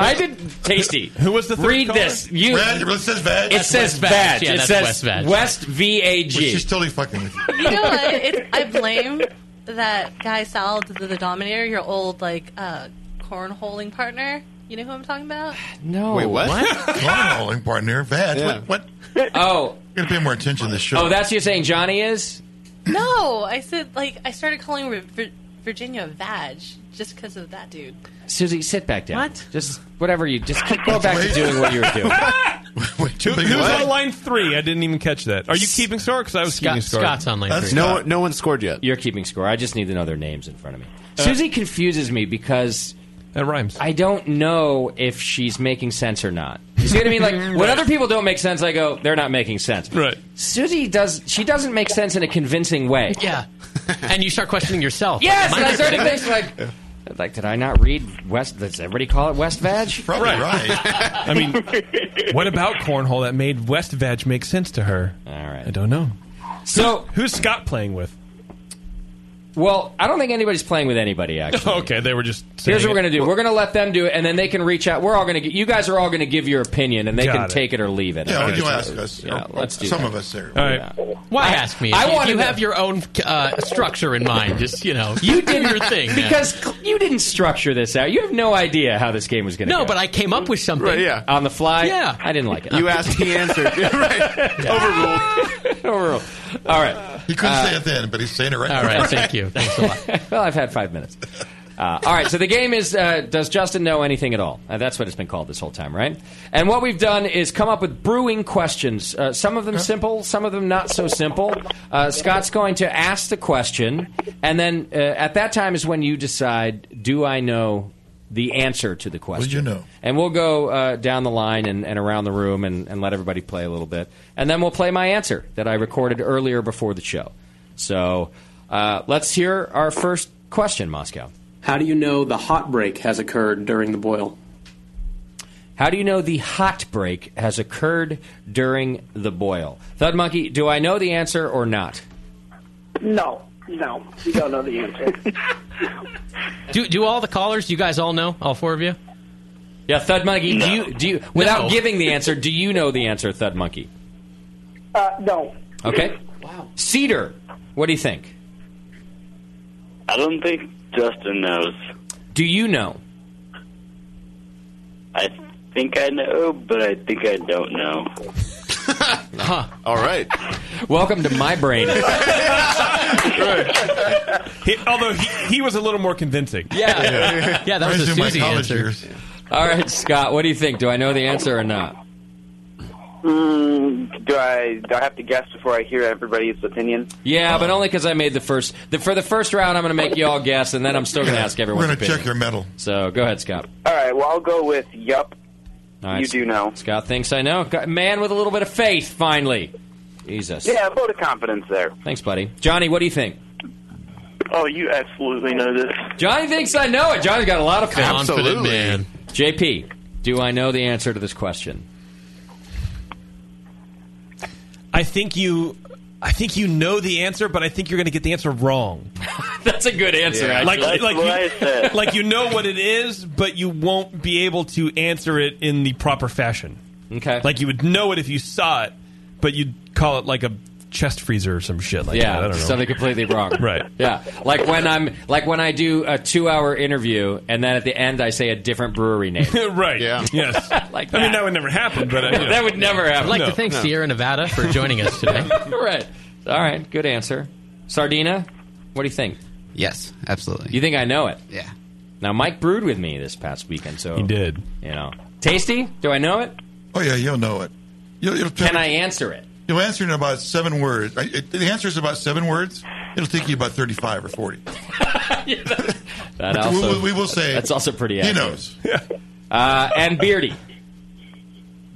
Speaker 10: I did [LAUGHS] tasty.
Speaker 13: Who was
Speaker 10: the third Read caller? this. You-
Speaker 13: Brad, it says Vag.
Speaker 10: It says Vag. it says West V A
Speaker 13: Well,
Speaker 10: G.
Speaker 13: she's totally fucking with you.
Speaker 14: [LAUGHS] You know what? It's, I blame that guy Sal, the, the Dominator, your old like uh, cornholing partner. You know who I'm talking about?
Speaker 10: No.
Speaker 13: Wait,
Speaker 10: what?
Speaker 13: Cornholing partner, Vag. What? what?
Speaker 10: Oh.
Speaker 13: You're going to pay more attention to this show.
Speaker 10: Oh, that's you saying Johnny is?
Speaker 14: [SIGHS] No, I said like I started calling Vir- Vir- Virginia Vag just because of that dude.
Speaker 10: Susie, sit back down.
Speaker 14: What?
Speaker 10: Just whatever you just keep go back to doing what you were doing.
Speaker 5: Who,
Speaker 10: big
Speaker 5: who's
Speaker 10: what?
Speaker 5: on line three? I didn't even catch that. Are you keeping score? Because I was keeping score.
Speaker 10: No, one- no one scored yet. You're keeping score. I just need to know their names in front of me. Susie confuses me because
Speaker 5: that rhymes.
Speaker 10: I don't know if she's making sense or not. You see what I mean? Like when other people don't make sense, I go, they're not making sense.
Speaker 5: Right.
Speaker 10: Susie does. She doesn't make sense in a
Speaker 9: [LAUGHS]
Speaker 10: convincing way.
Speaker 11: Yeah. and you start questioning yourself.
Speaker 10: Yes,
Speaker 11: Like,
Speaker 10: and
Speaker 11: am
Speaker 10: I started
Speaker 11: predicting-
Speaker 10: thinking like. Like, did I not read West? Does everybody call it West Vag?
Speaker 13: Probably right.
Speaker 5: I mean, what about cornhole that made West Vag make sense to her? All
Speaker 10: right.
Speaker 5: I don't know.
Speaker 10: So
Speaker 5: who's Scott playing with?
Speaker 10: Well, I don't think anybody's playing with anybody. Actually,
Speaker 5: Oh, okay, they were just.
Speaker 10: Here's
Speaker 5: saying
Speaker 10: what we're
Speaker 5: it.
Speaker 10: gonna do. We're gonna let them do it, and then they can reach out. We're all gonna. Get, you guys are all gonna give your opinion, and they
Speaker 5: Got
Speaker 10: can
Speaker 5: it.
Speaker 10: take it or leave it.
Speaker 13: Yeah,
Speaker 10: Okay.
Speaker 13: or you ask us.
Speaker 10: Yeah,
Speaker 13: Or-
Speaker 10: let's do
Speaker 13: Some
Speaker 10: that.
Speaker 13: of us there.
Speaker 5: All right.
Speaker 11: Why ask me? If
Speaker 10: I
Speaker 11: you- if
Speaker 10: wanted
Speaker 11: you
Speaker 10: to-
Speaker 11: have your own uh, structure in mind. Just you know,
Speaker 10: You
Speaker 11: do
Speaker 10: did [LAUGHS]
Speaker 11: your thing man.
Speaker 10: because cl- you didn't structure this out. You have no idea how this game was gonna.
Speaker 11: No,
Speaker 10: go.
Speaker 11: but I came up with something. Uh,
Speaker 10: Right, yeah. On the fly?
Speaker 11: Yeah.
Speaker 10: I didn't like it.
Speaker 11: You asked,
Speaker 10: he
Speaker 11: [LAUGHS]
Speaker 10: answered.
Speaker 11: Right.
Speaker 10: Overruled. Overruled. [LAUGHS] All right.
Speaker 13: He couldn't
Speaker 10: Uh,
Speaker 13: say it then, but he's saying it right
Speaker 10: all
Speaker 13: now. [LAUGHS]
Speaker 10: right, thank you. Thanks a lot. [LAUGHS] well, I've had five minutes. Uh, all right, so the game is uh, Does Justin Know Anything at All? Uh, that's what it's been called this whole time, right? And what we've done is come up with brewing questions. Uh, some of them simple, some of them not so simple. Uh, Scott's going to ask the question, and then uh, at that time is when you decide Do I know the answer to the question?
Speaker 13: you know.
Speaker 10: And we'll go uh, down the line and, and around the room and, and let everybody play a little bit. And then we'll play my answer that I recorded earlier before the show. So uh, let's hear our first question, Moscow.
Speaker 27: How do you know the hot break has occurred during the boil?
Speaker 10: How do you know the hot break has occurred during the boil? Thud Monkey, do I know the answer or not?
Speaker 29: No, no, you don't know the answer.
Speaker 11: do do all the callers? You guys all know all four of you.
Speaker 10: Yeah, Thud Monkey, do you do you without
Speaker 11: No.
Speaker 10: giving the answer, do you know the answer, Thud Monkey?
Speaker 29: Uh, no.
Speaker 10: Okay. Wow. Cedar, what do you think?
Speaker 7: I don't think Justin knows.
Speaker 10: Do you know?
Speaker 7: I think I know, but I think I don't know.
Speaker 10: Huh. All right. Welcome to my brain.
Speaker 5: [LAUGHS] He, although he, he was a little more convincing.
Speaker 10: [LAUGHS] Yeah.
Speaker 11: Yeah, that was a Susie answer.
Speaker 10: All right, Scott, what do you think? Do I know the answer or not?
Speaker 26: Mm, do I do I have to guess before I hear everybody's opinion?
Speaker 10: Yeah, but only because I made the first. The, for the first round, I'm going to make you all guess, and then I'm still going to ask everyone.
Speaker 13: We're gonna check
Speaker 10: your
Speaker 13: metal.
Speaker 10: So Oh, go ahead, Scott.
Speaker 26: All right. Well, I'll go with yup.
Speaker 10: All right,
Speaker 26: You do know.
Speaker 10: Scott thinks I know. Got- Man with a little bit of faith, finally. Jesus.
Speaker 26: Yeah, a vote of confidence there.
Speaker 10: Thanks, buddy. Johnny, what do you think?
Speaker 7: Oh, you absolutely know this.
Speaker 10: Johnny thinks I know it. Johnny's got a lot of faith.
Speaker 7: Confident Absolutely.
Speaker 10: man. JP, do I know the answer to this question?
Speaker 5: I think you. I think you know the answer, but I think you're going to get the answer wrong.
Speaker 10: [LAUGHS] That's a good answer.
Speaker 5: like,
Speaker 10: actually.
Speaker 5: like, you, [LAUGHS] like you know what it is, but you won't be able to answer it in the proper fashion.
Speaker 10: Okay.
Speaker 5: Like you would know it if you saw it, but you'd call it like a chest freezer or some shit like
Speaker 10: yeah,
Speaker 5: that. I don't know. [LAUGHS]
Speaker 10: something completely wrong.
Speaker 5: Right.
Speaker 10: Yeah, like when I'm like when I do a two-hour interview and then at the end I say a different brewery name.
Speaker 5: right. Yeah. [LAUGHS] Yes.
Speaker 10: like
Speaker 5: I mean, that would never happen,
Speaker 10: [LAUGHS]
Speaker 5: but uh, I, you know.
Speaker 10: that would never happen.
Speaker 11: I'd like to thank Sierra Nevada for joining us today.
Speaker 10: right. [LAUGHS] All right. Good answer. Sardina, what do you think?
Speaker 2: Yes, absolutely.
Speaker 10: You think I know it?
Speaker 2: Yeah.
Speaker 10: Now Mike brewed with me this past weekend, so
Speaker 2: He
Speaker 5: did.
Speaker 10: You know, tasty? Do I know it?
Speaker 13: Oh yeah, you'll know it. You'll, it'll
Speaker 10: Can I answer it?
Speaker 13: You'll answer in about seven words. I- It, the answer is about seven words. It'll take you about thirty-five or forty.
Speaker 10: That
Speaker 13: But we
Speaker 10: also,
Speaker 13: will- we will say-
Speaker 10: that's also pretty.
Speaker 13: He
Speaker 10: accurate.
Speaker 13: knows.
Speaker 10: Uh, and Beardy.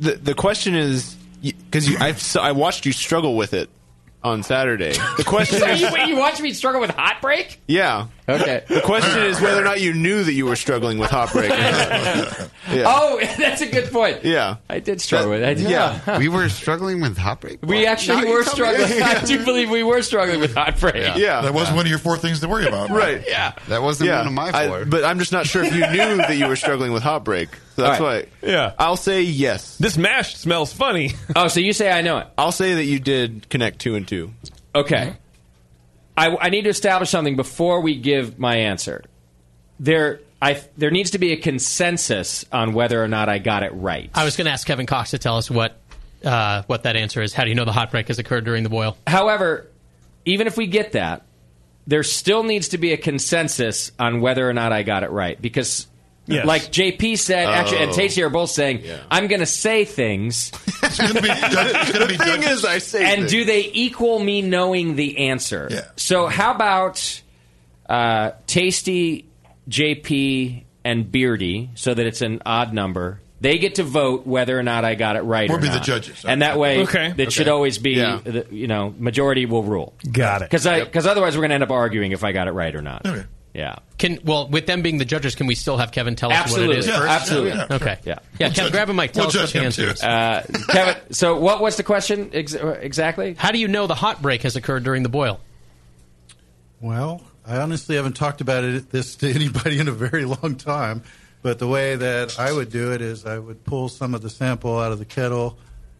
Speaker 8: The the question is because you, I've s- I watched you struggle with it on Saturday. The question [LAUGHS]
Speaker 10: So
Speaker 8: is
Speaker 10: you, wait, you watch me struggle with hot break?
Speaker 8: yeah.
Speaker 10: Okay.
Speaker 8: The question is whether or not you knew that you were struggling with hot
Speaker 10: [LAUGHS]
Speaker 8: break. Yeah.
Speaker 10: Oh, [LAUGHS] that's a good point.
Speaker 8: Yeah,
Speaker 10: I did struggle with it.
Speaker 2: Yeah,
Speaker 10: Yeah.
Speaker 2: we were struggling with hot break.
Speaker 10: We actually were struggling.
Speaker 8: [LAUGHS]
Speaker 10: I
Speaker 2: yeah.
Speaker 10: do believe we were struggling with hot break.
Speaker 13: that wasn't one of your four things to worry about.
Speaker 8: Right.
Speaker 13: [LAUGHS]
Speaker 10: Yeah.
Speaker 2: That wasn't
Speaker 8: yeah.
Speaker 2: one of my
Speaker 8: I-
Speaker 2: four.
Speaker 8: but I'm just not sure if you
Speaker 2: [LAUGHS]
Speaker 8: knew that you were struggling with hot break. So that's
Speaker 10: All right.
Speaker 8: why. Yeah. I'll say yes.
Speaker 5: This mash smells funny.
Speaker 10: Oh, so you say I know it.
Speaker 8: I'll say that you did connect two and two.
Speaker 10: Okay. I, I need to establish something before we give my answer. There, I there needs to be a consensus on whether or not I got it right.
Speaker 11: I was going to ask Kevin Cox to tell us what uh, what that answer is. How do you know the hot break has occurred during the boil?
Speaker 10: However, even if we get that, there still needs to be a consensus on whether or not I got it right because.
Speaker 12: Yes.
Speaker 10: Like JP said, actually, and
Speaker 12: Oh.
Speaker 10: Tasty are both saying, "I'm going to say things."
Speaker 8: [LAUGHS] the thing is, I say
Speaker 10: and
Speaker 8: things.
Speaker 10: do they equal me knowing the answer? So how about uh, Tasty, JP, and Beardy, so that it's an odd number. They get to vote whether or not I got it right.
Speaker 13: Or
Speaker 10: or
Speaker 13: be the
Speaker 10: not.
Speaker 13: judges.
Speaker 10: and that way,
Speaker 13: Okay.
Speaker 10: it
Speaker 13: Okay.
Speaker 10: should always be
Speaker 13: Yeah.
Speaker 10: the, you know majority will rule.
Speaker 5: Got it.
Speaker 10: Because otherwise, we're going to end up arguing if I got it right or not. Yeah.
Speaker 11: Can well with them being the judges, can we still have Kevin tell
Speaker 10: Absolutely.
Speaker 11: us what it is?
Speaker 10: Yeah, Absolutely. yeah, yeah,
Speaker 11: Okay.
Speaker 10: sure. Yeah.
Speaker 11: Yeah.
Speaker 10: We'll
Speaker 11: Kevin,
Speaker 10: judge-
Speaker 11: grab a mic. Tell
Speaker 10: we'll
Speaker 11: us what
Speaker 10: judge
Speaker 11: the
Speaker 10: him
Speaker 11: answer
Speaker 10: too.
Speaker 11: is.
Speaker 10: Uh, Kevin. So what was the question ex- exactly?
Speaker 11: How do you know the hot break has occurred during the boil?
Speaker 20: Well, I honestly haven't talked about it this to anybody in a very long time. But the way that I would do it is I would pull some of the sample out of the kettle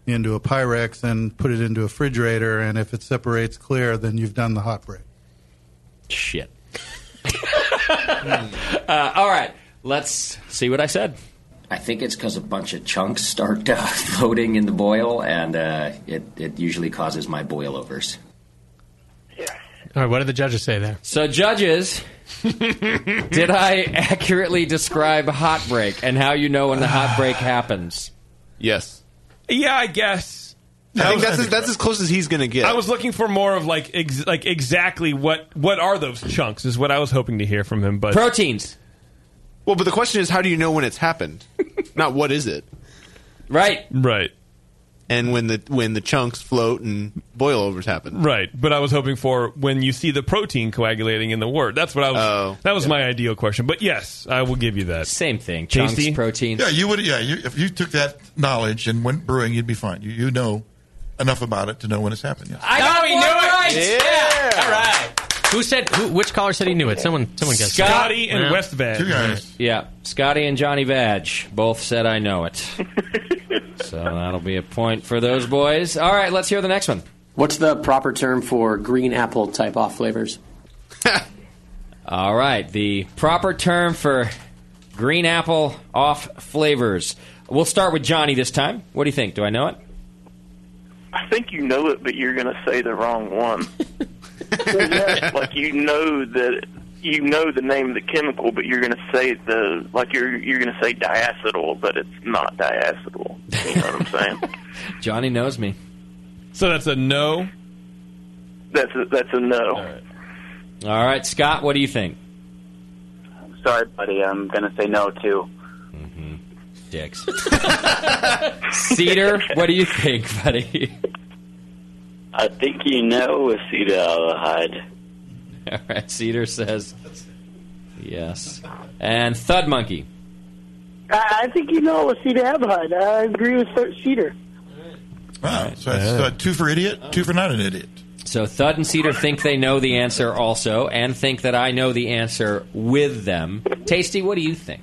Speaker 20: into a Pyrex and put it into a refrigerator. And if it separates clear, then you've done the hot break.
Speaker 10: Shit. [LAUGHS] uh, all right. Let's see what I said.
Speaker 22: I think it's because a bunch of chunks start uh, [LAUGHS] floating in the boil, and uh, it, it usually causes my boil overs.
Speaker 11: All right. What did the judges say there?
Speaker 10: So, judges,
Speaker 11: [LAUGHS]
Speaker 10: did I accurately describe hot break and how you know when the hot
Speaker 11: Ah.
Speaker 10: break happens?
Speaker 8: Yes.
Speaker 5: Yeah, I guess.
Speaker 8: I think that's as- that's as close as he's going to get.
Speaker 5: I was looking for more of like ex- like exactly what what are those chunks is what I was hoping to hear from him. But
Speaker 10: proteins.
Speaker 8: Well, but the question is, how do you know when it's happened? [LAUGHS] Not what is it?
Speaker 10: Right.
Speaker 5: Right.
Speaker 8: And when the when the chunks float and boil overs happen.
Speaker 5: Right, but I was hoping for when you see the protein coagulating in the wort. That's what I was.
Speaker 8: Oh.
Speaker 5: that was my ideal question. But yes, I will give you that.
Speaker 10: Same thing.
Speaker 5: Tasty
Speaker 10: protein.
Speaker 13: Yeah, you would. Yeah, you, if you took that knowledge and went brewing, you'd be fine. You, you know enough about it to know when it's happened. Yes.
Speaker 10: I got one right.
Speaker 11: Yeah.
Speaker 10: All right.
Speaker 11: Who said? Who, which caller said he knew it? Someone. Someone guessed. it.
Speaker 10: Scotty
Speaker 11: Yeah.
Speaker 10: Yeah, Scotty and Johnny Vag both said I
Speaker 11: [LAUGHS]
Speaker 10: know it. so that'll be a point for those boys. All right, let's hear the next one.
Speaker 27: What's the proper term for green apple type off flavors?
Speaker 10: All right, the proper term for green apple off flavors. We'll start with Johnny this time. What do you think? Do I know it?
Speaker 7: I think you know it, but you're going to say the wrong
Speaker 10: [LAUGHS]
Speaker 7: one. like you know that you know the name of the chemical, but you're going to say the like you're you're going to say diacetyl, but it's not diacetyl. You know what I'm
Speaker 10: [LAUGHS]
Speaker 7: saying?
Speaker 10: Johnny knows me.
Speaker 5: So that's a no.
Speaker 7: That's a, that's a no.
Speaker 10: All right, Scott, what do you think?
Speaker 30: Sorry, buddy. I'm gonna say no too.
Speaker 10: Mm-hmm. Dicks. [LAUGHS] Cedar, what do you think, buddy? [LAUGHS]
Speaker 7: I think you know acetaldehyde.
Speaker 10: All right, Cedar says yes. And Thud Monkey.
Speaker 29: I, I think you know what Cedar Abhud. I agree with Sir- Cedar.
Speaker 13: Wow. So that's uh, two for idiot, two for not an idiot.
Speaker 10: So Thud and Cedar think they know the answer also, and think that I know the answer with them. Tasty, what do you think?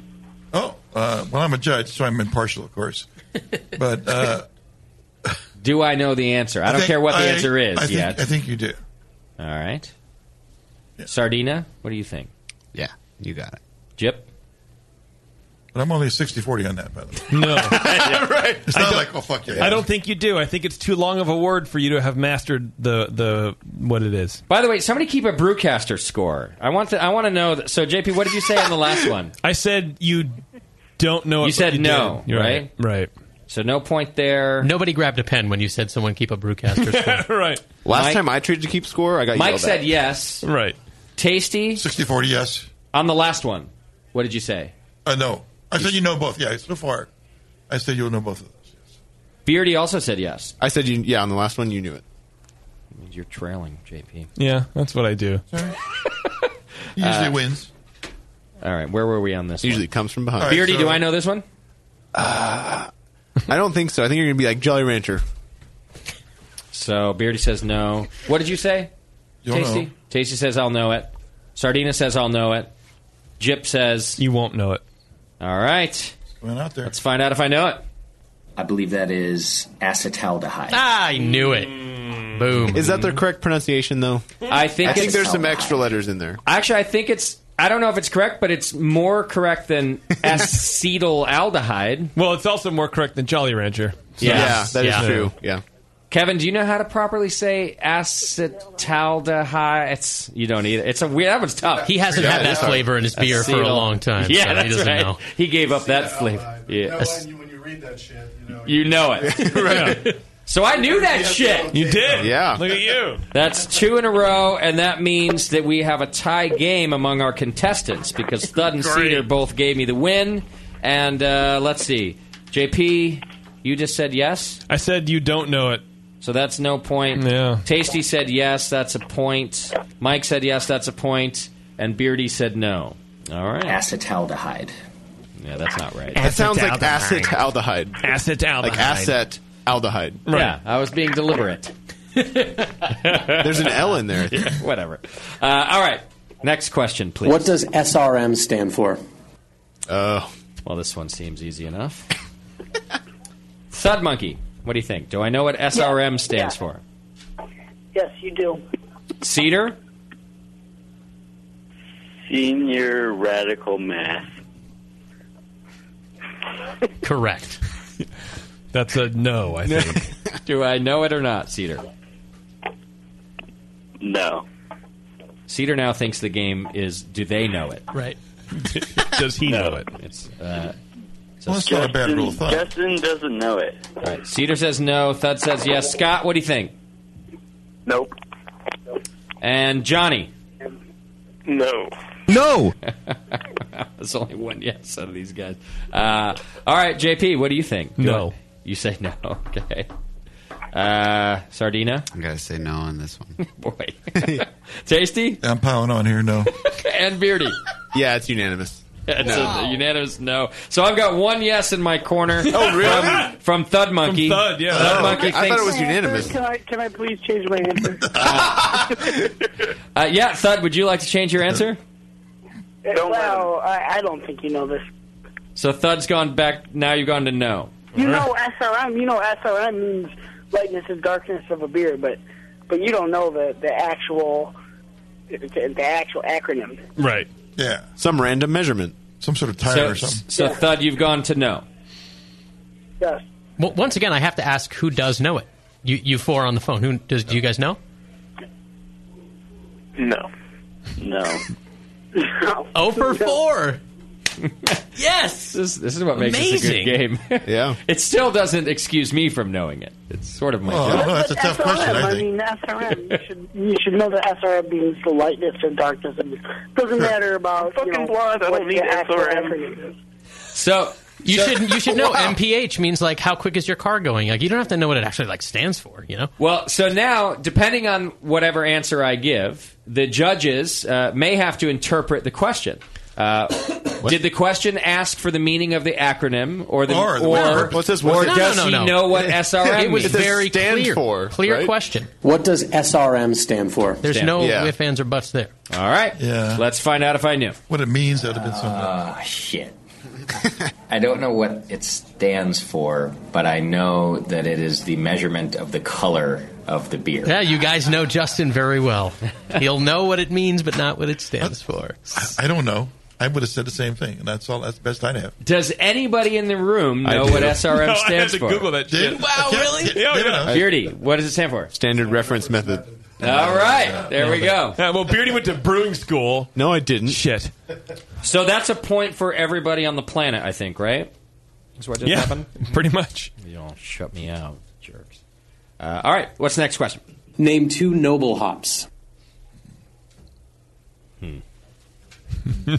Speaker 13: Oh, uh, well, I'm a judge, so I'm impartial,
Speaker 11: [LAUGHS]
Speaker 13: of course. But uh,
Speaker 10: do I know the answer? I, don't
Speaker 13: think-
Speaker 10: care what the
Speaker 13: I-
Speaker 10: answer is
Speaker 13: I think-
Speaker 10: yet.
Speaker 13: I think you do.
Speaker 10: All right. Sardina, what do you think?
Speaker 2: Yeah, you got it.
Speaker 10: Jip?
Speaker 13: But I'm only 60 40 on that, by
Speaker 11: [LAUGHS]
Speaker 13: the way.
Speaker 8: [LAUGHS]
Speaker 5: No.
Speaker 13: right. [LAUGHS] It's
Speaker 5: I
Speaker 13: not
Speaker 5: don't-
Speaker 13: like, oh, fuck yeah.
Speaker 5: I don't think you do. I think it's too long of a word for you to have mastered the the what it is.
Speaker 10: By the way, somebody keep a brewcaster score. I want to. I want to know. That, so, JP, what did you say on the last one?
Speaker 5: I said you don't know.
Speaker 10: You
Speaker 5: it, but
Speaker 10: said no,
Speaker 5: did. You're
Speaker 10: right?
Speaker 5: Right.
Speaker 10: So no point there.
Speaker 11: Nobody grabbed a pen when you said someone keep a brewcaster
Speaker 10: [LAUGHS]
Speaker 11: score.
Speaker 5: [LAUGHS] right.
Speaker 8: Last
Speaker 10: Mike-
Speaker 8: time I tried to keep score, I got
Speaker 10: Mike
Speaker 8: yelled
Speaker 10: said
Speaker 8: at.
Speaker 10: yes.
Speaker 5: Right.
Speaker 10: Tasty.
Speaker 13: 60 40, yes.
Speaker 10: On the last one, what did you say?
Speaker 13: Uh, no. I said you know both. Yeah, so far. I said you'll know both of those.
Speaker 10: Beardy also said yes.
Speaker 8: I said you. Yeah, on the last one, you knew it.
Speaker 10: You're trailing, JP.
Speaker 5: Yeah, that's what I do.
Speaker 13: He usually wins.
Speaker 10: Uh, All right, where were we on this?
Speaker 8: Usually comes from behind.
Speaker 10: Beardy, do I know this one?
Speaker 8: I don't think so. I think you're gonna be like Jolly Rancher.
Speaker 10: So Beardy says no. What did you say?
Speaker 8: You'll
Speaker 10: Tasty.
Speaker 8: know.
Speaker 10: Tasty says I'll know it. Sardina says I'll know it. Jip says
Speaker 5: you won't know it.
Speaker 10: All right.
Speaker 13: Going out there.
Speaker 10: Let's find out if I know it.
Speaker 22: I believe that is acetaldehyde.
Speaker 11: Ah, I knew it. Boom.
Speaker 8: Is that the correct pronunciation though?
Speaker 10: I think
Speaker 8: I think
Speaker 10: it's-
Speaker 8: there's some extra letters in there.
Speaker 10: Actually, I think it's. I don't know if it's correct, but it's more correct
Speaker 8: [LAUGHS]
Speaker 10: than acetaldehyde.
Speaker 5: Well, it's also more correct than Jolly Rancher. So-
Speaker 10: Yeah. Yeah, that is true.
Speaker 8: Yeah.
Speaker 10: Kevin, do you know how to properly say acetaldehyde? It's, you don't either. It's a weird. That one's tough.
Speaker 11: He hasn't had that flavor in his beer for a
Speaker 10: Acetal-
Speaker 11: long time,
Speaker 10: Yeah,
Speaker 11: so he
Speaker 10: that's
Speaker 11: doesn't
Speaker 10: right.
Speaker 11: know.
Speaker 10: He gave up that flavor. Yeah.
Speaker 20: When you read that shit,
Speaker 10: You know [LAUGHS] it. So I knew that shit.
Speaker 5: You did.
Speaker 10: Yeah.
Speaker 5: Look at you.
Speaker 10: That's two in a row, and that means that we have a tie game among our contestants because Thud and Cedar both gave me the win. And uh, let's see, JP, you just said yes.
Speaker 5: I said you don't know it,
Speaker 10: so that's no point.
Speaker 5: Yeah.
Speaker 10: Tasty said yes, that's a point. Mike said yes, that's a point, and Beardy said no. All right,
Speaker 22: acetaldehyde.
Speaker 10: Yeah, that's not right.
Speaker 8: That sounds like acid aldehyde.
Speaker 5: Acid aldehyde.
Speaker 8: Like acet aldehyde.
Speaker 10: Yeah, I was being deliberate.
Speaker 8: There's an L in there.
Speaker 10: [LAUGHS] Yeah, whatever. Uh, all right, next question, please.
Speaker 27: What does SRM stand for?
Speaker 10: Oh. Well, this one seems easy enough. Thud Monkey, what do you think? Do I know what SRM stands for?
Speaker 29: Yes, you do.
Speaker 10: Cedar?
Speaker 30: Senior radical math.
Speaker 11: Correct.
Speaker 5: [LAUGHS] That's a no, I think.
Speaker 10: [LAUGHS] do I know it or not, Cedar?
Speaker 30: No.
Speaker 10: Cedar now thinks the game is do they know it?
Speaker 8: [LAUGHS]
Speaker 11: Right.
Speaker 5: Does he know it?
Speaker 10: It's, uh,
Speaker 13: Well, that's not a bad rule of thumb.
Speaker 30: Justin doesn't know it.
Speaker 10: all right. Cedar says no. Thud says yes. Scott, what do you think?
Speaker 30: Nope.
Speaker 10: And Johnny?
Speaker 7: No.
Speaker 10: No! [LAUGHS] There's only one yes out of these guys. Uh, all right, JP, what do you think? Do
Speaker 5: No.
Speaker 10: I- you say no. [LAUGHS] Okay. Uh, Sardina?
Speaker 2: I gotta say [LAUGHS] no on this one.
Speaker 10: [LAUGHS] Boy. Tasty?
Speaker 13: I'm piling on here, no.
Speaker 10: and Beardy.
Speaker 8: Yeah, it's unanimous.
Speaker 10: That's
Speaker 8: No.
Speaker 10: a unanimous no. So I've got one yes in my corner.
Speaker 8: [LAUGHS] Oh, really?
Speaker 10: From, from Thud Monkey.
Speaker 8: Thud, yeah.
Speaker 10: Thud
Speaker 8: Oh,
Speaker 10: Monkey
Speaker 8: okay. I thought
Speaker 10: thinks-
Speaker 8: it was unanimous.
Speaker 29: Can I, can I please change my answer?
Speaker 10: Uh, yeah, Thud, would you like to change your answer?
Speaker 29: well, I, I don't think you know this.
Speaker 10: So Thud's gone back. Now you've gone to no.
Speaker 29: You know SRM. You know SRM means lightness and darkness of a beer, but but you don't know the the actual the, the actual acronym.
Speaker 5: Right.
Speaker 13: Yeah.
Speaker 8: Some random measurement.
Speaker 13: Some sort of
Speaker 10: so, So Thud, you've gone to no.
Speaker 29: Yes.
Speaker 11: Well, once again, I have to ask who does know it. You, you four on the phone. Who does? Do you guys know?
Speaker 7: No. [LAUGHS]
Speaker 30: No.
Speaker 11: Oh for four. yes.
Speaker 10: This, this is what makes
Speaker 11: Amazing.
Speaker 10: this a good
Speaker 11: [LAUGHS]
Speaker 10: game.
Speaker 8: yeah.
Speaker 10: [LAUGHS] It still doesn't excuse me from knowing it. It's sort of my
Speaker 13: Oh,
Speaker 10: job.
Speaker 13: no, that's a tough
Speaker 29: SRM,
Speaker 13: question, I
Speaker 29: I,
Speaker 13: think.
Speaker 29: mean SRM. You should you should know that SRM means the lightness and darkness. Of it doesn't matter about you
Speaker 7: fucking
Speaker 29: know,
Speaker 7: blind. I
Speaker 29: what
Speaker 7: don't need
Speaker 29: the actual
Speaker 7: SRM.
Speaker 29: acronym is.
Speaker 10: So
Speaker 11: You
Speaker 10: so-
Speaker 11: should you should
Speaker 10: [LAUGHS]
Speaker 11: know MPH means like how quick is your car going? Like you don't have to know what it actually like stands for. You know.
Speaker 10: Well, so now, depending on whatever answer I give, the judges uh, may have to interpret the question.
Speaker 11: [COUGHS]
Speaker 10: Uh, did the question ask for the meaning of the acronym, or the
Speaker 11: Or
Speaker 10: or,
Speaker 11: the word. What's this
Speaker 10: or
Speaker 11: word? No, no,
Speaker 10: does
Speaker 11: no,
Speaker 10: he
Speaker 11: no.
Speaker 10: know what
Speaker 11: [LAUGHS]
Speaker 10: SRM?
Speaker 11: It was
Speaker 10: means?
Speaker 11: very clear. clear question.
Speaker 27: What does SRM stand for?
Speaker 11: There's no if, ands, or buts there.
Speaker 10: All right.
Speaker 13: Yeah.
Speaker 10: Let's find out if I knew.
Speaker 13: What it means, that'd have been something.
Speaker 22: Ah, shit. I don't know what it stands for, but I know that it is the measurement of the color of the beer.
Speaker 11: Yeah, you guys know Justin very well. He'll know what it means, but not what it stands for.
Speaker 13: I don't know. I would have said the same thing, and that's all. That's the best I'd
Speaker 5: [LAUGHS]
Speaker 13: have.
Speaker 10: Does anybody in the room
Speaker 13: I
Speaker 10: know
Speaker 13: do.
Speaker 10: what SRM
Speaker 13: [LAUGHS] No, I had
Speaker 10: stands
Speaker 13: to
Speaker 10: for?
Speaker 13: Google that shit. Did-
Speaker 10: Wow, really?
Speaker 8: Oh,
Speaker 10: Yeah,
Speaker 13: yeah.
Speaker 10: Beardy, what does it stand for?
Speaker 8: Standard reference method.
Speaker 10: All right, there we go.
Speaker 5: well, Beardy went to brewing school.
Speaker 8: No, I didn't.
Speaker 5: Shit.
Speaker 10: So that's a point for everybody on the planet, I think, right? That's what just
Speaker 5: Yeah,
Speaker 10: happened?
Speaker 5: [LAUGHS] pretty much.
Speaker 10: You don't shut me out, jerks. Uh, all right, what's the next question?
Speaker 27: Name two noble hops.
Speaker 8: Hmm.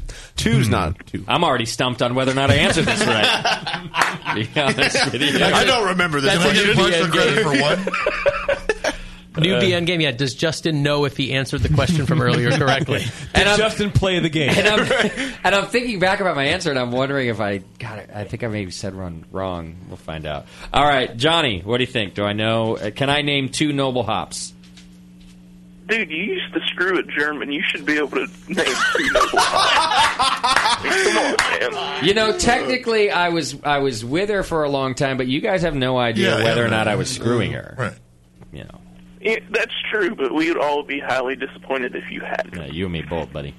Speaker 8: [LAUGHS] Two's not two.
Speaker 10: I'm already stumped on whether or not I answered this right. [LAUGHS] To be honest with you.
Speaker 8: I don't remember this. That's Can I a get partial
Speaker 11: DN credit game. for
Speaker 8: [LAUGHS]
Speaker 13: one?
Speaker 11: New
Speaker 10: Uh,
Speaker 11: DN game. Yeah, does Justin know if he answered the question from earlier correctly?
Speaker 10: And I'm-
Speaker 5: Justin play the game?
Speaker 10: And [LAUGHS] I'm, and I'm thinking back about my answer, and I'm wondering if I got it. I think I maybe said one wrong. We'll find out. All right, Johnny, what do you think? Do I know? uh, Can I name two noble hops?
Speaker 7: Dude, you used to screw at German. You should be able to name
Speaker 11: [LAUGHS]
Speaker 7: two noble hops. I mean, come on, man.
Speaker 10: You know, technically, I was I was with her for a long time, but you guys have no idea
Speaker 7: Yeah,
Speaker 10: whether
Speaker 7: yeah,
Speaker 10: or not
Speaker 7: no.
Speaker 10: I was screwing her. Right. You know,
Speaker 7: Yeah, that's true, but we would all be highly disappointed if you had.
Speaker 10: yeah, you and me both, buddy.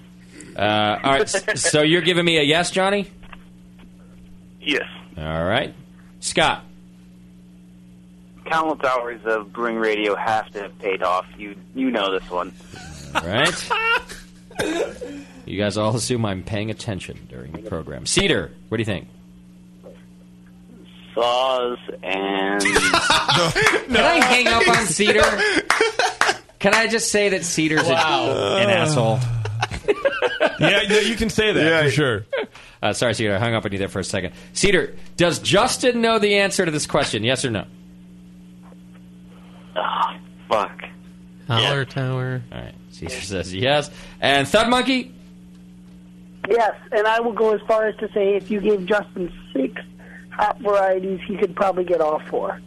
Speaker 10: Uh, all right, s- so you're giving me a yes, Johnny.
Speaker 7: Yes.
Speaker 10: All right, Scott.
Speaker 30: Countless hours of brewing radio have to have paid off. You you know this one.
Speaker 10: All [LAUGHS] right. you guys all assume I'm paying attention during the program. Cedar, what do you think?
Speaker 30: Saws
Speaker 11: [LAUGHS]
Speaker 30: and
Speaker 10: Can I hang up on Cedar? Can I just say that Cedar's
Speaker 5: Wow.
Speaker 10: a, an asshole?
Speaker 5: yeah, no, you can say that for sure.
Speaker 10: Uh, sorry, Cedar, I hung up on you there for a second. Cedar, does Justin know the answer to this question? Yes or no?
Speaker 30: Ah, fuck.
Speaker 11: Holler tower.
Speaker 10: All right, Cedar says yes. And Thud
Speaker 29: [LAUGHS]
Speaker 10: Monkey,
Speaker 29: Yes, and I will go as far as to say if you gave Justin six hop varieties, he could probably get all four.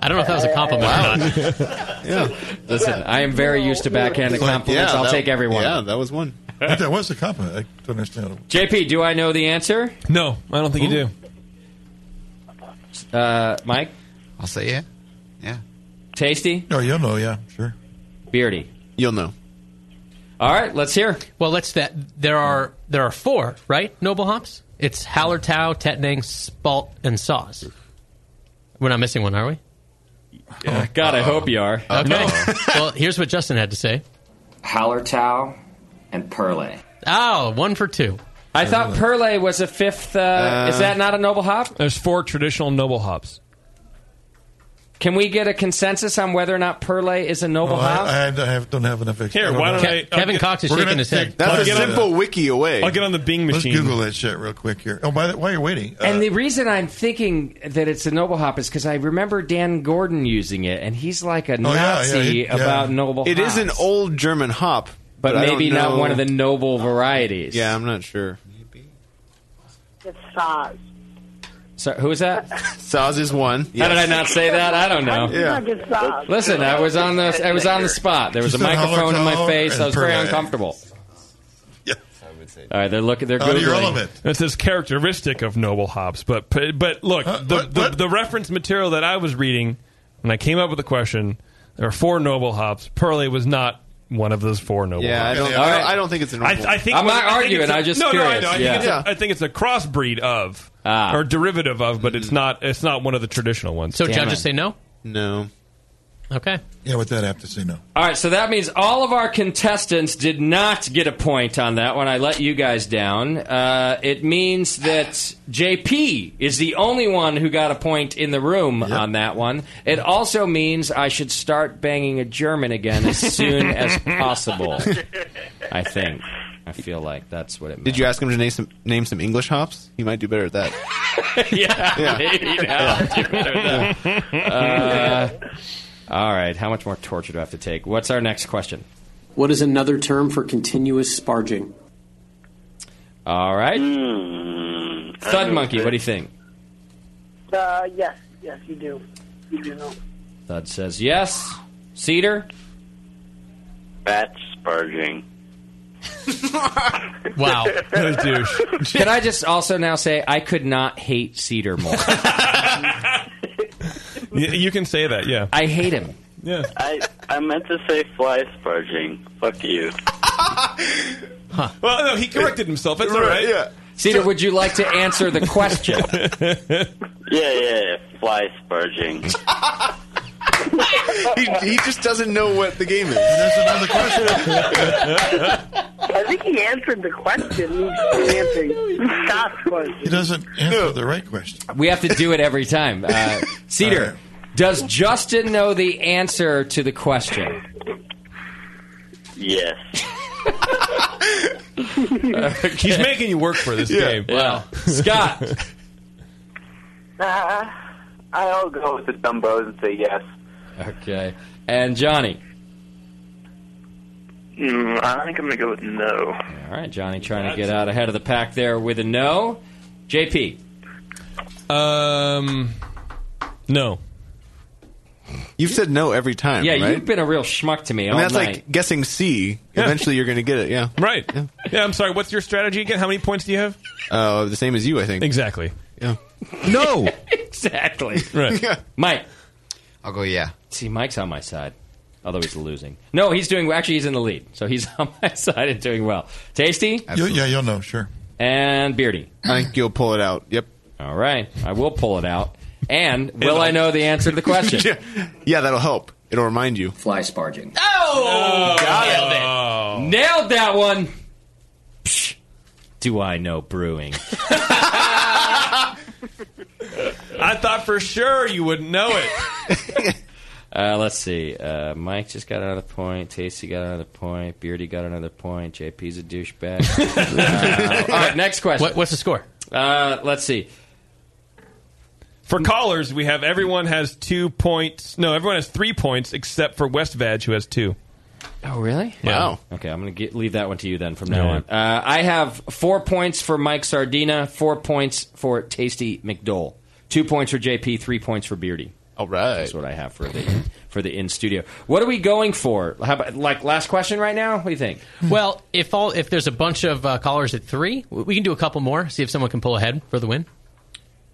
Speaker 11: I don't know if that was a compliment or not.
Speaker 10: listen, I am very used to backhanded compliments. I'll take everyone.
Speaker 13: Yeah,
Speaker 8: that was one.
Speaker 13: that was a compliment. I don't understand.
Speaker 10: JP, do I know the answer?
Speaker 5: No, I don't think you
Speaker 10: do. Uh, Mike,
Speaker 2: I'll say yeah. Yeah.
Speaker 10: Tasty.
Speaker 13: No, you'll know. Yeah, sure.
Speaker 10: Beardy.
Speaker 8: You'll know.
Speaker 10: All right, let's hear.
Speaker 11: Well, let's that there are there are four right noble hops. It's Hallertau, Tetnang, Spalt, and Sauce. We're not missing one, are we?
Speaker 10: God, I hope you are.
Speaker 11: Okay. [LAUGHS] well, here's what Justin had to say.
Speaker 22: Hallertau and Perle.
Speaker 11: Oh, one for two.
Speaker 10: I thought Perle was a fifth. Uh, is that not a noble hop?
Speaker 5: There's four traditional noble hops.
Speaker 10: Can we get a consensus on whether or not Perle is a noble
Speaker 8: Oh,
Speaker 13: Well,
Speaker 10: hop?
Speaker 13: I, I have, don't have enough. Ex-
Speaker 5: Here, why don't I? I'll get- We're gonna take- I'll get on- I'll get on the Bing machine.
Speaker 13: Let's Google that shit real quick here. Oh, by the, while you're waiting, uh,
Speaker 10: and the reason I'm thinking that it's a noble hop is because I remember Dan Gordon using it, and he's like a
Speaker 8: Oh, yeah, yeah,
Speaker 10: Nazi
Speaker 8: he- yeah.
Speaker 10: about noble.
Speaker 8: It
Speaker 10: hops.
Speaker 8: is an old German hop,
Speaker 10: but,
Speaker 8: I don't
Speaker 10: maybe not
Speaker 8: know- Oh.
Speaker 10: one of the noble varieties.
Speaker 8: Yeah, I'm not sure.
Speaker 29: It's size.
Speaker 10: So who is
Speaker 8: [LAUGHS]
Speaker 10: that?
Speaker 8: Saz is one.
Speaker 10: How did I not say that? I don't know.
Speaker 29: Not good size.
Speaker 10: Listen, I was on the I was on the spot. There was a
Speaker 8: Just a
Speaker 10: microphone in my
Speaker 8: holler
Speaker 10: face.
Speaker 8: and
Speaker 10: I was very
Speaker 8: purr.
Speaker 10: uncomfortable. All right, they're looking. They're
Speaker 5: That's
Speaker 10: googling.
Speaker 5: It says characteristic of noble hops, but but look, the, The, the reference material that I was reading when I came up with the question, there are four noble hops. Perle was not one of those four noble.
Speaker 8: Yeah, I
Speaker 5: hops.
Speaker 8: don't- I don't- I don't think it's a noble
Speaker 5: I, I think
Speaker 8: hop. I'm
Speaker 5: what-
Speaker 8: not
Speaker 5: I think
Speaker 8: arguing,
Speaker 5: it's a-
Speaker 8: I'm just
Speaker 5: no,
Speaker 8: curious,
Speaker 5: No, I, know. I
Speaker 8: yeah.
Speaker 5: think it's a, I think it's a crossbreed of
Speaker 10: Ah.
Speaker 5: or derivative of, but
Speaker 10: Mm.
Speaker 5: it's not. It's not one of the traditional ones.
Speaker 11: So judges say no.
Speaker 8: No.
Speaker 11: Okay.
Speaker 13: yeah, with that, I have to say no.
Speaker 10: All right, so that means all of our contestants did not get a point on that one. I let you guys down. Uh, it means that JP is the only one who got a point in the room on that one. It also means I should start banging a German again as soon as possible. I think. I feel like that's what it means.
Speaker 8: Did you ask him to name some, name some English hops? He might do better
Speaker 10: [LAUGHS]
Speaker 8: at
Speaker 10: [LAUGHS]
Speaker 8: that.
Speaker 10: yeah,
Speaker 8: Yeah. [LAUGHS]
Speaker 10: maybe now I'll do better than that. Uh, All right, how much more torture do I have to take? What's our next question?
Speaker 27: What is another term for continuous sparging?
Speaker 10: All right. Thud Monkey, what do you think?
Speaker 29: Uh, yes, yes, you do. You do know.
Speaker 10: Thud says yes. Cedar?
Speaker 21: Bat sparging.
Speaker 10: Wow. Can I just also now say I could not hate Cedar more?
Speaker 5: [LAUGHS] you can say that, yeah.
Speaker 10: I hate him.
Speaker 5: Yeah.
Speaker 21: I, I meant to say fly sparging. Fuck you.
Speaker 5: Well, no, he corrected himself. That's all right. Yeah.
Speaker 10: Cedar, would you like to answer the
Speaker 13: [LAUGHS]
Speaker 10: question?
Speaker 21: Yeah, yeah, yeah. fly sparging.
Speaker 10: Uh,
Speaker 2: he, he just doesn't know what the game is. There's another question.
Speaker 29: I think he answered the question. He
Speaker 13: [LAUGHS]
Speaker 29: answered Scott's question.
Speaker 13: He doesn't answer the right question.
Speaker 10: We have to do it every time.
Speaker 13: [LAUGHS]
Speaker 10: Uh, Cedar, does Justin know the answer to the question?
Speaker 21: Yes.
Speaker 5: [LAUGHS] He's making you work for this
Speaker 21: Yeah.
Speaker 5: game.
Speaker 21: Wow.
Speaker 10: Scott.
Speaker 5: [LAUGHS]
Speaker 30: Uh, I'll go with the dumbos and say yes.
Speaker 10: Okay. And Johnny.
Speaker 7: Mm, I think I'm going to go with no.
Speaker 10: All right, Johnny trying to get out ahead of the pack there with a no. JP.
Speaker 5: Um, no.
Speaker 8: You've said no every time,
Speaker 10: Yeah,
Speaker 8: right?
Speaker 10: you've been a real schmuck to me
Speaker 8: I
Speaker 10: all
Speaker 8: mean, that's
Speaker 10: night.
Speaker 8: like guessing C. Eventually, you're going to get it. Yeah.
Speaker 5: Right. Yeah. I'm sorry. What's your strategy again? How many points do you have?
Speaker 8: Uh, the same as you, I think.
Speaker 5: Exactly.
Speaker 8: Yeah.
Speaker 10: No. exactly.
Speaker 8: [LAUGHS]
Speaker 5: Right.
Speaker 10: Mike.
Speaker 2: I'll go yeah.
Speaker 10: See, Mike's on my side, although he's losing. No, he's doing actually. He's in the lead, so he's [LAUGHS] on my side and doing well. Tasty.
Speaker 13: You'll, yeah, you'll know, sure.
Speaker 10: And Beardy.
Speaker 8: I think you'll pull it out. Yep.
Speaker 10: All right, I will pull it out.
Speaker 8: [LAUGHS]
Speaker 10: And will I know the answer to the question?
Speaker 8: yeah. yeah, that'll help. It'll remind you.
Speaker 10: Fly sparging.
Speaker 12: Oh,
Speaker 5: Oh.
Speaker 10: Got it. Nailed that one. Psh. Do I know brewing?
Speaker 5: [LAUGHS] I thought for sure you wouldn't know it.
Speaker 10: [LAUGHS] Uh, let's see. Uh, Mike just got another point. Tasty got another point. Beardy got another point. JP's a
Speaker 8: [LAUGHS]
Speaker 10: douchebag. Uh, all right, next question.
Speaker 11: What- what's the score?
Speaker 10: Uh, let's see.
Speaker 5: For callers, we have everyone has two points. No, everyone has three points except for West Vag, who has two.
Speaker 10: Oh, really?
Speaker 5: Yeah.
Speaker 10: Wow. Okay, I'm going to leave that one to you then from now
Speaker 5: Yeah.
Speaker 10: on. Uh, I have four points for Mike Sardina, four points for Tasty McDole, two points for JP, three points for Beardy.
Speaker 8: All right.
Speaker 10: That's what I have for the for the in studio. What are we going for? How about like last question right now? What do you think?
Speaker 11: Well, if all if there's a bunch of uh, callers at three, w- we can do a couple more. See if someone can pull ahead for the win.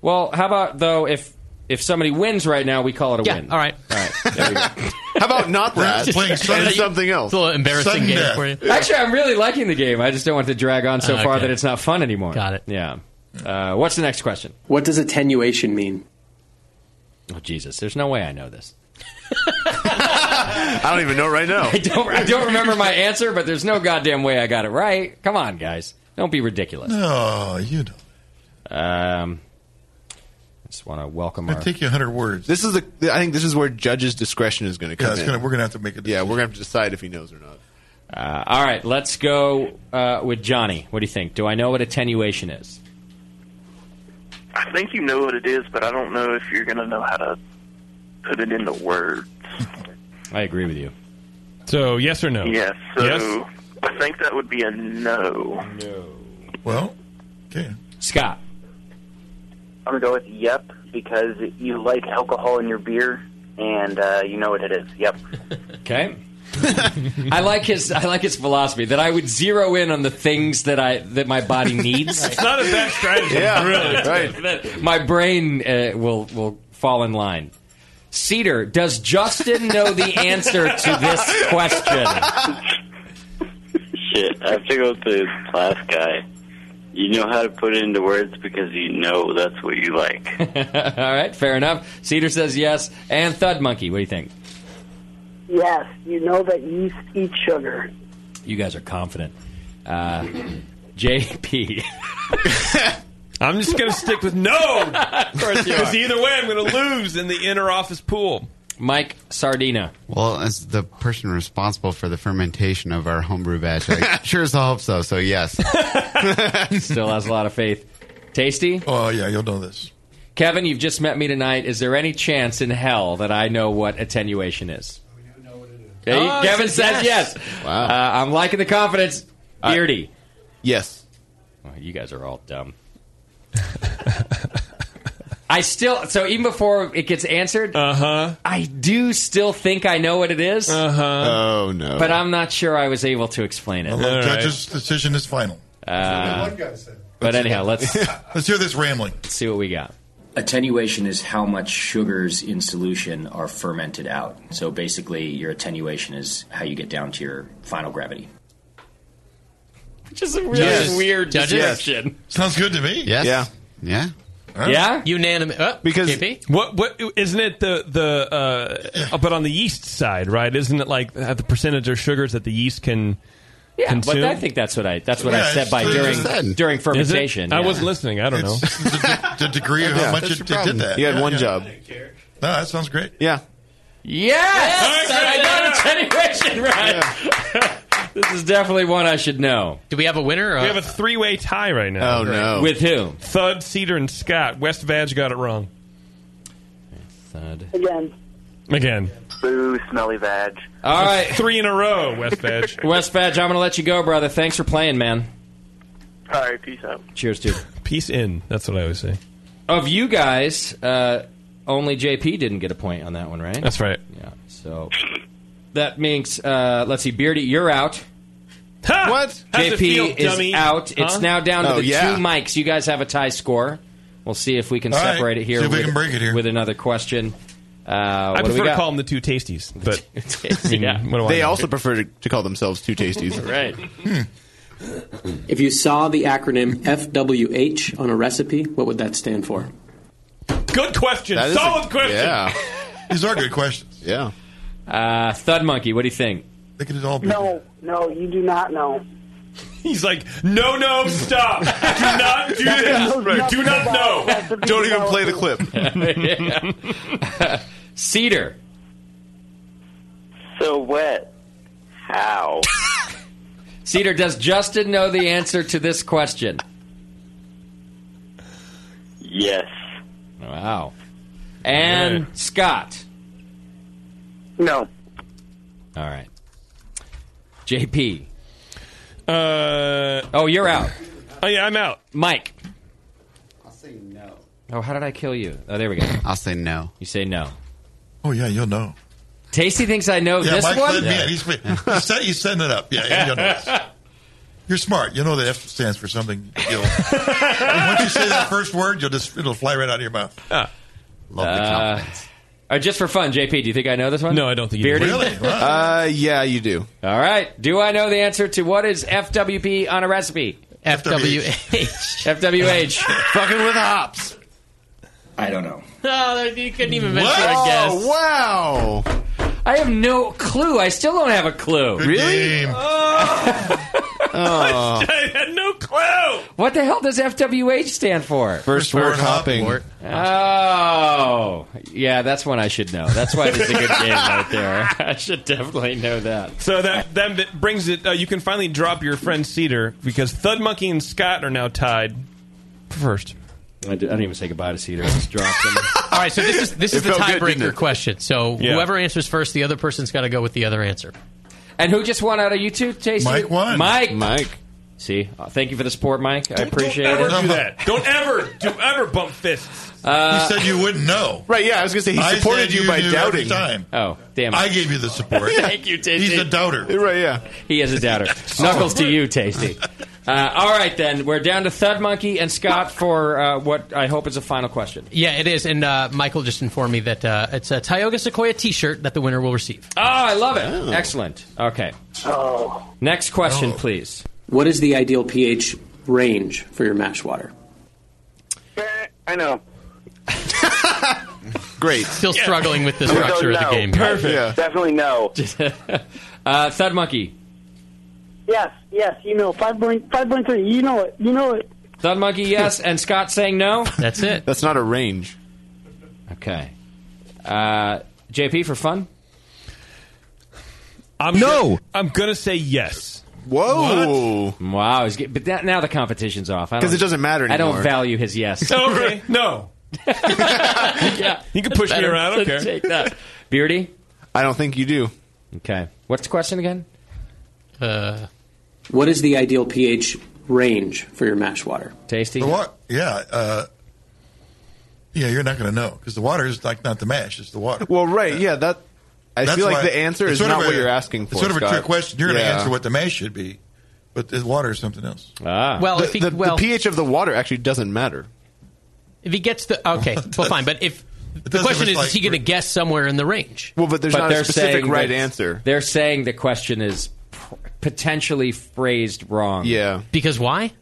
Speaker 10: Well, how about though if if somebody wins right now, we call it a
Speaker 11: Yeah,
Speaker 10: win.
Speaker 11: all right.
Speaker 10: All right. There we go.
Speaker 8: [LAUGHS] How about not that?
Speaker 10: Playing
Speaker 8: and something
Speaker 11: It's
Speaker 8: else.
Speaker 11: a little embarrassing Sudden game death. for you.
Speaker 10: Actually, I'm really liking the game. I just don't want it to drag on so
Speaker 11: Oh,
Speaker 10: far
Speaker 11: okay.
Speaker 10: that it's not fun anymore. Got it. Yeah. Uh, what's the next question?
Speaker 27: What does attenuation mean?
Speaker 10: Oh Jesus! There's no way I know this.
Speaker 8: I don't even know right now.
Speaker 10: [LAUGHS] I don't. I don't remember my answer, but there's no goddamn way I got it right. Come on, guys, don't be ridiculous.
Speaker 13: No, you don't.
Speaker 10: Um, I just want to welcome our.
Speaker 13: It'd take you 100 words.
Speaker 8: This is the. I think this is where judge's discretion is going to
Speaker 13: Yeah,
Speaker 8: come
Speaker 13: it's
Speaker 8: in.
Speaker 13: gonna, we're going to have to make a
Speaker 8: yeah, we're going to have to decide if he knows or not.
Speaker 10: Uh, all right, let's go uh, with Johnny. What do you think? Do I know what attenuation is?
Speaker 7: I think you know what it is, but I don't know if you're going to know how to put it into words.
Speaker 10: I agree with you.
Speaker 5: So yes or no?
Speaker 7: Yes. So I think that would be a no.
Speaker 10: No.
Speaker 13: Well, okay.
Speaker 10: Scott.
Speaker 30: I'm gonna go with yep because you like alcohol in your beer and uh, you know what it is. Yep.
Speaker 10: Okay. [LAUGHS] I like his. I like his philosophy that I would zero in on the things that I that
Speaker 5: [LAUGHS]
Speaker 10: my body needs.
Speaker 5: It's not a bad strategy.
Speaker 10: Yeah,
Speaker 5: really.
Speaker 10: [LAUGHS] right. That my brain uh, will will fall in line. Cedar, does Justin know the answer to this question? [LAUGHS]
Speaker 21: Shit, I have to go with the class guy. You know how to put it into words because you know that's what you like.
Speaker 10: All right, fair enough. Cedar says yes, and Thud Monkey, what do you think?
Speaker 29: Yes, you know that yeast eat sugar.
Speaker 10: You guys are confident. Uh, JP, [LAUGHS]
Speaker 5: I'm just going to stick with no.
Speaker 10: course you are.
Speaker 5: Because either way, I'm going to lose in the inner office pool.
Speaker 10: Mike Sardina.
Speaker 2: Well, as the person responsible for the fermentation of our homebrew batch,
Speaker 10: [LAUGHS]
Speaker 2: I sure as hell hope so. So yes,
Speaker 10: still has a lot of faith. Tasty.
Speaker 13: Oh yeah, you'll know this.
Speaker 10: Kevin, you've just met me tonight. Is there any chance in hell that I know what attenuation is? Hey,
Speaker 8: Oh, he
Speaker 10: Kevin
Speaker 8: said
Speaker 10: says
Speaker 8: yes.
Speaker 10: yes.
Speaker 8: Wow.
Speaker 10: Uh, I'm liking the confidence.
Speaker 8: I-
Speaker 10: Beardy.
Speaker 8: yes.
Speaker 10: Well, you guys are all dumb. [LAUGHS] I still so even before it gets answered, uh
Speaker 8: Uh-huh.
Speaker 10: huh. I do still think I know what it is. Uh huh.
Speaker 8: Oh, no.
Speaker 10: But I'm not sure I was able to explain it.
Speaker 13: Well, the judge's decision is final.
Speaker 10: Uh, but anyhow, let's
Speaker 13: [LAUGHS] let's hear this rambling.
Speaker 10: see what we got.
Speaker 22: Attenuation is how much sugars in solution are fermented out. So basically, your attenuation is how you get down to your final gravity.
Speaker 10: Which is a really
Speaker 8: Yes.
Speaker 10: weird
Speaker 8: Judges?
Speaker 10: description.
Speaker 13: Sounds good to me.
Speaker 8: Yes. Yeah.
Speaker 2: Yeah.
Speaker 10: Yeah?
Speaker 11: Unanimous. Oh,
Speaker 5: because
Speaker 11: KP?
Speaker 5: what what isn't it the the uh, but on the yeast side, right? Isn't it like uh, the percentage of sugars that the yeast can
Speaker 10: Yeah, but
Speaker 5: consume?
Speaker 10: I think that's what I that's what I Yeah, said it's by true. during- Said. during
Speaker 5: Is it?
Speaker 10: fermentation,
Speaker 5: I
Speaker 10: yeah.
Speaker 5: wasn't listening. I don't know.
Speaker 13: The degree of
Speaker 5: Yeah,
Speaker 13: how much
Speaker 5: that's
Speaker 13: it,
Speaker 5: your
Speaker 13: it
Speaker 5: problem.
Speaker 13: did that.
Speaker 5: You had one
Speaker 8: job.
Speaker 13: No, that sounds great.
Speaker 8: Yeah.
Speaker 10: Yes, I got attenuation right. This is definitely one I should know.
Speaker 11: Do we have a winner?
Speaker 5: We have a three-way tie right now.
Speaker 10: Oh, no. With who?
Speaker 5: Thud, Cedar, and Scott. West Vag got it wrong
Speaker 10: Thud.
Speaker 29: Again.
Speaker 5: again.
Speaker 30: Boo, smelly vag.
Speaker 10: All right,
Speaker 5: three in a row, West Vag.
Speaker 10: [LAUGHS] West Vag, I'm going to let you go, brother. Thanks for playing, man.
Speaker 7: All right, peace out.
Speaker 10: Cheers, dude.
Speaker 5: Peace in. That's what I always say.
Speaker 10: Of you guys, uh, only JP didn't get a point on that one, right?
Speaker 5: That's right.
Speaker 10: Yeah. So that means uh, let's see, Beardy, you're out.
Speaker 8: What?
Speaker 5: How's it
Speaker 10: JP
Speaker 5: feel,
Speaker 10: is
Speaker 5: dummy?
Speaker 10: out. It's
Speaker 5: Huh?
Speaker 10: now down to
Speaker 5: Oh,
Speaker 10: the
Speaker 5: yeah.
Speaker 10: two mics. You guys have a tie score. We'll see if we can
Speaker 5: All right.
Speaker 10: separate it here.
Speaker 5: See if we
Speaker 10: with,
Speaker 5: can break it here.
Speaker 10: with another question. Uh,
Speaker 5: I
Speaker 10: what do we
Speaker 5: prefer to
Speaker 10: got? [LAUGHS]
Speaker 5: call them the two tasties, but I mean,
Speaker 10: Yeah.
Speaker 5: what do I
Speaker 8: They
Speaker 5: know?
Speaker 21: [LAUGHS]
Speaker 8: also prefer to, to call themselves two
Speaker 10: [LAUGHS]
Speaker 8: tasties.
Speaker 10: right.
Speaker 27: Hmm. If you saw the acronym FWH on a recipe, what would that stand
Speaker 10: [LAUGHS]
Speaker 27: for?
Speaker 5: Good question.
Speaker 8: That is
Speaker 5: Solid
Speaker 8: a-
Speaker 5: question.
Speaker 8: yeah.
Speaker 13: These are good questions.
Speaker 8: Yeah.
Speaker 10: Uh, Thud Monkey, what do you think?
Speaker 13: They could all
Speaker 29: No, no, you do not know.
Speaker 5: He's like, no, no,
Speaker 29: [LAUGHS]
Speaker 5: stop. do not
Speaker 13: [LAUGHS]
Speaker 5: do this. You do not know.
Speaker 8: Don't even play the clip.
Speaker 10: [LAUGHS] Cedar.
Speaker 21: So wet. How?
Speaker 10: [LAUGHS] Cedar, does Justin know the answer to this question?
Speaker 21: Yes.
Speaker 10: Wow. And Scott.
Speaker 29: No.
Speaker 10: All right. JP.
Speaker 5: Uh,
Speaker 10: oh, you're out.
Speaker 5: Oh, yeah, I'm out.
Speaker 10: Mike. Oh, how did I kill you? Oh, there we go.
Speaker 2: I'll say no.
Speaker 10: You say no.
Speaker 13: Oh yeah, you'll know.
Speaker 10: Tasty thinks I
Speaker 8: Oh,
Speaker 10: know
Speaker 13: yeah,
Speaker 10: this
Speaker 13: Mike
Speaker 10: one.
Speaker 13: led me in. He's,
Speaker 8: [LAUGHS]
Speaker 13: he's, set, he's setting it up. Yeah, yeah, you'll know
Speaker 5: [LAUGHS]
Speaker 13: this. You're smart. You know that F stands for something. You'll, once you say that first word, you'll just it'll fly right out of your mouth.
Speaker 10: Ah. Love the confidence. Uh, just for fun, JP, do you think I know this one? No, I don't think
Speaker 8: you do.
Speaker 10: Beardy?
Speaker 8: Really? Uh, yeah, you do.
Speaker 10: All right. Do I know the answer to what is FWP on a recipe?
Speaker 11: FWH.
Speaker 10: FWH.
Speaker 8: [LAUGHS] Fucking with hops.
Speaker 22: I don't know.
Speaker 11: Oh, you couldn't even mention
Speaker 10: What?
Speaker 11: a guess.
Speaker 10: Oh, wow. I have no clue. I still don't have a clue. really?
Speaker 5: [LAUGHS] I had no clue.
Speaker 10: Oh. What the hell does FWH stand for?
Speaker 8: First First word word hopping. hopping.
Speaker 10: Oh, yeah, that's one I should know. That's why this is a
Speaker 5: [LAUGHS]
Speaker 10: good game right there. I should definitely know that.
Speaker 5: So that that bit brings it. Uh, you can finally drop your friend Cedar because Thud Monkey and Scott are now tied
Speaker 10: [LAUGHS]
Speaker 5: first.
Speaker 10: I didn't even say goodbye to Cedar. I just dropped
Speaker 5: [LAUGHS]
Speaker 10: him.
Speaker 11: All right, so this is this
Speaker 10: It
Speaker 11: is the
Speaker 10: felt good, didn't
Speaker 11: tiebreaker
Speaker 10: it?
Speaker 11: question. So
Speaker 10: Yeah.
Speaker 11: whoever answers first, the other person's got to go with the other answer.
Speaker 10: And who just won out of you two, Jason?
Speaker 11: Mike won.
Speaker 10: Mike.
Speaker 8: Mike.
Speaker 10: See, uh, thank you for the support, Mike. I appreciate
Speaker 5: Don't ever
Speaker 10: it.
Speaker 5: do that. Don't ever, do ever bump fists.
Speaker 10: Uh,
Speaker 13: you said you wouldn't know.
Speaker 8: Right, yeah, I was going to say he
Speaker 13: I
Speaker 8: supported
Speaker 13: said
Speaker 8: you,
Speaker 13: you
Speaker 8: by
Speaker 13: knew
Speaker 8: doubting.
Speaker 13: every time.
Speaker 10: Oh, damn it.
Speaker 13: I gave you
Speaker 5: [LAUGHS]
Speaker 13: the support.
Speaker 10: Thank you, Tasty.
Speaker 13: He's a doubter.
Speaker 8: Right, yeah.
Speaker 10: He is a doubter. Knuckles to you, Tasty. Uh, all right, then. We're down to Thud Monkey and Scott for uh, what I hope is a final question.
Speaker 11: Yeah, it is. And uh, Michael just informed me that uh, it's a Tioga Sequoia T-shirt that the winner will receive.
Speaker 10: Oh, I love it. Excellent. Okay.
Speaker 5: Oh.
Speaker 10: Next question, please.
Speaker 27: What is the ideal pH range for your mash water?
Speaker 30: I know.
Speaker 8: Great.
Speaker 11: Still struggling with the structure of the game.
Speaker 30: Definitely no.
Speaker 10: [LAUGHS] uh, Thud Monkey.
Speaker 29: Yes, yes, you know five point five point three. You know it. You know it.
Speaker 10: Thud Monkey,
Speaker 5: [LAUGHS]
Speaker 10: yes. And Scott saying no.
Speaker 11: That's it.
Speaker 8: That's not a range.
Speaker 10: Okay. Uh, JP, for fun?
Speaker 5: I'm no. I'm gonna say yes.
Speaker 8: Whoa!
Speaker 10: Wow! He's get, but that, now the competition's off I don't-
Speaker 8: Because it doesn't matter
Speaker 10: I don't
Speaker 5: [LAUGHS]
Speaker 10: [LAUGHS]
Speaker 8: anymore.
Speaker 10: value his yes.
Speaker 5: okay. No.
Speaker 10: Oh, yeah,
Speaker 5: you can push me around, I don't care.
Speaker 10: [LAUGHS] Take that, Beardy.
Speaker 8: I don't think you do.
Speaker 10: Okay. What's the question again?
Speaker 27: Uh, what is the ideal pH range for your mash water?
Speaker 10: Tasty.
Speaker 13: The wa- yeah, uh, yeah, you're not going to know because the water is like not the mash; it's the water. Uh,
Speaker 8: Well, right, yeah, that. I
Speaker 13: That's
Speaker 8: feel like
Speaker 13: why-
Speaker 8: the answer
Speaker 13: it's
Speaker 8: is
Speaker 13: sort of
Speaker 8: not
Speaker 13: a-
Speaker 8: what you're asking
Speaker 13: it's
Speaker 8: for.
Speaker 13: sort of a
Speaker 8: Scott.
Speaker 13: trick question. You're going to
Speaker 8: Yeah.
Speaker 13: answer what the mash should be, but the water is something else.
Speaker 10: Ah.
Speaker 11: Well,
Speaker 8: the,
Speaker 11: if he-
Speaker 8: the- the
Speaker 11: well-
Speaker 8: pH of the water actually doesn't matter.
Speaker 11: If he gets the okay, well, fine. But if the
Speaker 8: doesn't
Speaker 11: question
Speaker 8: look
Speaker 11: is,
Speaker 8: like-
Speaker 11: is he going to guess somewhere in the range?
Speaker 8: Well, but there's
Speaker 10: But
Speaker 8: not
Speaker 10: they're
Speaker 8: a specific
Speaker 10: saying
Speaker 8: right
Speaker 10: that-
Speaker 8: answer.
Speaker 10: They're saying the question is p- potentially phrased wrong.
Speaker 8: Yeah.
Speaker 11: Because why?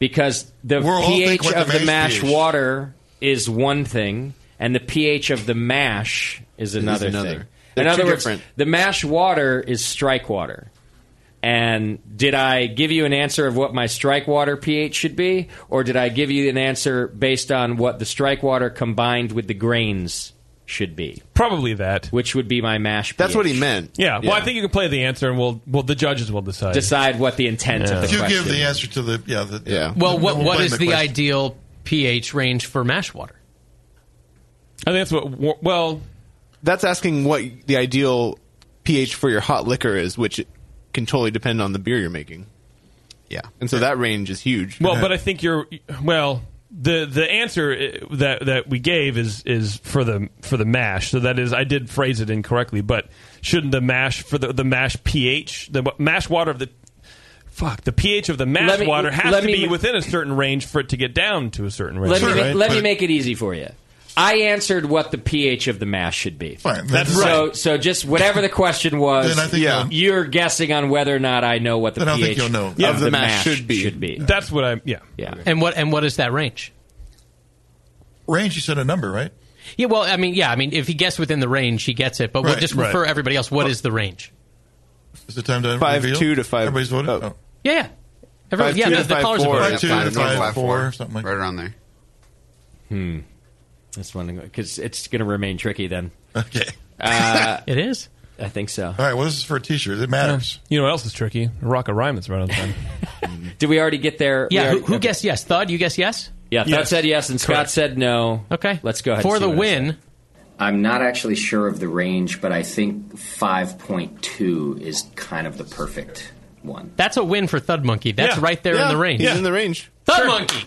Speaker 10: Because the
Speaker 11: We're all think what
Speaker 10: pH of
Speaker 11: the
Speaker 10: the,
Speaker 11: mash
Speaker 10: mash
Speaker 11: pH.
Speaker 10: water is one thing, and the pH of the mash is
Speaker 8: Is
Speaker 10: another,
Speaker 8: another.
Speaker 10: thing.
Speaker 8: They're
Speaker 10: In
Speaker 8: two
Speaker 10: other words,
Speaker 8: different.
Speaker 10: the mash water is strike water. And did I give you an answer of what my strike water pH should be, or did I give you an answer based on what the strike water combined with the grains should be?
Speaker 5: Probably that.
Speaker 10: Which would be my mash.
Speaker 5: That's what he
Speaker 8: meant.
Speaker 5: Yeah. Well, I think you can play the answer, and we'll well the judges will decide
Speaker 10: decide what the intent
Speaker 5: Yeah.
Speaker 10: of the
Speaker 5: If you give
Speaker 10: question.
Speaker 13: Give the answer to the yeah. The,
Speaker 8: yeah.
Speaker 11: Well,
Speaker 13: No
Speaker 11: what
Speaker 13: one
Speaker 11: what
Speaker 13: blame
Speaker 11: is
Speaker 13: the
Speaker 11: the
Speaker 13: question.
Speaker 11: ideal pH range for mash water?
Speaker 5: I think that's what. Well,
Speaker 8: that's asking what the ideal pH for your hot liquor is, which can totally depend on the beer you're making. Yeah, and so that range is huge.
Speaker 5: Well, but I think you're well. The the answer eh, that that we gave is is for the for the mash. So that is I did phrase it incorrectly, but shouldn't the mash for the the mash pH the wa- mash water of the fuck the pH of the mash
Speaker 10: Let me-
Speaker 5: water has
Speaker 10: let
Speaker 5: to
Speaker 10: me
Speaker 5: be
Speaker 10: ma-
Speaker 5: within a certain range for it to get down to a certain range.
Speaker 10: Let, me, ma- let me make it easy for you. I answered what the pH of the mash should be. Fine,
Speaker 5: That's
Speaker 10: so,
Speaker 5: right.
Speaker 10: So just whatever the question was,
Speaker 5: Then I think Yeah.
Speaker 10: you're guessing on whether or not I know what the
Speaker 5: Then I
Speaker 10: pH
Speaker 5: think you'll know. Yeah.
Speaker 10: of the, mash, should be. Should be.
Speaker 5: That's what I'm. Yeah.
Speaker 10: Yeah.
Speaker 11: And what and what is that range?
Speaker 13: Range, you said a number, right?
Speaker 11: Yeah, well, I mean, yeah, I mean, if he guessed within the range, he gets it. But we'll
Speaker 13: Right,
Speaker 11: just
Speaker 13: right.
Speaker 11: refer everybody else. What is the range?
Speaker 13: Is the time to
Speaker 8: Five
Speaker 13: reveal?
Speaker 8: two to five-
Speaker 13: Everybody's voting.
Speaker 8: oh.
Speaker 13: Oh.
Speaker 11: Yeah, yeah. Everybody, yeah, the, the callers are
Speaker 13: Five two to five four, something like
Speaker 2: right around there.
Speaker 10: Hmm. That's one because it's going to remain tricky then.
Speaker 13: Okay.
Speaker 10: Uh,
Speaker 11: [LAUGHS] it is.
Speaker 10: I think so.
Speaker 13: All right. Well, this is for a T-shirt. It matters.
Speaker 5: You know what else is tricky? A rock of rhyme that's right on time.
Speaker 10: Did we already get there? We
Speaker 11: Yeah, who,
Speaker 10: already-
Speaker 11: who guessed yes? Thud, you guess yes?
Speaker 10: Yeah, Thud
Speaker 11: Yes.
Speaker 10: said yes, and Scott
Speaker 11: Correct.
Speaker 10: said no.
Speaker 11: Okay,
Speaker 10: let's go ahead.
Speaker 11: For
Speaker 10: and see
Speaker 11: the
Speaker 10: what it
Speaker 11: win.
Speaker 22: I'm not actually sure of the range, but I think 5.2 is kind of the perfect one.
Speaker 11: That's a win for Thud Monkey. That's
Speaker 22: Yeah.
Speaker 11: right there
Speaker 22: Yeah.
Speaker 11: in the range.
Speaker 22: He's Yeah. in
Speaker 8: the range.
Speaker 11: Thud Monkey.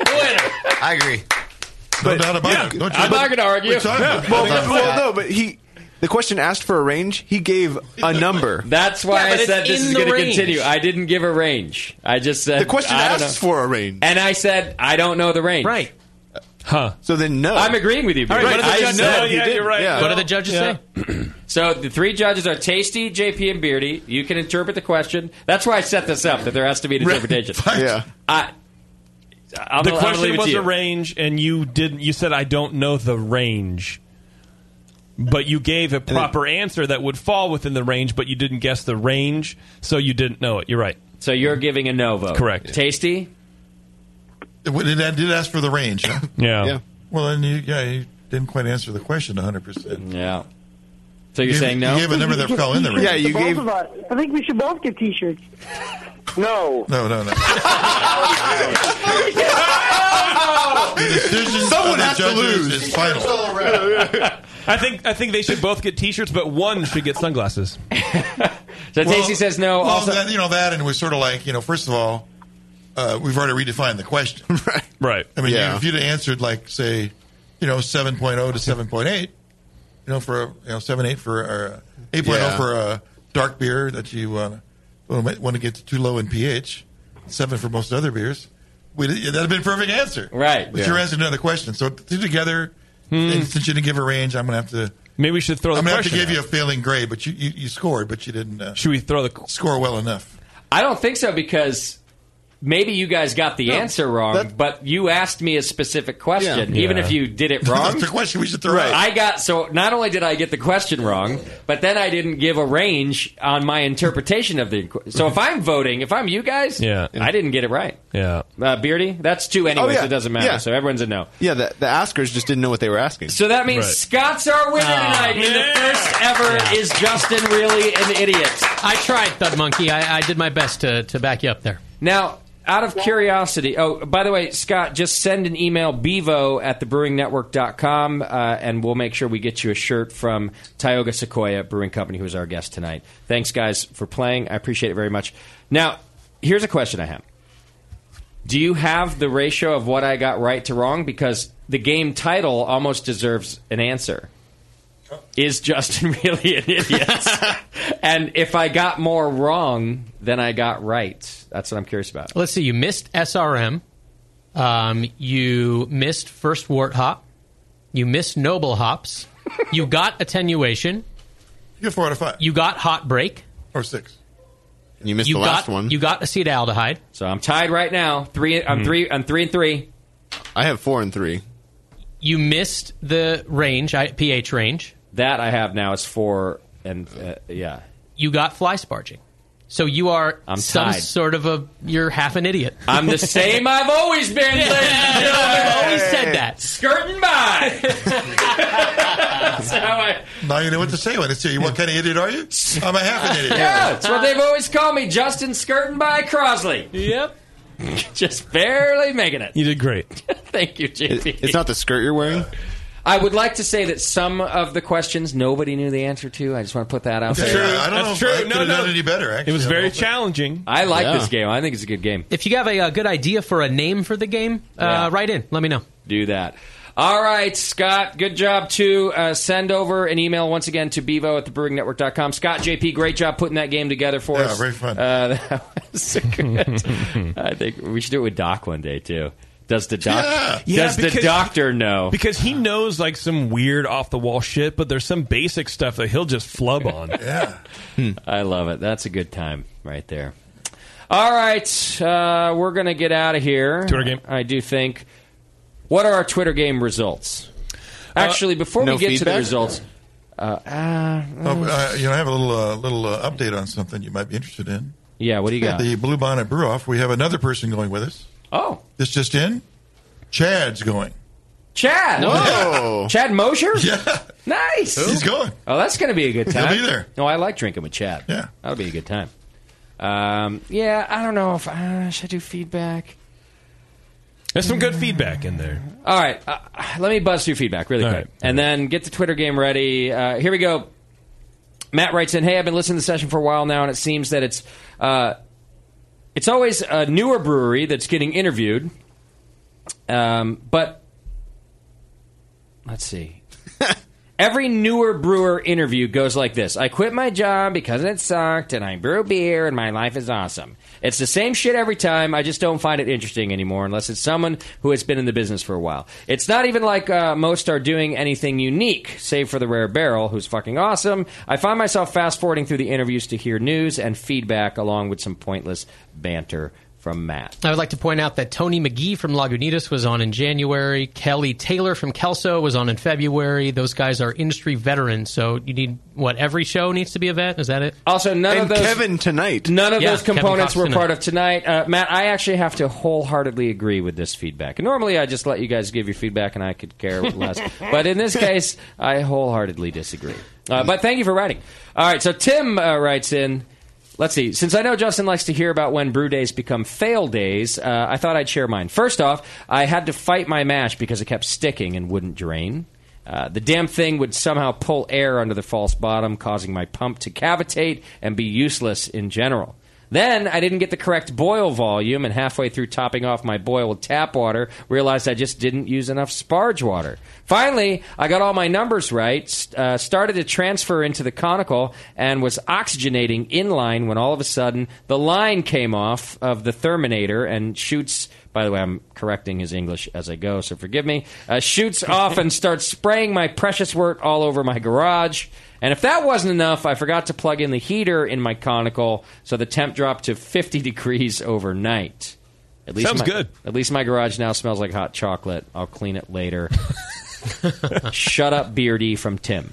Speaker 2: I agree.
Speaker 8: But-
Speaker 13: doubt about
Speaker 8: yeah,
Speaker 13: it. Don't you-
Speaker 8: but-
Speaker 13: I'm not gonna argue.
Speaker 8: Yeah, Well,
Speaker 13: Yeah.
Speaker 8: [LAUGHS] well,
Speaker 13: Yeah.
Speaker 8: no, but he. The question asked for a range. He gave a number.
Speaker 10: That's why I said this is going to continue. I didn't give a range. I just said
Speaker 8: The question
Speaker 10: I don't
Speaker 8: asks
Speaker 10: know.
Speaker 8: for a range.
Speaker 10: and I said I don't know the range.
Speaker 11: Right.
Speaker 5: Huh.
Speaker 8: So then no.
Speaker 10: I'm agreeing with you.
Speaker 8: All right,
Speaker 10: Barry.
Speaker 8: what did the
Speaker 10: I
Speaker 8: judges
Speaker 10: said
Speaker 8: say?
Speaker 10: he
Speaker 8: Yeah,
Speaker 10: did.
Speaker 8: you're right. Yeah.
Speaker 11: What do the judges Yeah.
Speaker 10: say? [CLEARS THROAT] so the three judges are Tasty, JP, and Beardy. You can interpret the question. That's why I set this up that there has to be an interpretation.
Speaker 8: [LAUGHS] yeah.
Speaker 10: I, I'm
Speaker 5: the
Speaker 10: gonna- [LAUGHS] I'm gonna leave
Speaker 5: question
Speaker 10: it
Speaker 5: was
Speaker 10: to you.
Speaker 5: a range, and you didn't. You said I don't know the range, but you gave a proper answer that would fall within the range, but you didn't guess the range, so you didn't know it. You're right.
Speaker 10: So you're giving a no vote.
Speaker 5: Correct.
Speaker 10: Tasty.
Speaker 13: It would- it did ask for the range. Huh?
Speaker 5: [COUGHS] Yeah.
Speaker 13: Well, then you yeah you didn't quite answer the question 100. percent
Speaker 10: Yeah. So you're
Speaker 13: You-
Speaker 10: saying
Speaker 13: you
Speaker 10: no?
Speaker 13: gave a number that fell in the range. [LAUGHS] Yeah, you
Speaker 29: both
Speaker 13: gave-
Speaker 29: of us. I think we should both get T-shirts. No.
Speaker 13: No, no, no.
Speaker 5: The
Speaker 13: decision Someone of the has to judges lose. is final.
Speaker 5: I think I think they should both get T-shirts, but one should get sunglasses.
Speaker 10: [LAUGHS] So
Speaker 13: Well,
Speaker 10: Tasty says no.
Speaker 13: Well,
Speaker 10: also,
Speaker 13: that, you know that, and it was sort of like you know, first of all, uh, we've already redefined
Speaker 10: [LAUGHS]
Speaker 13: the question. right.
Speaker 5: Right.
Speaker 13: I mean,
Speaker 5: Yeah.
Speaker 13: if you'd answered like say, you know, seven to seven point eight, you know, for a- you know seven eight for uh, eight
Speaker 8: Yeah.
Speaker 13: for a dark beer that you uh, want to get to too low in pH, seven for most other beers, we, that'd have been a perfect answer.
Speaker 10: Right.
Speaker 13: But
Speaker 10: Yeah.
Speaker 13: you're answering another question, so two together. And since you didn't give a range, I'm going to have to.
Speaker 5: Hmm. Maybe we should throw. The
Speaker 13: I'm gonna have to
Speaker 5: question
Speaker 13: give
Speaker 5: out.
Speaker 13: you a failing grade, but you, you, you scored, but you didn't. Uh,
Speaker 5: Should we throw the
Speaker 13: score well enough?
Speaker 10: I don't think so because maybe you guys got the answer wrong, but you asked me a specific question,
Speaker 13: Yeah.
Speaker 10: even
Speaker 13: Yeah.
Speaker 10: if you did it wrong.
Speaker 13: [LAUGHS] That's the question we should throw out.
Speaker 10: I got so not only did I get the question wrong, but then I didn't give a range on my interpretation of the. inqu- So if I'm voting, if I'm you guys,
Speaker 8: Yeah.
Speaker 10: I didn't get it right.
Speaker 5: Yeah.
Speaker 10: Uh, Beardy, that's two anyways.
Speaker 8: Oh, yeah.
Speaker 10: It doesn't matter.
Speaker 8: Yeah.
Speaker 10: So everyone's a no.
Speaker 8: Yeah, the, the askers just didn't know what they were asking.
Speaker 10: So that means Scott's our winner tonight. And the first ever is Justin really an idiot.
Speaker 11: I tried, Thud Monkey. I, I did my best to, to back you up there.
Speaker 10: Now, out of curiosity, oh, by the way, Scott, just send an email bevo at thebrewingnetwork.com, uh, and we'll make sure we get you a shirt from Tioga Sequoia Brewing Company, who is our guest tonight. Thanks, guys, for playing. I appreciate it very much. Now, here's a question I have Do you have the ratio of what I got right to wrong? Because the game title almost deserves an answer. Is Justin [LAUGHS] really an idiot? and if I got more wrong than I got right, that's what I'm curious about.
Speaker 11: Let's see. You missed SRM. Um, you missed first wart hop. You missed noble
Speaker 10: [LAUGHS]
Speaker 11: hops. you got attenuation.
Speaker 13: You got four out of five.
Speaker 11: You got hot break
Speaker 13: or six.
Speaker 8: You missed
Speaker 11: you
Speaker 8: the last
Speaker 11: got,
Speaker 8: one.
Speaker 11: You got acetaldehyde.
Speaker 10: So I'm tied right now. Three. I'm
Speaker 5: Hmm.
Speaker 11: Mhm.
Speaker 10: three. I'm three and three.
Speaker 8: I have four and three.
Speaker 11: You missed the range, I, pH range.
Speaker 10: That I have now is four and uh, yeah.
Speaker 11: You got fly sparging. So you are
Speaker 10: I'm
Speaker 11: some
Speaker 10: tied.
Speaker 11: sort of a you're half an idiot.
Speaker 10: I'm
Speaker 11: [LAUGHS]
Speaker 10: the same I've always been. ladies and gentlemen.
Speaker 11: I've always said that.
Speaker 10: Skirting by. That's how I
Speaker 13: Now you know what to say when it's here. What kind of idiot
Speaker 5: [LAUGHS]
Speaker 13: are you? I'm a half an
Speaker 10: [LAUGHS]
Speaker 13: idiot.
Speaker 10: Yeah, that's what they've always called me, Justin Skirting by Crosley. Yep. [LAUGHS] Just barely making it. [LAUGHS]
Speaker 5: You did great.
Speaker 10: Thank you, JP.
Speaker 8: It's not the skirt you're wearing.
Speaker 10: I would like to say that some of the questions nobody knew the answer to. I just want to put that out there.
Speaker 5: That's true. no, no. It was very challenging.
Speaker 10: I like
Speaker 5: Yeah.
Speaker 10: this game. I think it's a good game.
Speaker 11: If you have a, uh good idea for a name for the game,
Speaker 10: Yeah.
Speaker 11: uh, write in. Let me know.
Speaker 10: Do that. All right, Scott, good job, too. Uh, send over an email once again to bevo at thebrewingnetwork.com. Scott, JP, great job putting that game together for
Speaker 13: Yeah,
Speaker 10: us.
Speaker 13: very fun.
Speaker 10: Uh, that was good. I think we should do it with Doc one day, too. Does the doc?
Speaker 5: Yeah,
Speaker 10: does the
Speaker 5: because-
Speaker 10: doctor know?
Speaker 5: Because he knows like some weird off the wall shit, but there's some basic stuff that he'll just flub on.
Speaker 13: yeah.
Speaker 10: Hmm. I love it. That's a good time right there. All right, uh, we're going to get out of here. Twitter game. I do think. What are our Twitter game results? Actually, before
Speaker 13: no
Speaker 10: we get to
Speaker 13: feedback?
Speaker 10: the results, uh, uh,
Speaker 13: Oh, but, uh, you know, I have a little uh, little uh, update on something you might be interested in.
Speaker 10: Yeah, what do you
Speaker 13: At
Speaker 10: got?
Speaker 13: the Blue Bonnet Brew Off, we have another person going with us.
Speaker 10: Oh,
Speaker 13: this just in, Chad's going.
Speaker 10: Chad.
Speaker 13: Whoa.
Speaker 10: [LAUGHS] Chad Mosher?
Speaker 13: Yeah.
Speaker 10: Nice.
Speaker 13: He's going.
Speaker 10: Oh, that's going to be a good
Speaker 13: He'll
Speaker 10: time.
Speaker 13: be there.
Speaker 10: No, I like drinking with Chad. Yeah. That'll be a good time. Um, yeah, I don't know if uh, should I do feedback.
Speaker 5: There's some good feedback in there.
Speaker 10: All right, uh, let me buzz through feedback really quick, and then get the Twitter game ready. Uh, here we go. Matt writes in, "Hey, I've been listening to the session for a while now, and it seems that it's uh, it's always a newer brewery that's getting interviewed, um, but let's see." Every newer brewer interview goes like this I quit my job because it sucked, and I brew beer, and my life is awesome. It's the same shit every time. I just don't find it interesting anymore unless it's someone who has been in the business for a while. It's not even like uh, most are doing anything unique, save for the rare barrel, who's fucking awesome. I find myself fast forwarding through the interviews to hear news and feedback along with some pointless banter from Matt.
Speaker 11: I would like to point out that Tony McGee from Lagunitas was on in January. Kelly Taylor from Kelso was on in February. Those guys are industry veterans, so you need what every show needs to be a vet. Is that it?
Speaker 10: Also, none of
Speaker 11: And
Speaker 10: those
Speaker 11: Kevin
Speaker 10: tonight. None of
Speaker 11: Yeah,
Speaker 10: those
Speaker 11: Kevin
Speaker 10: components
Speaker 11: Cox
Speaker 10: were
Speaker 11: tonight.
Speaker 10: part of tonight. Uh, Matt, I actually have to wholeheartedly agree with this feedback. Normally, I just let you guys give your feedback, and I could care less. but in this case, I wholeheartedly disagree. Uh, but thank you for writing. All right, so Tim uh, writes in. Let's see. Since I know Justin likes to hear about when brew days become fail days, uh, I thought I'd share mine. First off, I had to fight my mash because it kept sticking and wouldn't drain. Uh, the damn thing would somehow pull air under the false bottom, causing my pump to cavitate and be useless in general. Then I didn't get the correct boil volume, and halfway through topping off my boil with tap water, realized I just didn't use enough sparge water. Finally, I got all my numbers right, st- uh, started to transfer into the conical, and was oxygenating in line when all of a sudden the line came off of the Terminator and shoots. By the way, I'm correcting his English as I go, so forgive me. Uh, shoots off and starts spraying my precious wort all over my garage. And if that wasn't enough, I forgot to plug in the heater in my conical, so the temp dropped to 50 [LAUGHS] degrees overnight. At least
Speaker 5: Sounds
Speaker 10: my,
Speaker 5: good.
Speaker 10: At least my garage now smells like hot chocolate. I'll clean it
Speaker 8: [LAUGHS]
Speaker 10: later. Shut up, Beardy from Tim.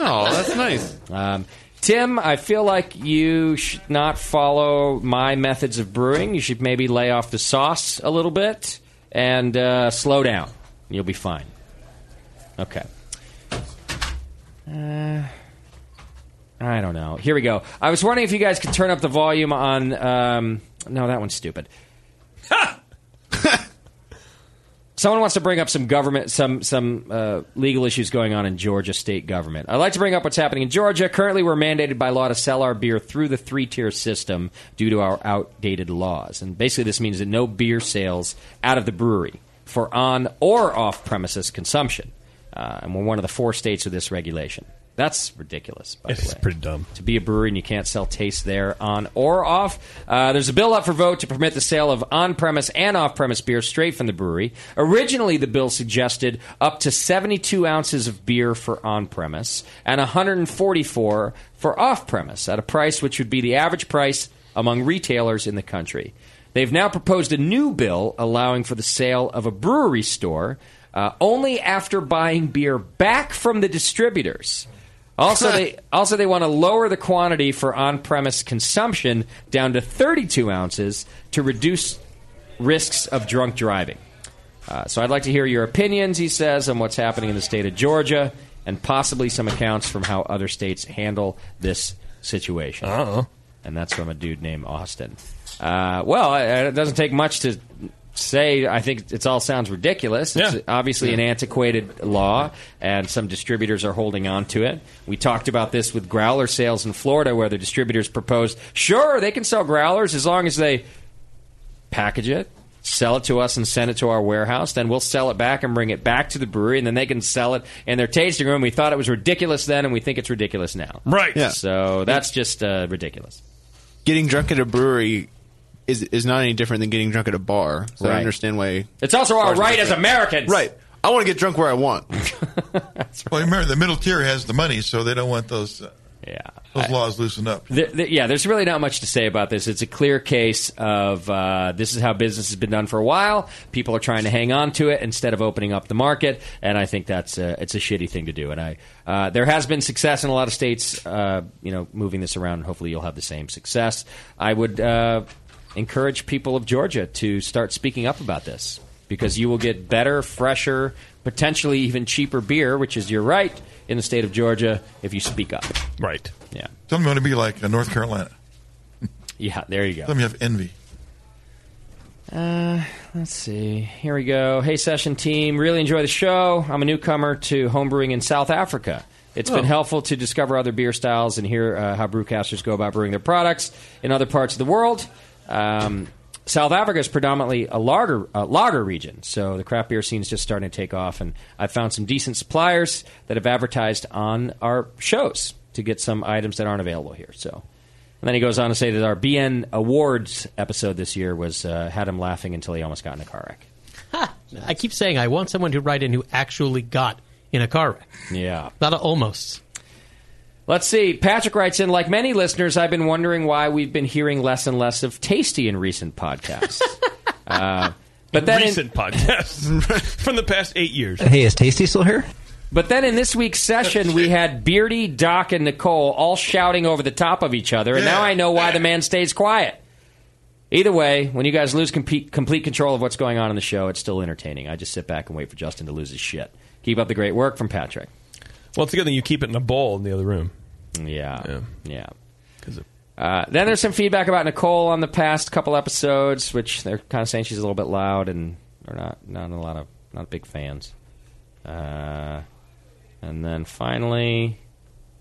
Speaker 8: Oh, that's nice.
Speaker 10: Um, Tim, I feel like you should not follow my methods of brewing. You should maybe lay off the sauce a little bit and uh, slow down. You'll be fine. Okay. Uh, I don't know. Here we go. I was wondering if you guys could turn up the volume on. Um, no, that one's stupid. Someone wants to bring up some government, some some uh, legal issues going on in Georgia state government. I'd like to bring up what's happening in Georgia. Currently, we're mandated by law to sell our beer through the three tier system due to our outdated laws. And basically, this means that no beer sales out of the brewery for on or off premises consumption. Uh, and we're one of the four states with this regulation. That's ridiculous. By the way. pretty dumb to be a brewery and you can't sell taste there on or off. Uh, there's a bill up for vote to permit the sale of on-premise and off-premise beer straight from the brewery. Originally, the bill suggested up to 72 ounces of beer for on-premise and 144 for off-premise at a price which would be the average price among retailers in the country. They've now proposed a new bill allowing for the sale of a brewery store uh, only after buying beer back from the distributors. Also, they also they want to lower the quantity for on-premise consumption down to 32 ounces to reduce risks of drunk driving. Uh, so, I'd like to hear your opinions, he says, on what's happening in the state of Georgia, and possibly some accounts from how other states handle this situation. Uh-oh. And that's from a dude named Austin. Uh, well, I- it doesn't take much to say. I think it all sounds ridiculous. It's obviously an antiquated law, and some distributors are holding on to it. We talked about this with growler sales in Florida, where the distributors proposed, sure, they can sell growlers as long as they package it, sell it to us, and send it to our warehouse. Then we'll sell it back and bring it back to the brewery, and then they can sell it in their tasting room. We thought it was ridiculous then, and we think it's ridiculous now.
Speaker 5: Right.
Speaker 8: Yeah.
Speaker 10: So that's just uh, ridiculous.
Speaker 8: Getting drunk at a brewery is is not any different than getting drunk at a bar. So
Speaker 10: Right.
Speaker 8: I understand why.
Speaker 10: It's also our
Speaker 8: bars are
Speaker 10: right as
Speaker 8: different.
Speaker 10: Americans.
Speaker 8: Right. I want to get drunk where
Speaker 10: [LAUGHS]
Speaker 8: I want.
Speaker 13: Well, remember the middle tier has the money, so they don't want those. Uh,
Speaker 10: yeah,
Speaker 13: those laws loosened up.
Speaker 10: Th th yeah, there's really not much to say about this. It's a clear case of uh, this is how business has been done for a while. People are trying to hang on to it instead of opening up the market, and I think that's a, it's a shitty thing to do. And I uh, there has been success in a lot of states, uh, you know, moving this around. Hopefully, you'll have the same success. I would uh, encourage people of Georgia to start speaking up about this because you will get better, fresher, potentially even cheaper beer, which is your right in the state of Georgia if you speak up.
Speaker 5: Right.
Speaker 10: Yeah.
Speaker 13: Some want to be like uh, North Carolina.
Speaker 10: [LAUGHS] Yeah, there you go.
Speaker 13: Some you have envy.
Speaker 10: Uh, let's see. Here we go. Hey, session team. Really enjoy the show. I'm a newcomer to homebrewing in South Africa. It's
Speaker 12: Oh.
Speaker 10: been helpful to discover other beer styles and hear uh, how brewcasters go about brewing their products in other parts of the world. Um, South Africa is predominantly a lager, uh, lager region, so the craft beer scene is just starting to take off. And I've found some decent suppliers that have advertised on our shows to get some items that aren't available here. So and then he goes on to say that our BN Awards episode this year was uh, had him laughing until he almost got in a car wreck.
Speaker 11: I keep saying I want someone to write in who actually got in a car wreck.
Speaker 10: Yeah.
Speaker 11: Not a almost.
Speaker 10: Let's see. Patrick writes in like many listeners, I've been wondering why we've been hearing less and less of Tasty in
Speaker 5: [LAUGHS]
Speaker 10: recent podcasts. uh, but then in-
Speaker 5: recent podcasts [LAUGHS] from the past eight years.
Speaker 9: Hey, is Tasty still here?
Speaker 10: But then in this week's
Speaker 5: [LAUGHS]
Speaker 10: session, we had Beardy, Doc, and Nicole all shouting over the top of each other, and now I know why the man stays quiet. Either way, when you guys lose complete, complete control of what's going on in the show, it's still entertaining. I just sit back and wait for Justin to lose his shit. Keep up the great work from Patrick.
Speaker 5: Well, it's a good thing you keep it in a bowl in the other room.
Speaker 10: Yeah. Yeah. Uh, then there's some feedback about Nicole on the past couple episodes, which they're kind of saying she's a little bit loud and are not not a lot of not big fans. Uh, and then finally,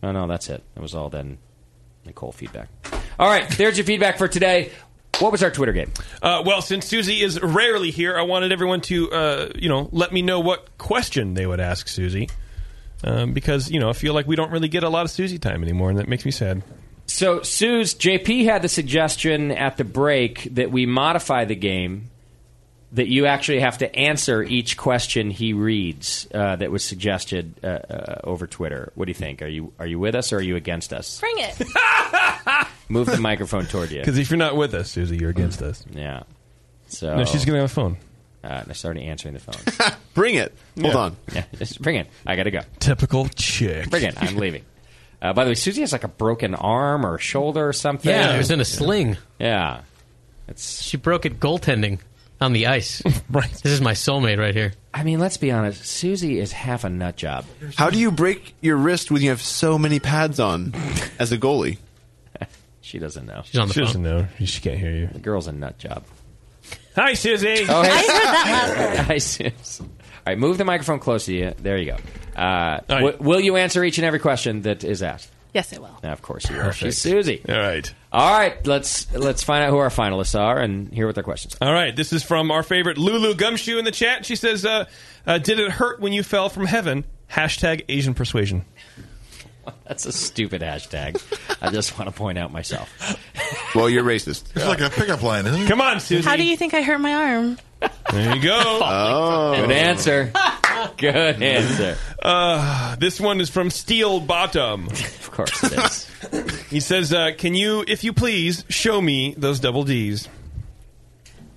Speaker 10: oh no, that's it. That was all then Nicole feedback. All right, there's your feedback for today. What was our Twitter game?
Speaker 5: Uh, well, since Susie is rarely here, I wanted everyone to, uh, you know, let me know what question they would ask Susie, um, because you know I feel like we don't really get a lot of Susie time anymore, and that makes me sad.
Speaker 10: So, Suze, JP had the suggestion at the break that we modify the game that you actually have to answer each question he reads uh, that was suggested uh, uh, over Twitter. What do you think? Are you are you with us or are you against us?
Speaker 14: Bring it.
Speaker 10: Move the microphone toward you.
Speaker 5: Because if you're not with us, Susie, you're against us.
Speaker 10: Yeah. So
Speaker 5: No, she's
Speaker 10: Oh.
Speaker 5: gonna have a phone.
Speaker 10: Uh, and I started answering the phone.
Speaker 8: [LAUGHS] Bring it. Hold
Speaker 10: Yeah.
Speaker 8: on.
Speaker 10: Yeah, just bring it. I gotta go.
Speaker 5: Typical chick.
Speaker 10: Bring it. I'm
Speaker 5: [LAUGHS]
Speaker 10: leaving. Uh, by the way, Susie has like a broken arm or shoulder or something.
Speaker 11: Yeah, it was in a sling.
Speaker 10: Yeah. It's
Speaker 11: she broke it goaltending on the ice.
Speaker 5: right.
Speaker 11: This is my soulmate right here.
Speaker 10: I mean, let's be honest. Susie is half a nut job.
Speaker 8: How do you break your wrist when you have so many pads on as a goalie?
Speaker 10: [LAUGHS] she doesn't know.
Speaker 5: she doesn't know. She can't hear you. The
Speaker 10: girl's a nut job.
Speaker 5: Hi, Susie.
Speaker 10: Oh, hey. I heard [LAUGHS]
Speaker 14: that
Speaker 10: I see. All right, move the microphone close to you. There you go. Uh, w- will you answer each and every question that is asked?
Speaker 14: [LAUGHS] Yes, it will.
Speaker 10: Now, of course, you are.
Speaker 5: Perfect.
Speaker 10: She's Susie.
Speaker 5: All right.
Speaker 10: All right. Let's let's find out who our finalists are and hear what their questions.
Speaker 5: All right, this is from our favorite Lulu Gumshoe in the chat. She says, uh, uh, "Did it hurt when you fell from heaven?" Hashtag Asian persuasion.
Speaker 10: [LAUGHS] That's a stupid hashtag. I just want to point out myself.
Speaker 8: [LAUGHS] Well, you're racist.
Speaker 13: It's like a pickup line, isn't it?
Speaker 5: Come on,
Speaker 14: How
Speaker 10: [LAUGHS]
Speaker 14: do you think I hurt my arm?
Speaker 5: [LAUGHS] There you go. oh,
Speaker 10: Good answer.
Speaker 5: [LAUGHS]
Speaker 10: Good answer.
Speaker 5: Uh, this one is from Steel Bottom.
Speaker 10: [LAUGHS] Of course it is.
Speaker 5: he says, uh, "Can you, if you please, show me those double D's?"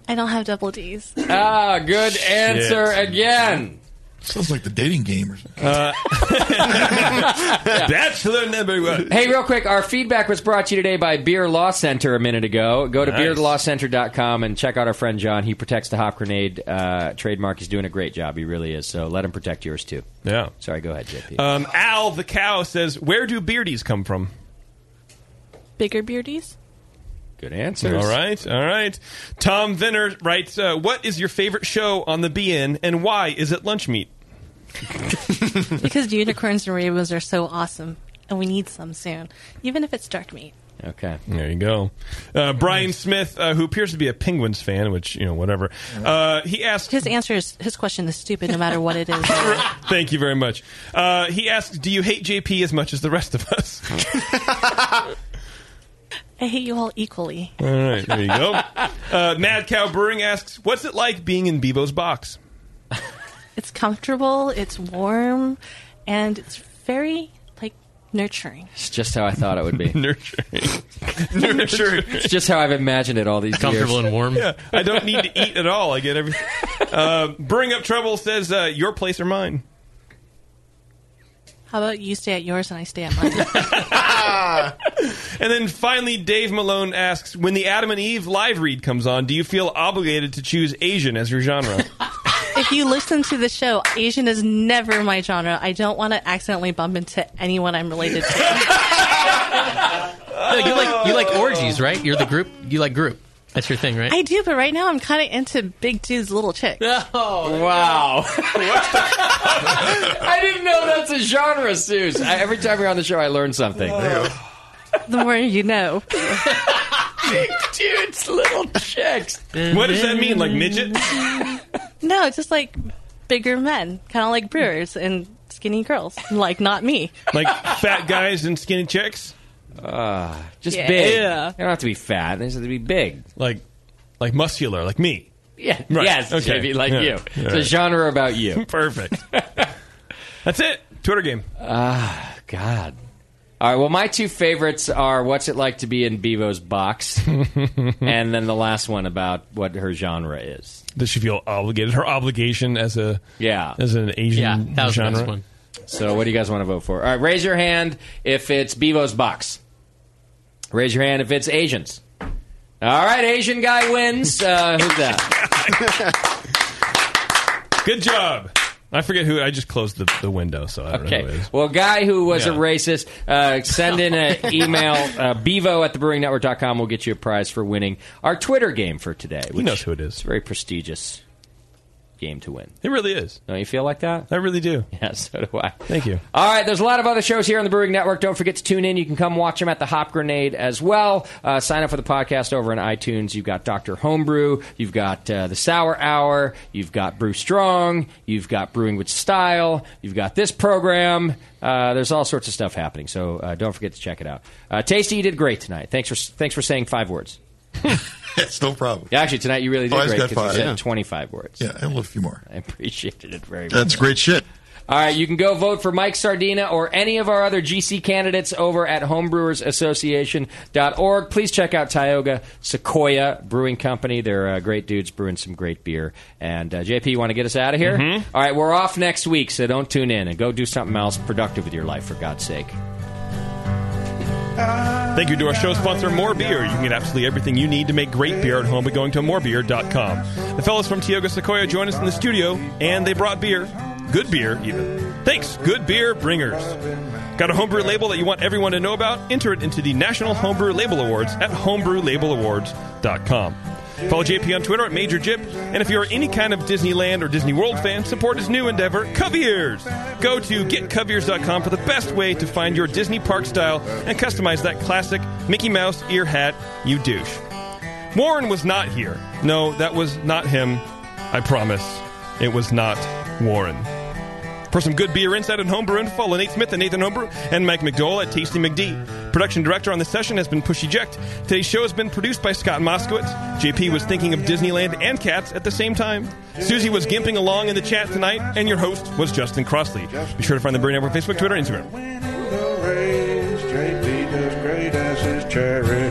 Speaker 14: I don't have double D's.
Speaker 10: Ah, good answer again.
Speaker 13: Sounds like the dating game or something.
Speaker 5: Uh, [LAUGHS]
Speaker 10: [LAUGHS]
Speaker 5: Bachelor number one.
Speaker 10: Hey, real quick, our feedback was brought to you today by Beer Law Center a minute ago. Go to
Speaker 5: Nice.
Speaker 10: beerlawcenter.com and check out our friend John. He protects the hop grenade uh, trademark. He's doing a great job. He really is. So let him protect yours, too.
Speaker 5: Yeah.
Speaker 10: Sorry, go ahead, JP.
Speaker 5: Um, Al the cow says, "Where do beardies come from?"
Speaker 10: [LAUGHS]
Speaker 14: Bigger beardies?
Speaker 10: Good answers.
Speaker 5: All right, all right. Tom Venner writes, uh, "What is your favorite show on the BN, and why is it lunch meat?"
Speaker 14: because unicorns and rainbows are so awesome, and we need some soon, even if it's dark meat.
Speaker 10: Okay,
Speaker 5: there you go. Uh, Brian Smith, uh, who appears to be a Penguins fan, which you know, whatever. Uh, he asked.
Speaker 14: His answer is his question is stupid, no matter what
Speaker 5: [LAUGHS]
Speaker 14: it is.
Speaker 5: Thank you very much. Uh, he asks, "Do you hate JP as much as the rest of us?" [LAUGHS]
Speaker 14: I hate you all equally.
Speaker 5: all right, there you go. Uh, Mad Cow Brewing asks, "What's it like being in Bebo's box?"
Speaker 14: It's comfortable, it's warm, and it's very like nurturing.
Speaker 10: It's just how I thought it would be.
Speaker 5: [LAUGHS] Nurturing.
Speaker 10: [LAUGHS] Nurturing. It's just how I've imagined it all these years.
Speaker 5: Yeah, I don't need to eat at all. I get everything. Uh, Bring up trouble says, uh, "Your place or mine."
Speaker 14: How about you stay at yours and I stay at mine? [LAUGHS]
Speaker 5: And then finally, Dave Malone asks, "When the Adam and Eve live read comes on, do you feel obligated to choose Asian as your
Speaker 10: [LAUGHS]
Speaker 5: genre?"
Speaker 14: if you listen to the show, Asian is never my genre. I don't want to accidentally bump into anyone I'm related to.
Speaker 11: No, you like you like orgies, right? You're the group. You like group. That's your thing, right?
Speaker 14: I do, but right now I'm kind of into big dudes, little chicks.
Speaker 10: Oh, wow. I didn't know [LAUGHS] that's a genre, Suze. I, every time you're on the show, I learn something.
Speaker 14: The more you know.
Speaker 10: Big [LAUGHS] dudes, little chicks.
Speaker 5: what does that mean? Like
Speaker 10: [LAUGHS]
Speaker 5: midget?
Speaker 14: No, it's just like bigger men, kind of like brewers and skinny girls, like not me.
Speaker 5: like fat guys and skinny chicks?
Speaker 10: Uh, just
Speaker 14: Yeah.
Speaker 10: big.
Speaker 14: Yeah.
Speaker 10: They don't have to be fat. They just have to be big.
Speaker 5: Like, like muscular, like me.
Speaker 10: Yeah.
Speaker 5: Right.
Speaker 10: Yes.
Speaker 5: Okay.
Speaker 10: JB, like
Speaker 5: Yeah.
Speaker 10: you.
Speaker 5: Yeah.
Speaker 10: It's a genre about
Speaker 5: [LAUGHS]
Speaker 10: you.
Speaker 5: Perfect. That's it. Twitter game.
Speaker 10: Ah, God. All right. Well, my two favorites are "What's It Like to Be in
Speaker 5: [LAUGHS]
Speaker 10: Bevo's Box," and then the last one about what her genre is.
Speaker 5: Does she feel obligated? Her obligation as a
Speaker 10: yeah
Speaker 5: as an Asian genre.
Speaker 10: So, what do you guys want to vote for? All right, raise your hand if it's Bevo's box. Raise your hand if it's Asians. All right, Asian guy wins. Uh, who's that?
Speaker 5: Good job. I forget who. I just closed the, the window, so I don't know who it
Speaker 10: Okay.
Speaker 5: is.
Speaker 10: Well, guy who was a
Speaker 5: Yeah.
Speaker 10: racist, uh, send in
Speaker 5: [LAUGHS]
Speaker 10: an email. Uh, Bevo at thebrewingnetwork.com will get you a prize for winning our Twitter game for today. Which
Speaker 5: knows who it is.
Speaker 10: It's a very prestigious game to win.
Speaker 5: It really is.
Speaker 10: Don't you feel like that?
Speaker 5: I really do.
Speaker 10: [LAUGHS] Yeah, so do I.
Speaker 5: Thank you.
Speaker 10: All right, there's a lot of other shows here on the Brewing Network. Don't forget to tune in. You can come watch them at the Hop Grenade as well. Uh, sign up for the podcast over on iTunes. You've got Dr. Homebrew. You've got uh, The Sour Hour. You've got Brew Strong. You've got Brewing with Style. You've got this program. Uh, there's all sorts of stuff happening, so uh, don't forget to check it out. Uh, Tasty, you did great tonight. Thanks for thanks for saying five words.
Speaker 13: It's no problem.
Speaker 10: Actually, tonight you really did
Speaker 13: Oh, I just
Speaker 10: great
Speaker 13: got
Speaker 10: 'cause you
Speaker 13: five,
Speaker 10: said
Speaker 13: yeah.
Speaker 10: 25 words.
Speaker 13: Yeah, and a few more.
Speaker 10: [LAUGHS] I appreciated it very much.
Speaker 13: That's great shit.
Speaker 10: All right, you can go vote for Mike Sardina or any of our other GC candidates over at homebrewersassociation.org. Please check out Tioga Sequoia Brewing Company. They're uh, great dudes brewing some great beer. And uh, JP, you want to get us out of here?
Speaker 5: Mhm.
Speaker 10: All right, we're off next week, so don't tune in and go do something else productive with your life, for God's sake.
Speaker 5: Thank you to our show sponsor, More Beer. You can get absolutely everything you need to make great beer at home by going to morebeer.com. The fellows from Tioga Sequoia joined us in the studio, and they brought beer. Good beer, even. Thanks, Good Beer Bringers. Got a homebrew label that you want everyone to know about? Enter it into the National Homebrew Label Awards at homebrewlabelawards.com. Follow JP on Twitter at Major Jip. And if you're any kind of Disneyland or Disney World fan, support his new endeavor, Coveyears. Go to getcoveyears.com for the best way to find your Disney park style and customize that classic Mickey Mouse ear hat you douche. Warren was not here. No, that was not him. I promise. It was not Warren. For some good beer insight and homebrew info, follow Nate Smith and Nathan Homebrew and Mike McDowell at Tasty McD. Production director on the session has been Pushy Ject. Today's show has been produced by Scott Moskowitz. JP was thinking of Disneyland and cats at the same time. Susie was gimping along in the chat tonight, and your host was Justin Crossley. Be sure to find the Brew Network Facebook, Twitter, and Instagram.
Speaker 9: Raise JP does great as his cherry.